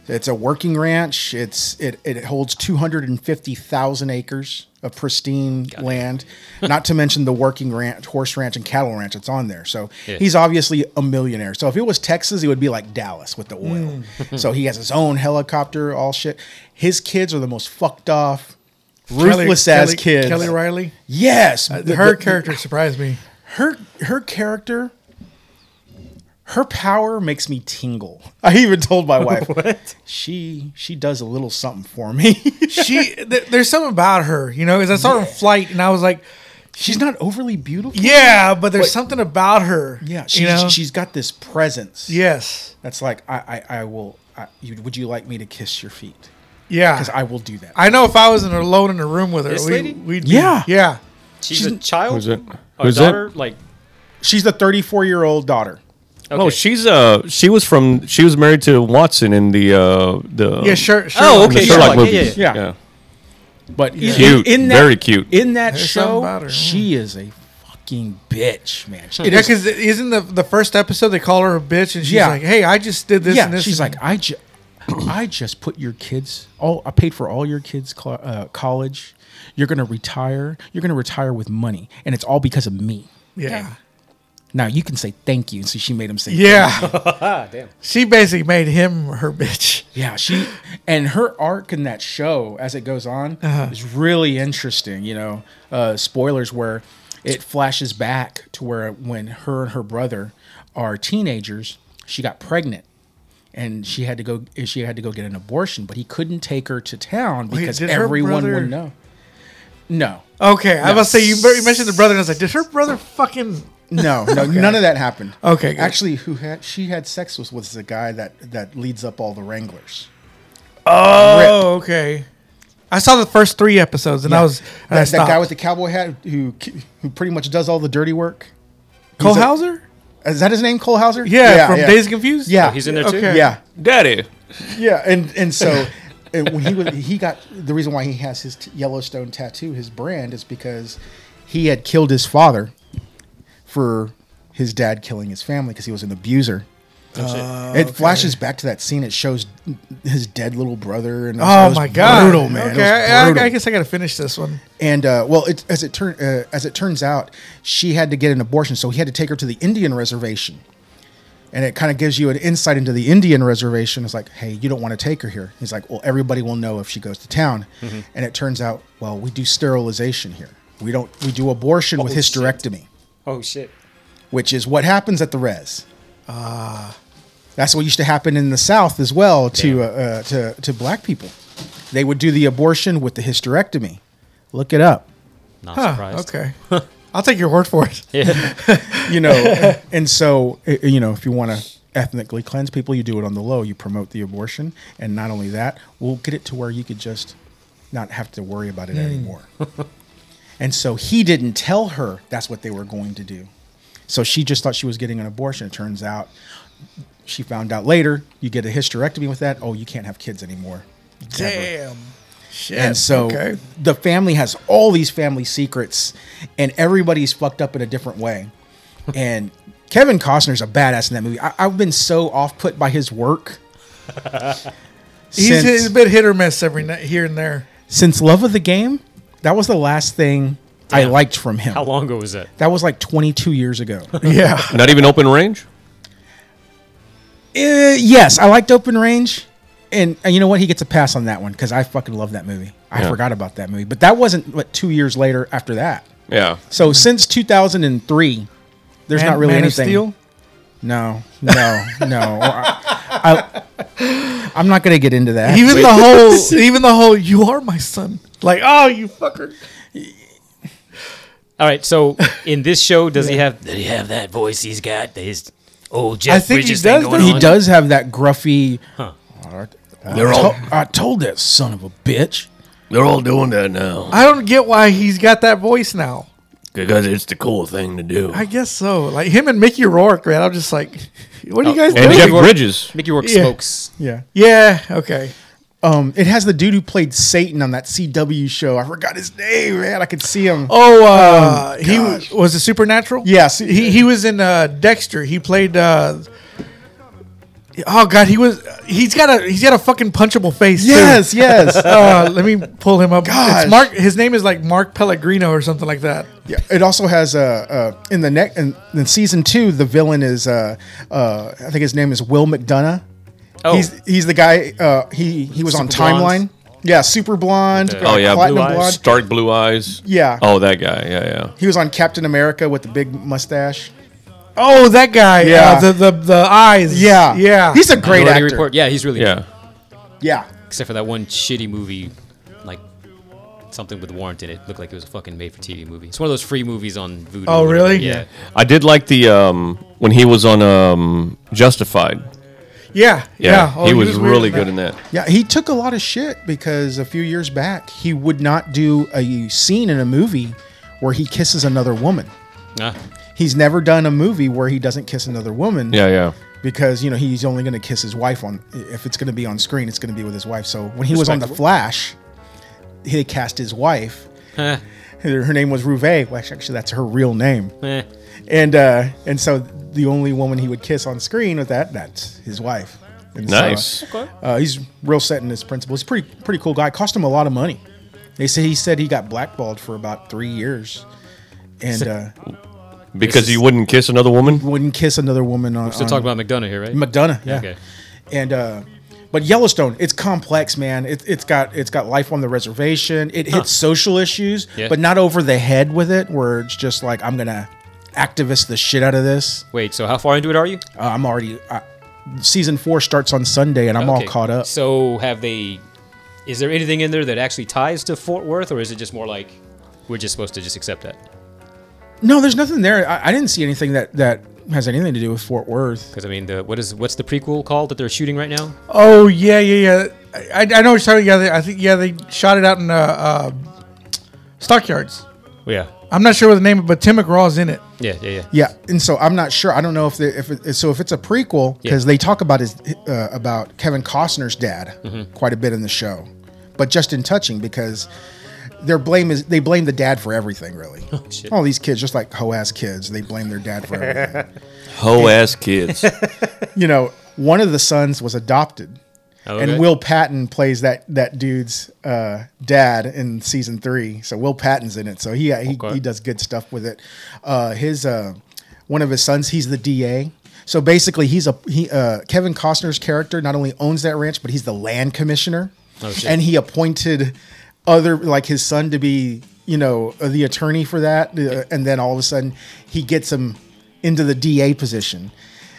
[SPEAKER 4] it's a working ranch it's it, it holds 250000 acres of pristine land not to mention the working ranch horse ranch and cattle ranch that's on there so he's obviously a millionaire so if it was texas it would be like dallas with the oil
[SPEAKER 1] Mm. <laughs>
[SPEAKER 4] so he has his own helicopter all shit his kids are the most fucked off ruthless
[SPEAKER 1] Kelly,
[SPEAKER 4] as
[SPEAKER 1] Kelly-
[SPEAKER 4] kids
[SPEAKER 1] Kelly Riley.
[SPEAKER 4] yes the-
[SPEAKER 1] Her
[SPEAKER 4] the-
[SPEAKER 1] character surprised me.
[SPEAKER 4] her her character her power makes me tingle <laughs> i even told my wife <laughs> what <laughs> she she does a little something for me <laughs>
[SPEAKER 1] She th- there's something about her, you know. Because I saw her in flight, and I was like,
[SPEAKER 4] she's not overly beautiful
[SPEAKER 1] yeah, but there's something about her.
[SPEAKER 4] yeah
[SPEAKER 1] she,
[SPEAKER 4] she,
[SPEAKER 1] you know?
[SPEAKER 4] she's got this presence
[SPEAKER 1] yes,
[SPEAKER 4] that's like i i, I will I, you, would you like me to kiss your feet
[SPEAKER 1] yeah.
[SPEAKER 4] because i will do that
[SPEAKER 1] I know if I was in alone in a room with her,
[SPEAKER 3] This
[SPEAKER 1] we,
[SPEAKER 3] lady?
[SPEAKER 1] we'd
[SPEAKER 4] Yeah.
[SPEAKER 1] be, yeah.
[SPEAKER 3] She's, a child.
[SPEAKER 2] Who's it?
[SPEAKER 3] A
[SPEAKER 2] Who's
[SPEAKER 3] daughter.
[SPEAKER 2] that?
[SPEAKER 3] Like.
[SPEAKER 4] she's the 34 year old daughter
[SPEAKER 3] Okay.
[SPEAKER 2] Oh, she's uh, she was from she was married to Watson in the uh the
[SPEAKER 1] Yeah, sure. sure
[SPEAKER 3] Oh,
[SPEAKER 2] the
[SPEAKER 3] okay,
[SPEAKER 2] Sherlock
[SPEAKER 3] Sherlock, yeah,
[SPEAKER 2] movie.
[SPEAKER 4] yeah, yeah. but in-
[SPEAKER 2] Cute,
[SPEAKER 4] in, that,
[SPEAKER 2] very cute.
[SPEAKER 4] in that
[SPEAKER 1] There's something about
[SPEAKER 4] show
[SPEAKER 1] her.
[SPEAKER 4] she is a fucking bitch man
[SPEAKER 2] Hmm.
[SPEAKER 4] She-
[SPEAKER 1] Yeah, because isn't the the first episode they call her a bitch and she's
[SPEAKER 4] Yeah.
[SPEAKER 1] like, "Hey, I just did this."
[SPEAKER 4] yeah,
[SPEAKER 1] and this
[SPEAKER 4] she's
[SPEAKER 1] and
[SPEAKER 4] like, I just, <clears throat> I just put your kids. All I paid for all your kids' cl- uh, college. You're gonna retire. You're gonna retire with money, and it's all because of me.
[SPEAKER 1] yeah,
[SPEAKER 4] Now you can say thank you. And so she made him say,
[SPEAKER 1] yeah.
[SPEAKER 4] <laughs>
[SPEAKER 3] damn.
[SPEAKER 1] She basically made him her bitch.
[SPEAKER 4] yeah. She and her arc in that show as it goes on
[SPEAKER 1] Uh-huh.
[SPEAKER 4] is really interesting. You know, uh, spoilers where it flashes back to where when her and her brother are teenagers, she got pregnant. and she had to go she had to go get an abortion but he couldn't take her to town because
[SPEAKER 1] did her
[SPEAKER 4] everyone
[SPEAKER 1] brother-
[SPEAKER 4] would know no
[SPEAKER 1] Okay, I was gonna say you, you mentioned the brother, and I was like, "Did her brother fucking?" <laughs>
[SPEAKER 4] no no none of that happened
[SPEAKER 1] Okay, good.
[SPEAKER 4] actually who had she had sex with was the guy that that leads up all the wranglers
[SPEAKER 1] Oh, okay. I saw the first three episodes, and I was and I
[SPEAKER 4] that, that guy
[SPEAKER 1] stopped.
[SPEAKER 4] with the cowboy hat who who pretty much does all the dirty work
[SPEAKER 1] Cole
[SPEAKER 4] he's a-
[SPEAKER 1] Hauser.
[SPEAKER 4] is that his name cole hauser
[SPEAKER 1] Yeah, from Days Confused.
[SPEAKER 4] yeah
[SPEAKER 3] Oh, he's in there too?
[SPEAKER 1] Okay.
[SPEAKER 4] yeah
[SPEAKER 6] Daddy.
[SPEAKER 4] Yeah, and
[SPEAKER 1] <laughs>
[SPEAKER 4] and so and when he was he got the reason why he has his t- Yellowstone tattoo, his brand is because he had killed his father for his dad killing his family because he was an abuser.
[SPEAKER 3] Oh,
[SPEAKER 4] Uh,
[SPEAKER 1] Oh,
[SPEAKER 4] it flashes back to that scene. It shows his dead little brother, and it was- it
[SPEAKER 1] Oh
[SPEAKER 4] was
[SPEAKER 1] my god.
[SPEAKER 4] brutal man. It
[SPEAKER 1] Okay,
[SPEAKER 4] was
[SPEAKER 1] I-
[SPEAKER 4] brutal.
[SPEAKER 1] I, I guess I gotta finish this one.
[SPEAKER 4] And uh, well, it, as it turn uh, as it turns out, she had to get an abortion, so he had to take her to the Indian reservation. And it kind of gives you an insight into the Indian reservation. It's like, hey, you don't want to take her here. He's like, well, everybody will know if she goes to town.
[SPEAKER 3] Mm-hmm.
[SPEAKER 4] And it turns out, well, we do sterilization here. We don't. We do abortion with hysterectomy,
[SPEAKER 3] Oh shit.
[SPEAKER 4] which is what happens at the res. Ah. That's what used to happen in the South as well to uh, uh, to to black people. They would do the abortion with the hysterectomy. Look it up.
[SPEAKER 3] Not
[SPEAKER 1] Huh,
[SPEAKER 3] surprised.
[SPEAKER 1] okay. I'll take your word for it.
[SPEAKER 4] <laughs> you know and so i- you know if you want to ethnically cleanse people you do it on the low you promote the abortion and not only that we'll get it to where you could just not have to worry about it anymore and so he didn't tell her that's what they were going to do so she just thought she was getting an abortion it turns out she found out later you get a hysterectomy with that oh you can't have kids anymore
[SPEAKER 1] Damn. Shit.
[SPEAKER 4] and so
[SPEAKER 1] okay.
[SPEAKER 4] the family has all these family secrets, and everybody's fucked up in a different way. and Kevin Costner's a badass in that movie. I, I've been so off put by his work.
[SPEAKER 1] He's,
[SPEAKER 4] since,
[SPEAKER 1] he's a bit hit or miss every night here and there.
[SPEAKER 4] since Love of the Game, that was the last thing I liked from him.
[SPEAKER 3] How long ago was that?
[SPEAKER 4] That was like 22 years ago. <laughs>
[SPEAKER 1] Yeah.
[SPEAKER 2] Not even open range.
[SPEAKER 4] Uh, yes, I liked Open Range, and, and you know what? He gets a pass on that one because I fucking love that movie. I
[SPEAKER 2] Yeah.
[SPEAKER 4] forgot about that movie, but that wasn't what two years later after that.
[SPEAKER 2] Yeah,
[SPEAKER 4] So since 2003, there's not really
[SPEAKER 1] Mm-hmm. Man
[SPEAKER 4] anything.
[SPEAKER 1] Of Steel?
[SPEAKER 4] No, no, no. I, I, am not gonna get into that.
[SPEAKER 1] Even the whole even the whole you are my son. Like, oh you fucker.
[SPEAKER 3] All
[SPEAKER 1] <laughs>
[SPEAKER 3] right, so in this show, does he have?
[SPEAKER 8] Did he have that voice he's got? His old
[SPEAKER 1] I
[SPEAKER 8] Jeff
[SPEAKER 1] think he
[SPEAKER 8] Bridges
[SPEAKER 1] does.
[SPEAKER 8] thing going
[SPEAKER 1] though.
[SPEAKER 8] on?
[SPEAKER 1] He does have that gruffy.
[SPEAKER 4] uh,
[SPEAKER 8] They're all
[SPEAKER 1] I told that son of a bitch.
[SPEAKER 8] they're all doing that now
[SPEAKER 1] I don't get why he's got that voice now.
[SPEAKER 8] because it's the cool thing to do.
[SPEAKER 1] I guess so. Like him and Mickey Rourke, man. I'm just like, what are you guys
[SPEAKER 6] And
[SPEAKER 1] doing?
[SPEAKER 6] Jeff Bridges.
[SPEAKER 3] Mickey Rourke
[SPEAKER 1] Yeah.
[SPEAKER 3] smokes.
[SPEAKER 4] Yeah.
[SPEAKER 1] yeah. Okay.
[SPEAKER 4] Um, it has the dude who played Satan on that CW show. I forgot his name, man. I could see him.
[SPEAKER 1] Oh, uh, he w- was a supernatural.
[SPEAKER 4] Yes.
[SPEAKER 1] He he was in uh, Dexter. He played. Uh, oh God, he was. He's got a he's got a fucking punchable face. too.
[SPEAKER 4] Yes, yes.
[SPEAKER 1] <laughs> Uh, let me pull him up.
[SPEAKER 4] Gosh.
[SPEAKER 1] It's Mark. His name is like Mark Pellegrino or something like that.
[SPEAKER 4] Yeah, it also has uh, uh, in the neck in, in season two. The villain is uh, uh, I think his name is Will McDonough.
[SPEAKER 3] Oh,
[SPEAKER 4] He's he's the guy. Uh, he he was on
[SPEAKER 3] Super blonde.
[SPEAKER 4] Timeline. Yeah, super blonde.
[SPEAKER 6] Oh yeah,
[SPEAKER 4] platinum
[SPEAKER 3] eyes.
[SPEAKER 4] blonde.
[SPEAKER 6] Stark blue eyes.
[SPEAKER 4] Yeah.
[SPEAKER 6] Oh, that guy. Yeah, yeah.
[SPEAKER 4] He was on Captain America with the big mustache.
[SPEAKER 1] Oh, that guy.
[SPEAKER 4] Yeah.
[SPEAKER 1] uh, the the the eyes.
[SPEAKER 4] Yeah,
[SPEAKER 1] yeah.
[SPEAKER 4] He's a great
[SPEAKER 3] Minority
[SPEAKER 4] actor.
[SPEAKER 3] Report. Yeah, he's really
[SPEAKER 6] Yeah.
[SPEAKER 4] Yeah,
[SPEAKER 3] except for that one shitty movie, like something with Warrant in it. Looked like it was a fucking made-for-TV movie. It's one of those free movies on Voodoo.
[SPEAKER 1] Oh,
[SPEAKER 3] or whatever.
[SPEAKER 1] really?
[SPEAKER 3] Yeah.
[SPEAKER 6] I did like the um when he was on um Justified.
[SPEAKER 1] yeah, yeah.
[SPEAKER 6] Yeah.
[SPEAKER 1] Oh,
[SPEAKER 6] he, was
[SPEAKER 1] weird
[SPEAKER 6] really good in that.
[SPEAKER 4] yeah. He took a lot of shit because a few years back he would not do a scene in a movie where he kisses another woman.
[SPEAKER 3] Ah,
[SPEAKER 4] He's never done a movie where he doesn't kiss another woman.
[SPEAKER 6] Yeah, yeah.
[SPEAKER 4] because you know he's only going to kiss his wife on if it's going to be on screen it's going to be with his wife so when he was on the flash he cast his wife
[SPEAKER 3] Huh.
[SPEAKER 4] her, her name was Ruve well, actually, actually that's her real name
[SPEAKER 3] eh.
[SPEAKER 4] and uh and so the only woman he would kiss on screen with that that's his wife And so,
[SPEAKER 6] Nice.
[SPEAKER 4] uh, he's real set in his principles he's a pretty pretty cool guy cost him a lot of money they say he said he got blackballed for about three years and uh
[SPEAKER 6] Because he wouldn't kiss another woman.
[SPEAKER 4] wouldn't kiss another woman on
[SPEAKER 3] Still
[SPEAKER 4] on-
[SPEAKER 3] talking about McDonough here, right?
[SPEAKER 4] McDonough, yeah.
[SPEAKER 3] Okay.
[SPEAKER 4] And uh but Yellowstone, it's complex, man. It, it's got it's got life on the reservation. It hits social issues,
[SPEAKER 3] Yeah.
[SPEAKER 4] but not over the head with it, where it's just like I'm gonna activist the shit out of this.
[SPEAKER 3] Wait, so how far into it are you?
[SPEAKER 4] Uh, I'm already uh, season four starts on Sunday, and I'm
[SPEAKER 3] Okay.
[SPEAKER 4] all caught up.
[SPEAKER 3] So have they? Is there anything in there that actually ties to Fort Worth, or is it just more like we're just supposed to just accept that?
[SPEAKER 4] No, there's nothing there. I, I didn't see anything that that has anything to do with Fort Worth.
[SPEAKER 3] Because I mean, the what is what's the prequel called that they're shooting right now?
[SPEAKER 1] Oh yeah, yeah, yeah. I, I know what you're talking. Yeah, they, I think yeah they shot it out in uh, uh, stockyards.
[SPEAKER 3] Oh, Yeah,
[SPEAKER 1] I'm not sure what the name, of it, but Tim McGraw's in it.
[SPEAKER 3] yeah, yeah, yeah.
[SPEAKER 4] Yeah, and so I'm not sure. I don't know if the, if it, so if it's a prequel because
[SPEAKER 3] Yeah.
[SPEAKER 4] they talk about his uh, about Kevin Costner's dad
[SPEAKER 3] Mm-hmm.
[SPEAKER 4] quite a bit in the show, but just in touching because their blame is they blame the dad for
[SPEAKER 3] <laughs>
[SPEAKER 4] everything really.
[SPEAKER 3] Oh, shit.
[SPEAKER 4] All these kids, just like ho ass kids, they blame their dad for everything. <laughs>
[SPEAKER 6] Ho ass
[SPEAKER 2] <laughs>
[SPEAKER 6] kids.
[SPEAKER 4] you know, one of the sons was adopted,
[SPEAKER 3] Oh, Okay.
[SPEAKER 4] and Will Patton plays that that dude's uh, dad in season three. So Will Patton's in it, so he he, he does good stuff with it. Uh, his uh, one of his sons, he's the DA. So basically, he's a he uh, Kevin Costner's character not only owns that ranch, but he's the land commissioner, and he appointed other like his son to be you know uh, the attorney for that, uh, and then all of a sudden he gets him into the DA position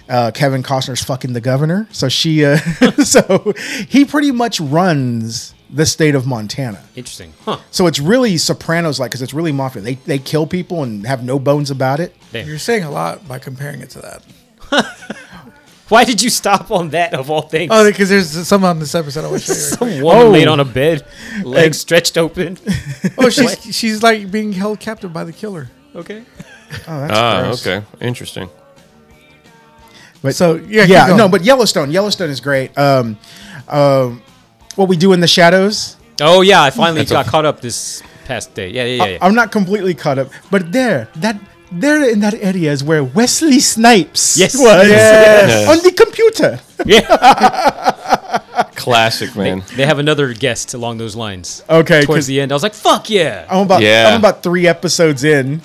[SPEAKER 4] uh, Kevin Costner's fucking the governor. So she, uh, <laughs> so he pretty much runs the state of Montana.
[SPEAKER 3] Interesting, huh?
[SPEAKER 4] So it's really Sopranos like because it's really mafia. They they kill people and have no bones about it.
[SPEAKER 1] You're saying a lot by comparing it to that.
[SPEAKER 3] Why did you stop on that of all things?
[SPEAKER 1] Oh, because there's some on this episode I want to show
[SPEAKER 3] Some
[SPEAKER 1] you.
[SPEAKER 3] woman
[SPEAKER 4] oh.
[SPEAKER 3] laid on a
[SPEAKER 4] <laughs>
[SPEAKER 3] bed, legs stretched open.
[SPEAKER 1] Oh, she's she's like being held captive by the killer.
[SPEAKER 3] okay.
[SPEAKER 6] ah, okay. Interesting.
[SPEAKER 4] But
[SPEAKER 1] So, yeah, keep
[SPEAKER 4] yeah,
[SPEAKER 1] going.
[SPEAKER 4] no, but Yellowstone, Yellowstone is great. Um, um, what we do in the shadows.
[SPEAKER 3] Oh yeah, I finally got caught up this past day. Yeah, yeah, yeah. yeah.
[SPEAKER 4] I, am not completely caught up, but there that. There in that area is where Wesley Snipes
[SPEAKER 3] Yes.
[SPEAKER 4] was
[SPEAKER 6] Yes.
[SPEAKER 4] on the computer.
[SPEAKER 6] Classic man.
[SPEAKER 3] they have another guest along those lines.
[SPEAKER 4] Oh, Okay, Oh.
[SPEAKER 3] Towards the end, I was like, "Fuck yeah!"
[SPEAKER 4] I'm about
[SPEAKER 6] Yeah.
[SPEAKER 4] I'm about three episodes in,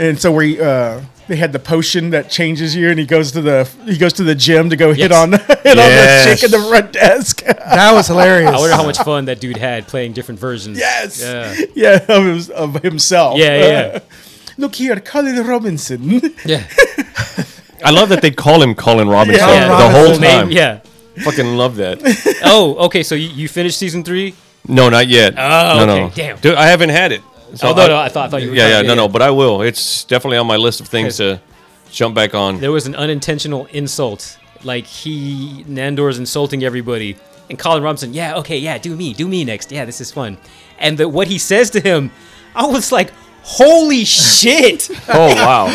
[SPEAKER 4] and so we uh, they had the potion that changes you, and he goes to the he goes to the gym to go hit
[SPEAKER 3] Yes.
[SPEAKER 4] on <laughs> hit on the
[SPEAKER 6] Yes.
[SPEAKER 4] chick at the front desk.
[SPEAKER 1] That was hilarious.
[SPEAKER 3] <laughs> I wonder how much fun that dude had playing different versions.
[SPEAKER 4] yes,
[SPEAKER 3] Yeah.
[SPEAKER 4] yeah, of, his- of himself.
[SPEAKER 3] Yeah, yeah,
[SPEAKER 4] <laughs> Look here, Colin Robinson.
[SPEAKER 3] <laughs>
[SPEAKER 4] <laughs>
[SPEAKER 3] yeah.
[SPEAKER 6] I love that they call him Colin Robinson
[SPEAKER 1] Yeah.
[SPEAKER 6] the whole
[SPEAKER 1] Robinson.
[SPEAKER 6] time.
[SPEAKER 3] Name, <laughs> yeah.
[SPEAKER 6] Fucking love that.
[SPEAKER 3] Oh, okay. So you, you finished season three?
[SPEAKER 6] No, not yet.
[SPEAKER 3] Oh,
[SPEAKER 6] no,
[SPEAKER 3] okay,
[SPEAKER 6] no.
[SPEAKER 3] damn.
[SPEAKER 6] Dude, I haven't had it.
[SPEAKER 2] So
[SPEAKER 3] Although, no, I thought- I thought you were
[SPEAKER 2] Yeah,
[SPEAKER 3] trying
[SPEAKER 2] yeah,
[SPEAKER 3] to-
[SPEAKER 2] no, no, but I will. It's definitely on my list of things
[SPEAKER 3] <laughs>
[SPEAKER 2] to jump back on.
[SPEAKER 3] There was an unintentional insult. Like he Nandor's insulting everybody. And Colin Robinson, yeah, okay, yeah, do me, do me next. Yeah, this is fun. And the, what he says to him, I was like, holy shit. <laughs>
[SPEAKER 2] Oh wow.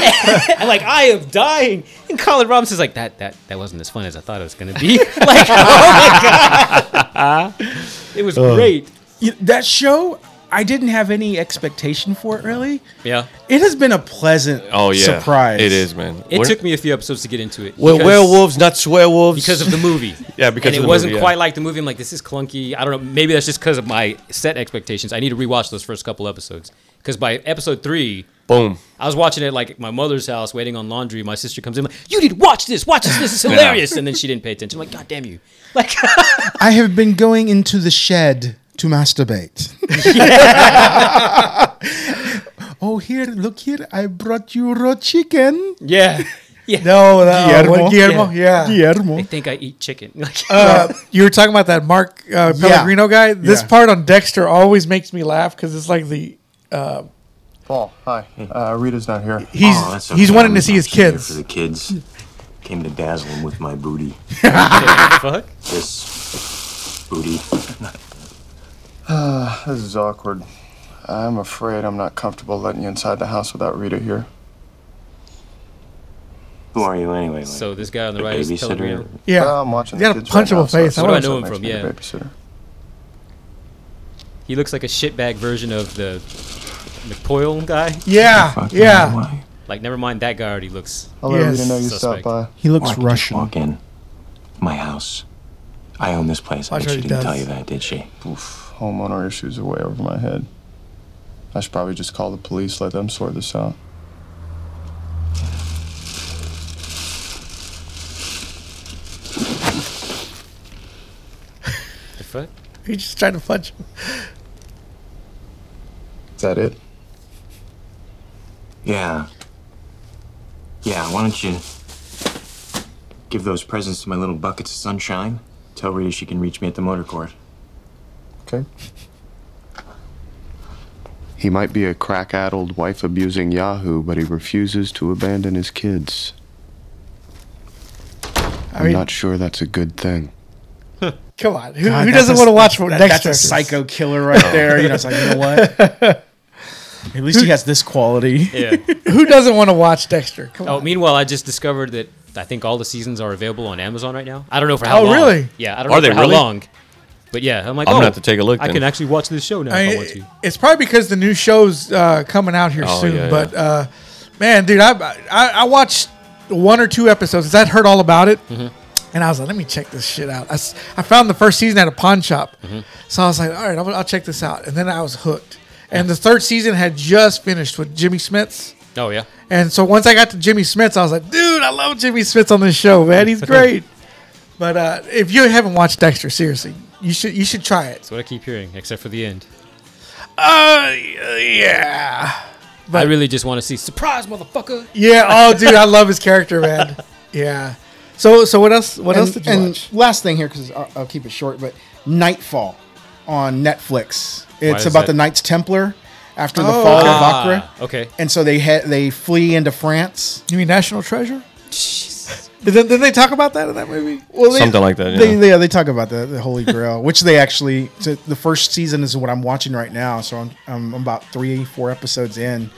[SPEAKER 3] I'm like, I am dying. And Colin Robinson's like, that that that wasn't as fun as I thought it was gonna be. <laughs> like, oh my god. <laughs> it was great.
[SPEAKER 9] You- that show, I didn't have any expectation for it really.
[SPEAKER 3] Yeah.
[SPEAKER 9] It has been a pleasant
[SPEAKER 2] <laughs> Oh yeah.
[SPEAKER 9] surprise.
[SPEAKER 2] It is, man.
[SPEAKER 3] It
[SPEAKER 2] We're-
[SPEAKER 3] took me a few episodes to get into it.
[SPEAKER 2] We're
[SPEAKER 3] because-
[SPEAKER 2] werewolves, not swearwolves.
[SPEAKER 3] because of the movie.
[SPEAKER 2] <laughs> Yeah, because
[SPEAKER 3] and
[SPEAKER 2] of
[SPEAKER 3] it
[SPEAKER 2] the
[SPEAKER 3] wasn't
[SPEAKER 2] movie, yeah.
[SPEAKER 3] quite like the movie. I'm like, this is clunky. I don't know. Maybe that's just because of my set expectations. I need to rewatch those first couple episodes because by episode three,
[SPEAKER 2] boom.
[SPEAKER 3] I was watching it like at my mother's house, waiting on laundry. My sister comes in, like, you need to watch this. Watch
[SPEAKER 2] <laughs>
[SPEAKER 3] this. This is hilarious. And then she didn't pay attention. I'm like, God damn you! Like,
[SPEAKER 4] I have been going into the shed
[SPEAKER 1] <laughs>
[SPEAKER 4] to masturbate. oh, here, look here. I brought you raw chicken.
[SPEAKER 3] yeah, <laughs> yeah.
[SPEAKER 1] No, no, Guillermo.
[SPEAKER 4] Guillermo.
[SPEAKER 1] Guillermo,
[SPEAKER 4] <laughs>
[SPEAKER 1] yeah.
[SPEAKER 3] I
[SPEAKER 4] Guillermo.
[SPEAKER 3] think I eat chicken.
[SPEAKER 2] <laughs>
[SPEAKER 3] <laughs> Like,
[SPEAKER 1] Uh, you were talking about that Mark uh, Pellegrino guy. This
[SPEAKER 4] Yeah.
[SPEAKER 1] part on Dexter always makes me laugh because it's like the
[SPEAKER 10] Paul, hi. Uh, Rita's not here.
[SPEAKER 1] he's
[SPEAKER 11] Oh, that's
[SPEAKER 1] he's
[SPEAKER 11] okay.
[SPEAKER 1] wanting to
[SPEAKER 11] I'm
[SPEAKER 1] see his
[SPEAKER 11] here For
[SPEAKER 1] kids.
[SPEAKER 11] the kids, came to dazzle them with my booty.
[SPEAKER 3] fuck.
[SPEAKER 11] This booty.
[SPEAKER 10] This is awkward. I'm afraid I'm not comfortable letting you inside the house without Rita here.
[SPEAKER 11] Who are you anyway? Like,
[SPEAKER 3] So this guy on the
[SPEAKER 11] a
[SPEAKER 3] right is
[SPEAKER 11] babysitter.
[SPEAKER 3] Pellegrino.
[SPEAKER 1] Yeah,
[SPEAKER 10] Well, I'm watching
[SPEAKER 1] You
[SPEAKER 10] the
[SPEAKER 1] gotta
[SPEAKER 10] kids
[SPEAKER 1] punch
[SPEAKER 10] right
[SPEAKER 1] him
[SPEAKER 10] now,
[SPEAKER 1] in the face.
[SPEAKER 10] so
[SPEAKER 1] That's
[SPEAKER 3] what I
[SPEAKER 10] guess
[SPEAKER 3] know
[SPEAKER 10] that
[SPEAKER 3] him
[SPEAKER 10] makes
[SPEAKER 3] from,
[SPEAKER 10] me the
[SPEAKER 3] yeah.
[SPEAKER 10] babysitter.
[SPEAKER 3] He looks like a shitbag version of the McPoyle guy.
[SPEAKER 1] yeah,
[SPEAKER 11] Fuck,
[SPEAKER 1] yeah.
[SPEAKER 11] why?
[SPEAKER 3] Like, never mind. That guy already looks.
[SPEAKER 10] I'll let
[SPEAKER 1] Yes.
[SPEAKER 10] Rita know you
[SPEAKER 3] Suspect.
[SPEAKER 10] stopped by.
[SPEAKER 4] He
[SPEAKER 11] Why
[SPEAKER 4] looks
[SPEAKER 11] did you
[SPEAKER 4] Russian.
[SPEAKER 11] Walk in. My house. I own this place. I
[SPEAKER 1] Watch
[SPEAKER 11] bet
[SPEAKER 1] what
[SPEAKER 11] she
[SPEAKER 1] he
[SPEAKER 11] didn't tell
[SPEAKER 1] does.
[SPEAKER 11] you that, did she?
[SPEAKER 10] Oof, homeowner issues are way over my head. I should probably just call the police, let them sort this out.
[SPEAKER 3] The fuck?
[SPEAKER 1] He's just trying to punch him.
[SPEAKER 10] Is that it?
[SPEAKER 11] Yeah. Yeah. Why don't you give those presents to my little buckets of sunshine? Tell Rita she can reach me at the motor court.
[SPEAKER 10] Okay. He might be a crack addled, wife abusing Yahoo, but he refuses to abandon his kids. I'm
[SPEAKER 1] mean-
[SPEAKER 10] not sure that's a good thing.
[SPEAKER 1] Come on, who,
[SPEAKER 9] God,
[SPEAKER 1] who
[SPEAKER 9] that's
[SPEAKER 1] doesn't
[SPEAKER 9] a-
[SPEAKER 1] want to watch what
[SPEAKER 9] That-
[SPEAKER 1] Dexter?
[SPEAKER 9] that's a psycho killer
[SPEAKER 1] <laughs>
[SPEAKER 9] right there. You know, it's like, you know what? At least he has this quality.
[SPEAKER 3] Yeah. <laughs>
[SPEAKER 2] <laughs>
[SPEAKER 1] Who doesn't want to watch Dexter? Come on.
[SPEAKER 3] Oh, meanwhile, I just discovered that I think all the seasons are available on Amazon right now. I don't know for how
[SPEAKER 1] Oh,
[SPEAKER 3] long.
[SPEAKER 1] really?
[SPEAKER 3] Yeah, I don't
[SPEAKER 2] Are
[SPEAKER 3] know
[SPEAKER 2] they
[SPEAKER 3] for how
[SPEAKER 2] really?
[SPEAKER 3] long. But yeah, I'm like,
[SPEAKER 2] I'm
[SPEAKER 3] oh,
[SPEAKER 2] gonna have to take a look
[SPEAKER 3] I
[SPEAKER 2] then.
[SPEAKER 3] can actually watch this show now
[SPEAKER 1] I
[SPEAKER 3] if I
[SPEAKER 1] mean,
[SPEAKER 3] want to.
[SPEAKER 1] it- it's probably because the new show's uh, coming out here
[SPEAKER 2] Oh,
[SPEAKER 1] soon.
[SPEAKER 2] yeah,
[SPEAKER 1] but Uh, man, dude, I, I I watched one or two episodes 'cause I'd heard all about it, and I was like, let me check this shit out. I, s- I found the first season at a pawn shop, so I was like, all right, I'll, I'll check this out, and then I was hooked. And the third season had just finished with Jimmy Smits.
[SPEAKER 3] Oh yeah,
[SPEAKER 1] And so once I got to Jimmy Smits, I was like, dude, I love Jimmy Smits on this show, man. <laughs> He's great. but uh, if you haven't watched Dexter, seriously, you should you should try it.
[SPEAKER 3] that's what I keep hearing, except for the end.
[SPEAKER 1] Uh, yeah,
[SPEAKER 3] I really just want to see surprise, motherfucker.
[SPEAKER 1] yeah. Oh, dude, I love his character, <laughs> man. Yeah. So so what else? What else
[SPEAKER 4] And,
[SPEAKER 1] did you
[SPEAKER 4] and
[SPEAKER 1] watch?
[SPEAKER 4] last thing here, because I'll, I'll keep it short, but Nightfall on Netflix. It's
[SPEAKER 3] is
[SPEAKER 4] about
[SPEAKER 3] that-
[SPEAKER 4] the Knights Templar after
[SPEAKER 1] Oh.
[SPEAKER 4] the fall
[SPEAKER 3] Ah,
[SPEAKER 4] of Acre.
[SPEAKER 3] okay.
[SPEAKER 4] And so they ha- they flee into France.
[SPEAKER 1] You mean National Treasure? Did, they- did they talk about that in that movie?
[SPEAKER 4] Well, they,
[SPEAKER 2] Something like that,
[SPEAKER 4] They,
[SPEAKER 2] yeah.
[SPEAKER 4] they, yeah, they talk about the, the Holy Grail, <laughs> which they actually. so the first season is what I'm watching right now, so I'm, I'm about three, four episodes in.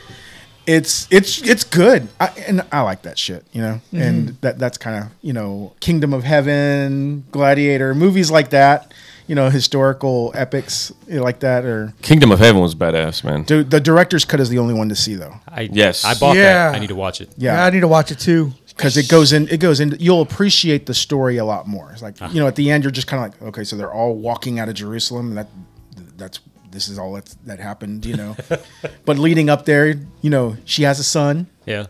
[SPEAKER 4] It's it's it's good, I, and I like that shit, you know.
[SPEAKER 1] Mm-hmm.
[SPEAKER 4] And that that's kind of you know Kingdom of Heaven, Gladiator, movies like that, you know, historical epics like that. Or
[SPEAKER 2] Kingdom of Heaven was badass, man.
[SPEAKER 4] the, the director's cut is the only one to see though,
[SPEAKER 3] I,
[SPEAKER 2] Yes.
[SPEAKER 3] I bought
[SPEAKER 1] Yeah.
[SPEAKER 3] that. I need to watch it.
[SPEAKER 1] Yeah.
[SPEAKER 4] yeah,
[SPEAKER 1] I need to watch it too.
[SPEAKER 4] because it goes in it goes in you'll appreciate the story a lot more it's like
[SPEAKER 3] Ah.
[SPEAKER 4] you know at the end you're just kind of like okay so they're all walking out of jerusalem and that that's this is all that's, that happened
[SPEAKER 3] <laughs>
[SPEAKER 4] you know but leading up there you know she has a son
[SPEAKER 3] Yeah.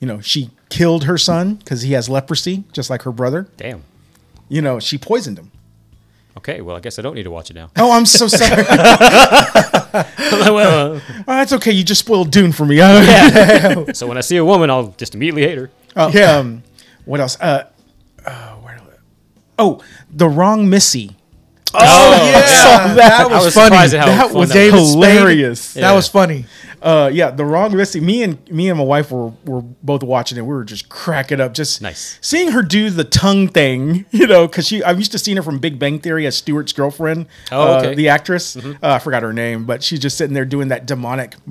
[SPEAKER 4] you know she killed her son because he has leprosy just like her brother
[SPEAKER 3] Damn.
[SPEAKER 4] you know she poisoned him
[SPEAKER 3] Okay. Well, I guess I don't need to watch it now.
[SPEAKER 4] oh
[SPEAKER 3] <laughs>
[SPEAKER 4] i'm so sorry oh,
[SPEAKER 3] Well,
[SPEAKER 4] that's okay you just spoiled dune for me <laughs> yeah
[SPEAKER 3] yeah. so when I see a woman, I'll just immediately hate her.
[SPEAKER 4] Uh, Um, what else? Uh, uh, where, oh, the wrong Missy
[SPEAKER 1] Oh, yeah, that, was, funny. that was David Spade.
[SPEAKER 4] hilarious.
[SPEAKER 1] That was funny.
[SPEAKER 4] Uh, yeah, the wrong recipe. Me and me and my wife were were both watching it. We were just cracking up, just nice seeing her do the tongue thing. You know, because she I'm used to seeing her from Big Bang Theory as Stewart's girlfriend.
[SPEAKER 3] Oh,
[SPEAKER 4] uh,
[SPEAKER 3] okay.
[SPEAKER 4] the actress. Uh, I forgot her name, but she's just sitting there doing that demonic. <laughs>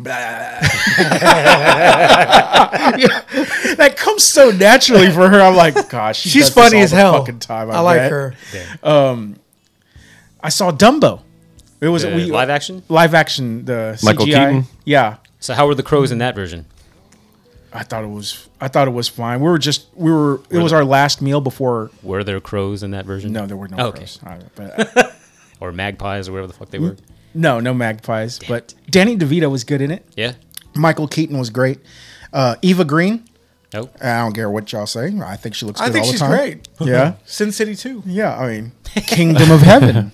[SPEAKER 4] that comes so naturally for her. I'm like, gosh, she
[SPEAKER 1] She's
[SPEAKER 4] does this
[SPEAKER 1] funny
[SPEAKER 4] all
[SPEAKER 1] as
[SPEAKER 4] the
[SPEAKER 1] hell.
[SPEAKER 4] Fucking time, I,
[SPEAKER 1] I like
[SPEAKER 4] bet.
[SPEAKER 1] her.
[SPEAKER 4] Um, I saw Dumbo. It was
[SPEAKER 3] The
[SPEAKER 4] we,
[SPEAKER 3] live action?
[SPEAKER 4] Live action. The
[SPEAKER 3] Michael
[SPEAKER 4] CGI.
[SPEAKER 3] Keaton?
[SPEAKER 4] Yeah,
[SPEAKER 3] So how were the crows in that version?
[SPEAKER 4] I thought it was. I thought it was fine. We were just. We were. It
[SPEAKER 3] Were
[SPEAKER 4] was
[SPEAKER 3] there-
[SPEAKER 4] our last meal before.
[SPEAKER 3] Were there crows in that version?
[SPEAKER 4] No, there were no
[SPEAKER 3] Oh,
[SPEAKER 4] crows.
[SPEAKER 3] Okay.
[SPEAKER 4] I- but- <laughs>
[SPEAKER 3] or magpies or whatever the fuck they were.
[SPEAKER 4] No, no magpies. but Danny DeVito was good in it.
[SPEAKER 3] Yeah.
[SPEAKER 4] Michael Keaton was great. Uh, Eva Green.
[SPEAKER 3] Nope.
[SPEAKER 4] I don't care what y'all say. I think she looks. Good
[SPEAKER 1] I think
[SPEAKER 4] all
[SPEAKER 1] she's
[SPEAKER 4] the time.
[SPEAKER 1] great.
[SPEAKER 4] Yeah.
[SPEAKER 1] <laughs> Sin City too.
[SPEAKER 4] Yeah, I mean, Kingdom of Heaven.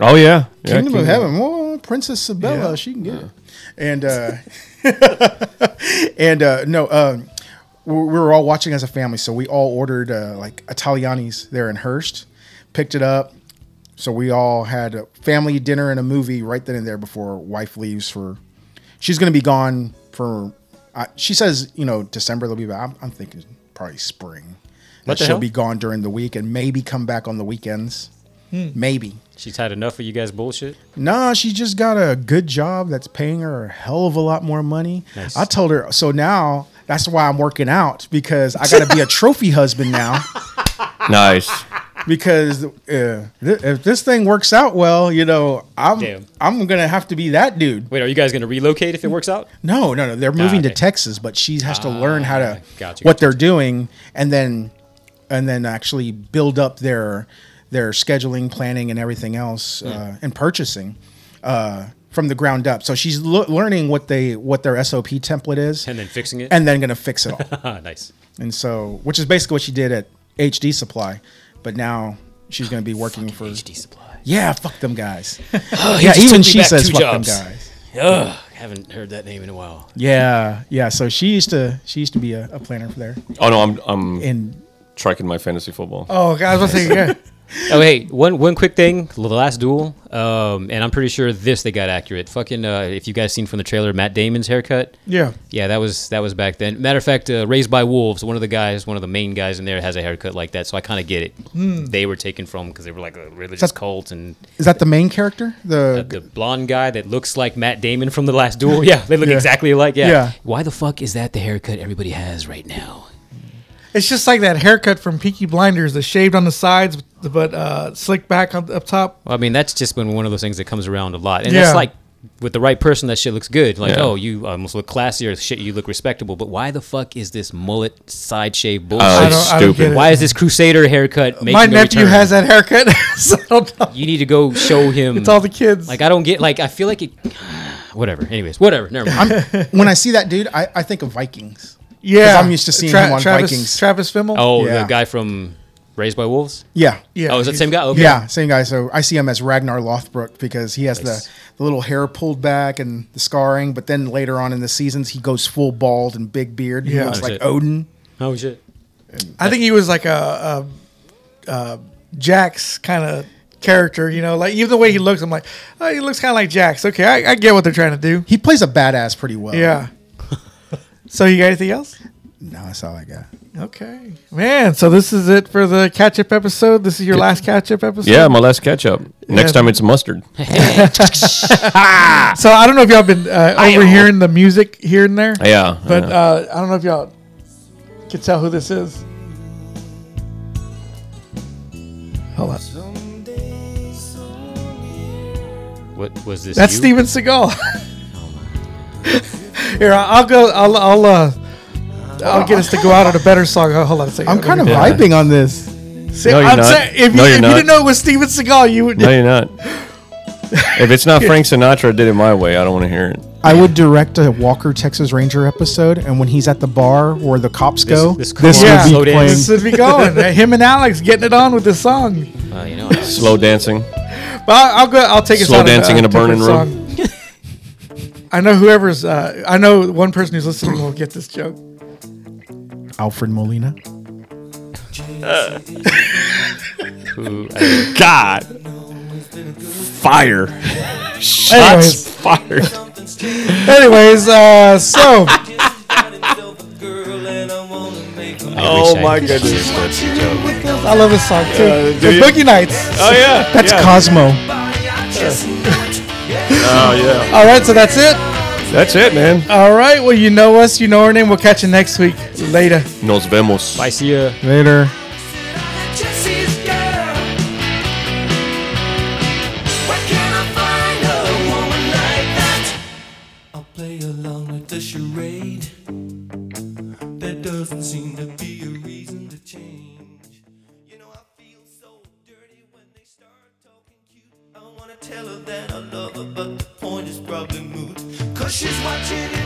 [SPEAKER 2] Oh yeah, Yeah,
[SPEAKER 4] Kingdom of Heaven. Oh, Princess Sabella, she can get it. And uh, <laughs> and uh, no, um, we we were all watching as a family, so we all ordered uh, like Italianis there in Hearst, picked it up. So we all had a family dinner and a movie right then and there before wife leaves for. She's gonna be gone for. Uh, she says, you know, December they'll be back. I'm, I'm thinking probably spring.
[SPEAKER 3] What the
[SPEAKER 4] That she'll
[SPEAKER 3] hell?
[SPEAKER 4] be gone during the week and maybe come back on the weekends.
[SPEAKER 3] Hmm.
[SPEAKER 4] Maybe.
[SPEAKER 3] She's had enough of you guys bullshit.
[SPEAKER 4] Nah, she just got a good job that's paying her a hell of a lot more money.
[SPEAKER 3] Nice.
[SPEAKER 4] I told her, so now that's why I'm working out because I got to be a trophy <laughs> husband now.
[SPEAKER 2] Nice.
[SPEAKER 4] Because uh, th- if this thing works out well, you know, I'm
[SPEAKER 3] Damn.
[SPEAKER 4] I'm gonna have to be that dude.
[SPEAKER 3] Wait, are you guys gonna relocate if it works
[SPEAKER 4] <laughs>
[SPEAKER 3] out?
[SPEAKER 4] No, no, no. They're
[SPEAKER 3] Nah,
[SPEAKER 4] moving
[SPEAKER 3] okay.
[SPEAKER 4] to Texas, but she has to learn how to
[SPEAKER 3] gotcha,
[SPEAKER 4] what
[SPEAKER 3] gotcha.
[SPEAKER 4] they're doing, and then and then actually build up their their scheduling, planning, and everything else, uh, and purchasing uh, from the ground up. So she's lo- learning what they what their SOP template is,
[SPEAKER 3] And then fixing it?
[SPEAKER 4] and then gonna fix it all.
[SPEAKER 3] Ah, nice.
[SPEAKER 4] and so, which is basically what she did at HD Supply, but now she's gonna be working for HD Supply. Yeah, fuck them guys.
[SPEAKER 12] Oh, he
[SPEAKER 4] yeah,
[SPEAKER 12] just
[SPEAKER 4] even
[SPEAKER 12] took me
[SPEAKER 4] she
[SPEAKER 12] back
[SPEAKER 4] says
[SPEAKER 12] two
[SPEAKER 4] fuck
[SPEAKER 12] jobs.
[SPEAKER 4] them guys.
[SPEAKER 12] Ugh, haven't heard that name in a while.
[SPEAKER 4] Yeah, yeah. So she used to she used to be a, a planner for there.
[SPEAKER 2] Oh no, I'm I'm
[SPEAKER 4] <laughs> in
[SPEAKER 2] tracking my fantasy football.
[SPEAKER 1] Oh, God, I was about to say, yeah.
[SPEAKER 3] Oh hey, one one quick thing. The last duel, um, and I'm pretty sure this they got accurate. Fucking, uh, if you guys seen from the trailer, Matt Damon's haircut.
[SPEAKER 1] Yeah.
[SPEAKER 3] yeah, that was that was back then. Matter of fact, uh, Raised by Wolves, one of the guys, one of the main guys in there, has a haircut like that, so I kind of get it.
[SPEAKER 4] Hmm.
[SPEAKER 3] They were taken from because they were like a religious
[SPEAKER 4] That's-
[SPEAKER 3] cult, and
[SPEAKER 4] <laughs> Is that the main character? The
[SPEAKER 3] the blonde guy that looks like Matt Damon from the Last Duel. <laughs> Yeah, they look
[SPEAKER 4] Yeah.
[SPEAKER 3] exactly alike. Yeah.
[SPEAKER 4] Yeah.
[SPEAKER 3] Why the fuck is that the haircut everybody has right now?
[SPEAKER 1] It's just like that haircut from Peaky Blinders, the shaved on the sides but uh, slick back up, up top.
[SPEAKER 3] Well, I mean, that's just been one of those things that comes around a lot, and
[SPEAKER 1] Yeah.
[SPEAKER 3] that's like with the right person, that shit looks good. Like,
[SPEAKER 2] Yeah.
[SPEAKER 3] oh, you almost look classy, or shit, you look respectable. But why the fuck is this mullet side shave bullshit?
[SPEAKER 2] I don't- I don't Stupid. get it.
[SPEAKER 3] Why is this Crusader haircut? Making
[SPEAKER 1] My
[SPEAKER 3] a
[SPEAKER 1] nephew
[SPEAKER 3] return?
[SPEAKER 1] has that haircut. <laughs> so I don't know.
[SPEAKER 3] You need to go show him.
[SPEAKER 1] It's all the kids.
[SPEAKER 3] Like, I don't get. Like, I feel like it. <sighs> Whatever. Anyways, whatever. Never mind.
[SPEAKER 4] I'm, when I see that dude, I, I think of Vikings. 'Cause
[SPEAKER 1] Yeah.
[SPEAKER 4] I'm used to seeing
[SPEAKER 1] Tra-
[SPEAKER 4] him on
[SPEAKER 1] Travis-
[SPEAKER 4] Vikings.
[SPEAKER 1] Travis Fimmel?
[SPEAKER 3] oh,
[SPEAKER 4] yeah.
[SPEAKER 3] the guy from Raised by Wolves.
[SPEAKER 4] Yeah.
[SPEAKER 1] Yeah,
[SPEAKER 3] Oh, is that the
[SPEAKER 1] he's-
[SPEAKER 3] same guy? Okay.
[SPEAKER 4] Yeah, same guy. So I see him as Ragnar Lothbrok because he has the, the little hair pulled back and the scarring, but then later on in the seasons he goes full bald and big beard. He
[SPEAKER 1] Yeah.
[SPEAKER 4] looks
[SPEAKER 1] That's
[SPEAKER 4] like
[SPEAKER 3] it.
[SPEAKER 4] Odin.
[SPEAKER 3] Oh shit.
[SPEAKER 1] I think he was like a, a, a Jax kind of character, you know, like even the way he looks, I'm like, oh, he looks kind of like Jax. Okay, I, I get what they're trying to do.
[SPEAKER 4] He plays a badass pretty
[SPEAKER 3] <laughs>
[SPEAKER 4] well.
[SPEAKER 1] Yeah. so you got anything else?
[SPEAKER 4] No, that's all I got.
[SPEAKER 1] Okay, man. So this is it for the catch up episode. This is your last catch up episode.
[SPEAKER 2] Yeah, my last catch up. Next
[SPEAKER 1] Yeah.
[SPEAKER 2] time
[SPEAKER 1] <laughs>
[SPEAKER 2] it's mustard.
[SPEAKER 1] So I don't know if y'all been uh, overhearing the music here and there.
[SPEAKER 2] Yeah,
[SPEAKER 1] But
[SPEAKER 2] yeah.
[SPEAKER 1] Uh, I don't know if y'all can tell who this is. Hold on.
[SPEAKER 3] What was this?
[SPEAKER 1] That's
[SPEAKER 3] you?
[SPEAKER 1] Steven Seagal. <laughs> Here, I- I'll go. I'll. I'll uh, I'll get us to go out on a better song. Oh, hold on a second.
[SPEAKER 4] I'm kind of
[SPEAKER 2] Yeah.
[SPEAKER 4] vibing on this.
[SPEAKER 1] See,
[SPEAKER 2] No, you're
[SPEAKER 1] I'm
[SPEAKER 2] not.
[SPEAKER 1] saying if,
[SPEAKER 2] No,
[SPEAKER 1] you,
[SPEAKER 2] you're
[SPEAKER 1] if
[SPEAKER 2] not.
[SPEAKER 1] you didn't know it was Steven Seagal, you would.
[SPEAKER 2] No, you're not. If it's not Frank Sinatra did it my way, I don't want to hear it.
[SPEAKER 13] I would direct a Walker Texas Ranger episode, and when he's at the bar where the cops
[SPEAKER 3] This-
[SPEAKER 13] go,
[SPEAKER 3] this
[SPEAKER 13] this,
[SPEAKER 3] could
[SPEAKER 1] yeah,
[SPEAKER 13] would be playing.
[SPEAKER 1] <laughs> this would be going. Him and Alex getting it on with this song.
[SPEAKER 3] Uh, you know. I-
[SPEAKER 2] Slow dancing.
[SPEAKER 1] But I'll, I'll go. I'll take us
[SPEAKER 2] Slow
[SPEAKER 1] out of,
[SPEAKER 2] dancing
[SPEAKER 1] uh,
[SPEAKER 2] in a burning
[SPEAKER 1] different song. <laughs> I know whoever's. Uh, I know one person who's listening will get this joke.
[SPEAKER 4] Alfred Molina.
[SPEAKER 3] Who- I-
[SPEAKER 2] God. fire. Shots
[SPEAKER 1] <laughs>
[SPEAKER 4] Anyways.
[SPEAKER 2] fired.
[SPEAKER 4] Anyways, uh, so
[SPEAKER 2] oh my goodness.
[SPEAKER 4] I love this song too.
[SPEAKER 2] Uh, do
[SPEAKER 4] the
[SPEAKER 2] you?
[SPEAKER 4] Boogie Nights.
[SPEAKER 2] Oh, yeah,
[SPEAKER 4] That's
[SPEAKER 2] yeah.
[SPEAKER 4] Cosmo.
[SPEAKER 2] Oh yeah.
[SPEAKER 4] All right, so that's it.
[SPEAKER 2] That's it, man.
[SPEAKER 1] All right. Well, you know us. You know our name. We'll catch you next week. Later.
[SPEAKER 6] Nos vemos.
[SPEAKER 3] I see ya.
[SPEAKER 4] Later.
[SPEAKER 14] I'll play along with the charade. There doesn't seem to be a reason to change. You know, I feel so dirty when they start talking cute. I wanna tell her that I love her, but the point is probably moot. Cause she's watching